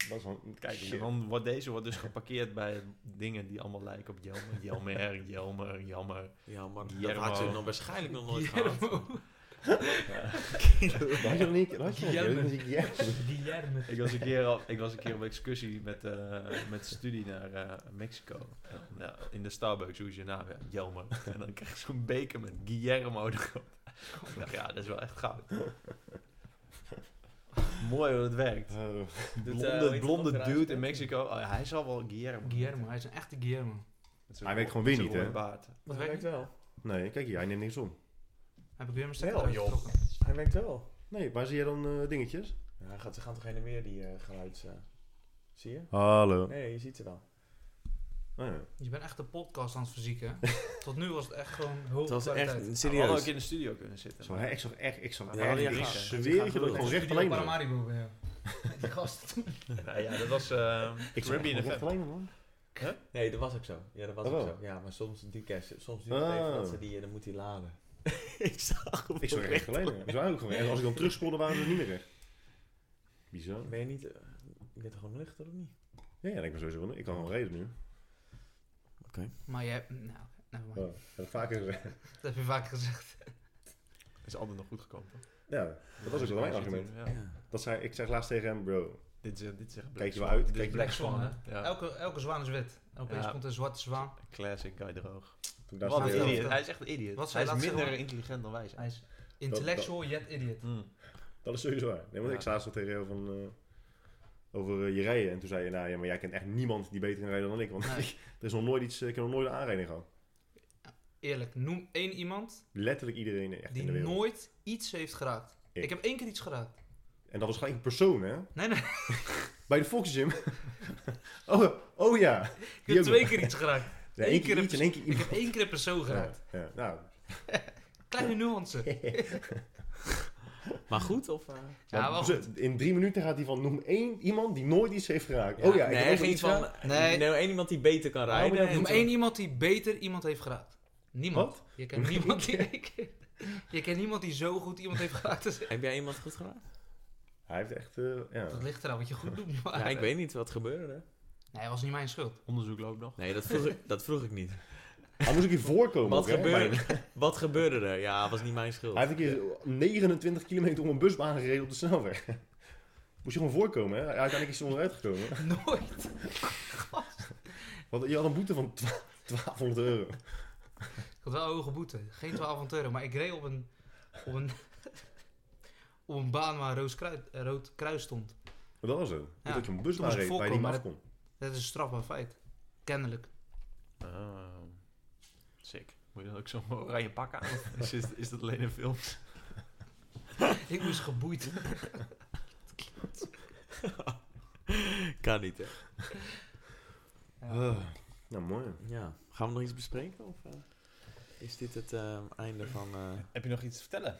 [SPEAKER 1] Dat is wel...
[SPEAKER 2] Kijk,
[SPEAKER 1] shit.
[SPEAKER 2] dan wordt deze wordt dus geparkeerd bij dingen die allemaal lijken op Jelmer. Jelmer, Jelmer, Jammer.
[SPEAKER 5] Jammer. Dat
[SPEAKER 2] Guillermo.
[SPEAKER 5] had ze nog waarschijnlijk nog nooit gehad.
[SPEAKER 4] Guillermo.
[SPEAKER 1] Dat had je nog niet... Dat had je nog niet.
[SPEAKER 4] Guillermo.
[SPEAKER 1] Dat is- ja.
[SPEAKER 4] Guillermo.
[SPEAKER 2] Ik was een keer op, ik was een keer op excursie met, eh, met studie naar eh, Mexico. En, nou, in de Starbucks, hoe is je naam? Ja, Jelmer. En dan krijg je zo'n beker met Guillermo erop. Ik dacht, ja, dat is wel echt goud. Mooi hoe het werkt.
[SPEAKER 1] Eh,
[SPEAKER 2] Blonde, blonde
[SPEAKER 5] Opdraaien.
[SPEAKER 2] dude in Mexico. Oh, ja, hij zal wel Guillermo.
[SPEAKER 4] Guillermo, hij is een echte Guillermo.
[SPEAKER 2] Met zo'n-
[SPEAKER 1] Hij werkt gewoon weer
[SPEAKER 2] met zo'n
[SPEAKER 1] niet, hè?
[SPEAKER 2] rode baard.
[SPEAKER 4] Wat werkt
[SPEAKER 3] wel.
[SPEAKER 1] Nee, kijk, jij neemt niks om.
[SPEAKER 4] Heb ik weer mijn stem
[SPEAKER 3] Wel,
[SPEAKER 4] eruit
[SPEAKER 5] joh.
[SPEAKER 4] getrokken.
[SPEAKER 3] Hij werkt wel.
[SPEAKER 1] Nee, waar zie jij dan eh, dingetjes?
[SPEAKER 5] Ja, gaat, ze gaan toch heen en weer, die eh, geluids... eh, zie je?
[SPEAKER 1] Hallo.
[SPEAKER 5] Nee, je ziet ze dan.
[SPEAKER 1] Oh, ja.
[SPEAKER 4] Je bent echt een podcast aan het verzieken. Tot nu was het echt gewoon
[SPEAKER 5] Het
[SPEAKER 4] hoge
[SPEAKER 5] was
[SPEAKER 4] kwaliteit.
[SPEAKER 2] We
[SPEAKER 5] echt
[SPEAKER 2] hadden
[SPEAKER 5] serieus.
[SPEAKER 2] ook in de studio kunnen zitten.
[SPEAKER 1] Zo, hè, ik zag echt, ik zag
[SPEAKER 5] Ja,
[SPEAKER 1] echt,
[SPEAKER 5] ja,
[SPEAKER 1] ik
[SPEAKER 5] ja.
[SPEAKER 1] zweer je dat ik gewoon recht alleen was.
[SPEAKER 4] Paramaribo bij jou. [LAUGHS] Die gast.
[SPEAKER 2] Nou ja, dat was eh
[SPEAKER 1] Ik zag
[SPEAKER 2] Caribbean
[SPEAKER 1] echt recht
[SPEAKER 2] FM.
[SPEAKER 1] alleen man.
[SPEAKER 5] Nee, dat was ook zo. Ja, dat was
[SPEAKER 1] Oh.
[SPEAKER 5] ook zo. Ja, maar soms, die kerst, soms duurt het
[SPEAKER 1] Oh.
[SPEAKER 5] even dat ze die... eh, Dan moet die laden. ik zag hem
[SPEAKER 1] Ik zag recht alleen man. Ze waren ook gewoon En als ik dan terugspoelde, waren ze niet meer recht. Bizar.
[SPEAKER 5] Ben je niet... eh, je bent gewoon nuchter of niet?
[SPEAKER 1] Ja, ja, ik ben sowieso wel- Ik kan gewoon reden nu.
[SPEAKER 4] Maar jij... Nou, nevermind.
[SPEAKER 1] Ja, heb ik vaker gezegd.
[SPEAKER 4] Dat heb je vaak gezegd.
[SPEAKER 2] Is altijd nog goed gekomen. toch?
[SPEAKER 1] Ja, dat was ook wel mijn argument.
[SPEAKER 2] Ja.
[SPEAKER 1] Dat zei, ik zeg laatst tegen hem, bro.
[SPEAKER 2] Dit is, eh, dit is echt
[SPEAKER 1] Kijk je
[SPEAKER 2] Swan.
[SPEAKER 1] wel uit,
[SPEAKER 2] Dit is
[SPEAKER 1] kijk je-
[SPEAKER 2] Black
[SPEAKER 4] Black
[SPEAKER 2] Swan,
[SPEAKER 4] Swan, hè?
[SPEAKER 2] hè? Ja.
[SPEAKER 4] Elke, elke zwaan is wit. Opeens
[SPEAKER 2] Ja.
[SPEAKER 4] komt een zwarte zwaan.
[SPEAKER 2] Classic guy droog.
[SPEAKER 1] Toen ik daar
[SPEAKER 2] Wat
[SPEAKER 1] zat,
[SPEAKER 2] een
[SPEAKER 4] zei
[SPEAKER 1] eh,
[SPEAKER 4] hij?
[SPEAKER 2] idiot. Hij is echt een idiot.
[SPEAKER 4] Wat
[SPEAKER 2] hij
[SPEAKER 4] zei
[SPEAKER 2] is
[SPEAKER 4] laatst
[SPEAKER 2] minder
[SPEAKER 4] gewoon?
[SPEAKER 2] intelligent dan wij zijn.
[SPEAKER 4] Hij is intellectual yet idiot.
[SPEAKER 2] Mm.
[SPEAKER 1] Dat is sowieso waar. Nee, want
[SPEAKER 2] Ja.
[SPEAKER 1] ik zei zo tegen jou van... eh, over eh, je rijden. En toen zei je, nou ja, maar jij kent echt niemand die beter kan rijden dan ik. Want
[SPEAKER 4] Nee.
[SPEAKER 1] ik- [LAUGHS] er is nog nooit iets... eh, Ik heb nog nooit een aanrijding gehad.
[SPEAKER 4] Eerlijk, noem één iemand
[SPEAKER 1] Letterlijk iedereen echt in
[SPEAKER 4] die
[SPEAKER 1] de wereld.
[SPEAKER 4] nooit iets heeft geraakt. Ik.
[SPEAKER 1] Ik.
[SPEAKER 4] heb één keer iets geraakt.
[SPEAKER 1] En dat was gelijk een persoon, hè?
[SPEAKER 4] Nee, [LAUGHS] nee,
[SPEAKER 1] Bij de Fox Gym. [LAUGHS] oh, oh ja.
[SPEAKER 4] ik
[SPEAKER 1] Die
[SPEAKER 4] heb
[SPEAKER 1] hebben
[SPEAKER 4] twee
[SPEAKER 1] we.
[SPEAKER 4] keer iets geraakt.
[SPEAKER 1] Ja,
[SPEAKER 4] Eén
[SPEAKER 1] één keer
[SPEAKER 4] keer
[SPEAKER 1] iets en één keer
[SPEAKER 4] Ik [LAUGHS]
[SPEAKER 1] iemand.
[SPEAKER 4] heb één keer een persoon
[SPEAKER 1] Ja,
[SPEAKER 4] geraakt.
[SPEAKER 1] ja. Nou,
[SPEAKER 4] Kleine nuance.
[SPEAKER 5] Maar goed, of... eh?
[SPEAKER 4] Ja,
[SPEAKER 1] maar
[SPEAKER 4] wel
[SPEAKER 1] zo-
[SPEAKER 4] goed.
[SPEAKER 1] in drie minuten gaat hij van noem één iemand die nooit iets heeft geraakt.
[SPEAKER 5] Ja,
[SPEAKER 1] oh ja, ik
[SPEAKER 5] nee,
[SPEAKER 1] heb ook
[SPEAKER 5] geen
[SPEAKER 1] iets
[SPEAKER 5] van.
[SPEAKER 1] geraakt.
[SPEAKER 4] Nee.
[SPEAKER 5] Nee, nou, één iemand die beter kan rijden.
[SPEAKER 1] maar dat-
[SPEAKER 5] en
[SPEAKER 4] Noem
[SPEAKER 5] toen-
[SPEAKER 4] één iemand die beter iemand heeft geraakt. Niemand.
[SPEAKER 1] Wat?
[SPEAKER 4] Je kent niemand die... [LAUGHS] Je kent niemand die zo goed iemand heeft geraakt. als-
[SPEAKER 5] Heb jij iemand goed gedaan?
[SPEAKER 1] Hij heeft echt, eh, ja.
[SPEAKER 4] Dat ligt eraan wat je goed doet. maar-
[SPEAKER 5] Ja, eh, ik weet niet wat gebeurde.
[SPEAKER 4] Nee, was niet mijn schuld. [LAUGHS]
[SPEAKER 2] Onderzoek loopt nog.
[SPEAKER 5] Nee, dat vroeg [LAUGHS] ik, dat vroeg ik niet.
[SPEAKER 1] Hij moest ook hier voorkomen.
[SPEAKER 5] Wat
[SPEAKER 1] ook, hè,
[SPEAKER 5] gebeurde,
[SPEAKER 1] bij-
[SPEAKER 5] [LAUGHS] wat gebeurde er? Ja, was niet mijn schuld.
[SPEAKER 1] Hij heeft een keer 29 kilometer om een busbaan gereden op de snelweg. [LAUGHS] Moest je gewoon voorkomen, hè? Uiteindelijk is hij onderuit gekomen.
[SPEAKER 4] Nooit.
[SPEAKER 1] Want je had een boete van 12 1200 euro.
[SPEAKER 4] Ik had wel een hoge boete. Geen 12 euro, maar ik reed op een, op een, [LAUGHS] op een baan waar rood kruid- eh, rood kruis stond.
[SPEAKER 1] Maar dat was het.
[SPEAKER 4] Ja,
[SPEAKER 1] Dat je een
[SPEAKER 4] toen
[SPEAKER 1] busbaan
[SPEAKER 4] moest ik
[SPEAKER 1] reed waar je
[SPEAKER 4] voorkomen,
[SPEAKER 1] niet
[SPEAKER 4] maar
[SPEAKER 1] meer afkomt.
[SPEAKER 4] Dat is een strafbaar feit. Kennelijk. [LAUGHS]
[SPEAKER 2] Ah, sick. Moet je dan ook zo'n oranje pak aan? Of [LAUGHS] is, is, is dat alleen een film?
[SPEAKER 4] Ik moest geboeid.
[SPEAKER 5] [LAUGHS] Kan niet, hè?
[SPEAKER 1] Ah, nou, mooi.
[SPEAKER 5] Ja. Gaan we nog iets bespreken? Of eh, is dit het eh, einde van... eh,
[SPEAKER 2] Heb je nog iets te vertellen?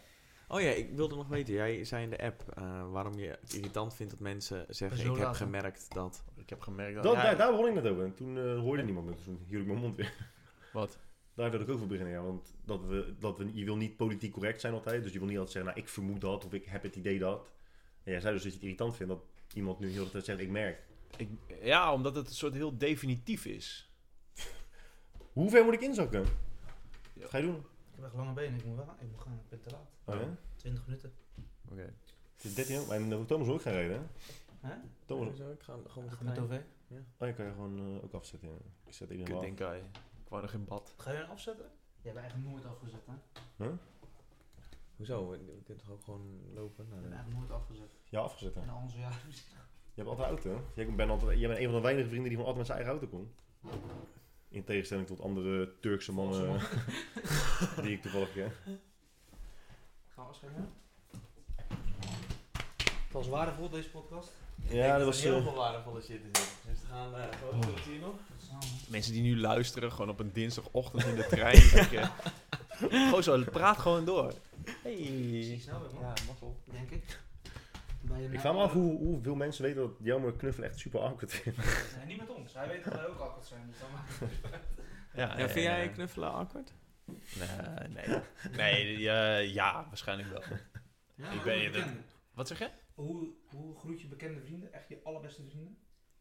[SPEAKER 5] Oh ja, ik wilde nog weten. Jij zei in de app eh, waarom je het irritant vindt dat mensen zeggen...
[SPEAKER 4] Zo
[SPEAKER 5] Ik heb
[SPEAKER 4] laat, hè?
[SPEAKER 5] gemerkt dat...
[SPEAKER 2] Ik heb gemerkt dat...
[SPEAKER 1] Dat,
[SPEAKER 2] ja,
[SPEAKER 1] daar, daar begon ik net over. En toen eh, hoorde niemand me. Toen hield ik mijn mond weer. [LAUGHS]
[SPEAKER 2] Wat?
[SPEAKER 1] Daar wil ik ook voor beginnen, ja. Want dat we, dat we, je wil niet politiek correct zijn altijd. Dus je wil niet altijd zeggen, nou, ik vermoed dat. Of ik heb het idee dat. En jij zei dus dat je het irritant vindt dat iemand nu heel de tijd zegt, ik merk.
[SPEAKER 2] Ik, ja, omdat het een soort heel definitief is.
[SPEAKER 1] Hoe ver moet ik inzakken?
[SPEAKER 2] Ja.
[SPEAKER 1] Wat ga je doen?
[SPEAKER 4] Ik heb echt lange benen. Ik moet, wel, ik moet gaan. Ik ben te laat.
[SPEAKER 1] Oh, ja?
[SPEAKER 4] 20 minuten.
[SPEAKER 2] Oké.
[SPEAKER 1] Het is 13 jaar. Mijn eh, Thomas wil ook gaan rijden, hè?
[SPEAKER 4] Hè?
[SPEAKER 1] Thomas,
[SPEAKER 5] Zo, ik ga gewoon met de
[SPEAKER 4] Met
[SPEAKER 5] trein.
[SPEAKER 4] OV.
[SPEAKER 1] Oh, je kan je gewoon eh, ook afzetten. ja. Ik zet iedereen
[SPEAKER 2] Ik
[SPEAKER 1] wel af.
[SPEAKER 2] denk, hij. ik wou nog in bad.
[SPEAKER 4] Ga je hem afzetten? Je hebt eigenlijk nooit afgezet, hè?
[SPEAKER 5] Hoezo? Je kunt toch ook gewoon lopen?
[SPEAKER 4] Je
[SPEAKER 5] Nou,
[SPEAKER 4] hebt eigenlijk nooit afgezet.
[SPEAKER 1] Ja, afgezet. hè.
[SPEAKER 4] En onze [LAUGHS] ja.
[SPEAKER 1] Je hebt altijd auto. Jij bent, altijd, jij bent een van de weinige vrienden die gewoon altijd met zijn eigen auto komt. In tegenstelling tot andere Turkse mannen [LAUGHS] die ik toevallig ken.
[SPEAKER 4] Gaan we afscheiden? Het was waardevol, deze podcast.
[SPEAKER 1] Ja, dat was...
[SPEAKER 5] heel
[SPEAKER 1] eh,
[SPEAKER 5] veel waardevolle shit. in zit. Dus we gaan eh, gewoon tot hier nog.
[SPEAKER 2] Mensen die nu luisteren, gewoon op een dinsdagochtend [LAUGHS] in de trein. denk je, Gewoon zo, praat gewoon door.
[SPEAKER 4] Zie je
[SPEAKER 2] Hey.
[SPEAKER 4] snel weer, man.
[SPEAKER 2] Ja, mazzel.
[SPEAKER 4] Denk ik. Bij een-
[SPEAKER 1] ik vraag me af hoe, hoeveel mensen weten dat Jelmer knuffelen echt super awkward is.
[SPEAKER 4] Nee, niet met ons. Hij weet dat wij ook akkerd zijn. Dus dan maakt
[SPEAKER 2] Ja,
[SPEAKER 5] Ja, vind jij
[SPEAKER 2] ja.
[SPEAKER 5] knuffelen awkward?
[SPEAKER 2] Nee, nee. nee eh, ja, waarschijnlijk wel.
[SPEAKER 4] ja,
[SPEAKER 2] Ik
[SPEAKER 4] hoe
[SPEAKER 2] ben-
[SPEAKER 4] bekende-
[SPEAKER 2] Wat zeg je?
[SPEAKER 4] hoe, hoe groet je bekende vrienden? Echt je allerbeste vrienden?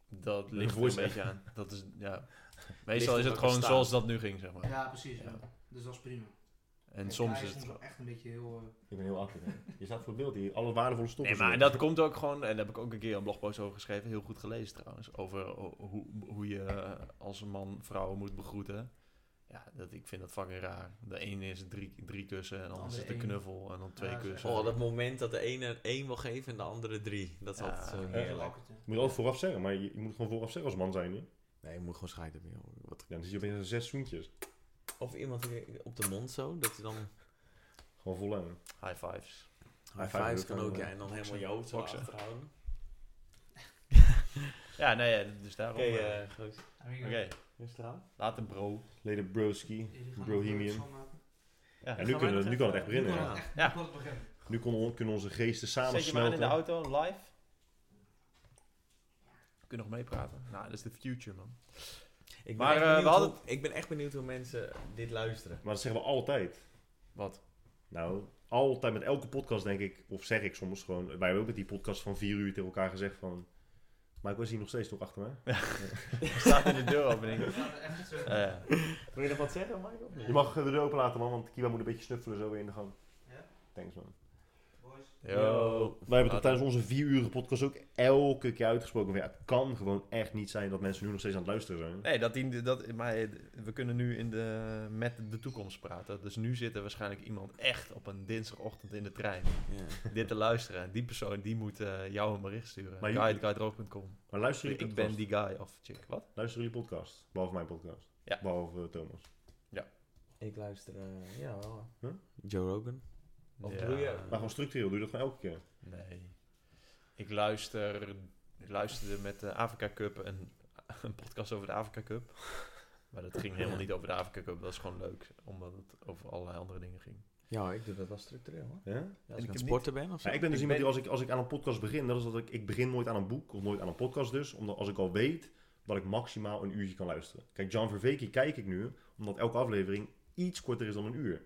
[SPEAKER 2] Dat
[SPEAKER 1] Dat
[SPEAKER 2] ligt er
[SPEAKER 1] wordt
[SPEAKER 2] een beetje aan. Dat is, ja. Meestal
[SPEAKER 5] op
[SPEAKER 2] is het
[SPEAKER 5] welke
[SPEAKER 2] gewoon
[SPEAKER 5] staat.
[SPEAKER 2] zoals dat nu ging, zeg maar.
[SPEAKER 4] Ja, precies.
[SPEAKER 2] ja.
[SPEAKER 4] Dus dat is prima.
[SPEAKER 2] En soms is het
[SPEAKER 4] wel echt een beetje heel... eh,
[SPEAKER 1] Ik ben heel awkward. hè. [LAUGHS] Je staat voor het beeld hier. Alle waardevolle stoffen.
[SPEAKER 2] Nee, maar dat komt ook gewoon, en daar heb ik ook een keer een blogpost over geschreven, heel goed gelezen trouwens, over ho- hoe, hoe je eh, als een man vrouwen moet begroeten. Ja, dat, ik vind dat fucking raar. De ene is drie, drie kussen, en dan is
[SPEAKER 4] andere
[SPEAKER 2] het een
[SPEAKER 4] één.
[SPEAKER 2] knuffel, en dan twee
[SPEAKER 4] Oh, Ja, dat is
[SPEAKER 2] kussen.
[SPEAKER 4] echt-
[SPEAKER 5] Oh, dat moment dat de ene er één wil geven en de andere drie. Dat is
[SPEAKER 2] Ja,
[SPEAKER 5] altijd zo
[SPEAKER 2] ja.
[SPEAKER 4] heel
[SPEAKER 5] heerlijk.
[SPEAKER 4] akkerd, hè.
[SPEAKER 1] Moet je altijd vooraf zeggen, maar je, je moet gewoon vooraf zeggen als man zijn. Hè?
[SPEAKER 5] Nee, je moet gewoon scheiden. joh. Wat-
[SPEAKER 1] Ja, dan zit je opeens aan zes zoentjes.
[SPEAKER 5] Of iemand weer op de mond zo, dat je dan
[SPEAKER 1] Gewoon vol aan.
[SPEAKER 2] High fives.
[SPEAKER 5] high
[SPEAKER 1] five
[SPEAKER 5] fives
[SPEAKER 1] doet,
[SPEAKER 5] kan
[SPEAKER 1] dan,
[SPEAKER 5] ook,
[SPEAKER 1] eh,
[SPEAKER 5] ja. En dan helemaal je hoofd zo
[SPEAKER 2] boksen.
[SPEAKER 5] achterhouden.
[SPEAKER 2] Ja, nee, ja, dus daarom.
[SPEAKER 5] Oké,
[SPEAKER 2] eh,
[SPEAKER 5] eh, goed.
[SPEAKER 4] Amigo.
[SPEAKER 2] Oké,
[SPEAKER 5] Rustig aan.
[SPEAKER 2] laat hem bro.
[SPEAKER 1] Leden broski.
[SPEAKER 4] Jullie gaan
[SPEAKER 1] Brohemian.
[SPEAKER 4] het, eh, zo maken.
[SPEAKER 2] Ja,
[SPEAKER 1] En nu, kunnen, we- nu kan het echt
[SPEAKER 4] Nu
[SPEAKER 1] beginnen.
[SPEAKER 4] kan
[SPEAKER 1] hè.
[SPEAKER 4] het echt
[SPEAKER 2] Ja.
[SPEAKER 4] nu kan het
[SPEAKER 1] [LAUGHS]
[SPEAKER 4] beginnen.
[SPEAKER 1] Nu kon- kunnen onze geesten samen
[SPEAKER 2] Zet je maar in de
[SPEAKER 1] smelten.
[SPEAKER 2] auto, live. Kun je nog meepraten? Nou, dat is de future, [LAUGHS] man.
[SPEAKER 5] Ik ben,
[SPEAKER 2] Maar,
[SPEAKER 5] echt
[SPEAKER 2] eh, we
[SPEAKER 5] benieuwd
[SPEAKER 2] hadden-
[SPEAKER 5] hoe- ik ben echt benieuwd hoe mensen dit luisteren.
[SPEAKER 1] Maar dat zeggen we altijd.
[SPEAKER 2] Wat?
[SPEAKER 1] Nou, altijd met elke podcast denk ik, of zeg ik soms gewoon... Wij hebben ook met die podcast van vier uur tegen elkaar gezegd van... Maar ik was hier nog steeds toch achter mij?
[SPEAKER 2] Staat in de deuropening.
[SPEAKER 4] We gaan er echt zo-
[SPEAKER 2] Eh
[SPEAKER 5] Wil je nog wat zeggen, Michael?
[SPEAKER 1] Je mag eh, de deur open laten man, want Kiwa moet een beetje snuffelen zo weer in de gang.
[SPEAKER 4] Ja.
[SPEAKER 1] Thanks man.
[SPEAKER 4] Boys.
[SPEAKER 2] yo.
[SPEAKER 1] Wij hebben
[SPEAKER 2] Laat-
[SPEAKER 1] het tijdens onze vier uur podcast ook elke keer uitgesproken. Van, ja, het kan gewoon echt niet zijn dat mensen nu nog steeds aan het luisteren zijn.
[SPEAKER 2] Nee, dat, die- dat, maar we kunnen nu in de, met de toekomst praten. Dus nu zit er waarschijnlijk iemand echt op een dinsdagochtend in de [LAUGHS] trein
[SPEAKER 5] Ja.
[SPEAKER 2] dit te luisteren. En die persoon die moet eh, jou een bericht sturen.
[SPEAKER 1] Maar
[SPEAKER 2] Maar
[SPEAKER 1] je- Maar luisteren jullie
[SPEAKER 2] Ik ben
[SPEAKER 1] podcast?
[SPEAKER 2] die guy of chick. Wat?
[SPEAKER 1] Luisteren jullie podcast? Behalve mijn podcast.
[SPEAKER 2] Ja.
[SPEAKER 1] Behalve eh, Thomas.
[SPEAKER 5] Ik luister, eh, ja wel.
[SPEAKER 1] Huh?
[SPEAKER 5] Joe Rogan. Of doe je-
[SPEAKER 1] Maar gewoon structureel, doe je dat gewoon elke keer.
[SPEAKER 2] Nee. Ik luister, ik luisterde met de Afrika Cup een, [LAUGHS] een podcast over de Afrika Cup. Maar dat ging helemaal niet over de Afrika Cup. Dat was gewoon leuk, omdat het over allerlei andere dingen ging.
[SPEAKER 5] Ja, ik doe dat wel structureel, hoor.
[SPEAKER 1] Ja?
[SPEAKER 5] Ja,
[SPEAKER 2] En
[SPEAKER 5] als
[SPEAKER 2] ik
[SPEAKER 5] ik aan
[SPEAKER 2] heb
[SPEAKER 5] het sporten ben of zo.
[SPEAKER 1] Ja, ik ben dus
[SPEAKER 2] Ik
[SPEAKER 1] iemand die
[SPEAKER 2] ben-
[SPEAKER 1] als ik, als ik aan een podcast begin, dat is dat ik, ik begin nooit aan een boek of nooit aan een podcast dus. Omdat als ik al weet dat ik maximaal een uurtje kan luisteren. Kijk, John Verveke kijk ik nu, omdat elke aflevering iets korter is dan een uur.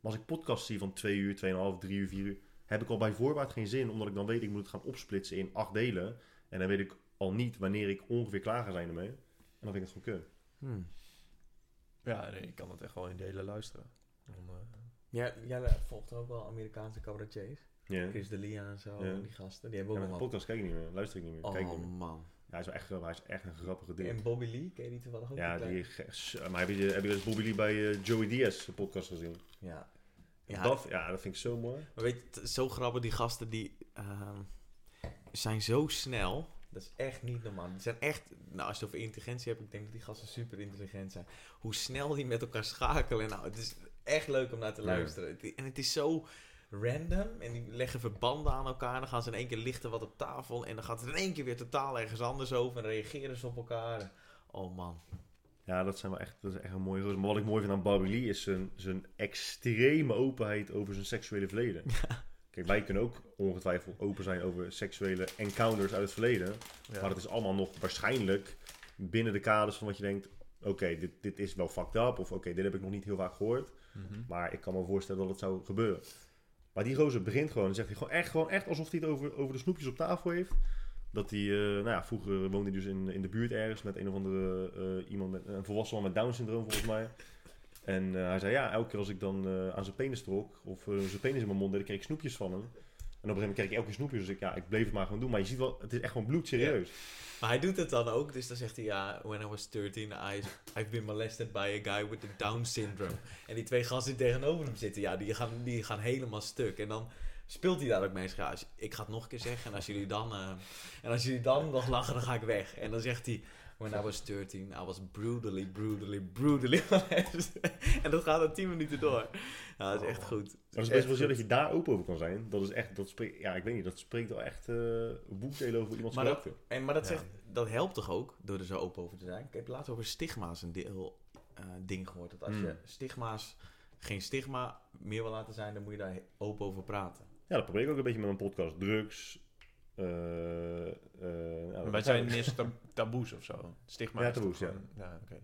[SPEAKER 1] Maar als ik podcasts zie van twee uur, tweeënhalf, drie uur, vier uur, heb ik al bij voorbaat geen zin. Omdat ik dan weet, ik moet het gaan opsplitsen in acht delen. En dan weet ik al niet wanneer ik ongeveer klaar ga zijn ermee. En dan vind ik het gewoon kut.
[SPEAKER 5] Hmm.
[SPEAKER 2] Ja, nee, ik kan het echt wel in delen luisteren. Dan, eh,
[SPEAKER 5] Ja, jij eh, volgt ook wel Amerikaanse cabaretiers.
[SPEAKER 1] Ja.
[SPEAKER 5] Chris D'Elia en zo,
[SPEAKER 1] Ja.
[SPEAKER 5] en die gasten. Die hebben
[SPEAKER 1] Ja,
[SPEAKER 5] ook
[SPEAKER 1] maar
[SPEAKER 5] nog
[SPEAKER 1] podcast kijk ik niet meer, luister ik niet meer,
[SPEAKER 5] wel...
[SPEAKER 1] kijk ik
[SPEAKER 5] Oh,
[SPEAKER 1] niet meer.
[SPEAKER 5] man.
[SPEAKER 1] Ja, hij, is wel echt, grap- hij is echt een grappige dude.
[SPEAKER 5] En Bobby Lee, ken je die toevallig ook?
[SPEAKER 1] Ja,
[SPEAKER 5] Die kleine-
[SPEAKER 1] die, ge- s- maar heb je, heb je dus Bobby Lee bij eh, Joey Diaz de podcast gezien?
[SPEAKER 5] Ja.
[SPEAKER 1] Ja.
[SPEAKER 5] Ja.
[SPEAKER 1] Dat, ja, dat vind ik zo mooi.
[SPEAKER 5] Maar weet je, het is zo grappig, die gasten die ehm, zijn zo snel. Dat is echt niet normaal. Die zijn echt, nou als je het over intelligentie hebt, ik denk dat die gasten super intelligent zijn. Hoe snel die met elkaar schakelen. Nou, het is echt leuk om naar te
[SPEAKER 1] Ja.
[SPEAKER 5] luisteren. Het- En het is zo random. En die leggen verbanden aan elkaar. Dan gaan ze in één keer lichten wat op tafel. En dan gaat het in één keer weer totaal ergens anders over. En reageren ze op elkaar. Oh man.
[SPEAKER 1] Ja, dat, zijn wel echt, dat is echt een mooie roze. Maar wat ik mooi vind aan Bobby Lee is zijn, zijn extreme openheid over zijn seksuele verleden. Kijk, wij kunnen ook ongetwijfeld open zijn over seksuele encounters uit het verleden.
[SPEAKER 2] ja.
[SPEAKER 1] Maar het is allemaal nog waarschijnlijk binnen de kaders van wat je denkt... Oké, dit, dit is wel fucked up. Of oké, dit heb ik nog niet heel vaak gehoord.
[SPEAKER 2] Mhm.
[SPEAKER 1] Maar ik kan me voorstellen dat het zou gebeuren. Maar die gozer begint gewoon en zegt hij gewoon echt, gewoon echt alsof hij het over, over de snoepjes op tafel heeft. Dat hij, eh, nou ja, vroeger woonde hij dus in, in de buurt ergens met een of andere eh, iemand met een volwassen man met Down syndroom volgens mij. En eh, hij zei ja, elke keer als ik dan eh, aan zijn penis trok of eh, zijn penis in mijn mond deed, dan kreeg ik snoepjes van hem. En een gegeven moment kreeg ik elke snoepje. Dus ik, ja, ik bleef het maar gewoon doen. Maar je ziet wel, het is echt gewoon bloedserieus.
[SPEAKER 5] Maar hij doet het dan ook, dus dan zegt hij ja, when I was 13, I, I've been molested by a guy with a Down syndrome. En die twee gasten die tegenover hem zitten, ja, die gaan, die gaan helemaal stuk. En dan speelt hij daar ook mee. Hij zegt, Ja, als- ik ga het nog een keer zeggen en als jullie dan, eh, en als jullie dan nog lachen, dan ga ik weg. En dan zegt hij, when I was 13, I was brutally, brutally, brutally molested. [LAUGHS] en dat gaat dan 10 minuten door. Ja, dat is echt goed.
[SPEAKER 1] Maar het is best wel zo dat je daar open over kan zijn. Dat is echt, dat spreekt, ja, ik weet niet, dat spreekt wel echt eh boekdelen over iemands
[SPEAKER 5] Maar dat-
[SPEAKER 1] karakter.
[SPEAKER 5] En, maar dat,
[SPEAKER 2] Ja.
[SPEAKER 5] zegt, dat helpt toch ook, door er zo open over te zijn? Ik heb laatst over stigma's een deel, eh, ding gehoord. Dat als
[SPEAKER 1] Hmm.
[SPEAKER 5] je stigma's geen stigma meer wil laten zijn, dan moet je daar he- open over praten.
[SPEAKER 1] Ja, dat probeer ik ook een beetje met mijn podcast. Drugs. eh, eh, nou, dat
[SPEAKER 2] Maar wij
[SPEAKER 1] kan
[SPEAKER 2] zijn
[SPEAKER 1] ook.
[SPEAKER 2] niet eens tab- taboes of zo. Stigma.
[SPEAKER 1] Ja,
[SPEAKER 2] is toch
[SPEAKER 1] taboes, ja.
[SPEAKER 2] gewoon- Ja, oké.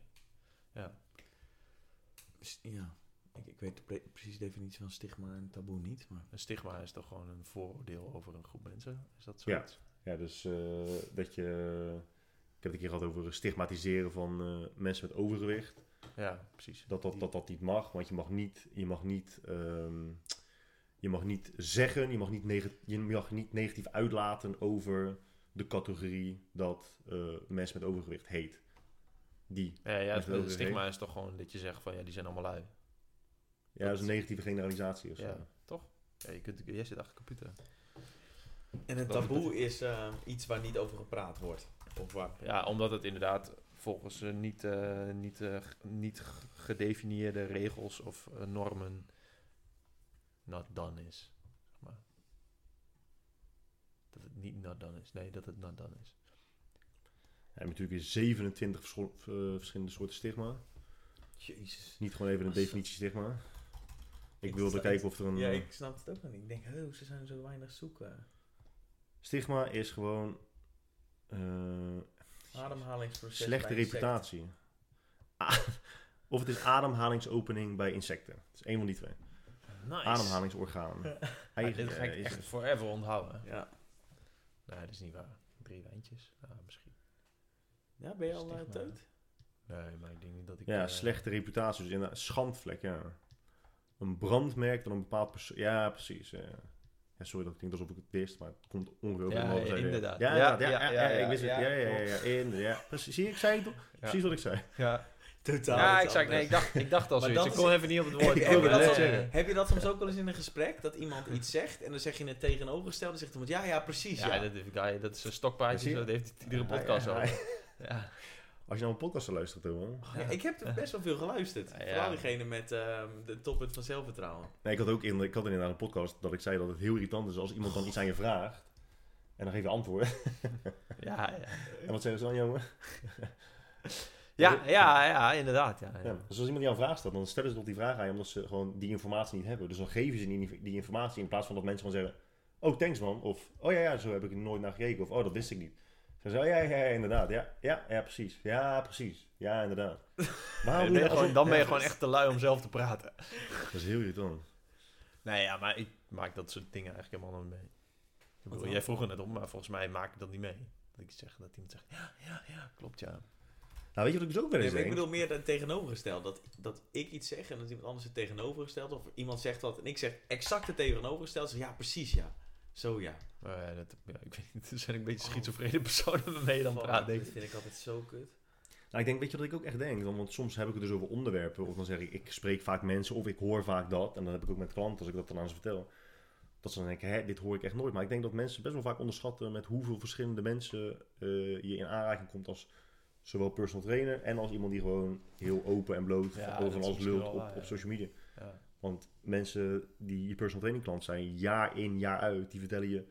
[SPEAKER 5] Dus ja, ik, ik weet de pre- precies de definitie van stigma en taboe niet. Maar
[SPEAKER 2] Een stigma is toch gewoon een vooroordeel over een groep mensen? Is dat
[SPEAKER 1] Ja.
[SPEAKER 2] zoiets?
[SPEAKER 1] Ja, dus eh, dat je... Ik heb het een keer gehad over stigmatiseren van eh, mensen met overgewicht.
[SPEAKER 2] Ja, precies.
[SPEAKER 1] dat dat, dat dat niet mag. Want je mag niet, je mag niet, ehm, je mag niet zeggen, je mag niet, neg- je mag niet negatief uitlaten over de categorie dat eh mensen met overgewicht heet. Die.
[SPEAKER 2] Ja, ja
[SPEAKER 1] Is
[SPEAKER 2] het,
[SPEAKER 1] wel
[SPEAKER 2] het
[SPEAKER 1] weer
[SPEAKER 2] stigma is toch gewoon dat je zegt van ja, die zijn allemaal lui.
[SPEAKER 1] Ja, dat is een negatieve generalisatie of zo.
[SPEAKER 2] Ja, toch? Ja, je kunt, jij zit achter de computer.
[SPEAKER 5] en een
[SPEAKER 2] Dat is
[SPEAKER 5] taboe is eh, iets waar niet over gepraat wordt. Of waar.
[SPEAKER 2] Ja, omdat het inderdaad volgens eh, niet, eh, niet, eh, g- niet g- gedefinieerde regels of eh, normen not done is. Zeg maar. Dat het niet not done is. Nee, dat het not done is.
[SPEAKER 1] En natuurlijk weer 27 verscho- eh, verschillende soorten stigma.
[SPEAKER 5] Jezus.
[SPEAKER 1] Niet gewoon even een
[SPEAKER 5] Als-
[SPEAKER 1] definitie stigma. Ik
[SPEAKER 5] Ik
[SPEAKER 1] wilde
[SPEAKER 5] sta-
[SPEAKER 1] kijken of er een...
[SPEAKER 5] Ja, ik snap het ook nog niet. Ik denk, oh, ze zijn zo weinig zoeken.
[SPEAKER 1] Stigma is gewoon... eh,
[SPEAKER 5] Ademhalingsproces.
[SPEAKER 1] Slechte
[SPEAKER 5] bij insecten.
[SPEAKER 1] reputatie. A- Of het is ademhalingsopening bij insecten. Het is één van die twee.
[SPEAKER 2] Nice.
[SPEAKER 1] Ademhalingsorgaan.
[SPEAKER 2] Ja,
[SPEAKER 1] Eigen-
[SPEAKER 2] dit ga
[SPEAKER 1] eh,
[SPEAKER 2] ik
[SPEAKER 1] is-
[SPEAKER 2] echt forever onthouden.
[SPEAKER 5] Ja.
[SPEAKER 2] Nee, dat is niet waar. Drie wijntjes? Nou, misschien.
[SPEAKER 5] ja, ben je al uh,
[SPEAKER 2] Stigma.
[SPEAKER 5] dood?
[SPEAKER 2] Nee, maar ik denk niet dat ik...
[SPEAKER 1] Ja,
[SPEAKER 2] eh,
[SPEAKER 1] slechte reputatie. Dus inderdaad, schandvlek, ja. Een brandmerk dan een bepaald persoon... Ja, precies. Ja. Ja, sorry dat ik denk alsof ik het wist, maar het komt ongeveer over
[SPEAKER 2] Ja,
[SPEAKER 1] mijn hoofd, zei je.
[SPEAKER 2] inderdaad.
[SPEAKER 1] Ja,
[SPEAKER 2] Ja,
[SPEAKER 1] inderdaad. Ja, ja,
[SPEAKER 2] ja,
[SPEAKER 1] ja,
[SPEAKER 2] ja,
[SPEAKER 1] ik wist het.
[SPEAKER 2] ja,
[SPEAKER 1] Ja, ja, ja, ja, inderdaad, ja. Precies, zie je, ik zei het toch? Precies wat ik zei.
[SPEAKER 2] Ja,
[SPEAKER 5] Totaal.
[SPEAKER 2] ja
[SPEAKER 5] iets
[SPEAKER 2] ik, zei,
[SPEAKER 5] anders.
[SPEAKER 2] nee, ik, dacht, ik dacht al
[SPEAKER 5] Maar
[SPEAKER 2] zoiets. Ik
[SPEAKER 5] dat
[SPEAKER 2] kon even niet op het woord
[SPEAKER 5] [LAUGHS]
[SPEAKER 1] [LAUGHS]
[SPEAKER 5] Heb
[SPEAKER 1] Ik wilde
[SPEAKER 5] je,
[SPEAKER 2] komen.
[SPEAKER 5] dat
[SPEAKER 1] net
[SPEAKER 5] soms,
[SPEAKER 1] zeggen.
[SPEAKER 2] Eh,
[SPEAKER 5] heb je dat soms ook wel eens in een gesprek? Dat iemand iets zegt en dan zeg je het tegenovergestelde. Zegt iemand, ja, ja, precies. Ja,
[SPEAKER 2] Ja, dat, is- ja, dat is een stokpaardje,
[SPEAKER 1] Zie je?
[SPEAKER 2] dat heeft hij iedere podcast
[SPEAKER 1] Ja, ja,
[SPEAKER 2] over.
[SPEAKER 1] [LAUGHS] ja.
[SPEAKER 2] Ja.
[SPEAKER 1] Als je nou een podcast zou luisteren, Thomas.
[SPEAKER 5] Oh, ja, Ik heb er best wel veel geluisterd.
[SPEAKER 2] Ja, ja.
[SPEAKER 5] Vooral diegene met ehm, de toppunt van zelfvertrouwen.
[SPEAKER 1] Nee, ik had ook in, ik had inderdaad een podcast dat ik zei dat het heel irritant is als iemand dan iets aan je vraagt. En dan geef je
[SPEAKER 2] [LAUGHS]
[SPEAKER 1] antwoord.
[SPEAKER 2] Ja, ja.
[SPEAKER 1] En wat zeggen ze dan, jongen?
[SPEAKER 2] Ja, ja, ja, inderdaad. Ja, ja.
[SPEAKER 1] Ja, dus als iemand jou een vraag stelt, dan stellen ze toch die vraag aan je omdat ze gewoon die informatie niet hebben. Dus dan geven ze die, die informatie in plaats van dat mensen gewoon zeggen: Oh, thanks man. Of Oh ja, ja, zo heb ik er nooit naar gekeken. Of Oh, dat wist ik niet. Ze zeggen: oh, ja, ja, ja, inderdaad. Ja, ja, ja, precies. Ja, precies. Ja,
[SPEAKER 2] [LAUGHS]
[SPEAKER 1] inderdaad.
[SPEAKER 2] Dan
[SPEAKER 1] Maar
[SPEAKER 2] ben je gewoon, dan ben je gewoon echt te lui om zelf te praten.
[SPEAKER 1] Dat is heel irritant.
[SPEAKER 2] Nee, ja, maar ik maak dat soort dingen eigenlijk helemaal niet mee. Ik bedoel,
[SPEAKER 5] dan?
[SPEAKER 2] jij vroeg er net om, maar volgens mij maak ik dat niet mee. Dat ik zeg dat iemand zegt, ja, ja, ja, klopt ja.
[SPEAKER 1] Nou, weet je wat ik dus ook wel
[SPEAKER 5] Nee,
[SPEAKER 1] eens
[SPEAKER 5] maar ik
[SPEAKER 1] denk?
[SPEAKER 5] bedoel meer het tegenovergestelde. Dat, dat ik iets zeg en dat iemand anders het tegenovergestelde. Of iemand zegt wat en ik zeg exact het tegenovergestelde. Ze zeggen, ja, precies, ja. Zo ja.
[SPEAKER 2] Maar ja, dat, ja, ik weet niet, [LAUGHS] er zijn een beetje schizofrene personen waarmee je dan
[SPEAKER 5] Fuck,
[SPEAKER 2] praat, denk
[SPEAKER 5] Dat
[SPEAKER 2] ik.
[SPEAKER 5] vind ik altijd zo kut.
[SPEAKER 1] Nou, ik denk, weet je wat ik ook echt denk? Dan, want soms heb ik het dus over onderwerpen. Of dan zeg ik, ik spreek vaak mensen of ik hoor vaak dat. En dan heb ik ook met klanten, als ik dat dan aan ze vertel. Dat ze dan denken, hè, dit hoor ik echt nooit. Maar ik denk dat mensen best wel vaak onderschatten met hoeveel verschillende mensen eh, je in aanraking komt als zowel personal trainer en als iemand die gewoon heel open en bloot
[SPEAKER 2] Ja, dat
[SPEAKER 1] over
[SPEAKER 2] is
[SPEAKER 1] alles
[SPEAKER 2] misschien
[SPEAKER 1] lult
[SPEAKER 2] wel
[SPEAKER 1] op,
[SPEAKER 2] waar, ja.
[SPEAKER 1] op social media.
[SPEAKER 2] Ja.
[SPEAKER 1] Want mensen die je personal training klant zijn, jaar in, jaar uit, die vertellen je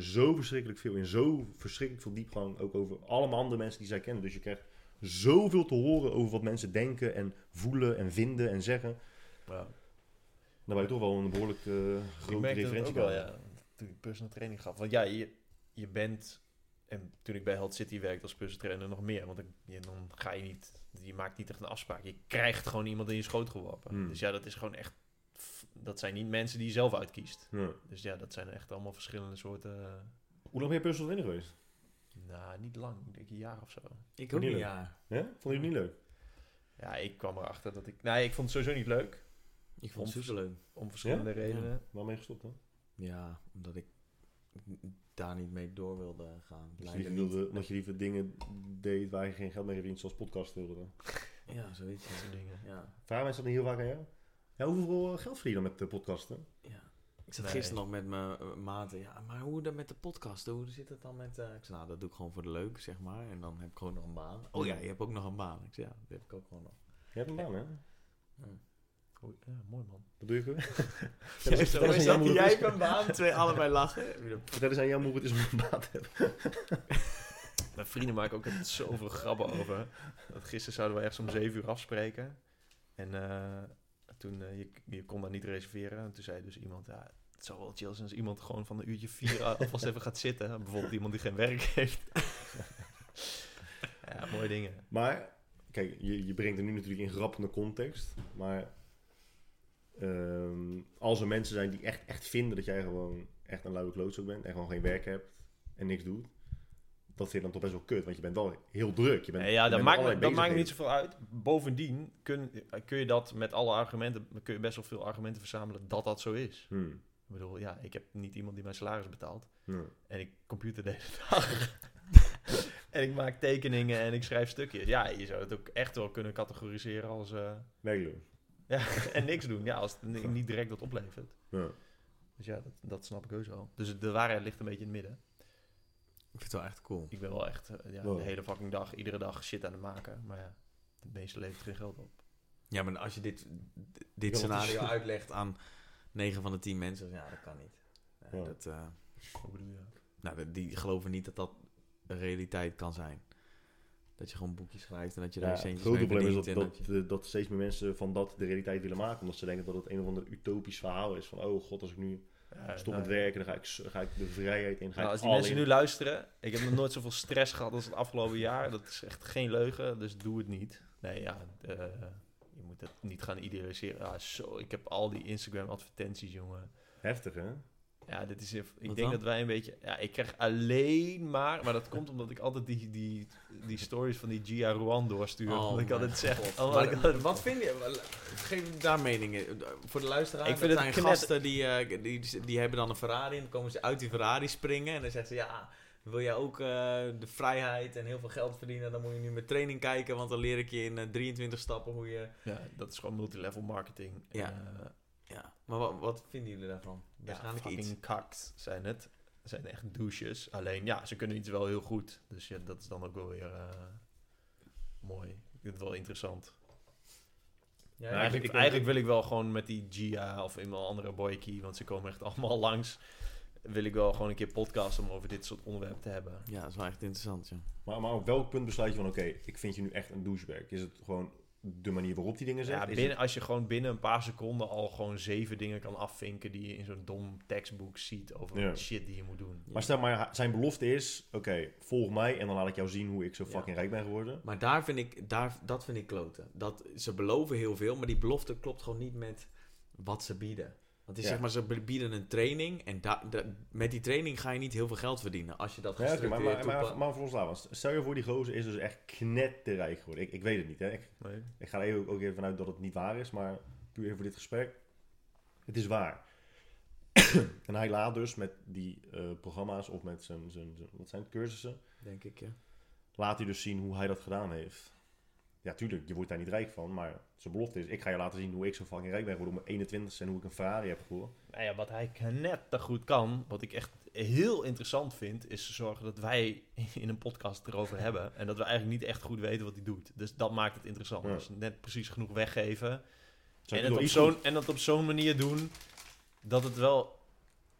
[SPEAKER 1] zo verschrikkelijk veel in zo verschrikkelijk veel diepgang ook over allemaal andere mensen die zij kennen. Dus je krijgt zoveel te horen over wat mensen denken en voelen en vinden en zeggen.
[SPEAKER 2] Ja.
[SPEAKER 1] Dan ben je toch wel een behoorlijk eh
[SPEAKER 2] Ik
[SPEAKER 1] grote
[SPEAKER 2] merkte dat ook
[SPEAKER 1] referentie.
[SPEAKER 2] wel, ja. Toen ik personal training gaf. Want ja, je, je bent... En toen ik bij Health City werkte als personal trainer nog meer. Want ik, je- dan ga je niet... Je maakt niet echt een afspraak. Je krijgt gewoon iemand in je schoot geworpen.
[SPEAKER 1] Hmm.
[SPEAKER 2] Dus ja, dat is gewoon echt... f- Dat zijn niet mensen die je zelf uitkiest.
[SPEAKER 1] Ja.
[SPEAKER 2] Dus ja, dat zijn echt allemaal verschillende soorten... eh,
[SPEAKER 1] Hoe lang ben je personal trainer geweest?
[SPEAKER 2] nou, niet lang. Ik denk een jaar of zo.
[SPEAKER 5] Ik
[SPEAKER 1] ook
[SPEAKER 5] ook
[SPEAKER 1] niet,
[SPEAKER 5] niet, ja.
[SPEAKER 1] Hè? Vond je het niet leuk?
[SPEAKER 2] Ja, ik kwam erachter dat ik... Nee, ik vond het sowieso niet leuk.
[SPEAKER 5] Ik vond het
[SPEAKER 2] Om-
[SPEAKER 5] super leuk.
[SPEAKER 2] Om verschillende redenen.
[SPEAKER 1] Waarom ben je gestopt dan?
[SPEAKER 5] Ja, omdat ik daar niet mee door wilde gaan.
[SPEAKER 1] Dus
[SPEAKER 5] Leidde
[SPEAKER 1] je
[SPEAKER 5] niet.
[SPEAKER 1] wilde, omdat je liever dingen deed waar je geen geld mee verdient, zoals podcast wilde dan.
[SPEAKER 5] Ja, zoiets.
[SPEAKER 2] Dat soort
[SPEAKER 5] Ja.
[SPEAKER 2] dingen.
[SPEAKER 5] Ja.
[SPEAKER 1] Vragen mensen dat niet heel vaak aan jou? Ja, hoeveel eh, geld verdien je dan met de podcasten?
[SPEAKER 5] ja. Ik zat
[SPEAKER 2] Nee.
[SPEAKER 5] gisteren nog met mijn eh, maten. Ja, maar hoe dan met de podcast? Hoe zit het dan met... eh, Ik zei, nou, dat doe ik gewoon voor de leuk, zeg maar. En dan heb ik gewoon nog een baan. Oh ja, je hebt ook nog een baan. Ik zei, ja, dat heb ik ook gewoon nog.
[SPEAKER 1] Je hebt een baan, hè?
[SPEAKER 2] Oh, ja, mooi man.
[SPEAKER 1] Wat doe je? [LAUGHS] ook weer?
[SPEAKER 5] Jij,
[SPEAKER 1] vertel eens aan jouw moeder.
[SPEAKER 5] jij hebt een baan, twee allebei lachen.
[SPEAKER 1] Vertel eens aan jou hoe het is om een baan te hebben.
[SPEAKER 2] [LAUGHS] Mijn vrienden maken ook altijd zoveel grappen over. Dat gisteren zouden we ergens om zeven uur afspreken. En eh, toen, eh, je, je kon dat niet reserveren. En toen zei dus iemand, ja, het zou wel chill zijn als iemand gewoon van een uurtje vier alvast even gaat zitten. Bijvoorbeeld iemand die geen werk heeft. [LAUGHS] ja, mooie dingen.
[SPEAKER 1] Maar, kijk, je, je brengt er nu natuurlijk in grappende context. Maar ehm, als er mensen zijn die echt, echt vinden dat jij gewoon echt een luie klootzak bent. En gewoon geen werk hebt en niks doet. Dat vind je dan toch best wel kut, want je bent wel heel druk. Je bent,
[SPEAKER 2] Nee, ja,
[SPEAKER 1] je
[SPEAKER 2] dat
[SPEAKER 1] bent
[SPEAKER 2] maakt,
[SPEAKER 1] allerlei
[SPEAKER 2] dat maakt niet
[SPEAKER 1] bezigheden.
[SPEAKER 2] zoveel uit. Bovendien kun, eh, kun je dat met alle argumenten, kun je best wel veel argumenten verzamelen dat dat zo is.
[SPEAKER 1] Hmm,
[SPEAKER 2] Ik bedoel, ja, ik heb niet iemand die mijn salaris betaalt.
[SPEAKER 1] ja.
[SPEAKER 2] En ik computer de hele [LAUGHS] dag. en ik maak tekeningen en ik schrijf stukjes. Ja, je zou het ook echt wel kunnen categoriseren als... eh,
[SPEAKER 1] Werkloos.
[SPEAKER 2] ja, [LAUGHS] en niks doen. Ja, als het ni- niet direct wat oplevert.
[SPEAKER 1] Ja.
[SPEAKER 2] Dus ja, dat, dat snap ik heus wel. Dus de waarheid ligt een beetje in het midden.
[SPEAKER 5] Ik vind het wel echt cool.
[SPEAKER 2] Ik ben wel echt eh, ja,
[SPEAKER 1] Wow.
[SPEAKER 2] de hele fucking dag, iedere dag shit aan het maken. Maar ja, het meeste levert geen geld op.
[SPEAKER 5] Ja, maar als je dit, dit
[SPEAKER 1] is-
[SPEAKER 5] scenario uitlegt aan 9 van de 10 mensen, ja, dat kan niet. Eh,
[SPEAKER 1] Ja.
[SPEAKER 5] Dat, eh,
[SPEAKER 2] Wat bedoel je?
[SPEAKER 5] nou, dat- die geloven niet dat dat een realiteit kan zijn. Dat je gewoon boekjes schrijft en dat je
[SPEAKER 1] Ja,
[SPEAKER 5] daar
[SPEAKER 1] het
[SPEAKER 5] centjes
[SPEAKER 1] grote
[SPEAKER 5] mee
[SPEAKER 1] probleem is dat,
[SPEAKER 5] verdient.
[SPEAKER 1] dat,
[SPEAKER 5] en dat je-
[SPEAKER 1] eh, dat steeds meer mensen van dat de realiteit willen maken. Omdat ze denken dat het een of ander utopisch verhaal is. Van, oh god, als ik nu
[SPEAKER 2] Ja,
[SPEAKER 1] stop
[SPEAKER 2] nou,
[SPEAKER 1] met werken, dan ga ik, s- ga ik de vrijheid in. Ga
[SPEAKER 2] Nou,
[SPEAKER 1] ik
[SPEAKER 2] als die
[SPEAKER 1] all
[SPEAKER 2] mensen
[SPEAKER 1] in.
[SPEAKER 2] nu luisteren, ik heb nog nooit zoveel stress gehad als het afgelopen jaar. Dat is echt geen leugen, dus doe het niet. Nee, ja, eh, je moet het niet gaan idealiseren. Ah, zo, ik heb al die Instagram-advertenties, jongen.
[SPEAKER 1] Heftig, hè?
[SPEAKER 2] Ja, dit is. Ik denk
[SPEAKER 5] dan?
[SPEAKER 2] dat wij een beetje. Ja, ik krijg alleen maar. Maar dat komt omdat ik altijd die, die, die stories van die Gia Ruan doorstuur.
[SPEAKER 5] Oh
[SPEAKER 2] omdat ik
[SPEAKER 5] mijn
[SPEAKER 2] altijd zeg.
[SPEAKER 5] God.
[SPEAKER 2] oh, omdat
[SPEAKER 5] Maar
[SPEAKER 2] ik
[SPEAKER 5] dat-
[SPEAKER 2] altijd-
[SPEAKER 5] Wat vind je? wel- Geef daar meningen. Eh, Voor de luisteraar,
[SPEAKER 2] Ik
[SPEAKER 5] ik
[SPEAKER 2] vind het
[SPEAKER 5] zijn
[SPEAKER 2] knet-
[SPEAKER 5] gasten die, eh, die, die hebben dan een Ferrari. En dan komen ze uit die Ferrari springen. En dan zeggen ze, ja, wil jij ook eh, de vrijheid en heel veel geld verdienen? Dan moet je nu met training kijken. Want dan leer ik je in eh, 23 stappen hoe je...
[SPEAKER 2] ja, dat is gewoon multilevel marketing.
[SPEAKER 5] Ja.
[SPEAKER 2] En, eh,
[SPEAKER 5] Ja, maar wat, wat vinden jullie daarvan? Waarschijnlijk
[SPEAKER 2] fucking
[SPEAKER 5] iets.
[SPEAKER 2] kakt zijn het. Ze zijn echt douches. Alleen, ja, ze kunnen iets wel heel goed. Dus ja, dat is dan ook wel weer eh, mooi. Ik vind het wel interessant.
[SPEAKER 5] Ja,
[SPEAKER 1] Nou,
[SPEAKER 2] eigenlijk,
[SPEAKER 1] ik- ik-
[SPEAKER 2] eigenlijk wil ik wel gewoon met die Gia of iemand andere boykie, want ze komen echt allemaal [LAUGHS] langs. Wil ik wel gewoon een keer podcast om over dit soort onderwerpen te hebben.
[SPEAKER 5] ja, dat is wel echt interessant, ja.
[SPEAKER 1] Maar, maar op welk punt besluit je van, oké, ik vind je nu echt een douchebag? Is het gewoon de manier waarop die dingen zijn?
[SPEAKER 2] Ja,
[SPEAKER 1] Is
[SPEAKER 2] binnen, als je gewoon binnen een paar seconden al gewoon zeven dingen kan afvinken die je in zo'n dom tekstboek ziet over
[SPEAKER 1] Ja.
[SPEAKER 2] shit die je moet doen.
[SPEAKER 1] het- Maar stel maar, zijn belofte is, oké, volg mij en dan laat ik jou zien hoe ik zo
[SPEAKER 5] Ja.
[SPEAKER 1] fucking rijk ben geworden.
[SPEAKER 5] Maar daar vind ik, daar, dat vind ik kloten. Dat, ze beloven heel veel, maar die belofte klopt gewoon niet met wat ze bieden. Want die,
[SPEAKER 1] Ja.
[SPEAKER 5] zeg maar, ze bieden een training en da- da- met die training ga je niet heel veel geld verdienen als je dat
[SPEAKER 1] Ja, oké, maar,
[SPEAKER 5] gestructureerd
[SPEAKER 1] maar, maar,
[SPEAKER 5] toepast.
[SPEAKER 1] maar voor ons laat, want stel je voor die gozer is dus echt knetterrijk geworden. Ik, ik weet het niet, hè. Ik,
[SPEAKER 2] Nee.
[SPEAKER 1] ik ga er even, ook even vanuit dat het niet waar is, maar puur even voor dit gesprek. Het is waar. [CLEARS THROAT] en hij laat dus met die eh, programma's of met zijn, zijn, zijn, wat zijn het, cursussen,
[SPEAKER 5] Denk ik, ja.
[SPEAKER 1] laat hij dus zien hoe hij dat gedaan heeft. Ja, tuurlijk, je wordt daar niet rijk van, maar zijn belofte is: ik ga je laten zien hoe ik zo fucking rijk ben geworden op mijn 21ste en hoe ik een Ferrari heb geworden.
[SPEAKER 2] Nou ja, wat hij net te goed kan, wat ik echt heel interessant vind, is te zorgen dat wij [LAUGHS] in een podcast erover hebben. En dat we eigenlijk niet echt goed weten wat hij doet. Dus dat maakt het interessant.
[SPEAKER 1] Ja.
[SPEAKER 2] Dus net precies genoeg weggeven.
[SPEAKER 1] Zou
[SPEAKER 2] En
[SPEAKER 1] ik
[SPEAKER 2] het,
[SPEAKER 1] wel
[SPEAKER 2] op
[SPEAKER 1] iets
[SPEAKER 2] zo'n, en het op zo'n manier doen dat het wel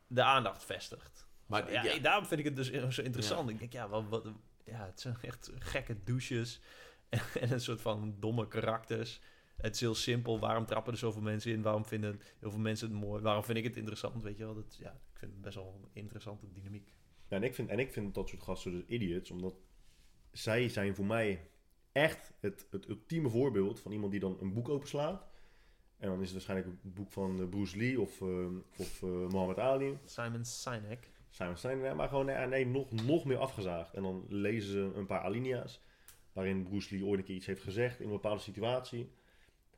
[SPEAKER 2] de aandacht vestigt.
[SPEAKER 5] Maar
[SPEAKER 2] ja,
[SPEAKER 5] ja,
[SPEAKER 2] hey, daarom vind ik het dus zo interessant. Ik denk, ja, wat, wat, ja, het zijn echt gekke douches [LAUGHS] en, en een soort van domme karakters. Het is heel simpel. Waarom trappen er zoveel mensen in? Waarom vinden heel veel mensen het mooi? Waarom vind ik het interessant? Weet je wel, dat, ja, ik vind het best wel een interessante dynamiek.
[SPEAKER 1] Ja, en, ik vind, en ik vind dat soort gasten dus idiots, omdat zij zijn voor mij echt het, het ultieme voorbeeld van iemand die dan een boek openslaat. En dan is het waarschijnlijk een boek van eh, Bruce Lee of, eh, of eh, Muhammad Ali.
[SPEAKER 2] Simon Sinek.
[SPEAKER 1] Simon Stein, maar gewoon nee, nee, nog, nog meer afgezaagd. En dan lezen ze een paar alinea's waarin Bruce Lee ooit een keer iets heeft gezegd in een bepaalde situatie.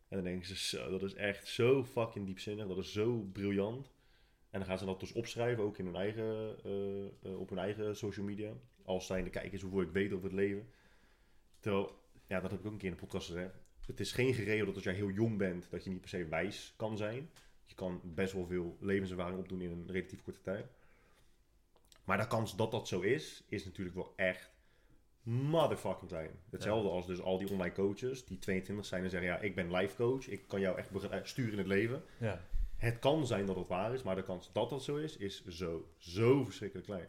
[SPEAKER 1] En dan denken ze, zo, dat is echt zo fucking diepzinnig, dat is zo briljant. En dan gaan ze dat dus opschrijven, ook in hun eigen, eh, eh, op hun eigen social media. Als zijnde, kijk eens hoeveel ik weet over het leven. Terwijl, ja, dat heb ik ook een keer in de podcast gezegd. Het is geen geregeld dat als jij heel jong bent, dat je niet per se wijs kan zijn. Je kan best wel veel levenservaring opdoen in een relatief korte tijd. Maar de kans dat dat zo is, is natuurlijk wel echt motherfucking klein. Hetzelfde als dus al die online coaches die 22 zijn en zeggen, ja, ik ben life coach. Ik kan jou echt bege- sturen in het leven.
[SPEAKER 2] Ja.
[SPEAKER 1] Het kan zijn dat het waar is, maar de kans dat dat zo is, is zo, zo verschrikkelijk klein.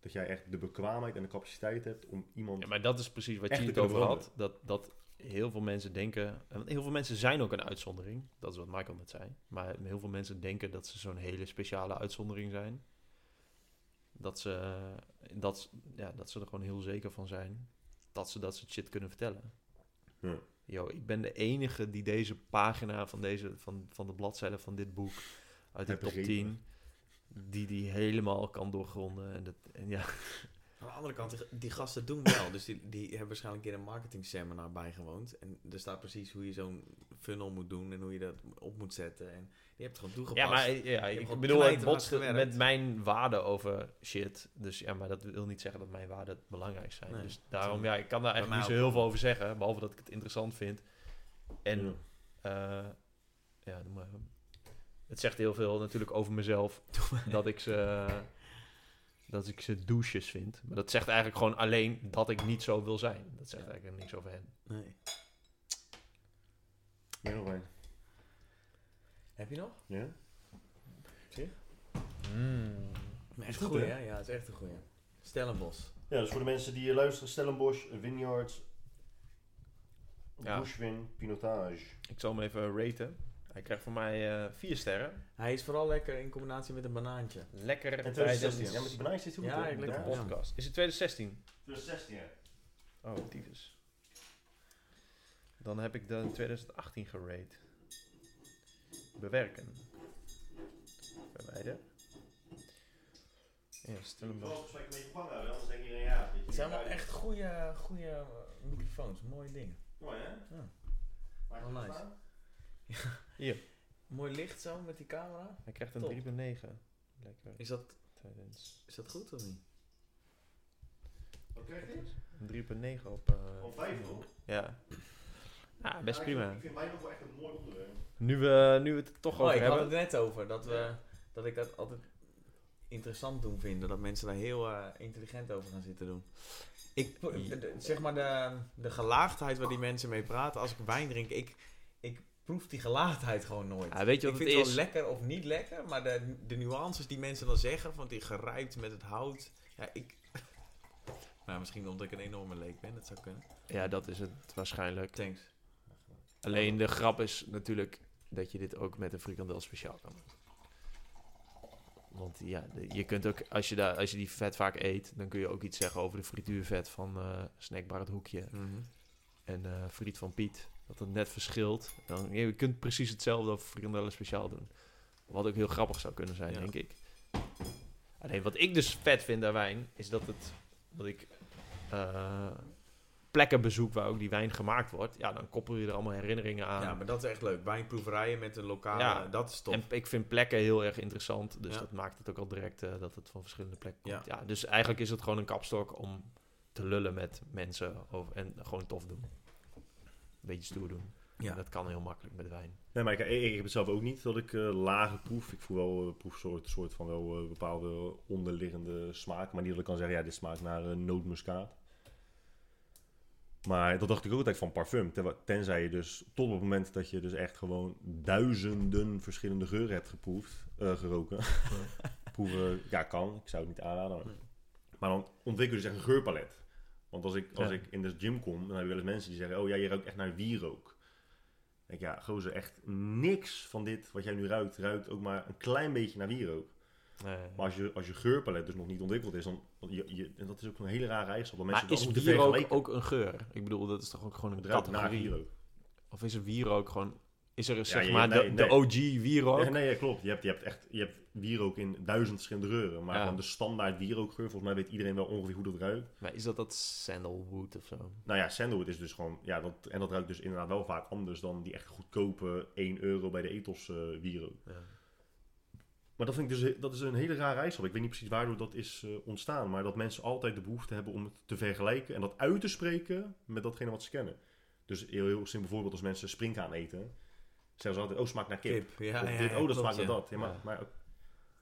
[SPEAKER 1] Dat jij echt de bekwaamheid en de capaciteit hebt om iemand...
[SPEAKER 2] Ja, maar dat is precies wat
[SPEAKER 1] Echt
[SPEAKER 2] je het
[SPEAKER 1] te kunnen
[SPEAKER 2] over had. Dat, dat heel veel mensen denken... en Heel veel mensen zijn ook een uitzondering. Dat is wat Michael net zei. Maar heel veel mensen denken dat ze zo'n hele speciale uitzondering zijn. Dat ze, eh, dat, ja, dat ze er gewoon heel zeker van zijn. Dat ze dat soort shit kunnen vertellen.
[SPEAKER 1] Ja.
[SPEAKER 2] Yo, ik ben de enige die deze pagina van, deze, van, van de bladzijde van dit boek... uit de
[SPEAKER 1] Heb
[SPEAKER 2] top
[SPEAKER 1] begrepen.
[SPEAKER 2] 10... Die die helemaal kan doorgronden. En, dat, en ja,
[SPEAKER 5] Aan de andere kant, die- die gasten doen wel. Dus die, die hebben waarschijnlijk een keer een marketing seminar bijgewoond. En er staat precies hoe je zo'n funnel moet doen en hoe je dat op moet zetten. En die hebt het gewoon toegepast.
[SPEAKER 2] Ja, maar ja,
[SPEAKER 5] hebt
[SPEAKER 2] ik
[SPEAKER 5] gewoon
[SPEAKER 2] bedoel, het
[SPEAKER 5] knijterhard
[SPEAKER 2] botst
[SPEAKER 5] gewerkt.
[SPEAKER 2] met mijn waarden over shit. Dus ja, maar dat wil niet zeggen dat mijn waarden het belangrijk zijn.
[SPEAKER 5] Nee.
[SPEAKER 2] dus daarom, ja, ik kan daar eigenlijk
[SPEAKER 5] mij
[SPEAKER 2] niet zo
[SPEAKER 5] ook.
[SPEAKER 2] heel veel over zeggen. Behalve dat ik het interessant vind. En,
[SPEAKER 1] Ja.
[SPEAKER 2] eh, ja, noem maar. even. Het zegt heel veel natuurlijk over [LAUGHS] mezelf. dat ik ze... Dat ik ze douches vind. Maar dat zegt eigenlijk gewoon alleen dat ik niet zo wil zijn. Dat zegt
[SPEAKER 5] Ja.
[SPEAKER 2] eigenlijk niks over hen.
[SPEAKER 5] Nee.
[SPEAKER 1] Meer nog een.
[SPEAKER 5] Heb je nog?
[SPEAKER 1] Ja?
[SPEAKER 2] Hmm.
[SPEAKER 5] Echt
[SPEAKER 1] goed,
[SPEAKER 5] een goeie,
[SPEAKER 1] hè?
[SPEAKER 5] hè? Ja, het is echt een goeie. Stellenbos.
[SPEAKER 1] Ja, dus voor de mensen die eh, luisteren, Stellenbosch, Vineyards,
[SPEAKER 2] Ja.
[SPEAKER 1] Bushwin, Pinotage.
[SPEAKER 2] Ik zal hem even raten. Hij krijgt van mij eh, vier sterren.
[SPEAKER 5] Hij is vooral lekker in combinatie met een banaantje.
[SPEAKER 2] Lekker
[SPEAKER 1] En
[SPEAKER 2] bij de
[SPEAKER 1] 2016. Ja, maar die banaantjes is goed,
[SPEAKER 5] Ja,
[SPEAKER 1] hoor.
[SPEAKER 5] ik lekker bos.
[SPEAKER 2] podcast. Is het 2016?
[SPEAKER 1] 2016, ja.
[SPEAKER 2] Oh, tyfus. Dan heb ik dan 2018 gerate. Bewerken. Verwijder. Ja, Stellenbosch.
[SPEAKER 1] volgens mij een beetje bang houden, anders denk iedereen ja.
[SPEAKER 5] Het zijn wel echt goede, goede eh, microfoons. Mooie dingen.
[SPEAKER 1] Mooi, hè?
[SPEAKER 5] Ja.
[SPEAKER 1] Maar
[SPEAKER 5] Wel nice.
[SPEAKER 1] staan?
[SPEAKER 5] Mooi licht zo met die camera.
[SPEAKER 2] Hij krijgt
[SPEAKER 5] Top.
[SPEAKER 2] een 3.9. Lekker.
[SPEAKER 5] Is dat,
[SPEAKER 2] Tijdens.
[SPEAKER 5] is dat goed of niet?
[SPEAKER 1] Wat krijg je?
[SPEAKER 2] Een 3.9 op... eh,
[SPEAKER 1] Op vijf, hoor.
[SPEAKER 2] Ja. Ja, Ah, best
[SPEAKER 1] Ja, ik-
[SPEAKER 2] prima.
[SPEAKER 1] Ik vind mij nog wel echt een mooi onderwerp.
[SPEAKER 2] Nu we, nu we het er toch
[SPEAKER 5] Oh,
[SPEAKER 2] over
[SPEAKER 5] ik had
[SPEAKER 2] hebben.
[SPEAKER 5] het net over dat, we,
[SPEAKER 1] Ja.
[SPEAKER 5] dat ik dat altijd interessant doen vinden. Dat mensen daar heel eh, intelligent over gaan zitten doen. Ik, pro-
[SPEAKER 2] Ja.
[SPEAKER 5] de- zeg maar de, de gelaagdheid waar die mensen mee praten. Als ik wijn drink, ik, ik proef die gelaagdheid gewoon nooit.
[SPEAKER 2] Ja, weet je
[SPEAKER 5] ik
[SPEAKER 2] wat
[SPEAKER 5] vind
[SPEAKER 2] het
[SPEAKER 5] het
[SPEAKER 2] is?
[SPEAKER 5] wel lekker of niet lekker, maar de, de nuances die mensen dan zeggen, van die gerijpt met het hout. Ja, ik... [LAUGHS] Maar misschien omdat ik een enorme leek ben, dat zou kunnen.
[SPEAKER 2] Ja, dat is het waarschijnlijk.
[SPEAKER 5] Thanks.
[SPEAKER 2] Alleen de grap is natuurlijk dat je dit ook met een frikandel speciaal kan doen. Want ja, de- je kunt ook, als je, daar, als je die vet vaak eet, dan kun je ook iets zeggen over de frituurvet van eh Snackbar het Hoekje en eh, Friet van Piet. Dat het net verschilt. Dan, je kunt precies hetzelfde over frikandellen speciaal doen. Wat ook heel grappig zou kunnen zijn,
[SPEAKER 5] Ja.
[SPEAKER 2] denk ik. Alleen wat ik dus vet vind aan wijn, is dat het. Dat ik eh, plekken bezoek waar ook die wijn gemaakt wordt. Ja, dan koppel je er allemaal herinneringen aan.
[SPEAKER 5] Ja, maar dat is echt leuk. Wijnproeverijen met een lokale,
[SPEAKER 2] Ja.
[SPEAKER 5] dat is tof.
[SPEAKER 2] En ik vind plekken heel erg interessant. Dus
[SPEAKER 5] Ja.
[SPEAKER 2] dat maakt het ook al direct eh, dat het van verschillende plekken
[SPEAKER 5] Ja.
[SPEAKER 2] komt. Ja. dus eigenlijk is het gewoon een kapstok om te lullen met mensen over, en gewoon tof doen. Een beetje stoer doen.
[SPEAKER 5] Ja.
[SPEAKER 2] En dat kan heel makkelijk met wijn.
[SPEAKER 1] Nee, maar ik, ik, ik heb het zelf ook niet dat ik eh lage proef. Ik voel wel eh, proefsoort soort van wel eh, bepaalde onderliggende smaak. Maar niet dat ik kan zeggen, ja, dit smaakt naar eh, nootmuskaat. Maar dat dacht ik ook altijd van parfum. Terwijl- Tenzij je dus tot op het moment dat je dus echt gewoon duizenden verschillende geuren hebt geproefd, eh, geroken. [LAUGHS] Proeven, ja, kan. Ik zou het niet aanraden. Maar,
[SPEAKER 5] Nee.
[SPEAKER 1] maar dan ontwikkel je dus echt een geurpalet. Want als ik, als
[SPEAKER 2] Ja.
[SPEAKER 1] ik in de gym kom, dan heb je wel eens mensen die zeggen, oh ja, je ruikt echt naar wierook. Ik denk, ja, gozer, echt niks van dit wat jij nu ruikt, ruikt ook maar een klein beetje naar wierook.
[SPEAKER 2] Eh,
[SPEAKER 1] Maar als je, als je geurpalet dus nog niet ontwikkeld is, dan want je, je, en dat is ook een hele rare eigenschap. Dat mensen
[SPEAKER 2] maar is
[SPEAKER 1] dat moeten
[SPEAKER 2] wierook
[SPEAKER 1] vergelijken.
[SPEAKER 2] ook een geur? Ik bedoel, dat is toch ook gewoon een
[SPEAKER 1] Het ruikt naar
[SPEAKER 2] categorie?
[SPEAKER 1] wierook.
[SPEAKER 2] Of is er wierook gewoon... Is er zeg
[SPEAKER 1] je-
[SPEAKER 2] maar de,
[SPEAKER 1] nee,
[SPEAKER 2] de
[SPEAKER 1] nee.
[SPEAKER 2] OG wierook?
[SPEAKER 1] Nee, nee, ja, klopt. Je hebt, je hebt echt je hebt wierook in duizend verschillende geuren. Maar
[SPEAKER 2] Ja.
[SPEAKER 1] gewoon de standaard wierookgeur, volgens mij weet iedereen wel ongeveer hoe dat ruikt.
[SPEAKER 2] Maar is dat dat sandalwood of zo?
[SPEAKER 1] Nou ja, sandalwood is dus gewoon, ja, dat, en dat ruikt dus inderdaad wel vaak anders dan die echt goedkope 1 euro bij de ethos eh wierook.
[SPEAKER 2] Ja.
[SPEAKER 1] Maar dat vind ik dus dat is een hele rare eigenschap. Ik weet niet precies waardoor dat is eh, ontstaan. Maar dat mensen altijd de behoefte hebben om het te vergelijken en dat uit te spreken met datgene wat ze kennen. Dus heel, heel simpel voorbeeld, als mensen springkaan eten, zeggen ze altijd, oh smaakt naar kip.
[SPEAKER 5] Ja,
[SPEAKER 1] Of dit,
[SPEAKER 5] ja, ja,
[SPEAKER 1] oh dat
[SPEAKER 5] klopt,
[SPEAKER 1] smaakt
[SPEAKER 5] ja.
[SPEAKER 1] naar dat. Ja, maar,
[SPEAKER 5] Ja.
[SPEAKER 1] maar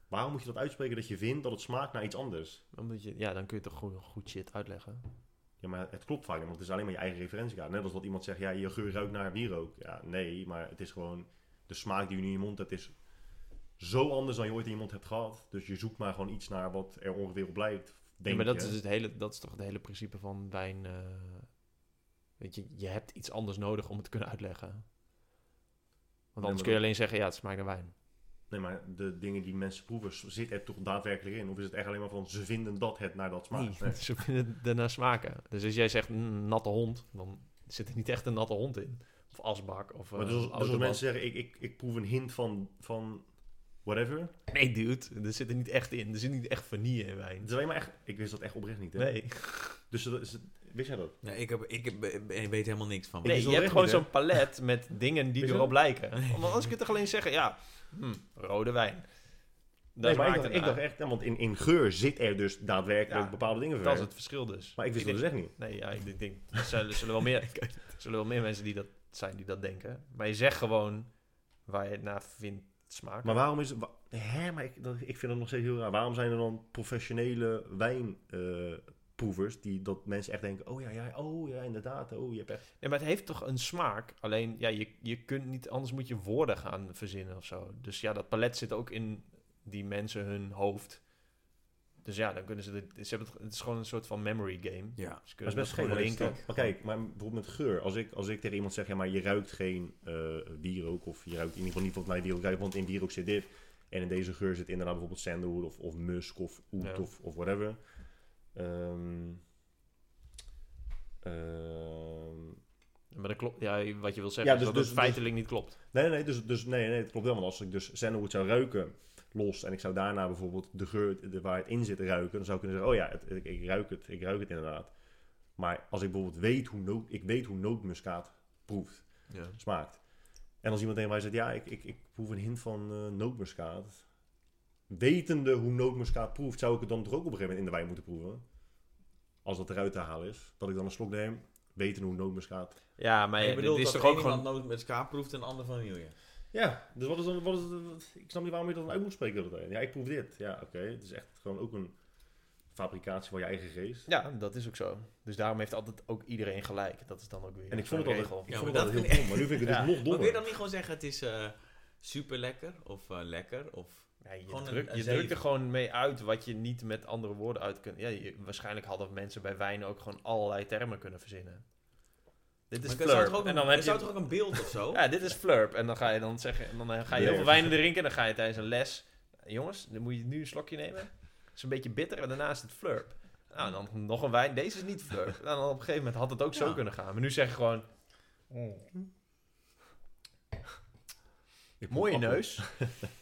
[SPEAKER 1] waarom moet je dat uitspreken dat je vindt dat het smaakt naar iets anders?
[SPEAKER 2] Omdat je, ja, dan kun je toch gewoon goed shit uitleggen.
[SPEAKER 1] Ja, maar het klopt vaak niet, want het is alleen maar je eigen referentiekader. Net als dat iemand zegt, ja, je geur ruikt naar wierook. Ja, nee, maar het is gewoon de smaak die je nu in je mond hebt, is zo anders dan je ooit in je mond hebt gehad. Dus je zoekt maar gewoon iets naar wat er ongeveer op lijkt.
[SPEAKER 2] Ja,
[SPEAKER 1] Denk
[SPEAKER 2] maar dat
[SPEAKER 1] je.
[SPEAKER 2] is, het hele, dat is toch het hele principe van wijn. eh, weet je, je hebt iets anders nodig om het te kunnen uitleggen. Want anders
[SPEAKER 1] maar
[SPEAKER 2] kun je
[SPEAKER 1] dat-
[SPEAKER 2] alleen zeggen, ja, het smaakt naar wijn.
[SPEAKER 1] Nee, maar de dingen die mensen proeven, s- zit er toch daadwerkelijk in? Of is het echt alleen maar van, ze vinden dat het naar dat smaakt?
[SPEAKER 2] nee, [LAUGHS] ze vinden het ernaar smaken. Dus als jij zegt "Mm, natte hond, dan zit er niet echt een natte hond in. Of asbak, of
[SPEAKER 1] Maar
[SPEAKER 2] eh,
[SPEAKER 1] dus als, dus als
[SPEAKER 2] autoband.
[SPEAKER 1] mensen zeggen, ik, ik, ik proef een hint van, van whatever.
[SPEAKER 2] Nee, dude, er zit er niet echt in. Er zit niet echt vanille in wijn.
[SPEAKER 1] Het is alleen maar echt, ik wist dat echt oprecht niet. Hè?
[SPEAKER 2] Nee.
[SPEAKER 1] Dus dat is, wist jij dat?
[SPEAKER 5] Ja, ik, heb, ik heb, ik weet helemaal niks van.
[SPEAKER 1] Nee,
[SPEAKER 2] Nee,
[SPEAKER 1] is wel
[SPEAKER 2] je hebt
[SPEAKER 1] echt
[SPEAKER 2] gewoon
[SPEAKER 1] niet, hè?
[SPEAKER 2] zo'n palet met dingen die
[SPEAKER 1] Is
[SPEAKER 2] erop
[SPEAKER 1] het?
[SPEAKER 2] lijken. Want anders kun je toch alleen zeggen, ja, hm, rode wijn. Dat
[SPEAKER 1] nee, maar ik
[SPEAKER 2] smaakt
[SPEAKER 1] dacht, ik
[SPEAKER 2] ernaar.
[SPEAKER 1] dacht echt, ja, want in, in geur zit er dus daadwerkelijk
[SPEAKER 2] Ja,
[SPEAKER 1] bepaalde dingen
[SPEAKER 2] Dat
[SPEAKER 1] verwerkt.
[SPEAKER 2] is het verschil dus.
[SPEAKER 1] Maar ik wist
[SPEAKER 2] Ik
[SPEAKER 1] dat dus echt niet.
[SPEAKER 2] Nee, ja, ik denk, denk, er zullen, zullen
[SPEAKER 1] [LAUGHS]
[SPEAKER 2] wel meer, er zullen wel meer mensen die dat zijn die dat denken. Maar je zegt gewoon waar je het naar vindt smaak.
[SPEAKER 1] Maar waarom is het... wa- Hè, maar ik, dat, ik vind dat nog steeds heel raar. Waarom zijn er dan professionele wijnproevers die dat mensen echt denken... Oh ja, ja, oh ja, inderdaad. Oh, je hebt echt...
[SPEAKER 2] Nee, maar het heeft toch een smaak. Alleen, ja, je, je kunt niet, anders moet je woorden gaan verzinnen of zo. Dus ja, dat palet zit ook in die mensen hun hoofd. Dus ja, dan kunnen ze, de, ze hebben het, het is gewoon een soort van memory game.
[SPEAKER 5] Ja.
[SPEAKER 2] Ze
[SPEAKER 1] Dat is
[SPEAKER 2] kunnen
[SPEAKER 1] best
[SPEAKER 2] dat gewoon
[SPEAKER 1] geen
[SPEAKER 2] linken.
[SPEAKER 1] Maar kijk, maar bijvoorbeeld met geur. Als ik, als ik tegen iemand zeg, ja, maar je ruikt geen eh wierook... of je ruikt in ieder geval niet wat naar wierook ruikt... want in wierook zit dit. En in deze geur zit inderdaad bijvoorbeeld sandalwood... of, of musk of oud
[SPEAKER 2] Ja.
[SPEAKER 1] of, of whatever. Ehm ehm,
[SPEAKER 2] Maar dat klopt, ja, wat je wil zeggen
[SPEAKER 1] Ja,
[SPEAKER 2] is
[SPEAKER 1] dus-
[SPEAKER 2] dat het
[SPEAKER 1] dus-
[SPEAKER 2] feitelijk niet klopt.
[SPEAKER 1] Nee, nee, nee, dus, dus, nee, nee, het klopt wel. Want als ik dus sandalwood zou ruiken los en ik zou daarna bijvoorbeeld de geur de, waar het in zit ruiken, dan zou ik kunnen zeggen, oh ja, het- ik, ik ruik het, ik ruik het inderdaad. Maar als ik bijvoorbeeld weet hoe, noot, ik weet hoe nootmuskaat proeft,
[SPEAKER 2] Ja.
[SPEAKER 1] smaakt. En als iemand tegen mij zegt, ja, ik, ik, ik proef een hint van eh, nootmuskaat. Wetende hoe nootmuskaat proeft, zou ik het dan toch ook op een gegeven moment in de wijn moeten proeven? Als dat eruit te halen is. Dat ik dan een slok neem, weten hoe nootmuskaat...
[SPEAKER 2] Ja, maar
[SPEAKER 5] ik bedoel,
[SPEAKER 2] dit is
[SPEAKER 5] dat
[SPEAKER 2] toch
[SPEAKER 5] er
[SPEAKER 2] ook
[SPEAKER 5] ook
[SPEAKER 2] gewoon...
[SPEAKER 5] iemand nood met ska proeft en ander van Nieuwje.
[SPEAKER 1] Ja, dus wat is dan, wat is, wat- ik snap niet waarom je dat dan uit moet spreken. Dat ja, ik proef dit. Ja, oké. Het is echt gewoon ook een fabricatie van je eigen geest.
[SPEAKER 2] Ja, dat is ook zo. Dus daarom heeft altijd ook iedereen gelijk. Dat is dan ook weer
[SPEAKER 1] En ik vond het
[SPEAKER 2] zo'n
[SPEAKER 1] altijd,
[SPEAKER 2] regel.
[SPEAKER 1] ik
[SPEAKER 5] Ja,
[SPEAKER 1] vond het
[SPEAKER 5] maar
[SPEAKER 1] altijd
[SPEAKER 5] dat
[SPEAKER 1] heel dom, maar nu vind ik het
[SPEAKER 2] Ja.
[SPEAKER 1] dus nog
[SPEAKER 5] Maar kun je
[SPEAKER 1] dommer.
[SPEAKER 5] dan niet gewoon zeggen het is eh super lekker of eh, lekker of...
[SPEAKER 2] Ja, je
[SPEAKER 5] Gewoon een-
[SPEAKER 2] druk-
[SPEAKER 5] een
[SPEAKER 2] je
[SPEAKER 5] zeven.
[SPEAKER 2] drukt er gewoon mee uit wat je niet met andere woorden uit kunt. Ja, je- waarschijnlijk hadden mensen bij wijn ook gewoon allerlei termen kunnen verzinnen. Dit is
[SPEAKER 5] Maar zou toch
[SPEAKER 2] flurp.
[SPEAKER 5] ook
[SPEAKER 2] En
[SPEAKER 5] een,
[SPEAKER 2] dan
[SPEAKER 5] er
[SPEAKER 2] heb
[SPEAKER 5] zou
[SPEAKER 2] je...
[SPEAKER 5] toch ook een beeld of
[SPEAKER 2] [LAUGHS]
[SPEAKER 5] zo?
[SPEAKER 2] Ja, dit is flurp. En dan ga je dan zeggen... En dan eh, ga je heel
[SPEAKER 1] Nee.
[SPEAKER 2] veel wijnen drinken. En dan ga je tijdens een les... Jongens, dan moet je nu een slokje nemen. Het is een beetje bitter. En daarna is het flurp. Nou, en dan nog een wijn. Deze is niet flurp. [LAUGHS] En dan op een gegeven moment had het ook zo
[SPEAKER 5] Ja.
[SPEAKER 2] kunnen gaan. Maar nu zeg je gewoon...
[SPEAKER 4] Oh.
[SPEAKER 1] Ik proef
[SPEAKER 2] Mooie
[SPEAKER 1] appel.
[SPEAKER 2] neus.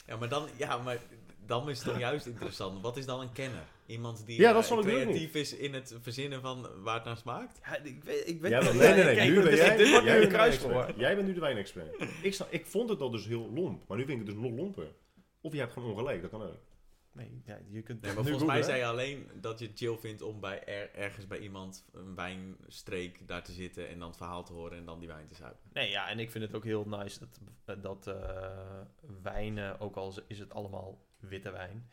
[SPEAKER 5] Ja, maar dan, ja, maar dan is het dan juist interessant. Wat is dan een kenner? Iemand die
[SPEAKER 1] Ja, dat
[SPEAKER 5] eh,
[SPEAKER 1] snap ik ook
[SPEAKER 5] creatief is in het verzinnen van waar het naar smaakt?
[SPEAKER 2] [LAUGHS] Ja, ik weet, ik weet
[SPEAKER 1] Ja,
[SPEAKER 2] niet.
[SPEAKER 1] maar nee, nee, nee.
[SPEAKER 2] Kijk,
[SPEAKER 1] nu ben
[SPEAKER 2] dit-
[SPEAKER 1] jij,
[SPEAKER 2] Dit wordt nu
[SPEAKER 1] jij
[SPEAKER 2] een
[SPEAKER 1] bent de
[SPEAKER 2] kruis voor.
[SPEAKER 1] wijnexpert. Jij bent nu de wijnexpert. Ik, snap- ik vond het al dus heel lomp, maar nu vind ik het dus nog lomper. Of je hebt gewoon ongelijk, dat kan ook.
[SPEAKER 2] Nee, ja, je kunt
[SPEAKER 5] Nee, maar
[SPEAKER 2] nu
[SPEAKER 5] volgens mij
[SPEAKER 2] googlen.
[SPEAKER 5] zei je alleen dat je het chill vindt om bij er- ergens bij iemand een wijnstreek daar te zitten en dan het verhaal te horen en dan die wijn te zuipen.
[SPEAKER 2] Nee, ja, en ik vind het ook heel nice dat, eh, dat eh, wijnen, ook al is het allemaal witte wijn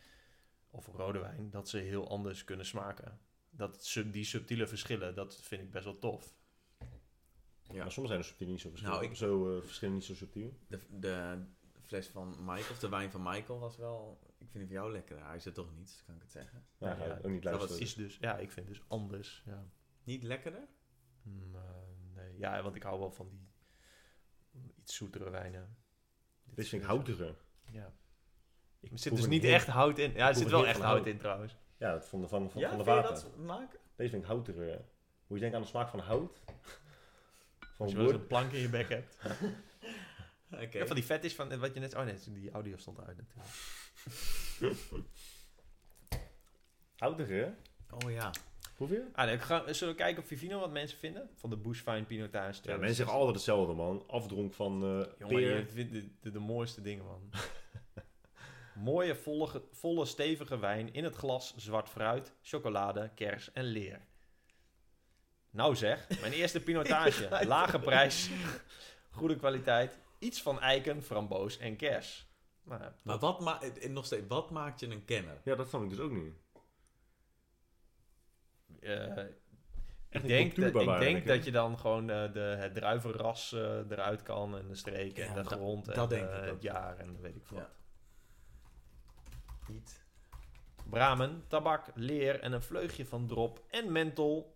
[SPEAKER 2] of rode wijn, dat ze heel anders kunnen smaken. Dat sub, die subtiele verschillen, dat vind ik best wel tof.
[SPEAKER 5] Ja.
[SPEAKER 1] Maar soms zijn de subtiel niet zo verschillend.
[SPEAKER 5] Nou, ik-
[SPEAKER 1] Zo eh, verschillen niet zo subtiel.
[SPEAKER 5] De, de fles van Michael, of de wijn van Michael was wel, ik vind die van jou lekkerder. Hij is het toch niet, dus kan ik het zeggen.
[SPEAKER 1] Ja,
[SPEAKER 2] Ja,
[SPEAKER 1] ga
[SPEAKER 2] ja,
[SPEAKER 1] ik ook niet
[SPEAKER 5] dat was
[SPEAKER 1] luisteren.
[SPEAKER 2] Is dus, ja, ik vind het dus anders. Ja,
[SPEAKER 5] Niet lekkerder?
[SPEAKER 2] Mm, eh, nee, ja want ik hou wel van die iets zoetere wijnen.
[SPEAKER 1] Dit
[SPEAKER 2] is
[SPEAKER 1] vind ik
[SPEAKER 2] weer zo-
[SPEAKER 1] houtiger.
[SPEAKER 2] Ja.
[SPEAKER 1] Ik
[SPEAKER 2] Er zit
[SPEAKER 1] proef
[SPEAKER 2] dus
[SPEAKER 1] een
[SPEAKER 2] niet
[SPEAKER 1] hint.
[SPEAKER 2] echt hout in. Ja, er
[SPEAKER 1] proef
[SPEAKER 2] zit
[SPEAKER 1] een
[SPEAKER 2] wel
[SPEAKER 1] hint
[SPEAKER 2] echt
[SPEAKER 1] van
[SPEAKER 2] hout
[SPEAKER 1] hout.
[SPEAKER 2] in trouwens.
[SPEAKER 1] Ja, dat van de, van, van, van de
[SPEAKER 5] vind je
[SPEAKER 1] vaten.
[SPEAKER 5] dat maken?
[SPEAKER 1] Deze vind ik houtiger. hè. Moet je denken aan de smaak van hout. Van
[SPEAKER 2] Als je wel eens
[SPEAKER 1] wood.
[SPEAKER 2] een plank in je bek hebt.
[SPEAKER 5] Oké.
[SPEAKER 2] Ja, van die vet is van eh, wat je net. Oh nee, die audio stond uit natuurlijk.
[SPEAKER 1] Houtiger, hè?
[SPEAKER 5] Oh ja.
[SPEAKER 1] Proef je?
[SPEAKER 2] Ah, nee, ik ga, zullen we kijken op Vivino wat mensen vinden? Van de Bushfine Pinotage.
[SPEAKER 1] Ja, mensen zeggen oh, altijd hetzelfde, man. Afdronk van eh
[SPEAKER 2] Jongen,
[SPEAKER 1] peer.
[SPEAKER 2] je vindt de, de, de mooiste dingen, man. [LAUGHS] Mooie, volle, volle, stevige wijn in het glas, zwart fruit, chocolade, kers en leer. Nou zeg,
[SPEAKER 5] [LAUGHS]
[SPEAKER 2] mijn eerste pinotage. Lage prijs, [LAUGHS] goede kwaliteit, iets van eiken, framboos en kers. Nou,
[SPEAKER 5] Maar wat, ma en nog steeds, wat maakt je een kenner?
[SPEAKER 1] Ja, dat snap ik dus ook niet.
[SPEAKER 2] eh, ik
[SPEAKER 1] een
[SPEAKER 2] denk, dat, ik
[SPEAKER 1] cultuurbarbaar, denk
[SPEAKER 2] denk
[SPEAKER 1] ik,
[SPEAKER 2] dat
[SPEAKER 1] hè?
[SPEAKER 2] je dan gewoon eh, de, het druivenras eh, eruit kan en de streek
[SPEAKER 5] Ja,
[SPEAKER 2] en
[SPEAKER 5] dat-
[SPEAKER 2] de grond en
[SPEAKER 5] dat denk
[SPEAKER 2] eh,
[SPEAKER 5] ik ook.
[SPEAKER 2] het jaar en weet ik veel.
[SPEAKER 5] Ja.
[SPEAKER 2] wat.
[SPEAKER 5] Niet.
[SPEAKER 2] Bramen, tabak, leer en een vleugje van drop en menthol.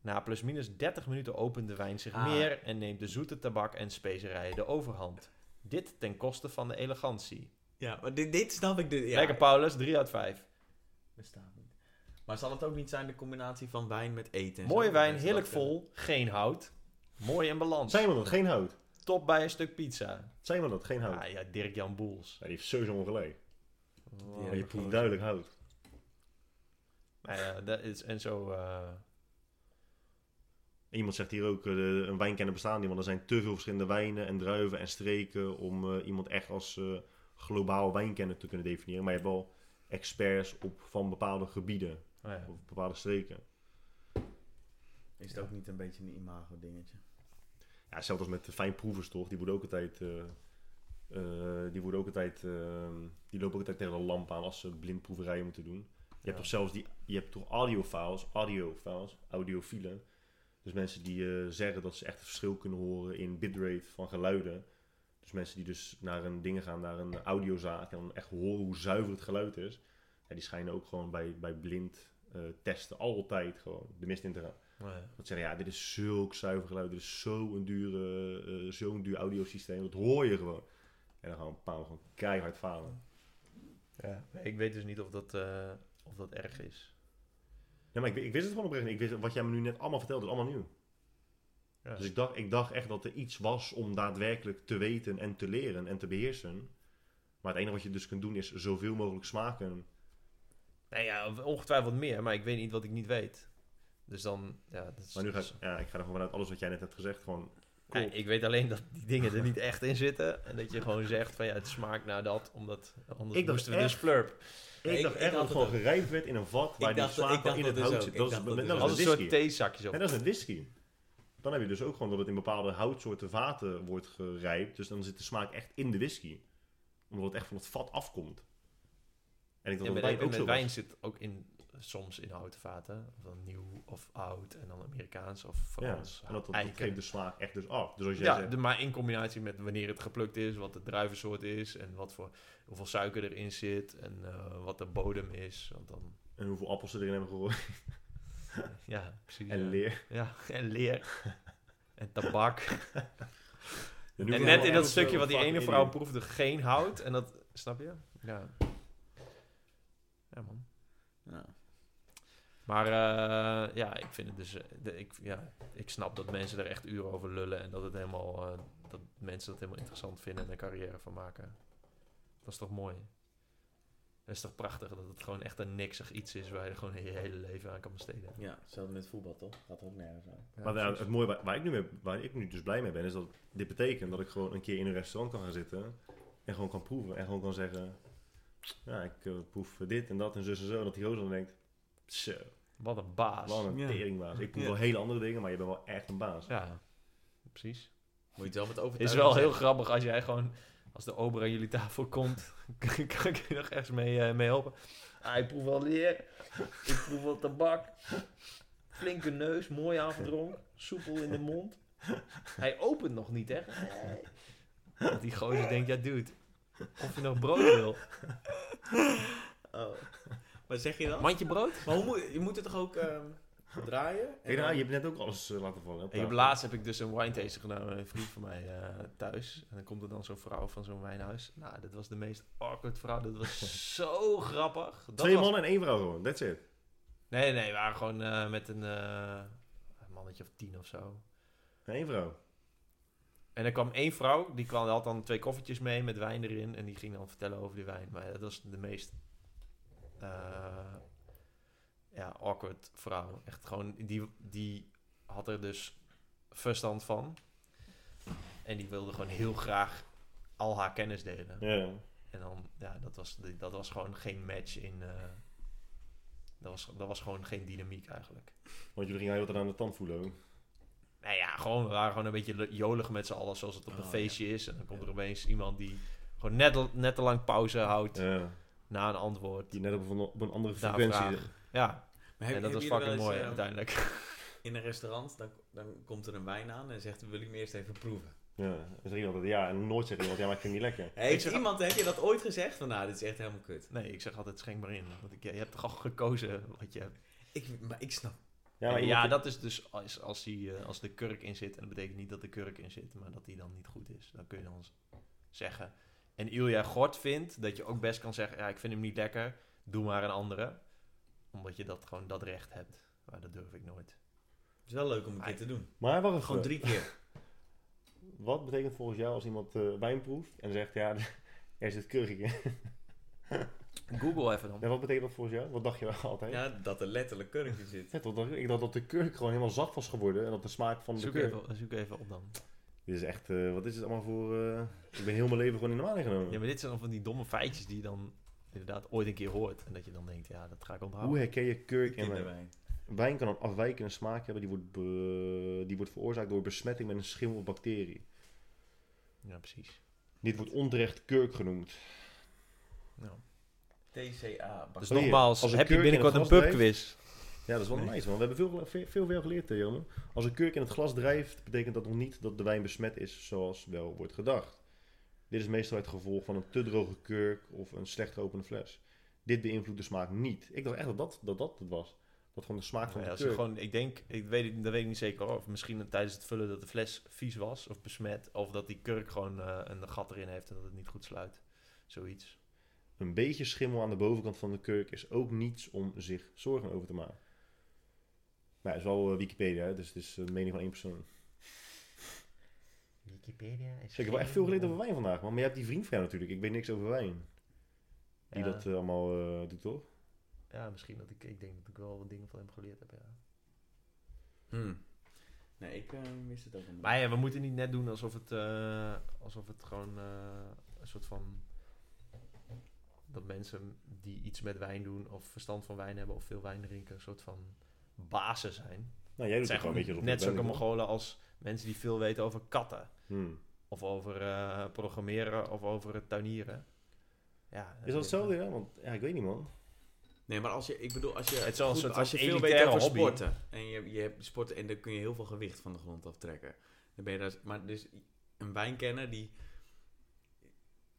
[SPEAKER 2] Na plusminus 30 minuten opent de wijn zich
[SPEAKER 5] Ah.
[SPEAKER 2] meer en neemt de zoete tabak en specerijen de overhand. Dit ten koste van de elegantie.
[SPEAKER 5] Ja, maar dit, dit snap ik. Dit, ja.
[SPEAKER 2] Lekker Paulus, 3 uit 5.
[SPEAKER 5] Bestaat niet. Maar zal het ook niet zijn de combinatie van wijn met eten? en zo?
[SPEAKER 2] Mooie
[SPEAKER 5] Dat
[SPEAKER 2] wijn,
[SPEAKER 5] mensen
[SPEAKER 2] heerlijk
[SPEAKER 5] dat kunnen.
[SPEAKER 2] vol, geen hout. Mooi en balans.
[SPEAKER 1] Zijn we dat? Geen hout.
[SPEAKER 2] Top bij een stuk pizza.
[SPEAKER 1] Zijn we dat? Geen hout.
[SPEAKER 2] Ah ja, Dirk-Jan Boels.
[SPEAKER 1] Ja, die heeft sowieso ongelijk.
[SPEAKER 5] Ja,
[SPEAKER 1] Ja,
[SPEAKER 5] dat
[SPEAKER 1] je
[SPEAKER 5] geloof ik.
[SPEAKER 1] proeft duidelijk hout.
[SPEAKER 2] Maar ja, dat is, en zo... eh,
[SPEAKER 1] Iemand zegt hier ook, eh, een wijnkenner bestaan niet, want er zijn te veel verschillende wijnen en druiven en streken om eh, iemand echt als eh, globaal wijnkenner te kunnen definiëren. Maar je hebt wel experts op, van bepaalde gebieden
[SPEAKER 2] nou ja.
[SPEAKER 1] of bepaalde streken.
[SPEAKER 5] Is het ook niet een beetje een imago-dingetje?
[SPEAKER 1] Ja, zelfs als met de fijnproevers toch, die worden ook altijd, eh, eh, die worden ook altijd, eh, die lopen ook altijd tegen de lamp aan als ze blindproeverijen moeten doen. Je
[SPEAKER 2] Ja.
[SPEAKER 1] hebt toch zelfs die, je hebt toch audiofiles, audiofiles, audiofielen. Dus mensen die eh, zeggen dat ze echt het verschil kunnen horen in bitrate van geluiden. Dus mensen die dus naar een dingen gaan, naar een audiozaak en dan echt horen hoe zuiver het geluid is. Ja, die schijnen ook gewoon bij, bij blind eh, testen altijd gewoon de mist in te gaan.
[SPEAKER 2] Nou ja.
[SPEAKER 1] Dat zeggen, ja, dit is zulk zuiver geluid. Dit is zo'n dure, eh, zo'n duur audiosysteem. Dat hoor je gewoon. En dan gewoon paal, gewoon keihard falen.
[SPEAKER 2] Ja, Ik weet dus niet of dat, eh, of dat erg is.
[SPEAKER 1] Ja, maar ik, ik wist het gewoon oprecht. niet. Ik wist, wat jij me nu net allemaal vertelde, is allemaal nieuw.
[SPEAKER 2] Ja.
[SPEAKER 1] Dus ik dacht, ik dacht echt dat er iets was om daadwerkelijk te weten en te leren en te beheersen. Maar het enige wat je dus kunt doen is zoveel mogelijk smaken.
[SPEAKER 2] Nou ja, ongetwijfeld meer, maar ik weet niet wat ik niet weet. Dus dan, ja, dat is...
[SPEAKER 1] Maar nu ga ik, ja, ik ga er gewoon vanuit alles wat jij net hebt gezegd. Gewoon,
[SPEAKER 2] Nee, ik weet alleen dat die dingen er niet echt in zitten. En dat je gewoon zegt van ja, het smaakt naar dat, omdat anders
[SPEAKER 1] Ik dacht
[SPEAKER 2] moesten we dus
[SPEAKER 1] echt-
[SPEAKER 2] flurp.
[SPEAKER 1] ik,
[SPEAKER 5] ik-
[SPEAKER 1] dacht
[SPEAKER 5] ik
[SPEAKER 1] echt dat
[SPEAKER 5] had
[SPEAKER 1] het gewoon
[SPEAKER 5] het ook.
[SPEAKER 1] gerijpt werd in een vat waar die
[SPEAKER 5] dacht dat- ik
[SPEAKER 1] smaak al
[SPEAKER 5] dacht
[SPEAKER 1] in het
[SPEAKER 5] dat dus
[SPEAKER 1] hout
[SPEAKER 5] ook.
[SPEAKER 1] zit.
[SPEAKER 5] Ik
[SPEAKER 1] Dat is,
[SPEAKER 5] dacht dat
[SPEAKER 1] net
[SPEAKER 5] dus
[SPEAKER 1] als
[SPEAKER 2] Als
[SPEAKER 1] een
[SPEAKER 2] een soort
[SPEAKER 1] whisky.
[SPEAKER 2] theezakjes op.
[SPEAKER 1] En dat is een whisky. Dan heb je dus ook gewoon dat het in bepaalde houtsoorten vaten wordt gerijpt. Dus dan zit de smaak echt in de whisky. Omdat het echt van het vat afkomt. En ik
[SPEAKER 2] Ja,
[SPEAKER 1] dacht dat
[SPEAKER 2] met,
[SPEAKER 1] wijn ook
[SPEAKER 2] met
[SPEAKER 1] zo
[SPEAKER 2] wijn
[SPEAKER 1] was.
[SPEAKER 2] zit ook in, soms in houten vaten. Of dan nieuw of oud en dan Amerikaans of
[SPEAKER 1] Ja,
[SPEAKER 2] Frans.
[SPEAKER 1] en dat, dat, dat
[SPEAKER 2] eiken.
[SPEAKER 1] geeft de smaak echt dus af. Dus als jij
[SPEAKER 2] ja,
[SPEAKER 1] zegt,
[SPEAKER 2] de- maar in combinatie met wanneer het geplukt is, wat de druivensoort is en wat voor, hoeveel suiker erin zit en eh, wat de bodem is. Want dan, [LAUGHS]
[SPEAKER 1] en hoeveel appels ze erin hebben gegooid.
[SPEAKER 2] ja, precies.
[SPEAKER 1] En
[SPEAKER 2] ja.
[SPEAKER 1] leer.
[SPEAKER 2] Ja, en leer. [LAUGHS] en tabak.
[SPEAKER 1] En,
[SPEAKER 2] En
[SPEAKER 1] hoeveel-
[SPEAKER 2] net in dat
[SPEAKER 1] hoeveel
[SPEAKER 2] stukje wat die
[SPEAKER 1] fucking
[SPEAKER 2] ene vrouw
[SPEAKER 1] idiot.
[SPEAKER 2] proefde, geen hout. En dat, snap je? Ja. Ja, man.
[SPEAKER 5] Ja.
[SPEAKER 2] Maar eh, ja, ik vind het dus... eh, de- ik, ja, ik snap dat mensen er echt uren over lullen. En dat, het helemaal, eh, dat mensen dat helemaal interessant vinden en een carrière van maken. Dat is toch mooi? Dat is toch prachtig dat het gewoon echt een niksig iets is... waar je gewoon je hele leven aan kan besteden.
[SPEAKER 5] Ja, hetzelfde met voetbal toch? Gaat ook nergens aan.
[SPEAKER 2] Ja,
[SPEAKER 1] Maar ja,
[SPEAKER 2] precies.
[SPEAKER 1] het mooie waar, waar ik nu mee, waar ik nu dus blij mee ben, is dat dit betekent dat ik gewoon een keer in een restaurant kan gaan zitten. En gewoon kan proeven. En gewoon kan zeggen, ja, ik eh, proef dit en dat en zus en zo. En dat die gozer dan denkt, zo.
[SPEAKER 2] Wat een baas.
[SPEAKER 1] Wat een
[SPEAKER 5] Ja.
[SPEAKER 1] teringbaas. Ik proef
[SPEAKER 5] Ja.
[SPEAKER 1] wel hele andere dingen, maar je bent wel echt een baas.
[SPEAKER 2] Ja, precies.
[SPEAKER 5] Moet je het wel met
[SPEAKER 2] Het is
[SPEAKER 5] overtuigen.
[SPEAKER 2] wel heel grappig als jij gewoon, als de ober aan jullie tafel komt, [LAUGHS] kan kan ik je nog ergens mee, eh, mee helpen. Ah, ik proef wel leer, ik proef wel tabak, flinke neus, mooi aangedronken, soepel in de mond. Hij opent nog niet, hè? Want die gozer denkt, ja dude, of je nog brood wil.
[SPEAKER 5] Oh. [LAUGHS] Wat zeg je dan?
[SPEAKER 2] Mandje brood?
[SPEAKER 5] Maar hoe moet, je moet het toch ook ehm, draaien? En
[SPEAKER 1] Hey, nou,
[SPEAKER 5] dan-
[SPEAKER 1] je hebt net ook alles eh, laten vallen. hè,
[SPEAKER 2] Ik
[SPEAKER 1] op
[SPEAKER 2] heb
[SPEAKER 1] tafel.
[SPEAKER 2] laatst heb ik dus een wine tasting gedaan met een vriend van mij eh, thuis. En dan komt er dan zo'n vrouw van zo'n wijnhuis. Nou, dat was de meest awkward vrouw. Dat [LAUGHS] was zo grappig. Dat
[SPEAKER 1] Twee
[SPEAKER 2] was...
[SPEAKER 1] mannen en één vrouw gewoon, that's it.
[SPEAKER 2] Nee, nee, we waren gewoon eh, met een eh, een mannetje of tien of zo.
[SPEAKER 1] En één vrouw.
[SPEAKER 2] En er kwam één vrouw, die kwam, had dan twee koffertjes mee met wijn erin. En die ging dan vertellen over die wijn. Maar dat was de meest eh, ja, awkward vrouw. Echt gewoon, die, die had er dus verstand van. En die wilde gewoon heel graag al haar kennis delen.
[SPEAKER 1] Ja.
[SPEAKER 2] En dan, ja, dat was, de- dat was gewoon geen match in... eh, dat, was, dat was gewoon geen dynamiek eigenlijk.
[SPEAKER 1] Want jullie gingen heel wat aan de tand voelen ook.
[SPEAKER 2] Nou ja, gewoon, we waren gewoon een beetje le- jolig met z'n allen, zoals het op een
[SPEAKER 5] Oh,
[SPEAKER 2] feestje is. En dan komt er opeens iemand die gewoon net, al- net te lang pauze houdt
[SPEAKER 1] Ja,
[SPEAKER 2] na een antwoord.
[SPEAKER 1] die net op een, op een andere
[SPEAKER 2] Na een
[SPEAKER 1] frequentie.
[SPEAKER 2] Ja,
[SPEAKER 5] Maar
[SPEAKER 2] en
[SPEAKER 5] hebben-
[SPEAKER 2] dat was
[SPEAKER 5] hebben jullie wel
[SPEAKER 2] fucking
[SPEAKER 5] eens,
[SPEAKER 2] mooi
[SPEAKER 5] eh,
[SPEAKER 2] uiteindelijk. [LAUGHS]
[SPEAKER 5] In een restaurant, dan, dan komt er een wijn aan en zegt, wil ik hem eerst even proeven.
[SPEAKER 1] Ja, en zeg iemand dat ja, en nooit zegt iemand ja, maar ik vind het niet lekker.
[SPEAKER 5] Heeft
[SPEAKER 2] zeg-
[SPEAKER 5] iemand, heb je dat ooit gezegd? Van, nou, dit is echt helemaal kut.
[SPEAKER 2] Nee, ik zeg altijd schenk maar in. Want ik, je hebt toch al gekozen wat je hebt.
[SPEAKER 5] Ik, maar ik snap.
[SPEAKER 1] Ja, maar
[SPEAKER 2] En
[SPEAKER 1] iemand-
[SPEAKER 2] ja, dat is dus als, als, die, eh, als de kurk in zit. En dat betekent niet dat de kurk in zit, maar dat die dan niet goed is. Dan kun je dan z- zeggen. En Ilja Gort vindt dat je ook best kan zeggen, ja, ik vind hem niet lekker. Doe maar een andere. Omdat je dat gewoon dat recht hebt. Maar dat durf ik nooit.
[SPEAKER 5] Het is wel leuk om een keer
[SPEAKER 2] Ai.
[SPEAKER 5] te doen.
[SPEAKER 1] Maar wacht even.
[SPEAKER 5] Gewoon drie keer.
[SPEAKER 1] Wat betekent volgens jou als iemand eh, wijn proeft en zegt ja, [LAUGHS] er zit kurk in?
[SPEAKER 2] Google even dan.
[SPEAKER 1] En wat betekent dat volgens jou? Wat dacht je [LAUGHS] altijd?
[SPEAKER 5] Ja, dat er letterlijk
[SPEAKER 2] [LAUGHS]
[SPEAKER 5] kurk in zit.
[SPEAKER 1] Ja, toch, dacht ik, ik dacht dat de kurk gewoon helemaal zacht was geworden en dat de smaak van de
[SPEAKER 2] Zoek
[SPEAKER 1] kurk...
[SPEAKER 2] even, zoek even op dan.
[SPEAKER 1] Dit is echt, eh, wat is het allemaal voor... eh, Ik ben heel mijn leven gewoon in de maan genomen.
[SPEAKER 2] Ja, maar dit zijn dan van die domme feitjes die je dan inderdaad ooit een keer hoort. En dat je dan denkt, ja, dat ga ik onthouden.
[SPEAKER 1] Hoe herken je kurk in wijn?
[SPEAKER 5] Kinderwijn.
[SPEAKER 1] Wijn kan een afwijkende smaak hebben die wordt, be- die wordt veroorzaakt door besmetting met een schimmel of bacterie.
[SPEAKER 2] Ja, precies.
[SPEAKER 1] Dit wordt onterecht kurk genoemd.
[SPEAKER 2] Ja.
[SPEAKER 5] TCA. bak-
[SPEAKER 2] Dus
[SPEAKER 1] Goeie.
[SPEAKER 2] nogmaals,
[SPEAKER 1] Als een
[SPEAKER 2] heb je
[SPEAKER 1] kurk in
[SPEAKER 2] binnenkort
[SPEAKER 1] een
[SPEAKER 2] een
[SPEAKER 1] glas
[SPEAKER 2] pubquiz?
[SPEAKER 1] Ja, dat is wel nice, man. We hebben veel, veel, veel, veel geleerd, hè, jongen. Als een kurk in het glas drijft, betekent dat nog niet dat de wijn besmet is, zoals wel wordt gedacht. Dit is meestal het gevolg van een te droge kurk of een slecht geopende fles. Dit beïnvloedt de smaak niet. Ik dacht echt dat dat, dat, dat het was. Dat gewoon de smaak van
[SPEAKER 2] Nee, Nou
[SPEAKER 1] de
[SPEAKER 2] als je
[SPEAKER 1] kurk.
[SPEAKER 2] gewoon, ik denk, ik weet, het- dat weet ik niet zeker hoor. Of misschien dat tijdens het vullen dat de fles vies was of besmet. Of dat die kurk gewoon eh, een gat erin heeft en dat het niet goed sluit. Zoiets.
[SPEAKER 1] Een beetje schimmel aan de bovenkant van de kurk is ook niets om zich zorgen over te maken. Maar het is wel eh, Wikipedia, hè, dus het is de mening van één persoon.
[SPEAKER 2] Wikipedia is...
[SPEAKER 1] Dus ik heb wel echt veel geleerd over wijn vandaag, man. Maar je hebt die vriend van jou natuurlijk. Ik weet niks over wijn. Die
[SPEAKER 2] ja,
[SPEAKER 1] dat eh, allemaal eh, doet, toch?
[SPEAKER 2] ja, misschien dat ik, ik denk dat ik wel wat dingen van hem geleerd heb, ja.
[SPEAKER 5] Hmm. Nee, ik eh, wist het ook niet.
[SPEAKER 2] Maar ja, we moeten niet net doen alsof het, eh, alsof het gewoon eh, een soort van... Dat mensen die iets met wijn doen of verstand van wijn hebben of veel wijn drinken, een soort van bazen zijn.
[SPEAKER 1] Nou, jij
[SPEAKER 2] Het
[SPEAKER 1] doet
[SPEAKER 2] zijn
[SPEAKER 1] het gewoon een beetje
[SPEAKER 2] gewoon
[SPEAKER 1] alsof
[SPEAKER 2] net
[SPEAKER 1] je
[SPEAKER 2] zulke
[SPEAKER 1] bent, toch?
[SPEAKER 2] mongolen als mensen die veel weten over katten.
[SPEAKER 1] Hmm.
[SPEAKER 2] Of over eh, programmeren of over het tuinieren. Ja,
[SPEAKER 1] Is dat hetzelfde, ja? Want ja, ik weet niet, man.
[SPEAKER 5] Nee, maar als je, ik bedoel, als je,
[SPEAKER 2] Het is wel een soort
[SPEAKER 5] als je
[SPEAKER 2] van
[SPEAKER 5] veel weet
[SPEAKER 2] elitaire
[SPEAKER 5] over
[SPEAKER 2] hobby.
[SPEAKER 5] sporten en je, je hebt sporten en dan kun je heel veel gewicht van de grond aftrekken. Dan ben je daar, maar dus een wijnkenner die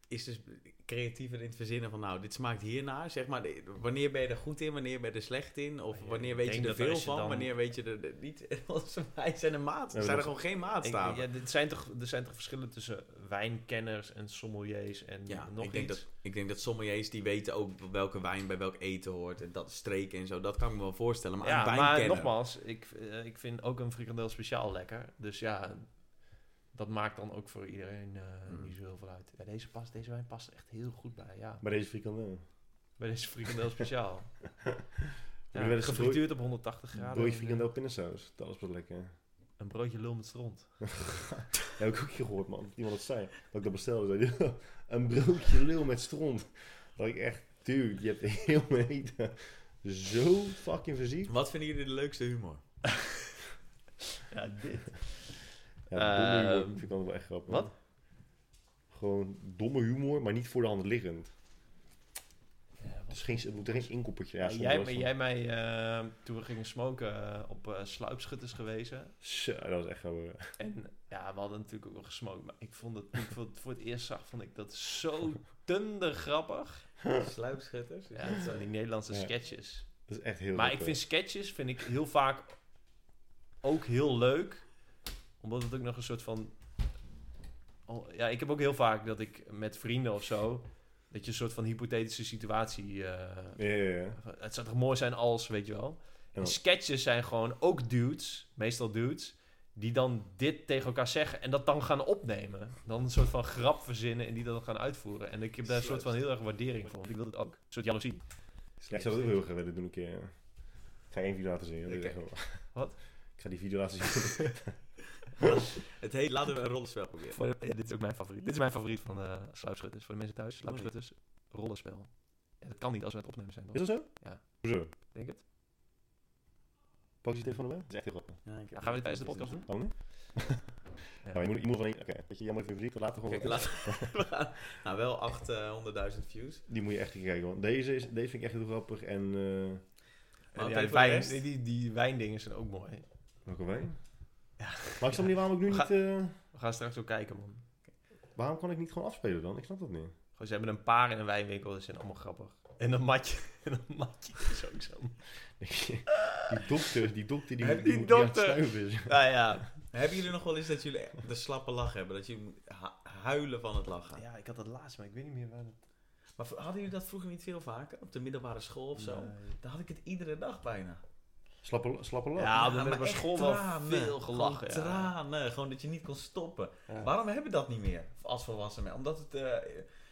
[SPEAKER 5] is dus creatiever in het verzinnen van, nou, dit smaakt hiernaar, zeg maar. Wanneer ben je er goed in, wanneer ben je er slecht in, of
[SPEAKER 2] Ja, ik
[SPEAKER 5] wanneer weet
[SPEAKER 2] denk
[SPEAKER 5] je er
[SPEAKER 2] dat
[SPEAKER 5] veel
[SPEAKER 2] als je
[SPEAKER 5] van,
[SPEAKER 2] dan-
[SPEAKER 5] wanneer weet je er er niet. [LAUGHS] Volgens mij zijn er maat,
[SPEAKER 1] Ja,
[SPEAKER 5] zijn er
[SPEAKER 1] dat-
[SPEAKER 5] gewoon geen
[SPEAKER 2] Ik-
[SPEAKER 5] maatstaven.
[SPEAKER 2] ja, dit zijn toch, er zijn toch verschillen tussen wijnkenners en sommeliers en
[SPEAKER 5] Ja,
[SPEAKER 2] nog
[SPEAKER 5] ik denk,
[SPEAKER 2] iets?
[SPEAKER 5] dat, ik denk dat sommeliers die weten ook welke wijn bij welk eten hoort. En dat streken en zo, dat kan ik me wel voorstellen. Maar
[SPEAKER 2] ja,
[SPEAKER 5] een
[SPEAKER 2] maar
[SPEAKER 5] wijnkenner...
[SPEAKER 2] nogmaals, ik, eh, ik vind ook een frikandel speciaal lekker. Dus ja, dat maakt dan ook voor iedereen eh,
[SPEAKER 5] Mm.
[SPEAKER 2] niet zo heel veel uit. Ja, deze, past, deze wijn past echt heel goed bij, ja.
[SPEAKER 1] Maar deze frikandel.
[SPEAKER 2] Bij deze frikandel speciaal.
[SPEAKER 1] je wel
[SPEAKER 2] ja,
[SPEAKER 1] eens een
[SPEAKER 2] gefrituurd op 180 graden. eh,
[SPEAKER 1] Broodje frikandel pindasaus. Dat is wat lekker.
[SPEAKER 2] Een broodje lul met stront.
[SPEAKER 1] Ja, heb ik ook een keer gehoord, man. Dat Iemand dat zei. Dat ik dat bestelde. Zei, die, [LAUGHS] een broodje lul met stront. Dat ik echt... Dude, je hebt heel mijn eten zo fucking fysiek.
[SPEAKER 5] Wat vinden jullie de leukste humor?
[SPEAKER 2] Ja, dit.
[SPEAKER 1] Ja, domme
[SPEAKER 2] Ehm,
[SPEAKER 1] humor vind ik altijd wel echt grappig.
[SPEAKER 2] wat?
[SPEAKER 1] man. Gewoon domme humor, maar niet voor de hand liggend. Dus geen, het moet er geen inkoppertje. Ja,
[SPEAKER 2] Ja,
[SPEAKER 1] soms
[SPEAKER 2] jij,
[SPEAKER 1] wel
[SPEAKER 2] maar
[SPEAKER 1] eens
[SPEAKER 2] jij mij, eh, toen we gingen smoken, eh, op eh, sluipschutters gewezen.
[SPEAKER 1] van- Zo, dat was echt wel... eh,
[SPEAKER 2] En ja, we hadden natuurlijk ook wel gesmokt. Maar ik vond het, toen ik het voor het eerst zag, vond ik dat
[SPEAKER 1] [LAUGHS]
[SPEAKER 2] zo dunder grappig.
[SPEAKER 5] Sluipschutters?
[SPEAKER 2] Ja, het zijn die Nederlandse
[SPEAKER 1] Ja.
[SPEAKER 2] sketches.
[SPEAKER 1] Dat is echt heel
[SPEAKER 2] Maar ik
[SPEAKER 1] grappig.
[SPEAKER 2] vind sketches vind ik heel vaak ook heel leuk. Omdat het ook nog een soort van... Oh, ja, ik heb ook heel vaak dat ik met vrienden of zo... Dat je een soort van hypothetische situatie... eh,
[SPEAKER 1] Ja, ja, ja.
[SPEAKER 2] het zou toch mooi zijn als, weet je wel.
[SPEAKER 1] Ja.
[SPEAKER 2] En sketches zijn gewoon ook dudes, meestal dudes, die dan dit tegen elkaar zeggen en dat dan gaan opnemen. Dan een soort van grap verzinnen en die dat dan gaan uitvoeren. En ik heb daar een soort van heel erg waardering voor, want ik wil het ook. Een soort jaloezie.
[SPEAKER 1] Ja, ik zou dat ook heel graag willen doen een keer. ja. Ik ga één video laten zien. dat is
[SPEAKER 5] Oké.
[SPEAKER 1] echt wel-
[SPEAKER 2] [LAUGHS] Wat?
[SPEAKER 1] Ik ga die video laten zien. [LAUGHS]
[SPEAKER 5] Het heet Laten we een rollenspel proberen.
[SPEAKER 2] Voor de- ja, dit is ook mijn favoriet. Dit is mijn favoriet van eh sluipschutters. Voor de mensen thuis, sluipschutters, rollenspel. Ja, dat kan niet als we aan het opnemen zijn, toch?
[SPEAKER 1] Is dat zo?
[SPEAKER 2] Ja.
[SPEAKER 1] Hoezo?
[SPEAKER 2] Denk het?
[SPEAKER 1] Pak je telefoon erbij? Dat is echt heel grappig.
[SPEAKER 5] Ja, ik heb-
[SPEAKER 2] Ja, gaan we dit tijdens de podcast doen?
[SPEAKER 1] Waarom niet?
[SPEAKER 2] Ja.
[SPEAKER 1] Nou, je moet, je moet wel één... Oké, weet je, jammer voor je verdriet, laten we
[SPEAKER 5] Kijk,
[SPEAKER 1] gewoon...
[SPEAKER 5] laat- [LAUGHS] we gaan- nou, wel 800.000 views.
[SPEAKER 1] Die moet je echt een keer kijken, want deze, is, deze vind ik echt heel grappig en... eh,
[SPEAKER 5] Maar
[SPEAKER 2] Ja,
[SPEAKER 5] oké,
[SPEAKER 2] die,
[SPEAKER 5] voor de
[SPEAKER 2] wijn,
[SPEAKER 5] rest-
[SPEAKER 2] die, die, die wijndingen zijn ook mooi.
[SPEAKER 1] welke wijn? Maar ik snap niet waarom ik nu
[SPEAKER 2] We
[SPEAKER 1] niet... eh,
[SPEAKER 2] We gaan straks ook kijken, man.
[SPEAKER 1] waarom kan ik niet gewoon afspelen dan? Ik snap dat niet.
[SPEAKER 2] Gewoon, ze hebben een paar in een wijnwinkel, dat zijn allemaal grappig. En een matje. [LAUGHS] En een matje is ook zo.
[SPEAKER 1] die dokter, die dokter die,
[SPEAKER 2] Heb
[SPEAKER 1] die,
[SPEAKER 2] [LAUGHS] die
[SPEAKER 1] moet- die aan het
[SPEAKER 2] dokter.
[SPEAKER 1] snuiven is.
[SPEAKER 2] Nou ja.
[SPEAKER 5] Hebben jullie nog wel eens dat jullie echt de slappe lach hebben? Dat jullie moet hu- huilen van het lachen?
[SPEAKER 2] ja, ik had dat laatst, maar ik weet niet meer waar het...
[SPEAKER 5] Maar v- hadden jullie dat vroeger niet veel vaker? Op de middelbare school of zo? Daar had ik het iedere dag bijna.
[SPEAKER 1] Slappe, slappe lach.
[SPEAKER 2] Ja, op de middelbare
[SPEAKER 5] maar echt
[SPEAKER 2] school wel
[SPEAKER 5] tranen.
[SPEAKER 2] veel gelachen.
[SPEAKER 5] Gewoon
[SPEAKER 2] Ja.
[SPEAKER 5] tranen. Gewoon dat je niet kon stoppen.
[SPEAKER 2] Ja.
[SPEAKER 5] Waarom hebben we dat niet meer als volwassenen? Omdat het eh,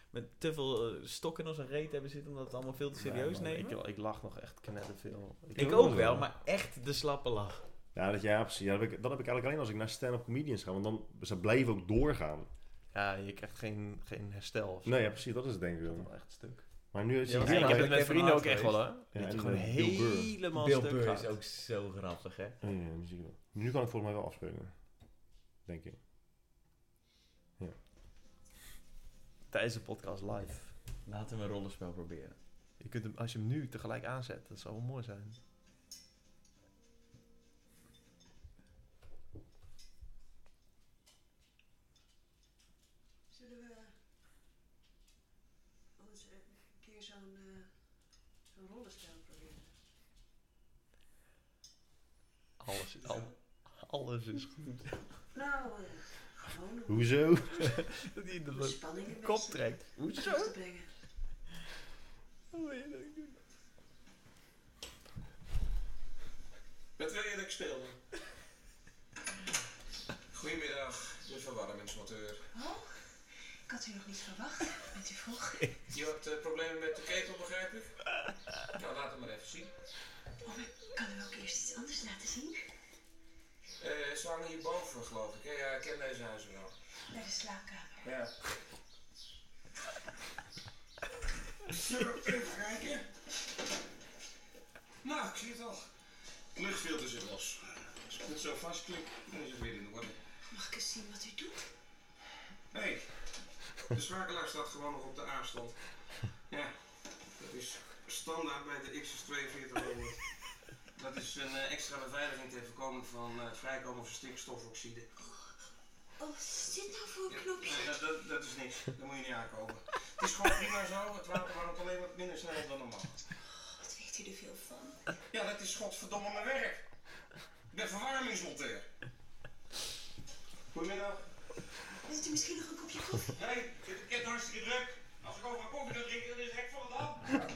[SPEAKER 5] met te veel eh, stokken in onze reet hebben zitten. Omdat het allemaal veel te serieus
[SPEAKER 2] nee.
[SPEAKER 5] nemen. Ik,
[SPEAKER 2] Ik, ik lach nog echt knetterveel.
[SPEAKER 1] doe
[SPEAKER 5] ook
[SPEAKER 1] wel.
[SPEAKER 5] wel, maar echt de slappe lach.
[SPEAKER 1] Ja, dat, ja, precies. Ja, dat, heb ik, dat heb ik eigenlijk alleen als ik naar stand-up comedians ga, want dan ze blijven ook doorgaan.
[SPEAKER 2] Ja, je krijgt geen, geen herstel. Of zo.
[SPEAKER 1] Nee, ja, precies, dat is het denk ik
[SPEAKER 2] Dat is
[SPEAKER 1] wel.
[SPEAKER 2] wel echt stuk.
[SPEAKER 1] Maar nu is
[SPEAKER 5] Ja,
[SPEAKER 1] het
[SPEAKER 5] maar
[SPEAKER 2] ik
[SPEAKER 1] hier
[SPEAKER 2] heb het
[SPEAKER 1] nou-
[SPEAKER 2] met
[SPEAKER 5] heb een
[SPEAKER 2] vrienden ook
[SPEAKER 5] haat
[SPEAKER 2] echt wel, hè? Dat je
[SPEAKER 1] en,
[SPEAKER 2] gewoon
[SPEAKER 1] eh, Bill Burr.
[SPEAKER 5] Helemaal
[SPEAKER 2] Bill
[SPEAKER 5] stuk
[SPEAKER 2] Burr is
[SPEAKER 5] gaat. is ook zo grappig, hè?
[SPEAKER 1] Ja, Oh, ja, misschien wel. Nu kan ik volgens mij wel afspelen. Denk ik.
[SPEAKER 2] tijdens de podcast live.
[SPEAKER 5] Laten we een rollenspel proberen.
[SPEAKER 2] Je kunt hem, als je hem nu tegelijk aanzet, dat zou wel mooi zijn.
[SPEAKER 6] Zullen we anders een keer zo'n eh, zo'n rollenspel proberen?
[SPEAKER 2] Alles is, al, alles
[SPEAKER 5] [LAUGHS]
[SPEAKER 2] is goed.
[SPEAKER 6] Nou, eh, gewoon om
[SPEAKER 2] [LAUGHS]
[SPEAKER 1] Hoezo?
[SPEAKER 2] Dat hij
[SPEAKER 6] de
[SPEAKER 2] de
[SPEAKER 6] spanning een
[SPEAKER 2] kop
[SPEAKER 6] beetje
[SPEAKER 2] trekt. Hoezo?
[SPEAKER 6] terug te brengen.
[SPEAKER 2] Oh,
[SPEAKER 7] Met wie dat ik
[SPEAKER 2] [LAUGHS]
[SPEAKER 7] speelde. Goedemiddag, de verwarmingsmotor.
[SPEAKER 6] Oh, Ik had u nog niet verwacht met u vroeg.
[SPEAKER 7] Je had eh, problemen met de ketel, begrijp ik? Nou, laat het maar even zien.
[SPEAKER 6] Oh, maar ik kan u ook eerst iets anders laten zien.
[SPEAKER 7] Eh ze hangen hierboven, geloof ik. hè? Ja, ik ken deze huizen wel.
[SPEAKER 6] Naar de slaapkamer.
[SPEAKER 7] Ja.
[SPEAKER 6] Even kijken.
[SPEAKER 7] Nou, ik zie het al. Luchtfilter zit los. Als ik het zo vastklik, dan is het weer in de orde.
[SPEAKER 6] Mag ik eens zien wat u doet?
[SPEAKER 7] Hé, hey, de schakelaar staat gewoon nog op de A-stand. Ja, dat is standaard bij de XS4200. Dat is een eh, extra beveiliging ter voorkoming van eh, vrijkomen van stikstofoxide.
[SPEAKER 6] Oh, wat is dit nou voor een
[SPEAKER 7] Nee,
[SPEAKER 6] knopje?
[SPEAKER 7] dat, dat, dat is niks. Daar moet je niet aankomen. Het is gewoon prima zo. Het water warmt alleen wat minder snel dan normaal.
[SPEAKER 6] Wat weet u er veel van?
[SPEAKER 7] Ja, dat is godverdomme mijn werk. Ik ben verwarmingsmonteur. Goedemiddag.
[SPEAKER 6] Wilt u misschien nog een kopje koffie?
[SPEAKER 7] Hé, hey, ik heb het hartstikke druk. Als ik over koffie wil drinken, dan is het hek van de hand.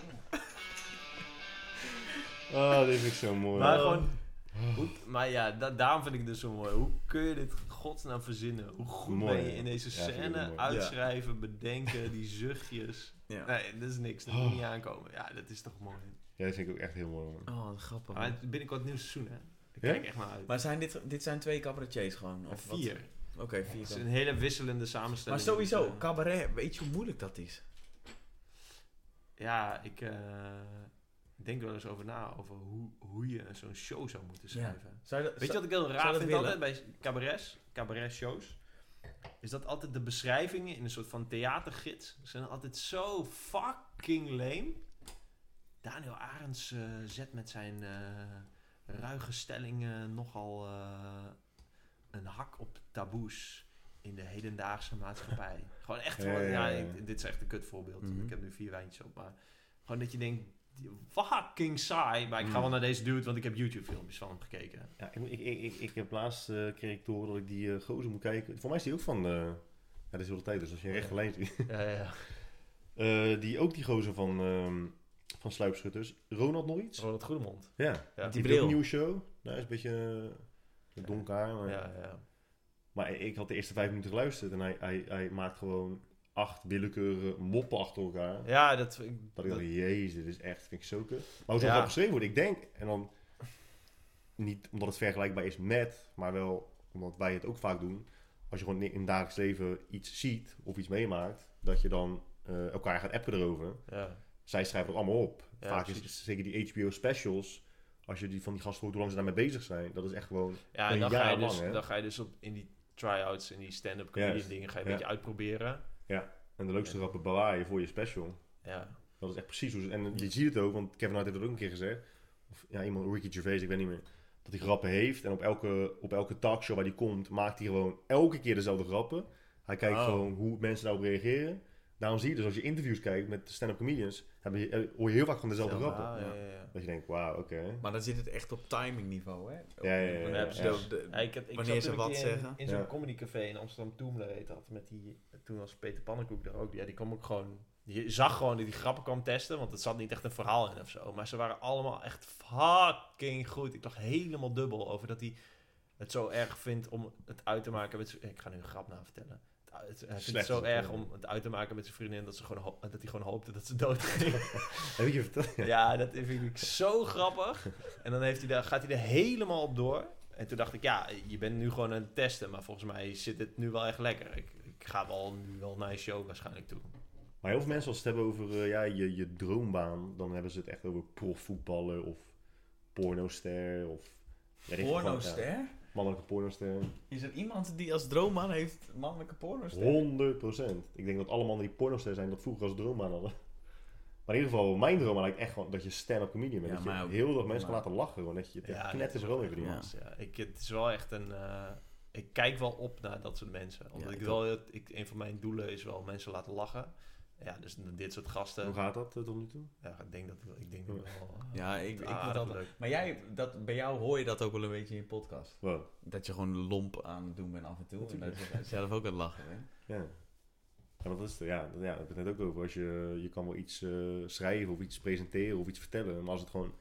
[SPEAKER 1] Ah, dit vind ik zo mooi.
[SPEAKER 2] Maar gewoon... Hoe, maar ja, da- daarom vind ik het dus zo mooi. Hoe kun je dit godsnaam verzinnen? Hoe goed
[SPEAKER 1] Mooi,
[SPEAKER 2] ben je
[SPEAKER 1] hè?
[SPEAKER 2] in deze
[SPEAKER 1] Ja, vind ik ook
[SPEAKER 2] scène?
[SPEAKER 1] mooi.
[SPEAKER 2] uitschrijven, bedenken, die
[SPEAKER 1] [LAUGHS]
[SPEAKER 2] zuchtjes.
[SPEAKER 5] Ja.
[SPEAKER 2] Nee, dat is niks. Dat moet niet aankomen. Ja, dat is toch mooi.
[SPEAKER 1] Ja, dat vind ik ook echt heel mooi. man.
[SPEAKER 5] Oh, wat grappig.
[SPEAKER 2] Maar
[SPEAKER 5] Maar,
[SPEAKER 2] het- binnenkort nieuw seizoen, hè? Daar
[SPEAKER 1] Ja?
[SPEAKER 2] kijk ik echt naar uit.
[SPEAKER 5] maar zijn dit, dit zijn twee cabaretiers gewoon?
[SPEAKER 2] Maar
[SPEAKER 5] Of wat?
[SPEAKER 2] vier.
[SPEAKER 5] Oké, vier.
[SPEAKER 2] Het is
[SPEAKER 5] dan.
[SPEAKER 2] een hele wisselende samenstelling.
[SPEAKER 5] Maar sowieso,
[SPEAKER 2] Dus, eh,
[SPEAKER 5] cabaret, weet je hoe moeilijk dat is?
[SPEAKER 2] ja, ik eh, denk wel eens over na over hoe, hoe je zo'n show zou moeten schrijven.
[SPEAKER 5] Zou je dat,
[SPEAKER 2] Weet je
[SPEAKER 5] zou-
[SPEAKER 2] wat ik heel raar
[SPEAKER 5] zou dat
[SPEAKER 2] vind
[SPEAKER 5] willen?
[SPEAKER 2] altijd bij cabarets, cabaret-shows? Is dat altijd de beschrijvingen in een soort van theatergids zijn altijd zo fucking lame. Daniel Arends eh, zet met zijn eh, ruige stellingen nogal eh, een hak op taboes in de hedendaagse
[SPEAKER 5] [LAUGHS]
[SPEAKER 2] maatschappij. gewoon echt, gewoon,
[SPEAKER 1] Ja,
[SPEAKER 2] ja,
[SPEAKER 1] ja, ja.
[SPEAKER 2] ik- dit is echt een kutvoorbeeld.
[SPEAKER 5] Mhm.
[SPEAKER 2] Ik heb nu vier wijntjes op, maar gewoon dat je denkt, fucking saai. Maar ik
[SPEAKER 5] Mhm.
[SPEAKER 2] ga wel naar deze dude, want ik heb YouTube filmpjes van hem gekeken.
[SPEAKER 1] Ja, ik, ik, ik, ik, ik heb laatst eh kreeg ik te horen dat ik die eh, gozer moet kijken. Voor mij is die ook van... eh ja, dit is heel de tijd dus, als je een rechte lijn ziet. [LAUGHS]
[SPEAKER 2] Ja, ja.
[SPEAKER 1] Eh, die ook die gozer van, ehm, van Sluipschutters. Ronald nog iets?
[SPEAKER 2] Ronald Goedemond.
[SPEAKER 1] Ja.
[SPEAKER 2] Ja.
[SPEAKER 1] Die
[SPEAKER 5] Die
[SPEAKER 1] heeft ook
[SPEAKER 5] bril.
[SPEAKER 1] een nieuwe show. Nou, hij is een beetje eh, donker haar. Maar,
[SPEAKER 2] Ja, ja.
[SPEAKER 1] maar ik had de eerste vijf minuten geluisterd. En hij, hij, hij maakt gewoon acht willekeurige moppen achter elkaar.
[SPEAKER 2] ja, dat vind ik...
[SPEAKER 1] Dat ik dacht,
[SPEAKER 2] dat-
[SPEAKER 1] jezus, dit is echt, vind ik zo kut. Maar hoe zou
[SPEAKER 2] Ja.
[SPEAKER 1] dat geschreven worden? Ik denk, en dan niet omdat het vergelijkbaar is met, maar wel omdat wij het ook vaak doen, als je gewoon in het dagelijks leven iets ziet of iets meemaakt, dat je dan eh, elkaar gaat appen erover.
[SPEAKER 2] Ja.
[SPEAKER 1] Zij schrijven dat allemaal op.
[SPEAKER 2] Ja,
[SPEAKER 1] vaak is
[SPEAKER 2] precies.
[SPEAKER 1] het zeker die HBO specials, als je die van die gasten hoort hoe lang ze daarmee bezig zijn, dat is echt gewoon...
[SPEAKER 2] Ja,
[SPEAKER 1] Een
[SPEAKER 2] en dan ga,
[SPEAKER 1] jaar
[SPEAKER 2] je dus,
[SPEAKER 1] lang, hè?
[SPEAKER 2] dan ga je dus op, in die try-outs, in die stand-up comedian
[SPEAKER 1] Juist.
[SPEAKER 2] dingen, ga je een
[SPEAKER 1] Ja.
[SPEAKER 2] beetje uitproberen.
[SPEAKER 1] En de leukste grappen bewaar je voor je special.
[SPEAKER 2] Ja,
[SPEAKER 1] Dat is echt precies hoe ze... En je ziet het ook, want Kevin Hart heeft dat ook een keer gezegd. Of ja, iemand, Ricky Gervais, ik weet niet meer. Dat hij grappen heeft. En op elke, op elke talkshow waar hij komt, maakt hij gewoon elke keer dezelfde grappen. Hij kijkt
[SPEAKER 2] Oh.
[SPEAKER 1] gewoon hoe mensen daarop reageren. Daarom zie je dus als je interviews kijkt met stand-up comedians, hebben je, eh, hoor je heel vaak van dezelfde
[SPEAKER 2] Zelfde-
[SPEAKER 1] grappen.
[SPEAKER 2] ah, ja, ja, ja.
[SPEAKER 1] Dat je denkt, wauw, oké. [LAUGHS]
[SPEAKER 5] Maar dan zit het echt op timingniveau, hè?
[SPEAKER 1] Ja, ja, ja,
[SPEAKER 5] Wanneer
[SPEAKER 1] ja,
[SPEAKER 5] ze
[SPEAKER 1] ja.
[SPEAKER 5] zo de-
[SPEAKER 2] Ja, ik, had- ik
[SPEAKER 5] Wanneer
[SPEAKER 2] zat
[SPEAKER 5] ze
[SPEAKER 2] toen
[SPEAKER 5] wat
[SPEAKER 2] een keer in-
[SPEAKER 5] zeggen.
[SPEAKER 2] In zo'n
[SPEAKER 1] Ja.
[SPEAKER 2] comedycafé in Amsterdam Toemler heet dat. Met die, toen was Peter Pannenkoek er ook. Ja, die kwam ook gewoon... Je zag gewoon dat die grappen kwam testen, want het zat niet echt een verhaal in of zo. Maar ze waren allemaal echt fucking goed. Ik dacht helemaal dubbel over dat hij het zo erg vindt om het uit te maken met z'n- Ik ga nu een grap na vertellen. Het- het- Hij vindt het
[SPEAKER 1] Slecht.
[SPEAKER 2] zo erg om het uit te maken met zijn vriendin dat, ze gewoon ho- dat hij gewoon hoopte dat ze dood ging.
[SPEAKER 1] Heb ik je verteld?
[SPEAKER 2] Ja, dat vind ik zo grappig. En dan heeft hij daar, gaat hij er helemaal op door. En toen dacht ik, ja, je bent nu gewoon aan het testen. Maar volgens mij zit het nu wel echt lekker. Ik, ik ga wel, nu wel naar een show waarschijnlijk toe.
[SPEAKER 1] Maar heel veel mensen, als ze het hebben over eh, ja, je, je droombaan, dan hebben ze het echt over profvoetballer of pornoster of... Ja, dit is gewoon, ja,
[SPEAKER 5] Pornoster?
[SPEAKER 1] Mannelijke pornoster.
[SPEAKER 5] Is er iemand die als droombaan heeft mannelijke pornoster?
[SPEAKER 1] 100 Ik denk dat alle mannen die pornoster zijn dat vroeger als droom aan hadden. Maar in ieder geval, mijn droom lijkt echt gewoon dat je stand-up comedian bent.
[SPEAKER 5] Ja,
[SPEAKER 1] dat je
[SPEAKER 5] maar ook-
[SPEAKER 1] heel veel mensen kan
[SPEAKER 5] maar-
[SPEAKER 1] laten lachen. Gewoon, dat je het
[SPEAKER 2] Ja,
[SPEAKER 1] echt knetters
[SPEAKER 2] dat
[SPEAKER 1] gewoon weer
[SPEAKER 5] Ja.
[SPEAKER 1] verdient.
[SPEAKER 2] Ja, ik, het is wel echt een... eh, ik kijk wel op naar dat soort mensen. Omdat
[SPEAKER 5] Ja,
[SPEAKER 2] ik
[SPEAKER 5] ik
[SPEAKER 2] wel, heel- ik, een van mijn doelen is wel mensen laten lachen. Ja, dus dit soort gasten.
[SPEAKER 1] Hoe gaat dat eh, tot nu toe?
[SPEAKER 2] Ja, ik denk dat ik, ik denk dat ik wel... eh,
[SPEAKER 5] Ja, ik, ik
[SPEAKER 2] aardig
[SPEAKER 5] vind dat...
[SPEAKER 2] leuk.
[SPEAKER 5] Maar jij, dat, bij jou hoor je dat ook wel een beetje in je podcast.
[SPEAKER 1] Wow.
[SPEAKER 5] Dat je gewoon lomp aan het doen bent af en toe. En dat je zelf ook aan het lachen bent.
[SPEAKER 1] Ja. Ja, want dat is het. Ja, dat, ja, daar heb ik het net ook over. Als je, je kan wel iets eh, schrijven of iets presenteren of iets vertellen. Maar als het gewoon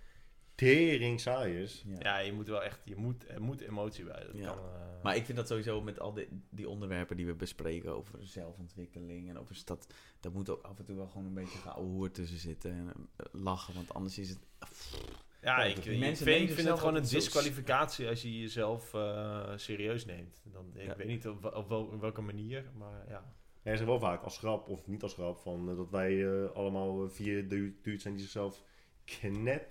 [SPEAKER 1] tering saai is.
[SPEAKER 5] Ja.
[SPEAKER 2] Ja, je moet wel echt... Je moet, er moet emotie bij. Dat
[SPEAKER 5] Ja.
[SPEAKER 2] kan, eh,
[SPEAKER 5] Maar ik vind dat sowieso met al die, die onderwerpen die we bespreken over zelfontwikkeling en over stad. Dat moet ook af en toe wel gewoon een beetje geouwehoer tussen zitten en eh, lachen. Want anders is het.
[SPEAKER 2] Ja,
[SPEAKER 5] Ja,
[SPEAKER 2] ik,
[SPEAKER 5] dat-
[SPEAKER 2] ik
[SPEAKER 5] mensen
[SPEAKER 2] vind, ik
[SPEAKER 5] nemen
[SPEAKER 2] vind
[SPEAKER 5] zelf
[SPEAKER 2] het gewoon een
[SPEAKER 5] altijd zo-
[SPEAKER 2] disqualificatie als je jezelf eh, serieus neemt. Dan, ik
[SPEAKER 5] Ja.
[SPEAKER 2] weet niet op, wel- op wel- op welke manier, maar ja.
[SPEAKER 1] Ja, ze wel vaak als grap of niet als grap. Van, eh, dat wij eh, allemaal eh, vier du- dudes zijn die zichzelf knet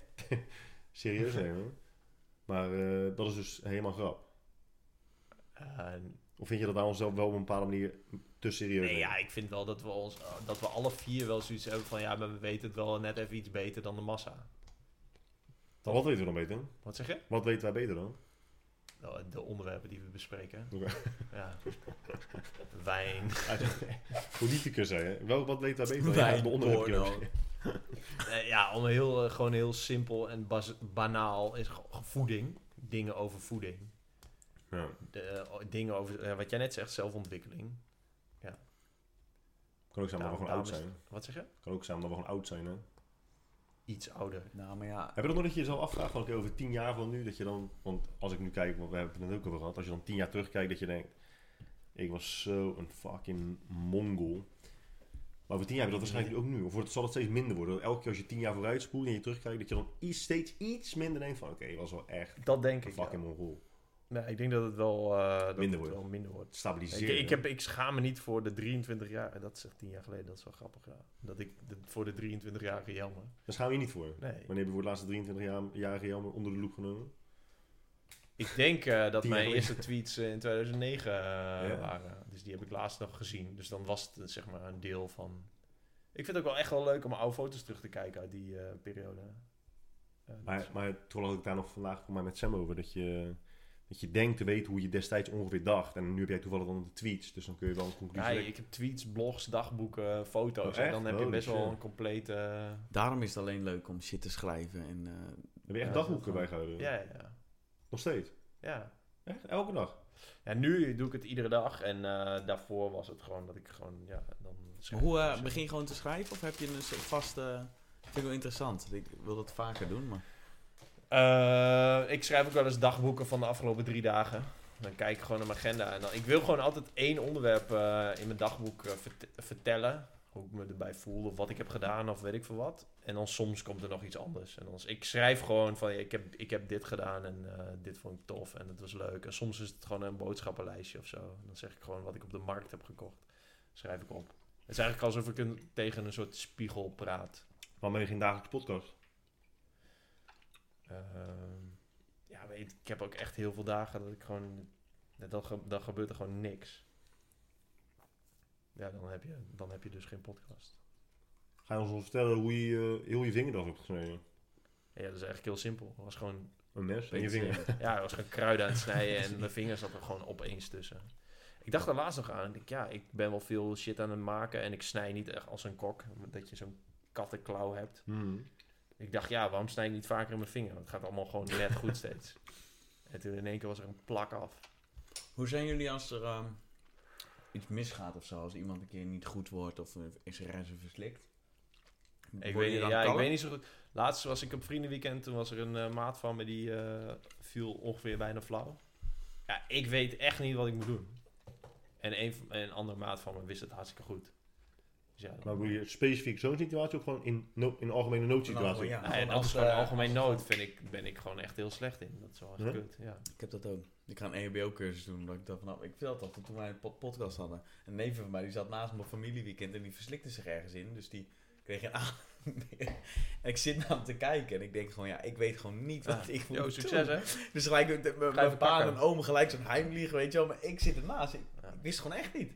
[SPEAKER 1] [LAUGHS] serieus nemen. Maar eh, dat is dus helemaal grap.
[SPEAKER 2] Eh,
[SPEAKER 1] Of vind je dat wij onszelf wel op een bepaalde manier te serieus
[SPEAKER 2] nee,
[SPEAKER 1] nemen?
[SPEAKER 2] ja, ik vind wel dat we, ons, eh, dat we alle vier wel zoiets hebben van... Ja, maar we weten het wel net even iets beter dan de massa.
[SPEAKER 1] Maar Wat weten we dan beter?
[SPEAKER 2] Wat zeg je?
[SPEAKER 1] Wat weten wij beter dan?
[SPEAKER 2] Nou, De onderwerpen die we bespreken.
[SPEAKER 1] Oké.
[SPEAKER 2] Ja.
[SPEAKER 5] [LAUGHS]
[SPEAKER 2] Wijn.
[SPEAKER 1] Politicus zijn, hè? Wel, wat weten wij beter dan?
[SPEAKER 5] Wijn,
[SPEAKER 1] Ja, de onderwerpen
[SPEAKER 5] porno.
[SPEAKER 1] die we-
[SPEAKER 2] Eh, ja, om heel, eh, gewoon heel simpel en bas- banaal is gewoon voeding. Dingen over voeding.
[SPEAKER 1] Ja.
[SPEAKER 2] de, eh, dingen over eh, wat jij net zegt, zelfontwikkeling.
[SPEAKER 1] Kan ook zijn dat
[SPEAKER 2] Daarom-
[SPEAKER 1] we gewoon oud
[SPEAKER 2] daarom is-
[SPEAKER 1] zijn.
[SPEAKER 2] Wat zeg je?
[SPEAKER 1] Kan ook zijn dat we gewoon oud zijn, hè?
[SPEAKER 2] Iets ouder.
[SPEAKER 5] Nou, maar ja.
[SPEAKER 1] Heb je dat nog dat je jezelf afvraagt van oké, over tien jaar van nu, dat je dan, want als ik nu kijk, want we hebben het er net ook over gehad, als je dan tien jaar terugkijkt, dat je denkt, ik was zo een fucking mongol. Maar over tien jaar heb je dat waarschijnlijk ook nu. Of wordt- zal het steeds minder worden? Elke keer als je tien jaar vooruit spoelt en je terugkijkt, dat je dan iets, steeds iets minder denkt van oké, je was wel echt
[SPEAKER 2] Dat denk
[SPEAKER 1] een
[SPEAKER 2] ik. ja.
[SPEAKER 1] fucking mongool.
[SPEAKER 2] Nee, ik denk dat het wel, eh, dat
[SPEAKER 1] Minder
[SPEAKER 2] het
[SPEAKER 1] wordt.
[SPEAKER 2] wel minder wordt. Ik,
[SPEAKER 1] Stabiliseren.
[SPEAKER 2] ik, heb, ik schaam me niet voor de 23 jaar. En dat is echt 10 jaar geleden. Dat is wel grappig. Ja. Dat ik de- voor de 23-jarige jammer.
[SPEAKER 1] Daar schaam je niet voor.
[SPEAKER 2] Nee.
[SPEAKER 1] Wanneer heb je voor de laatste 23 jaar, jaren jammer onder de loep genomen?
[SPEAKER 2] Ik denk eh, dat
[SPEAKER 1] Tien jaar
[SPEAKER 2] mijn
[SPEAKER 1] geleden.
[SPEAKER 2] eerste tweets eh, in 2009 eh,
[SPEAKER 1] Ja.
[SPEAKER 2] waren. Dus die heb ik laatst nog gezien. Dus dan was het eh, zeg maar een deel van. Ik vind het ook wel echt wel leuk om oude foto's terug te kijken uit die eh, periode. Eh, dat is-
[SPEAKER 1] Maar, maar toen had ik daar nog vandaag voor mij met Sam over. Dat je, dat je denkt te weten hoe je destijds ongeveer dacht. En nu heb jij toevallig dan de tweets. Dus dan kun je wel een conclusie
[SPEAKER 2] Ja,
[SPEAKER 1] trekken.
[SPEAKER 2] ik heb tweets, blogs, dagboeken, foto's.
[SPEAKER 1] Oh,
[SPEAKER 2] en dan
[SPEAKER 1] echt?
[SPEAKER 2] heb je
[SPEAKER 1] Holy
[SPEAKER 2] best wel
[SPEAKER 1] shit.
[SPEAKER 2] een complete... eh,
[SPEAKER 5] Daarom is het alleen leuk om shit te schrijven. En, eh,
[SPEAKER 1] Heb je echt
[SPEAKER 2] Ja,
[SPEAKER 1] dagboeken
[SPEAKER 5] dat wel.
[SPEAKER 1] bijgehouden?
[SPEAKER 2] Ja, ja,
[SPEAKER 1] Nog steeds?
[SPEAKER 2] ja.
[SPEAKER 1] Echt? Elke dag?
[SPEAKER 2] Ja, nu doe ik het iedere dag. En eh, daarvoor was het gewoon dat ik gewoon... Ja, dan schrijf
[SPEAKER 5] hoe
[SPEAKER 2] ik
[SPEAKER 5] eh,
[SPEAKER 2] dus, eh,
[SPEAKER 5] begin je gewoon te schrijven of heb je een soort vaste. vind ik wel interessant. Ik wil dat vaker doen, maar.
[SPEAKER 2] Eh, ik schrijf ook wel eens dagboeken van de afgelopen drie dagen. Dan kijk ik gewoon naar mijn agenda. En dan, ik wil gewoon altijd één onderwerp eh, in mijn dagboek eh, vert- vertellen. hoe ik me erbij voel of wat ik heb gedaan of weet ik veel wat. En dan soms komt er nog iets anders. En dan, ik schrijf gewoon van ja, ik, heb, ik heb dit gedaan en eh, dit vond ik tof en het was leuk. En soms is het gewoon een boodschappenlijstje of zo. En dan zeg ik gewoon wat ik op de markt heb gekocht. Schrijf ik op. Het is eigenlijk alsof ik een, tegen een soort spiegel praat.
[SPEAKER 1] Waarmee je geen dagelijkse podcast?
[SPEAKER 2] Ehm, ja, weet, ik heb ook echt heel veel dagen dat ik gewoon... dat- Dan, ge- dan gebeurt er gewoon niks. Ja, dan heb je, dan heb je dus geen podcast.
[SPEAKER 1] Ga je ons wel vertellen hoe je eh, heel je vinger dan hebt gesneden?
[SPEAKER 2] Ja, dat is eigenlijk heel simpel. Het was gewoon,
[SPEAKER 1] Een mes in je
[SPEAKER 5] Beetje,
[SPEAKER 2] [LAUGHS]
[SPEAKER 1] vinger.
[SPEAKER 2] ja, het was gewoon kruiden aan het snijden en mijn vingers zat er gewoon opeens tussen. Ik dacht er laatst nog aan. Ik denk, ja, ik ben wel veel shit aan het maken en ik snij niet echt als een kok. Dat je zo'n kattenklauw hebt.
[SPEAKER 1] Mhm.
[SPEAKER 2] Ik dacht, ja, waarom snij ik niet vaker in mijn vinger? Want het gaat allemaal gewoon net goed steeds. En toen in één keer was er een plak af.
[SPEAKER 5] Hoe zijn jullie als er ehm, iets misgaat of zo? Als iemand een keer niet goed wordt of eh, is er reizen verslikt?
[SPEAKER 2] Ik
[SPEAKER 5] Word
[SPEAKER 2] weet,
[SPEAKER 5] je
[SPEAKER 2] niet,
[SPEAKER 5] dan
[SPEAKER 2] ja, ik
[SPEAKER 5] kalm?
[SPEAKER 2] weet niet zo goed. Laatst was ik op vriendenweekend. Toen was er een eh, maat van me die eh, viel ongeveer bijna flauw. Ja, ik weet echt niet wat ik moet doen. En een, van- een andere maat van me wist het hartstikke goed. Dus ja,
[SPEAKER 1] Maar wil je specifiek zo'n situatie of gewoon in, no- in algemene noodsituatie?
[SPEAKER 5] Ja,
[SPEAKER 2] Nou, en dat
[SPEAKER 5] als,
[SPEAKER 2] is gewoon
[SPEAKER 5] eh,
[SPEAKER 2] algemeen nood. Vind ik, ben ik gewoon echt heel slecht in. Dat is wel echt
[SPEAKER 1] Ja?
[SPEAKER 2] kut, ja.
[SPEAKER 5] Ik heb dat ook. Ik ga een EHBO-cursus doen, omdat ik dacht van, nou, ik vertelde dat toen wij een pod- podcast hadden. Een neef van mij, die zat naast mijn familieweekend en die verslikte zich ergens in. Dus die kreeg een aan. [LAUGHS] en ik zit naar hem te kijken en ik denk gewoon, ja, ik weet gewoon niet wat ik moet
[SPEAKER 2] Yo,
[SPEAKER 5] doen.
[SPEAKER 2] succes hè.
[SPEAKER 5] Dus gelijk, met- met- met
[SPEAKER 2] Ga
[SPEAKER 5] mijn
[SPEAKER 2] even
[SPEAKER 5] pa
[SPEAKER 2] pakken.
[SPEAKER 5] en oom gelijk zo'n heimlieg, weet je wel. Maar ik zit ernaast. Ik,
[SPEAKER 2] Ja.
[SPEAKER 5] ik wist gewoon echt niet.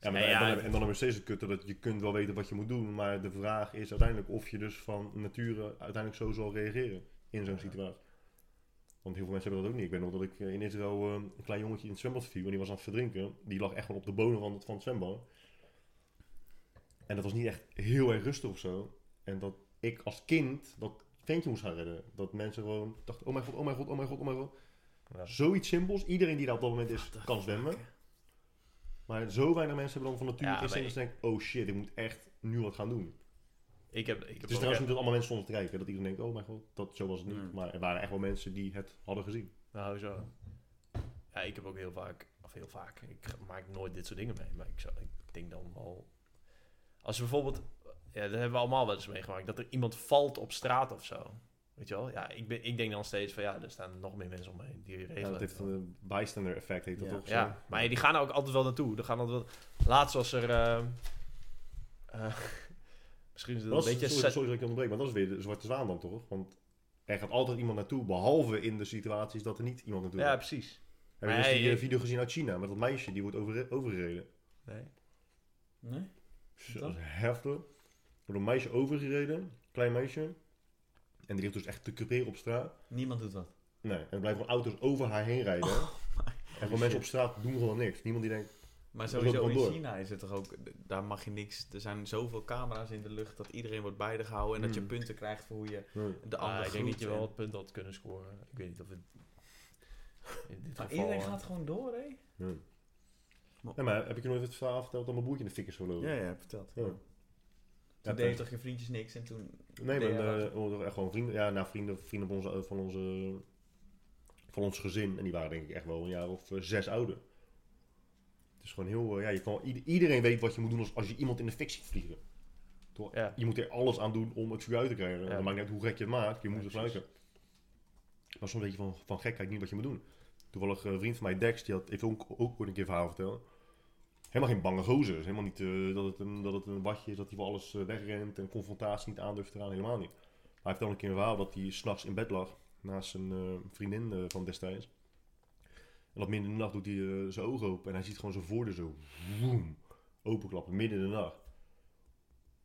[SPEAKER 1] Ja, maar
[SPEAKER 2] Nee,
[SPEAKER 1] dan-
[SPEAKER 2] ja,
[SPEAKER 1] dan- en dan hebben we steeds het kutte dat je kunt wel weten wat je moet doen, maar de vraag is uiteindelijk of je dus van nature uiteindelijk zo zal reageren in zo'n
[SPEAKER 5] Ja.
[SPEAKER 1] situatie. Want heel veel mensen hebben dat ook niet. Ik weet nog dat ik eh, in Israël eh, een klein jongetje in het zwembad viel en die was aan het verdrinken. Die lag echt gewoon op de bodem van het, van het zwembad. En dat was niet echt heel erg rustig of zo. En dat ik als kind dat ventje moest gaan redden. Dat mensen gewoon dachten, oh mijn god, oh mijn god, oh mijn god, oh mijn god.
[SPEAKER 2] Ja.
[SPEAKER 1] Zoiets simpels. Iedereen die daar op dat moment is, kan zwemmen. Maar zo weinig mensen hebben dan van
[SPEAKER 2] Ja,
[SPEAKER 1] nature
[SPEAKER 2] maar
[SPEAKER 1] instinct dat ze denken, oh shit, ik moet echt nu wat gaan doen.
[SPEAKER 2] Ik heb, ik
[SPEAKER 1] Het
[SPEAKER 2] heb
[SPEAKER 1] is
[SPEAKER 2] ook echt-
[SPEAKER 1] trouwens
[SPEAKER 2] Hmm.
[SPEAKER 1] niet dat allemaal mensen stonden te kijken, dat iedereen denkt, oh mijn god, dat, zo was het niet.
[SPEAKER 5] Mm.
[SPEAKER 1] Maar er waren echt wel mensen die het hadden gezien.
[SPEAKER 2] Nou, zo. Ja, ik heb ook heel vaak, of heel vaak, ik ge- maak nooit dit soort dingen mee. Maar ik, zou, ik denk dan wel. Als je bijvoorbeeld, ja, dat hebben we allemaal wel eens meegemaakt, dat er iemand valt op straat of zo. Weet je wel? Ja, ik, ben, ik denk dan steeds van ja, er staan nog meer mensen omheen die regelen.
[SPEAKER 1] Ja, dat
[SPEAKER 2] het
[SPEAKER 1] heeft
[SPEAKER 2] wel.
[SPEAKER 1] een eh, bystander effect, heet dat
[SPEAKER 5] Ja.
[SPEAKER 1] toch? Zo?
[SPEAKER 2] Ja, maar die gaan er ook altijd wel naartoe. Er gaan altijd wel... Laatst was er. ehm, eh, [LAUGHS] misschien is het
[SPEAKER 1] Dat
[SPEAKER 2] een
[SPEAKER 1] is-
[SPEAKER 2] beetje.
[SPEAKER 1] sorry,
[SPEAKER 2] set-
[SPEAKER 1] sorry dat ik je onderbreek, maar dat is weer de zwarte zwaan dan toch? Want er gaat altijd iemand naartoe, behalve in de situaties dat er niet iemand naartoe
[SPEAKER 2] ja,
[SPEAKER 1] gaat.
[SPEAKER 2] precies.
[SPEAKER 1] Heb je eens
[SPEAKER 2] maar
[SPEAKER 1] die
[SPEAKER 2] hij-
[SPEAKER 1] eh, video gezien uit China met dat meisje, die wordt overre- overgereden?
[SPEAKER 2] Nee.
[SPEAKER 5] Nee?
[SPEAKER 1] Zo, Dat is heftig. Er wordt een meisje overgereden, klein meisje. En die ligt dus echt te creperen op straat.
[SPEAKER 5] Niemand doet wat.
[SPEAKER 1] Nee, en er blijven gewoon auto's over haar heen rijden.
[SPEAKER 5] Oh,
[SPEAKER 1] en gewoon mensen op straat doen gewoon niks. Niemand die denkt,
[SPEAKER 5] Maar
[SPEAKER 1] Dat loopt
[SPEAKER 5] sowieso in
[SPEAKER 1] gewoon door.
[SPEAKER 5] China is het toch ook, daar mag je niks, er zijn zoveel camera's in de lucht dat iedereen wordt bijgehouden en dat je
[SPEAKER 1] Mm.
[SPEAKER 5] punten krijgt voor hoe je
[SPEAKER 1] nee.
[SPEAKER 5] de ander
[SPEAKER 2] Ah, ik denk
[SPEAKER 5] groet
[SPEAKER 2] dat je wel
[SPEAKER 5] en-
[SPEAKER 2] wat punten had kunnen scoren. Ik weet niet of het. In dit
[SPEAKER 5] Maar
[SPEAKER 2] geval,
[SPEAKER 5] iedereen
[SPEAKER 2] eh,
[SPEAKER 5] gaat gewoon door, hè?
[SPEAKER 1] nee. Ja, maar heb ik je nooit het verhaal verteld dat mijn broertje in de fik is gelopen?
[SPEAKER 5] Ja, ja, verteld.
[SPEAKER 1] Ja.
[SPEAKER 5] Toen
[SPEAKER 1] Ja,
[SPEAKER 5] deed je
[SPEAKER 1] toen-
[SPEAKER 5] toch je vriendjes niks en toen...
[SPEAKER 1] Nee,
[SPEAKER 5] deed
[SPEAKER 1] maar
[SPEAKER 5] je-
[SPEAKER 1] eh, we hadden echt gewoon vrienden. Ja, nou, vrienden, vrienden van, onze, van, onze, van ons gezin. En die waren denk ik echt wel een jaar of eh, zes ouder. Het is gewoon heel... eh, ja, je kan, ieder- iedereen weet wat je moet doen als, als je iemand in de fik ziet vliegen. Toch?
[SPEAKER 2] Ja.
[SPEAKER 1] Je moet er alles aan doen om het vuur uit te krijgen.
[SPEAKER 2] Ja.
[SPEAKER 1] Dan maakt niet uit hoe gek je het maakt. Je moet
[SPEAKER 2] Ja,
[SPEAKER 1] het
[SPEAKER 2] precies.
[SPEAKER 1] gebruiken. Maar soms weet je van, van gekheid niet wat je moet doen. Toevallig eh, een vriend van mij, Dex, die had even ook, ook ooit een keer een verhaal verteld. Helemaal geen bange gozer. Dus Helemaal niet eh, dat, het een, dat het een watje is, dat hij voor alles eh, wegrent en confrontatie niet aandurft te gaan. Helemaal niet. Maar hij vertelde een keer een verhaal dat hij s'nachts in bed lag naast zijn eh, vriendin eh, van destijds. En dat midden in de nacht doet hij eh, zijn ogen open en hij ziet gewoon zijn voordeur zo woem, openklappen, midden in de nacht.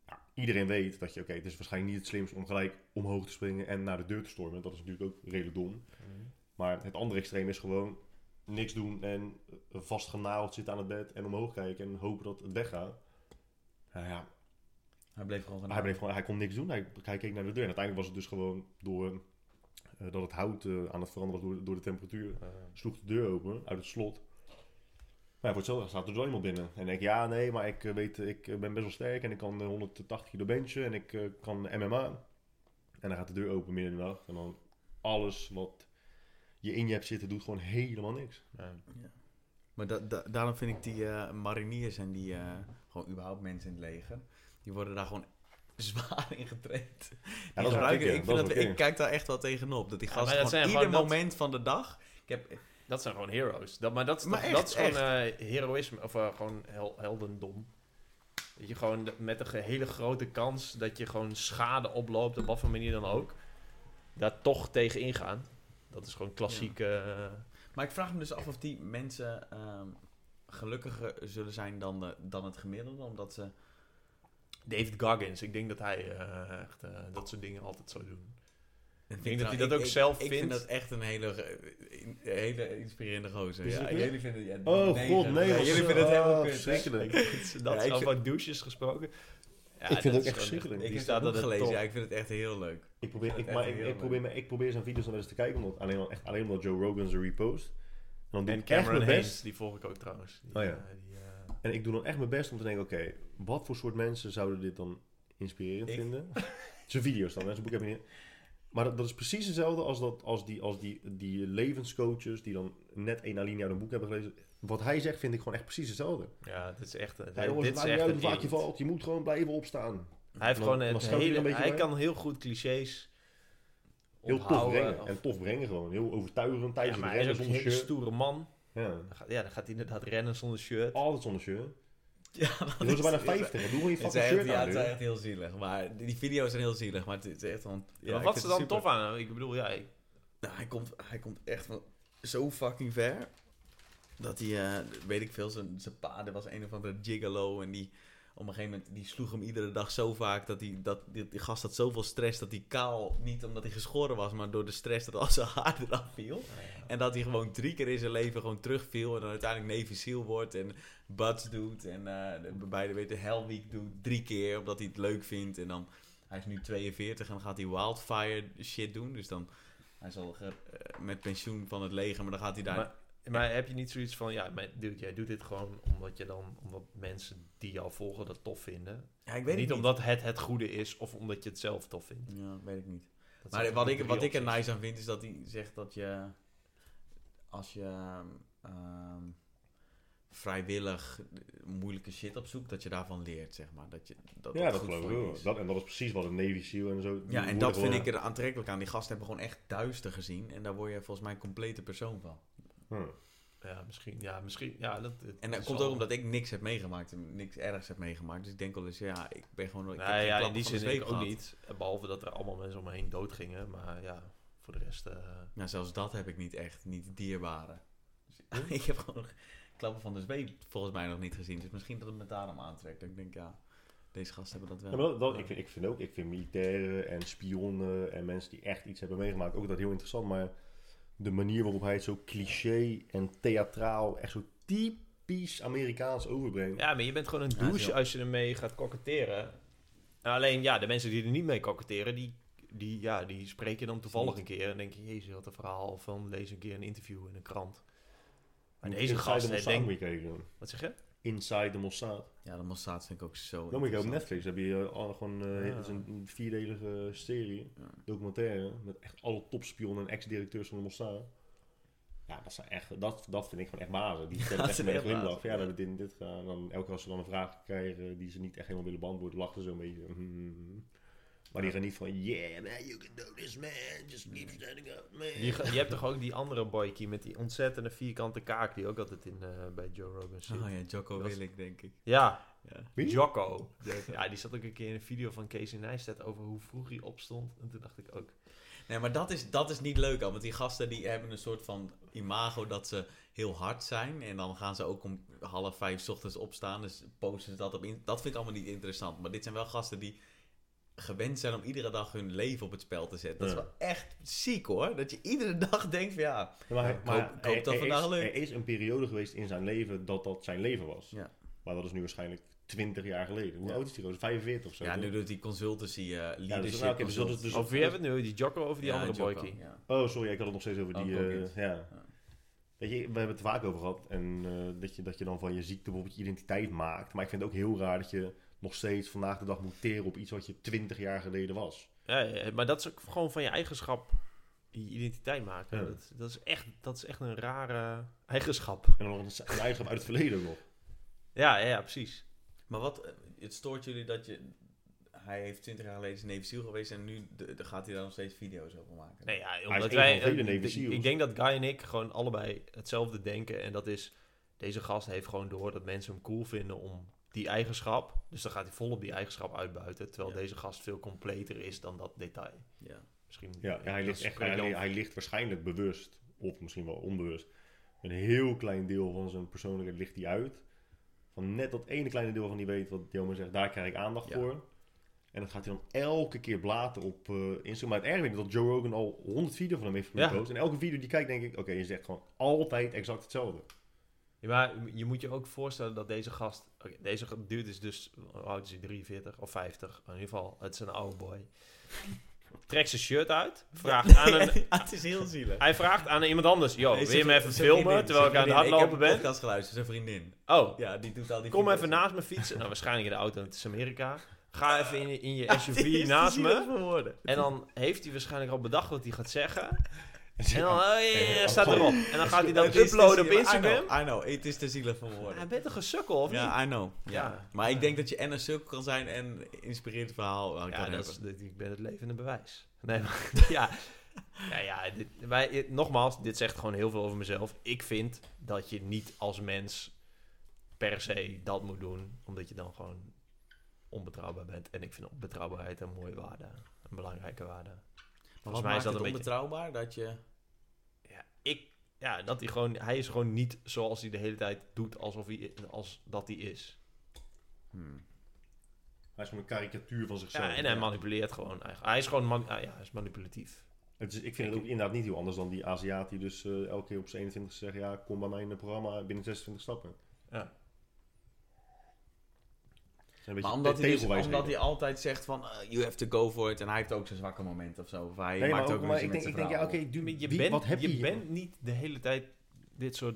[SPEAKER 1] Ja, Nou, iedereen weet dat je, oké, het is waarschijnlijk niet het slimst om gelijk omhoog te springen en naar de deur te stormen. Dat is natuurlijk ook redelijk dom.
[SPEAKER 2] Mhm.
[SPEAKER 1] Maar het andere extreem is gewoon niks doen en eh, vastgenaald zitten aan het bed en omhoog kijken en hopen dat het weggaat. Nou ja,
[SPEAKER 5] Hij bleef gewoon...
[SPEAKER 1] hij, bleef gewoon, hij kon niks doen. Hij, hij keek naar de deur. En uiteindelijk was het dus gewoon door eh, dat het hout eh, aan het veranderen was door, door de temperatuur.
[SPEAKER 2] Eh,
[SPEAKER 1] Sloeg de deur open uit het slot. Maar ja, voor hetzelfde staat er zo iemand binnen. En ik, ja, nee, maar ik eh, weet, ik eh, ben best wel sterk en ik kan eh, 180 kilo benchen en ik eh, kan MMA. En dan gaat de deur open midden in de nacht. En dan alles wat je in je hebt zitten doet gewoon helemaal niks.
[SPEAKER 2] eh,
[SPEAKER 5] Maar da- da- daarom vind ik die eh, mariniers en die eh, gewoon überhaupt mensen in het leger, die worden daar gewoon [LAUGHS] zwaar in getraind.
[SPEAKER 1] Ja,
[SPEAKER 5] Die
[SPEAKER 1] dat is wel
[SPEAKER 5] gebruiken-
[SPEAKER 1] kicken, dat is
[SPEAKER 5] ik, vind dat,
[SPEAKER 1] wel
[SPEAKER 5] ik
[SPEAKER 1] kicken.
[SPEAKER 5] kijk daar echt wel tegenop. Dat die
[SPEAKER 2] Ja,
[SPEAKER 5] gasten
[SPEAKER 2] maar dat
[SPEAKER 5] gewoon
[SPEAKER 2] zijn
[SPEAKER 5] ieder
[SPEAKER 2] gewoon dat-
[SPEAKER 5] moment van de dag... Ik heb,
[SPEAKER 2] Dat zijn gewoon heroes. Dat, maar dat, is
[SPEAKER 5] Maar
[SPEAKER 2] dat,
[SPEAKER 5] echt,
[SPEAKER 2] dat is gewoon eh, heroïsme, of eh, gewoon hel- heldendom. Dat je gewoon de- met een ge- hele grote kans dat je gewoon schade oploopt, op wat voor manier dan ook, daar toch tegen ingaan. Dat is gewoon klassiek. eh,
[SPEAKER 5] maar ik vraag me dus af of die mensen ehm, gelukkiger zullen zijn dan, de, dan het gemiddelde, omdat ze...
[SPEAKER 2] David Goggins, ik denk dat hij eh, echt eh, dat soort dingen altijd zou doen.
[SPEAKER 5] Ik
[SPEAKER 2] denk dat hij dat ook zelf
[SPEAKER 5] Ik vind
[SPEAKER 2] vindt.
[SPEAKER 5] dat echt een hele, ge- een hele inspirerende gozer.
[SPEAKER 1] Is het
[SPEAKER 5] Ja,
[SPEAKER 1] niet?
[SPEAKER 5] jullie vinden, ja,
[SPEAKER 1] Oh god,
[SPEAKER 5] zeg.
[SPEAKER 1] nee.
[SPEAKER 5] Ja,
[SPEAKER 1] wat
[SPEAKER 5] jullie
[SPEAKER 1] zo-
[SPEAKER 5] vinden het helemaal
[SPEAKER 1] oh,
[SPEAKER 5] kut. hè?
[SPEAKER 1] verschrikkelijk.
[SPEAKER 2] Dat
[SPEAKER 5] Ja,
[SPEAKER 2] is
[SPEAKER 5] ik
[SPEAKER 2] over
[SPEAKER 5] vind-
[SPEAKER 2] douches gesproken. Ja,
[SPEAKER 1] Ik
[SPEAKER 2] dat
[SPEAKER 1] vind het ook
[SPEAKER 2] is
[SPEAKER 1] echt
[SPEAKER 2] gewoon
[SPEAKER 1] verschrikkelijk.
[SPEAKER 5] Ik
[SPEAKER 2] die
[SPEAKER 5] heb
[SPEAKER 2] staat aan
[SPEAKER 5] het ook
[SPEAKER 2] de
[SPEAKER 5] gelezen.
[SPEAKER 2] top.
[SPEAKER 5] Ja, ik vind het echt heel leuk.
[SPEAKER 1] Ik probeer, ik,
[SPEAKER 5] Echt
[SPEAKER 1] maar ik,
[SPEAKER 5] heel
[SPEAKER 1] ik probeer, me, ik probeer zijn video's dan wel eens te kijken, omdat, alleen, al- echt, alleen omdat Joe Rogan ze repost. En dan doe
[SPEAKER 2] En
[SPEAKER 1] ik echt
[SPEAKER 2] Cameron
[SPEAKER 1] mijn
[SPEAKER 2] Hayes,
[SPEAKER 1] best.
[SPEAKER 2] die volg ik ook trouwens. Die,
[SPEAKER 1] Oh ja.
[SPEAKER 2] eh, die, eh,
[SPEAKER 1] En ik doe dan echt mijn best om te denken, oké, wat voor soort mensen zouden dit dan inspirerend
[SPEAKER 5] Ik?
[SPEAKER 1] vinden? zijn video's dan, hè, zijn boek heb ik niet. Maar dat, dat is precies hetzelfde als, dat, als, die, als die, die levenscoaches die dan net één alinea uit een boek hebben gelezen. Wat hij zegt vind ik gewoon echt precies hetzelfde.
[SPEAKER 2] ja, dit is echt.
[SPEAKER 1] Ja,
[SPEAKER 2] dit
[SPEAKER 1] jongens, het
[SPEAKER 2] is
[SPEAKER 1] maakt niet
[SPEAKER 2] echt
[SPEAKER 1] uit
[SPEAKER 2] een
[SPEAKER 1] hoe vaak je
[SPEAKER 2] eend.
[SPEAKER 1] valt, je moet gewoon blijven opstaan.
[SPEAKER 2] Hij heeft
[SPEAKER 1] Dan-
[SPEAKER 2] gewoon
[SPEAKER 1] dan
[SPEAKER 2] het
[SPEAKER 1] schuift hij er
[SPEAKER 2] hele.
[SPEAKER 1] een beetje
[SPEAKER 2] Hij
[SPEAKER 1] bij.
[SPEAKER 2] kan heel goed clichés.
[SPEAKER 1] Heel tof
[SPEAKER 2] onthouden,
[SPEAKER 1] brengen.
[SPEAKER 2] of-
[SPEAKER 1] En tof brengen gewoon. Heel overtuigend
[SPEAKER 2] ja,
[SPEAKER 1] tijdens
[SPEAKER 2] maar
[SPEAKER 1] het
[SPEAKER 2] hij is ook
[SPEAKER 1] rennen
[SPEAKER 2] een
[SPEAKER 1] zonder
[SPEAKER 2] hele
[SPEAKER 1] shirt.
[SPEAKER 2] stoere man.
[SPEAKER 1] Ja.
[SPEAKER 2] Dan gaat- Ja, dan gaat hij inderdaad rennen zonder shirt.
[SPEAKER 1] Altijd zonder shirt.
[SPEAKER 2] [LAUGHS]
[SPEAKER 5] Ja, dat
[SPEAKER 1] Dan is
[SPEAKER 5] is-
[SPEAKER 1] ze bijna
[SPEAKER 5] het is-
[SPEAKER 1] 50. hè. Doe gewoon je
[SPEAKER 5] Het is
[SPEAKER 1] fucking
[SPEAKER 5] echt,
[SPEAKER 1] shirt
[SPEAKER 5] ja,
[SPEAKER 1] aan.
[SPEAKER 5] het is
[SPEAKER 1] dude.
[SPEAKER 5] echt heel zielig. Maar die die video's zijn heel zielig. Maar het, het is echt wel... ja,
[SPEAKER 2] maar wat
[SPEAKER 5] ik vind
[SPEAKER 2] is er
[SPEAKER 5] het
[SPEAKER 2] dan
[SPEAKER 5] super.
[SPEAKER 2] tof aan? hem? Ik bedoel, ja, ik-
[SPEAKER 5] Nou, hij, komt, hij komt echt van zo fucking ver. Dat hij, eh, weet ik veel, zijn, zijn pa, er was een of andere gigolo. En die op een gegeven moment die sloeg hem iedere dag zo vaak. Dat die, dat, die, die gast had zoveel stress dat hij kaal, niet omdat hij geschoren was, maar door de stress dat al zijn haar eraf viel. En dat hij gewoon drie keer in zijn leven gewoon terugviel. En dan uiteindelijk Navy Seal wordt en Buds doet. En eh, de- bij de, weet je, Hell Week doet drie keer, omdat hij het leuk vindt. En dan, hij is nu 42 en dan gaat hij wildfire shit doen. Dus dan, hij zal ge- eh, met pensioen van het leger, maar dan gaat hij daar...
[SPEAKER 2] maar heb je niet zoiets van, ja, maar dude, jij doet dit gewoon omdat je dan, omdat mensen die jou volgen dat tof vinden.
[SPEAKER 5] ja, ik
[SPEAKER 2] Niet,
[SPEAKER 5] het
[SPEAKER 2] omdat het het goede is of omdat je het zelf tof vindt.
[SPEAKER 5] Ja, weet ik niet.
[SPEAKER 2] Dat
[SPEAKER 5] maar
[SPEAKER 2] zijn
[SPEAKER 5] wat
[SPEAKER 2] die
[SPEAKER 5] ik,
[SPEAKER 2] drie
[SPEAKER 5] wat ik er
[SPEAKER 2] opties.
[SPEAKER 5] nice aan vind, is dat hij zegt dat je... Als je ehm, vrijwillig moeilijke shit opzoekt, dat je daarvan leert, zeg maar. Dat je, dat
[SPEAKER 1] Ja,
[SPEAKER 5] het
[SPEAKER 1] dat
[SPEAKER 5] goed
[SPEAKER 1] geloof ik
[SPEAKER 5] voor je
[SPEAKER 1] wel.
[SPEAKER 5] is.
[SPEAKER 1] Dat, en dat is precies wat een Navy SEAL en zo.
[SPEAKER 5] Ja, en
[SPEAKER 1] hoe
[SPEAKER 5] dat
[SPEAKER 1] gewoon-
[SPEAKER 5] vind ik er aantrekkelijk aan. Die gasten hebben gewoon echt duister gezien. En daar word je volgens mij een complete persoon van.
[SPEAKER 1] Hm.
[SPEAKER 2] Ja, misschien. Ja, misschien. Ja, dat, het
[SPEAKER 5] En dat
[SPEAKER 2] is
[SPEAKER 5] komt
[SPEAKER 2] wel-
[SPEAKER 5] ook omdat ik niks heb meegemaakt. en Niks ergs heb meemaakt. Dus ik denk wel eens, ja, ik ben gewoon... Ik heb
[SPEAKER 2] Nou
[SPEAKER 5] geen
[SPEAKER 2] ja,
[SPEAKER 5] klappen
[SPEAKER 2] in die
[SPEAKER 5] van de
[SPEAKER 2] zin
[SPEAKER 5] zweep
[SPEAKER 2] ik ook
[SPEAKER 5] gehad.
[SPEAKER 2] niet. Behalve dat er allemaal mensen om me heen dood gingen. Maar ja, voor de rest... eh,
[SPEAKER 5] Ja, Nou, zelfs dat heb ik niet echt. Niet dierbare. [LAUGHS] Dus ik heb gewoon klappen van de zweep volgens mij nog niet gezien. Dus misschien dat het me daarom aantrekt. Dat ik denk, ja, deze gasten hebben dat
[SPEAKER 1] Ja,
[SPEAKER 5] wel.
[SPEAKER 1] maar dat, dat- ik, vind, ik vind ook, ik vind militairen en spionnen en mensen die echt iets hebben meegemaakt ook dat heel interessant. Maar de manier waarop hij het zo cliché en theatraal, echt zo typisch Amerikaans overbrengt.
[SPEAKER 2] Ja, maar je bent gewoon een
[SPEAKER 5] Ja, dat is
[SPEAKER 2] douche
[SPEAKER 5] wel-
[SPEAKER 2] als je ermee gaat koketteren. En alleen, ja, de mensen die er niet mee koketteren, die, die, ja, die spreken dan toevallig een keer. En denk je, jezus, wat een verhaal van lees een keer een interview in een krant. Maar deze
[SPEAKER 1] Inside
[SPEAKER 2] gast,
[SPEAKER 1] the
[SPEAKER 2] hij
[SPEAKER 1] Mossad
[SPEAKER 2] denkt...
[SPEAKER 1] moet je kijken.
[SPEAKER 2] Wat zeg je?
[SPEAKER 1] Inside the Mossad.
[SPEAKER 5] Ja, de Mossad vind ik ook zo
[SPEAKER 1] Dan moet je op
[SPEAKER 5] interessant.
[SPEAKER 1] Netflix. heb je eh, al gewoon eh,
[SPEAKER 2] Ja.
[SPEAKER 1] het is een vierdelige eh, serie,
[SPEAKER 5] Ja.
[SPEAKER 1] documentaire, met echt alle topspionnen en ex-directeurs van de Mossad. Ja, dat, zijn echt, dat, dat vind ik gewoon echt bazen. Die stellen
[SPEAKER 5] [LAUGHS] Dat
[SPEAKER 1] echt
[SPEAKER 5] zijn
[SPEAKER 1] met een
[SPEAKER 5] echt
[SPEAKER 1] glimlach.
[SPEAKER 5] bazen,
[SPEAKER 1] Ja,
[SPEAKER 5] ja.
[SPEAKER 1] dat dit en dit gaan. En dan elke keer als ze dan een vraag krijgen die ze niet echt helemaal willen beantwoorden, lachen ze een beetje. Hmm. Maar die gaan niet van, yeah man, you can do this man, just keep standing up man.
[SPEAKER 2] Die ga- je hebt toch ook die andere boykie met die ontzettende vierkante kaak die ook altijd in, eh, bij Joe Rogan zit.
[SPEAKER 5] Oh ja, Jocko
[SPEAKER 2] Dat-
[SPEAKER 5] Willik, denk ik.
[SPEAKER 2] Ja,
[SPEAKER 5] Ja.
[SPEAKER 1] Wie?
[SPEAKER 2] Jocko. [LAUGHS] Ja, die zat ook een keer in een video van Casey Neistat over hoe vroeg hij opstond. En toen dacht ik ook...
[SPEAKER 5] Nee, maar dat is, dat is niet leuk al. Want die gasten die hebben een soort van imago dat ze heel hard zijn. En dan gaan ze ook om half vijf 's ochtends opstaan. Dus posten ze dat op. In dat vind ik allemaal niet interessant. Maar dit zijn wel gasten die gewend zijn om iedere dag hun leven op het spel te zetten. Dat is
[SPEAKER 1] Ja.
[SPEAKER 5] wel echt ziek hoor. Dat je iedere [LAUGHS] dag denkt van ja.
[SPEAKER 1] Ja, Maar,
[SPEAKER 5] Ja,
[SPEAKER 1] maar
[SPEAKER 5] ik hoop- ik hoop
[SPEAKER 1] er-
[SPEAKER 5] dat
[SPEAKER 1] er
[SPEAKER 5] vandaag
[SPEAKER 1] is-
[SPEAKER 5] lukt.
[SPEAKER 1] Er is een periode geweest in zijn leven dat dat zijn leven was.
[SPEAKER 5] Ja.
[SPEAKER 1] Maar dat is nu waarschijnlijk 20 jaar geleden. Hoe
[SPEAKER 5] Ja.
[SPEAKER 1] oud is die roos? 45 of zo?
[SPEAKER 5] Ja,
[SPEAKER 1] toch?
[SPEAKER 5] nu doet die consultancy eh
[SPEAKER 1] Ja, dus,
[SPEAKER 5] leadership.
[SPEAKER 1] nou, oké, dus dat is
[SPEAKER 5] consultancy.
[SPEAKER 1] dus-
[SPEAKER 2] Over wie Oh, hebben we het nu? Die Jocko over die
[SPEAKER 5] Ja,
[SPEAKER 2] andere
[SPEAKER 5] Jocko,
[SPEAKER 2] boykie?
[SPEAKER 5] ja.
[SPEAKER 1] Oh, sorry, ik had het nog steeds over die...
[SPEAKER 5] Oh,
[SPEAKER 1] eh,
[SPEAKER 5] Cockpit.
[SPEAKER 1] ja. Weet je, we hebben het er vaak over gehad. En eh, dat, je, dat je dan van je ziekte bijvoorbeeld je identiteit maakt. Maar ik vind het ook heel raar dat je nog steeds vandaag de dag moet teren op iets wat je 20 jaar geleden was.
[SPEAKER 2] Ja, ja, maar dat is ook gewoon van je eigenschap je identiteit maken.
[SPEAKER 1] Ja.
[SPEAKER 2] Dat, dat, is echt, dat is echt een rare eigenschap.
[SPEAKER 1] En dan nog een een eigenschap uit het verleden ook nog.
[SPEAKER 2] Ja, ja, ja, precies.
[SPEAKER 5] Maar wat, eh, het stoort jullie dat je... Hij heeft 20 jaar geleden zijn Navy Seal geweest en nu de- de gaat hij daar nog steeds video's over maken.
[SPEAKER 2] Nee, ja,
[SPEAKER 1] één
[SPEAKER 2] omdat
[SPEAKER 1] van
[SPEAKER 2] wij,
[SPEAKER 1] de vele
[SPEAKER 2] eh,
[SPEAKER 1] Navy
[SPEAKER 2] ik-
[SPEAKER 1] Seals.
[SPEAKER 2] ik denk dat Guy en ik gewoon allebei hetzelfde denken. En dat is, deze gast heeft gewoon door dat mensen hem cool vinden om die eigenschap. Dus dan gaat hij volop die eigenschap uitbuiten. Terwijl
[SPEAKER 5] Ja.
[SPEAKER 2] deze gast veel completer is dan dat detail.
[SPEAKER 5] Ja.
[SPEAKER 2] Misschien,
[SPEAKER 1] Ja, ja, hij, ligt
[SPEAKER 2] dat
[SPEAKER 1] echt,
[SPEAKER 2] spreekt
[SPEAKER 1] hij,
[SPEAKER 2] dan-
[SPEAKER 1] hij ligt waarschijnlijk bewust, of misschien wel onbewust, een heel klein deel van zijn persoonlijkheid ligt hij uit. Van net dat ene kleine deel van die weet wat Dilma zegt, daar krijg ik aandacht
[SPEAKER 5] Ja.
[SPEAKER 1] voor. En dat gaat hij dan elke keer blaten op eh, Instagram. Maar het erg is dat Joe Rogan al 100 video's van hem heeft
[SPEAKER 2] Ja.
[SPEAKER 1] gepost. En elke video die ik kijk denk ik, oké, je zegt gewoon altijd exact hetzelfde.
[SPEAKER 2] Ja, maar je moet je ook voorstellen dat deze gast... oké, deze ge- dude is dus... Hoe oud is hij? 43 of 50? In ieder geval, het is een oude boy. Trekt zijn shirt uit. Vraagt aan een,
[SPEAKER 5] [LAUGHS] Ah, het is heel zielig.
[SPEAKER 2] hij vraagt aan iemand anders... Yo,
[SPEAKER 5] Nee,
[SPEAKER 2] Ah, wil je
[SPEAKER 5] zijn
[SPEAKER 2] me
[SPEAKER 5] vri-
[SPEAKER 2] even
[SPEAKER 5] zijn
[SPEAKER 2] filmen
[SPEAKER 5] vriendin,
[SPEAKER 2] terwijl ik
[SPEAKER 5] zijn
[SPEAKER 2] aan het
[SPEAKER 5] vriendin.
[SPEAKER 2] hardlopen
[SPEAKER 5] Ik
[SPEAKER 2] ben?
[SPEAKER 5] heb een podcast geluisterd, zijn vriendin.
[SPEAKER 2] Oh,
[SPEAKER 5] Ja, die doet al die
[SPEAKER 2] kom
[SPEAKER 5] video's.
[SPEAKER 2] even naast me fietsen. Nou, waarschijnlijk in de auto, want het is Amerika. Ga even in, je- in je
[SPEAKER 5] Ja, dit is
[SPEAKER 2] SUV
[SPEAKER 5] te
[SPEAKER 2] naast
[SPEAKER 5] zielig
[SPEAKER 2] me.
[SPEAKER 5] voor woorden.
[SPEAKER 2] En dan heeft hij waarschijnlijk al bedacht wat hij gaat zeggen. En
[SPEAKER 1] Ja.
[SPEAKER 2] dan oh, ja, ja, ja, staat erop. En dan gaat hij dat
[SPEAKER 5] Het is te
[SPEAKER 2] uploaden op
[SPEAKER 5] zielig.
[SPEAKER 2] Instagram.
[SPEAKER 5] I know, I know, het is te zielig voor woorden.
[SPEAKER 2] Hij bent een gesukkel, of niet?
[SPEAKER 5] Ja, I know. Ja.
[SPEAKER 2] Ja.
[SPEAKER 5] Maar ik denk dat je en een sukkel kan zijn en een inspirerend verhaal aan
[SPEAKER 2] Ja,
[SPEAKER 5] kan
[SPEAKER 2] dat
[SPEAKER 5] hebben.
[SPEAKER 2] is, dat- ik ben het levende bewijs. Nee, maar [LAUGHS] ja. Ja, ja dit, wij, nogmaals, dit zegt gewoon heel veel over mezelf. Ik vind dat je niet als mens per se dat moet doen, omdat je dan gewoon onbetrouwbaar bent. En ik vind onbetrouwbaarheid een mooie waarde, een belangrijke waarde.
[SPEAKER 5] Maar
[SPEAKER 2] Volgens mij
[SPEAKER 5] wat
[SPEAKER 2] is dat
[SPEAKER 5] maakt het
[SPEAKER 2] een beetje-
[SPEAKER 5] onbetrouwbaar dat je...
[SPEAKER 2] Ja, ik, ja dat hij gewoon, hij is gewoon niet zoals hij de hele tijd doet alsof hij, als dat hij is. Hmm.
[SPEAKER 1] Hij is gewoon een karikatuur van zichzelf.
[SPEAKER 2] Ja, en hij manipuleert gewoon eigenlijk. Hij is gewoon man, ah ja, hij is manipulatief.
[SPEAKER 1] Het is, ik vind het ook inderdaad niet heel anders dan die Aziat die dus eh, elke keer op zijn 21 zegt... ja, kom bij mij in het programma binnen 26 stappen.
[SPEAKER 2] Ja.
[SPEAKER 1] Zijn een
[SPEAKER 5] Maar
[SPEAKER 1] beetje
[SPEAKER 5] omdat hij, dus-
[SPEAKER 1] tegelwijsheden.
[SPEAKER 5] omdat hij altijd zegt van, eh, you have to go for it. En hij heeft ook zijn zwakke moment of zo. Of hij
[SPEAKER 1] Nee,
[SPEAKER 5] maakt
[SPEAKER 1] maar, ook,
[SPEAKER 5] ook, ruzie
[SPEAKER 1] maar ik
[SPEAKER 5] met
[SPEAKER 1] denk,
[SPEAKER 5] zijn
[SPEAKER 1] ik denk ja,
[SPEAKER 5] vrouw.
[SPEAKER 1] oké, doe,
[SPEAKER 2] Je,
[SPEAKER 1] wie-
[SPEAKER 2] bent,
[SPEAKER 1] wat heb
[SPEAKER 2] je
[SPEAKER 1] hier?
[SPEAKER 2] bent niet de hele tijd dit soort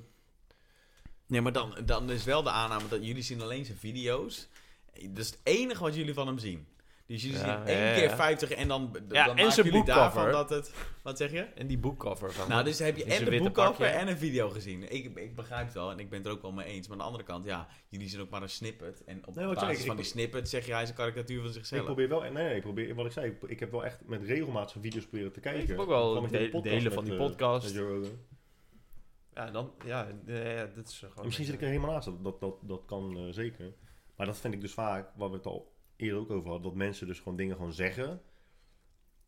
[SPEAKER 5] Nee, maar dan, dan is wel de aanname dat jullie zien alleen zijn video's. Dat is het enige wat jullie van hem zien. Dus jullie
[SPEAKER 2] Ja,
[SPEAKER 5] zien één
[SPEAKER 2] ja, ja.
[SPEAKER 5] keer 50 en dan, dan
[SPEAKER 2] en
[SPEAKER 5] maken
[SPEAKER 2] zijn
[SPEAKER 5] jullie daarvan
[SPEAKER 2] boekcover.
[SPEAKER 5] dat het... Wat zeg je?
[SPEAKER 2] En die boekcover van.
[SPEAKER 5] Nou, dus heb je
[SPEAKER 2] Die zijn
[SPEAKER 5] en de
[SPEAKER 2] witte
[SPEAKER 5] boekcover
[SPEAKER 2] pakje.
[SPEAKER 5] en een video gezien. Ik, ik begrijp het wel en ik ben het er ook wel mee eens. Maar aan de andere kant, ja, jullie zien ook maar een snippet. En op
[SPEAKER 1] Nee, wat
[SPEAKER 5] basis
[SPEAKER 1] zeg ik,
[SPEAKER 5] van
[SPEAKER 1] ik-
[SPEAKER 5] die snippet zeg je hij is een karikatuur van
[SPEAKER 1] Ik
[SPEAKER 5] zichzelf.
[SPEAKER 1] probeer wel, nee, nee, ik probeer, wat ik zei, ik- ik heb wel echt met regelmaat zijn video's proberen te kijken.
[SPEAKER 2] Ik heb ook wel
[SPEAKER 1] Kwam ik in
[SPEAKER 2] de-
[SPEAKER 1] een podcast
[SPEAKER 2] delen van
[SPEAKER 1] met,
[SPEAKER 2] die
[SPEAKER 1] eh,
[SPEAKER 2] podcast.
[SPEAKER 1] met Joe Rogan.
[SPEAKER 2] Ja, dan, ja, eh, ja, dat is gewoon.
[SPEAKER 1] En misschien zit ik er helemaal naast, dat, dat, dat, dat kan eh, zeker. Maar dat vind ik dus vaak, waar we het al eerder ook over hadden, dat mensen dus gewoon dingen gewoon zeggen,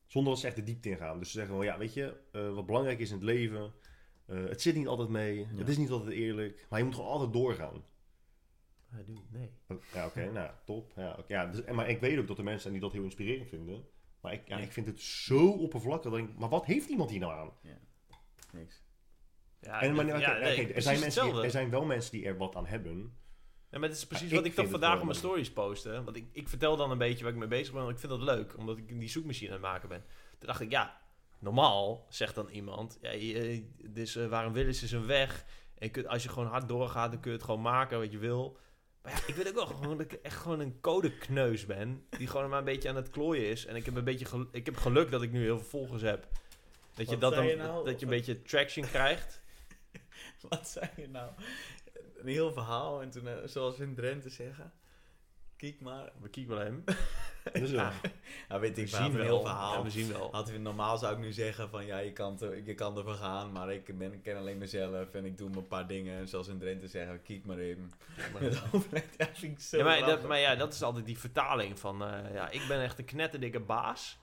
[SPEAKER 1] zonder dat ze echt de diepte in gaan. Dus ze zeggen gewoon, ja, weet je, eh, wat belangrijk is in het leven, eh, het zit niet altijd mee, het is niet altijd eerlijk, maar je moet gewoon altijd doorgaan.
[SPEAKER 2] Ah, dude, nee.
[SPEAKER 1] Oh, Ja, oké, nou ja, top. Ja, oké, ja, dus, en- maar ik weet ook dat er mensen zijn die dat heel inspirerend vinden. Maar ik, ja,
[SPEAKER 5] Ja.
[SPEAKER 1] ik vind het zo oppervlakkig. dat ik denk, Maar wat heeft iemand hier nou aan?
[SPEAKER 5] Niks. [LAUGHS]
[SPEAKER 2] Ja,
[SPEAKER 1] en, maar,
[SPEAKER 2] dus, ja,
[SPEAKER 1] oké,
[SPEAKER 2] nee,
[SPEAKER 1] oké, er,
[SPEAKER 2] precies
[SPEAKER 1] zijn mensen die-
[SPEAKER 2] hetzelfde.
[SPEAKER 1] er zijn wel mensen die er wat aan hebben.
[SPEAKER 2] Ja, maar het is precies
[SPEAKER 1] Ja,
[SPEAKER 2] wat
[SPEAKER 1] ik
[SPEAKER 2] ik toch
[SPEAKER 1] vind het
[SPEAKER 2] vandaag op
[SPEAKER 1] wel
[SPEAKER 2] mijn stories postte. Want ik, ik vertel dan een beetje waar ik mee bezig ben. Want ik vind dat leuk, omdat ik die zoekmachine aan het maken ben. Toen dacht ik, ja, normaal zegt dan iemand... Ja, je- dus, eh, waarom Willis is een weg. En je kunt, als je gewoon hard doorgaat, dan kun je het gewoon maken wat je wil. Maar ja, ik weet ook wel gewoon dat ik echt gewoon een codekneus ben. Die gewoon maar een beetje aan het klooien is. En ik heb een beetje gel- ik heb geluk dat ik nu heel veel volgers heb. Dat je,
[SPEAKER 5] Wat
[SPEAKER 2] dat, dan,
[SPEAKER 5] zei je nou?
[SPEAKER 2] dat je een beetje traction krijgt.
[SPEAKER 5] Wat zei je nou? Een heel verhaal en toen, eh, zoals we in Drenthe zeggen, kijk maar.
[SPEAKER 2] We kijken wel hem. [LAUGHS]
[SPEAKER 1] Dus, eh,
[SPEAKER 5] Ja, weet
[SPEAKER 2] We
[SPEAKER 5] ik wel,
[SPEAKER 2] zien
[SPEAKER 5] een
[SPEAKER 2] wel.
[SPEAKER 5] heel verhaal.
[SPEAKER 2] Ja, we zien wel.
[SPEAKER 5] Had, normaal zou ik nu zeggen van ja, je kan, er, je kan ervan gaan, maar ik, ben, ik ken alleen mezelf en ik doe mijn paar dingen. En zoals in Drenthe zeggen, kijk maar even. [LAUGHS] Met overheid, ja, vind ik zo
[SPEAKER 2] Ja, maar, dat,
[SPEAKER 5] grappig.
[SPEAKER 2] maar ja, dat is altijd die vertaling van... eh, ja, ik ben echt een knetterdikke baas.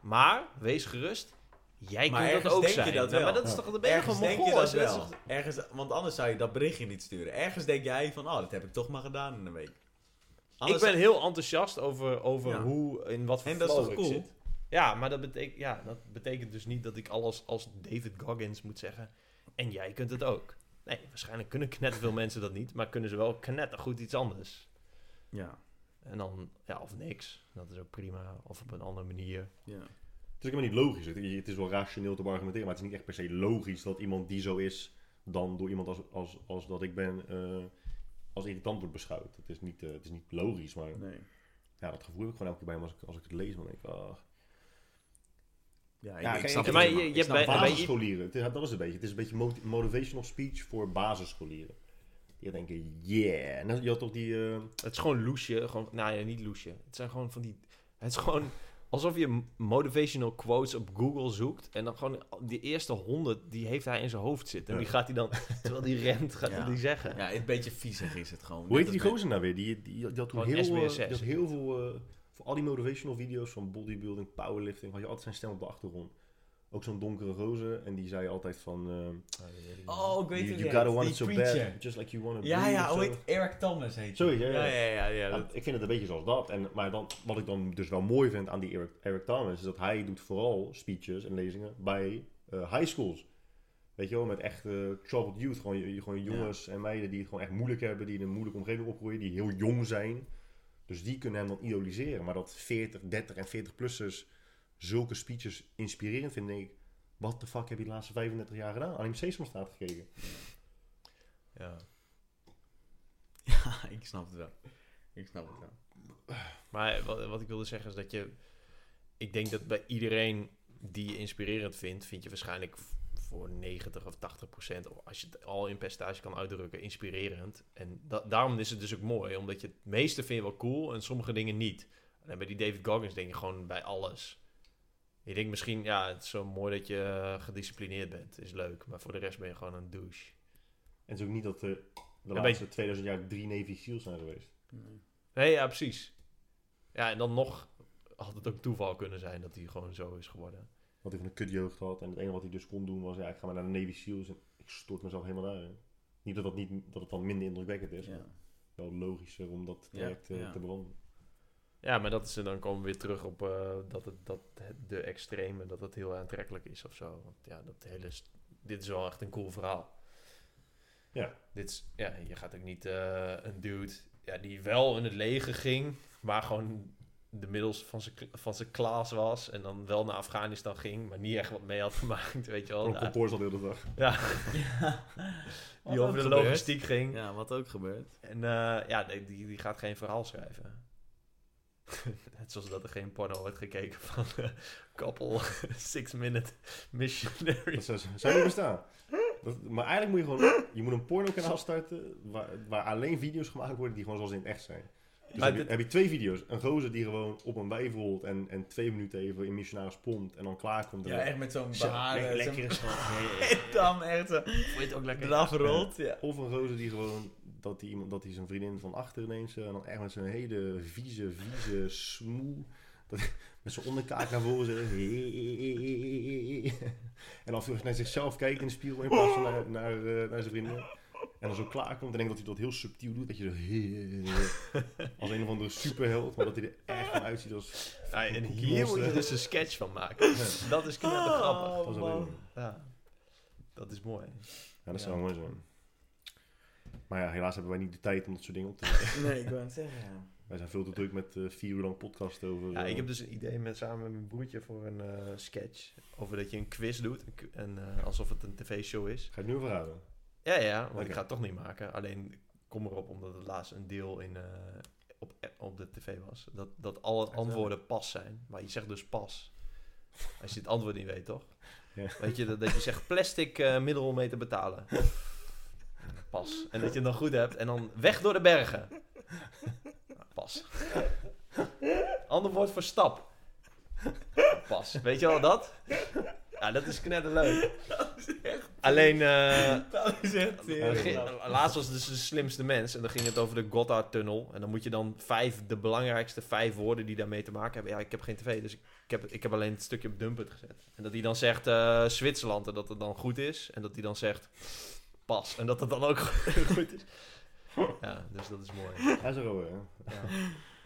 [SPEAKER 2] Maar, wees gerust, jij
[SPEAKER 5] Maar
[SPEAKER 2] kunt dat
[SPEAKER 5] ergens
[SPEAKER 2] ook
[SPEAKER 5] denk je
[SPEAKER 2] zijn.
[SPEAKER 5] dat
[SPEAKER 2] Ja,
[SPEAKER 5] wel.
[SPEAKER 2] maar dat is toch... Dan ben je
[SPEAKER 5] Ergens
[SPEAKER 2] gewoon
[SPEAKER 5] denk je
[SPEAKER 2] Mongool.
[SPEAKER 5] dat
[SPEAKER 2] als je dat
[SPEAKER 5] wel.
[SPEAKER 2] zegt.
[SPEAKER 5] Ergens, want anders zou je dat berichtje niet sturen. Ergens denk jij van, oh, dat heb ik toch maar gedaan in een week.
[SPEAKER 2] Ik
[SPEAKER 5] Anders-
[SPEAKER 2] ben heel enthousiast over, over
[SPEAKER 5] Ja.
[SPEAKER 2] hoe, in wat voor
[SPEAKER 5] En dat is
[SPEAKER 2] flow
[SPEAKER 5] toch
[SPEAKER 2] ik
[SPEAKER 5] cool?
[SPEAKER 2] zit. Ja, maar dat, betek ja, dat betekent dus niet dat ik alles als David Goggins moet zeggen. En jij kunt het ook. Nee, waarschijnlijk kunnen knetterveel mensen dat niet. Maar kunnen ze wel knettergoed iets anders.
[SPEAKER 5] Ja,
[SPEAKER 2] En dan, ja, of niks. Dat is ook prima. Of op een andere manier.
[SPEAKER 5] ja.
[SPEAKER 1] Het is helemaal niet logisch. Het, het is wel rationeel te argumenteren, maar het is niet echt per se logisch dat iemand die zo is, dan door iemand als, als, als dat ik ben, eh, als irritant wordt beschouwd. Het is niet, eh, het is niet logisch, maar
[SPEAKER 5] Nee.
[SPEAKER 1] ja, dat gevoel heb ik gewoon elke keer bij hem als ik, als ik het lees. Dan denk ik, ah.
[SPEAKER 5] Ja,
[SPEAKER 1] Ja,
[SPEAKER 5] ik, ik
[SPEAKER 1] kijk,
[SPEAKER 5] snap
[SPEAKER 1] ik-
[SPEAKER 5] het
[SPEAKER 2] maar
[SPEAKER 5] helemaal.
[SPEAKER 2] je- je hebt
[SPEAKER 5] Ik snap
[SPEAKER 2] bij-
[SPEAKER 5] het
[SPEAKER 2] bij-
[SPEAKER 5] helemaal.
[SPEAKER 1] Basisscholieren. Het is- Dat is een beetje. Het is een beetje moti- motivational speech voor basisscholieren. Die denken, yeah. En dan- je had toch die... eh,
[SPEAKER 2] Het is gewoon loesje. Gewoon, nou ja, niet loesje. Het zijn gewoon van die... Het is gewoon alsof je motivational quotes op Google zoekt. En dan gewoon die eerste honderd, die heeft hij in zijn hoofd zitten. En die gaat hij dan, terwijl die rent, gaat hij
[SPEAKER 5] Ja.
[SPEAKER 2] die zeggen.
[SPEAKER 5] Ja, een beetje viezig is het gewoon.
[SPEAKER 1] Hoe heet
[SPEAKER 5] Net
[SPEAKER 1] die
[SPEAKER 5] als
[SPEAKER 1] gozer nou weer? Die, die, die had toen
[SPEAKER 2] Gewoon
[SPEAKER 1] heel, eh,
[SPEAKER 2] SBSS.
[SPEAKER 1] die had heel veel... eh, voor al die motivational video's van bodybuilding, powerlifting... had je altijd zijn stem op de achtergrond. Ook zo'n donkere gozer. En die zei altijd van... eh,
[SPEAKER 5] met- Oh, ik weet
[SPEAKER 1] you
[SPEAKER 5] het
[SPEAKER 1] you
[SPEAKER 5] niet.
[SPEAKER 1] gotta want
[SPEAKER 5] Die
[SPEAKER 1] it so
[SPEAKER 5] preacher.
[SPEAKER 1] bad. Just like you want it
[SPEAKER 5] Ja, ja, hoe heet Eric Thomas heet
[SPEAKER 1] Sorry, ja,
[SPEAKER 5] die.
[SPEAKER 1] ja.
[SPEAKER 5] ja, ja, ja, ja, [LAUGHS]
[SPEAKER 1] Ja,
[SPEAKER 5] dat-
[SPEAKER 1] ik vind het een beetje zoals dat. En, maar dan, wat ik dan dus wel mooi vind aan die Eric, Eric Thomas... is dat hij doet vooral speeches en lezingen bij eh, high schools. Weet je wel, met echt eh, troubled youth. Gewoon, je- je- gewoon jongens en meiden die het gewoon echt moeilijk hebben... die in een moeilijke omgeving opgroeien, die heel jong zijn. Dus die kunnen hem dan idoliseren. Maar dat 40, 30 en 40-plussers zulke speeches inspirerend vinden... denk ik, wat de fuck heb je de laatste 35 jaar gedaan? Alleen Sesam staat gekeken.
[SPEAKER 2] Ja.
[SPEAKER 5] Ja, ik snap het wel. Ik snap het wel.
[SPEAKER 2] Maar wat, wat ik wilde zeggen is dat je... Ik denk dat bij iedereen die je inspirerend vindt... vind je waarschijnlijk v- voor 90 of 80 procent... of als je het al in percentage kan uitdrukken, inspirerend. En da- daarom is het dus ook mooi. Omdat je het meeste vind je wel cool en sommige dingen niet. En bij die David Goggins denk je gewoon bij alles. Je denkt misschien, ja, het is zo mooi dat je eh, gedisciplineerd bent. Is leuk. Maar voor de rest ben je gewoon een douche.
[SPEAKER 1] En het is ook niet dat eh, de
[SPEAKER 2] bij-
[SPEAKER 1] laatste 2000 jaar drie Navy Seals zijn geweest.
[SPEAKER 2] Nee, ja, precies. Ja, en dan nog had het ook toeval kunnen zijn dat hij gewoon zo is geworden.
[SPEAKER 1] Wat ik van een kutjeugd had. En het enige wat hij dus kon doen was, ja, ik ga maar naar de Navy Seals en ik stort mezelf helemaal daarin. Niet dat, dat, niet, dat het dan minder indrukwekkend is,
[SPEAKER 5] Ja.
[SPEAKER 1] maar wel logischer om dat
[SPEAKER 5] Ja,
[SPEAKER 1] traject eh,
[SPEAKER 5] ja.
[SPEAKER 1] te bewandelen.
[SPEAKER 2] Ja, maar dat is, en dan komen we weer terug op eh, dat, het, dat het- de extreme, dat dat heel aantrekkelijk is of zo. Want ja, dat hele, st- dit is wel echt een cool verhaal.
[SPEAKER 1] Ja.
[SPEAKER 2] Dit is, ja, je gaat ook niet eh, een dude ja, die wel in het leger ging, maar gewoon de middels van zijn k- van zijn klas was en dan wel naar Afghanistan ging, maar niet echt wat mee had [LAUGHS] gemaakt, weet je wel.
[SPEAKER 1] Op
[SPEAKER 2] Daar-
[SPEAKER 1] kantoor zat de hele
[SPEAKER 2] [LAUGHS]
[SPEAKER 1] dag.
[SPEAKER 5] Wat
[SPEAKER 2] die over
[SPEAKER 5] ook
[SPEAKER 2] de
[SPEAKER 5] gebeurt.
[SPEAKER 2] logistiek ging.
[SPEAKER 5] Ja, wat ook gebeurt.
[SPEAKER 2] En eh, ja, die, die die gaat geen verhaal schrijven. [LAUGHS] Net zoals dat er geen porno wordt gekeken van eh, couple [LAUGHS] six minute missionary.
[SPEAKER 1] [LAUGHS] Dat zou, zou niet bestaan. Dat- maar eigenlijk moet je gewoon, je moet een pornokanaal starten waar, waar alleen video's gemaakt worden die gewoon zoals in het echt zijn. Dus
[SPEAKER 2] Maar
[SPEAKER 1] heb, je,
[SPEAKER 2] dit-
[SPEAKER 1] heb je twee video's. Een gozer die gewoon op een wijf rolt en, en twee minuten even in missionaris pompt en dan klaar komt.
[SPEAKER 5] Ja, echt met zo'n
[SPEAKER 1] Zo,
[SPEAKER 5] beharen.
[SPEAKER 1] le- lekkere
[SPEAKER 5] En dan echt zo.
[SPEAKER 2] Vond je het ook lekker?
[SPEAKER 5] Eraf rolt. Ja.
[SPEAKER 1] Of een gozer die gewoon, dat hij iemand- dat hij zijn vriendin van achter ineens, eh, en dan echt met zijn hele vieze, vieze smoe, dat, [LAUGHS] met zijn onderkaak naar voren zegt, en dan naar zichzelf kijkt in de spiegel in plaats van naar, naar, eh, naar zijn vriendin. En dan zo klaar komt en denkt dat hij dat heel subtiel doet, dat je zo als een of andere superheld, maar dat hij er echt van uitziet als...
[SPEAKER 2] Ja, en
[SPEAKER 1] Cookie
[SPEAKER 2] hier moet
[SPEAKER 1] Monster.
[SPEAKER 2] je dus een sketch van maken. Dat is
[SPEAKER 1] Oh.
[SPEAKER 2] knettergrappig.
[SPEAKER 5] Oh,
[SPEAKER 1] Dat is wel heel mooi.
[SPEAKER 2] Ja. Dat is mooi.
[SPEAKER 1] Ja, dat
[SPEAKER 5] Ja.
[SPEAKER 1] zou mooi zijn. Maar ja, helaas hebben wij niet de tijd om dat soort dingen op te
[SPEAKER 5] Nee, ik wou het zeggen. ja.
[SPEAKER 1] Wij zijn veel te druk met eh, vier uur lang podcast over...
[SPEAKER 2] Ja,
[SPEAKER 1] eh,
[SPEAKER 2] ik heb dus een idee met, samen met mijn broertje voor een eh, sketch. Over dat je een quiz doet. een qu- En eh, alsof het een tv-show is.
[SPEAKER 1] Ga je het nu verraden?
[SPEAKER 2] Ja, ja, want ik
[SPEAKER 1] Oké.
[SPEAKER 2] ga het toch niet maken. Alleen ik kom erop omdat het laatst een deel in, eh, op, eh, op de tv was. Dat, dat alle antwoorden pas zijn. Maar je zegt dus pas. Als je het antwoord niet weet, toch?
[SPEAKER 1] Ja.
[SPEAKER 2] Weet je, dat, dat je zegt plastic eh, middel om mee te betalen. Pas. En dat je het dan goed hebt. En dan weg door de bergen. Nou, Pas. Ander woord voor stap. Pas. Weet je wel dat? Ja, dat is knetterleuk. Alleen... eh,
[SPEAKER 5] Dat is echt
[SPEAKER 2] eh,
[SPEAKER 5] heel
[SPEAKER 1] Oké.
[SPEAKER 2] ge- laatst was het dus de slimste mens en dan ging het over de Gotthardtunnel. En dan moet je dan vijf, de belangrijkste vijf woorden die daarmee te maken hebben. Ja, ik heb geen tv, dus ik ik heb, ik heb alleen het stukje op Dumpert gezet. En dat hij dan zegt eh, Zwitserland en dat het dan goed is. En dat hij dan zegt pas en dat het dan ook [LAUGHS] goed is. Ja, dus dat is mooi.
[SPEAKER 1] Hij is er al, hè?
[SPEAKER 2] Ja.
[SPEAKER 1] [LAUGHS]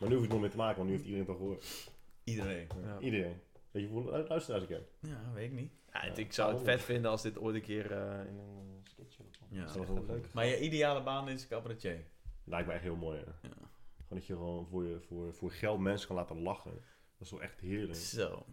[SPEAKER 1] Maar nu hoef je het nog meer te maken, want nu heeft iedereen het al gehoord.
[SPEAKER 5] Iedereen.
[SPEAKER 2] Ja.
[SPEAKER 1] Iedereen. Weet je hoeveel lu- luisteraars ik heb?
[SPEAKER 5] Ja, weet ik niet.
[SPEAKER 2] Ja, het- ik zou het vet vinden als dit ooit een keer eh, in een sketch wordt.
[SPEAKER 5] Ja.
[SPEAKER 1] Dat is wel leuk.
[SPEAKER 5] Maar je ideale baan is cabaretier.
[SPEAKER 1] Lijkt mij echt heel mooi, hè? Gewoon dat je gewoon voor, je, voor, voor geld mensen kan laten lachen. Dat is wel echt heerlijk.
[SPEAKER 5] Zo.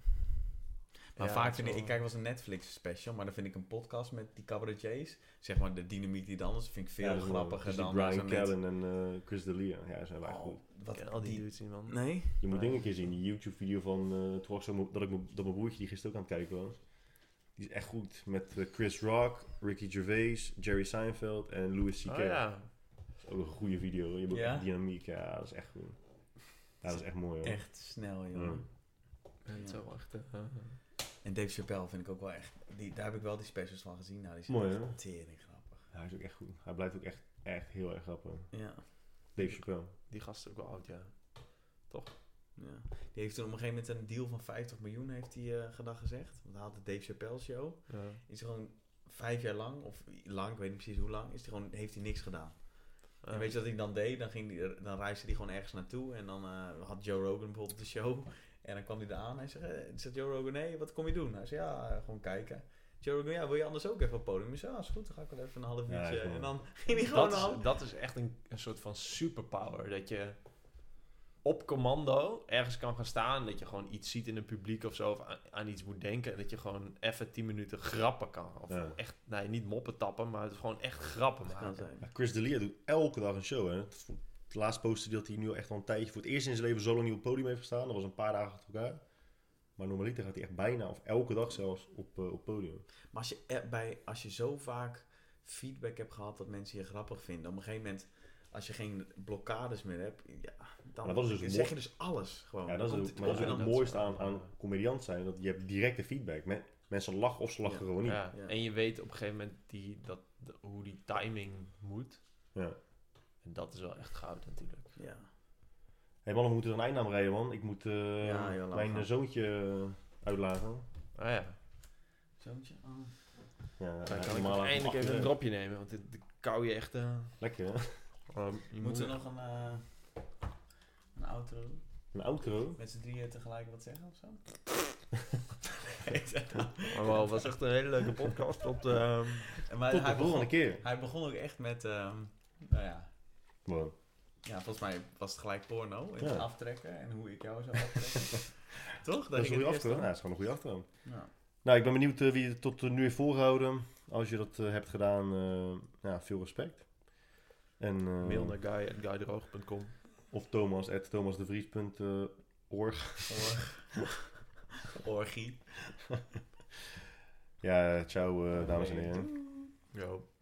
[SPEAKER 5] Maar
[SPEAKER 2] Ja,
[SPEAKER 5] vaak
[SPEAKER 2] dat
[SPEAKER 5] vind ik,
[SPEAKER 2] wel-
[SPEAKER 5] ik kijk wel eens een Netflix special, maar dan vind ik een podcast met die cabaretiers, zeg maar de dynamiek die dan is, vind ik veel
[SPEAKER 1] dat is wel-
[SPEAKER 5] grappiger
[SPEAKER 1] tussen
[SPEAKER 5] dan
[SPEAKER 1] Brian
[SPEAKER 5] zo'n net-
[SPEAKER 1] Callen en eh, Chris D'Elia. Ja, ze zijn wel echt goed.
[SPEAKER 5] Oh, wat
[SPEAKER 2] Ik ken al die,
[SPEAKER 5] die-
[SPEAKER 2] dudes niet, man. Oh
[SPEAKER 5] Nee?
[SPEAKER 1] Je moet
[SPEAKER 2] Nee.
[SPEAKER 1] dingen een keer zien. Die YouTube-video van eh Trox, dat ik mijn- dat mijn broertje die gisteren ook aan het kijken was. Die is echt goed. Met eh, Chris Rock, Ricky Gervais, Jerry Seinfeld en Louis C.K.
[SPEAKER 2] Oh ja.
[SPEAKER 1] Dat is ook een goede video. Je hebt ook
[SPEAKER 5] Ja?
[SPEAKER 1] die dynamiek. Ja, dat is echt goed. Ja, dat is echt mooi hoor.
[SPEAKER 5] Echt snel, jongen.
[SPEAKER 1] Mm.
[SPEAKER 2] Ja, Het is wel echt... eh, eh,
[SPEAKER 5] En Dave Chappelle vind ik ook wel echt, die, daar heb ik wel die specials van gezien. Nou, die zijn
[SPEAKER 1] Mooi,
[SPEAKER 5] echt
[SPEAKER 1] hè?
[SPEAKER 5] tering grappig.
[SPEAKER 1] Ja, hij is ook echt goed. Hij blijft ook echt, echt heel erg grappig.
[SPEAKER 5] Ja.
[SPEAKER 1] Dave Chappelle.
[SPEAKER 2] die gast is ook wel oud, ja.
[SPEAKER 5] Ja. Die heeft toen op een gegeven moment een deal van 50 miljoen, heeft hij eh, gedag gezegd. Want hij had de Dave Chappelle show.
[SPEAKER 2] Ja.
[SPEAKER 5] Is gewoon vijf jaar lang, of lang, ik weet niet precies hoe lang, is hij gewoon, heeft hij niks gedaan. En weet je wat hij dan deed? Dan, ging die, dan reisde hij gewoon ergens naartoe. En dan eh, had Joe Rogan bijvoorbeeld de show. En dan kwam hij eraan. Hij zei, eh, zegt Joe Rogan, nee, wat kom je doen? Hij zei, ja, eh, gewoon kijken. Joe Rogan, ja, wil je anders ook even op het podium? Ik zei, ja, is goed, dan ga ik wel even een half
[SPEAKER 1] Ja,
[SPEAKER 5] uurtje.
[SPEAKER 1] is wel-
[SPEAKER 5] en dan ging hij gewoon
[SPEAKER 2] dat,
[SPEAKER 5] al.
[SPEAKER 2] is, dat is echt een, een soort van superpower. Dat je op commando ergens kan gaan staan. Dat je gewoon iets ziet in het publiek of zo. Of aan, aan iets moet denken. En dat je gewoon even 10 minuten grappen kan. Of
[SPEAKER 1] Ja.
[SPEAKER 2] echt, nee, niet moppen tappen. Maar het is gewoon echt grappen
[SPEAKER 5] Dat kan
[SPEAKER 2] maken.
[SPEAKER 5] zijn.
[SPEAKER 1] Ja, Chris D'Elia doet elke dag een show. Hè? Het vo- het laatste poster dat hij nu al echt al een tijdje voor het eerst in zijn leven zo lang niet op het podium heeft gestaan. Dat was een paar dagen achter elkaar. Maar normaliter gaat hij echt bijna, of elke dag zelfs, op, eh, op het podium.
[SPEAKER 5] Maar als je, er- bij, als je zo vaak feedback hebt gehad dat mensen je grappig vinden. Op een gegeven moment, als je geen blokkades meer hebt, ja, dan
[SPEAKER 1] Maar dat is dus
[SPEAKER 5] dan
[SPEAKER 1] mo-
[SPEAKER 5] zeg je dus alles gewoon.
[SPEAKER 1] Ja, dat is,
[SPEAKER 5] Dan komt
[SPEAKER 1] ook, maar dat is
[SPEAKER 5] op
[SPEAKER 1] ook
[SPEAKER 5] en
[SPEAKER 1] het
[SPEAKER 5] dan-
[SPEAKER 1] mooiste aan, aan comediant zijn. Dat je hebt directe feedback. Men- mensen lachen of ze lachen
[SPEAKER 5] Ja.
[SPEAKER 1] gewoon niet.
[SPEAKER 2] Ja.
[SPEAKER 5] Ja.
[SPEAKER 2] En je weet op een gegeven moment die, dat, de- hoe die timing moet.
[SPEAKER 1] Ja.
[SPEAKER 2] En dat is wel echt goud natuurlijk.
[SPEAKER 5] Ja.
[SPEAKER 1] Hé man, we moeten er een eind aan rijden man. Ik moet eh,
[SPEAKER 5] Ja, joh, laat
[SPEAKER 1] mijn
[SPEAKER 5] maar.
[SPEAKER 1] eh, zoontje eh, uitlaten.
[SPEAKER 2] Ah ja,
[SPEAKER 5] Zoontje? Oh.
[SPEAKER 1] Ja,
[SPEAKER 2] dan
[SPEAKER 1] hij
[SPEAKER 2] kan
[SPEAKER 1] is
[SPEAKER 2] ik
[SPEAKER 1] normaal
[SPEAKER 2] nog
[SPEAKER 1] aan
[SPEAKER 2] eindelijk
[SPEAKER 1] het
[SPEAKER 2] even een
[SPEAKER 1] achteren.
[SPEAKER 2] dropje nemen. Want dit, dit kou je echt... eh
[SPEAKER 1] Lekker hè?
[SPEAKER 2] eh, je
[SPEAKER 5] Moeten
[SPEAKER 2] moeder.
[SPEAKER 5] we nog een, eh een outro doen?
[SPEAKER 1] Een outro.
[SPEAKER 5] Met z'n drieën tegelijk wat zeggen of [LAUGHS] zo?
[SPEAKER 2] Maar Oh, wel, het was echt een hele leuke podcast. Tot, ehm,
[SPEAKER 5] maar
[SPEAKER 1] Tot de
[SPEAKER 5] hij,
[SPEAKER 1] volgende
[SPEAKER 5] begon,
[SPEAKER 1] keer.
[SPEAKER 5] hij begon ook echt met, ehm, nou ja.
[SPEAKER 1] Wow.
[SPEAKER 5] ja, volgens mij was het gelijk porno. En
[SPEAKER 1] Ja.
[SPEAKER 5] het aftrekken en hoe ik
[SPEAKER 1] [LAUGHS]
[SPEAKER 5] jou zou aftrekken. Toch?
[SPEAKER 1] Dat is een
[SPEAKER 5] ging
[SPEAKER 1] goede
[SPEAKER 5] het
[SPEAKER 1] aftoon.
[SPEAKER 5] eerst
[SPEAKER 1] Ja, dat is gewoon een goede aftoon.
[SPEAKER 5] om. Ja.
[SPEAKER 1] Nou, ik ben benieuwd eh, wie het tot eh, nu heeft voorgehouden. Als je dat eh, hebt gedaan, eh, ja, veel respect. En, eh,
[SPEAKER 2] Mail naar guy.guydroog.com.
[SPEAKER 1] Of Thomas, at eh, thomasdevries.org.
[SPEAKER 5] Or- Orgie.
[SPEAKER 1] Ja, ciao eh, dames en heren.
[SPEAKER 2] Yo.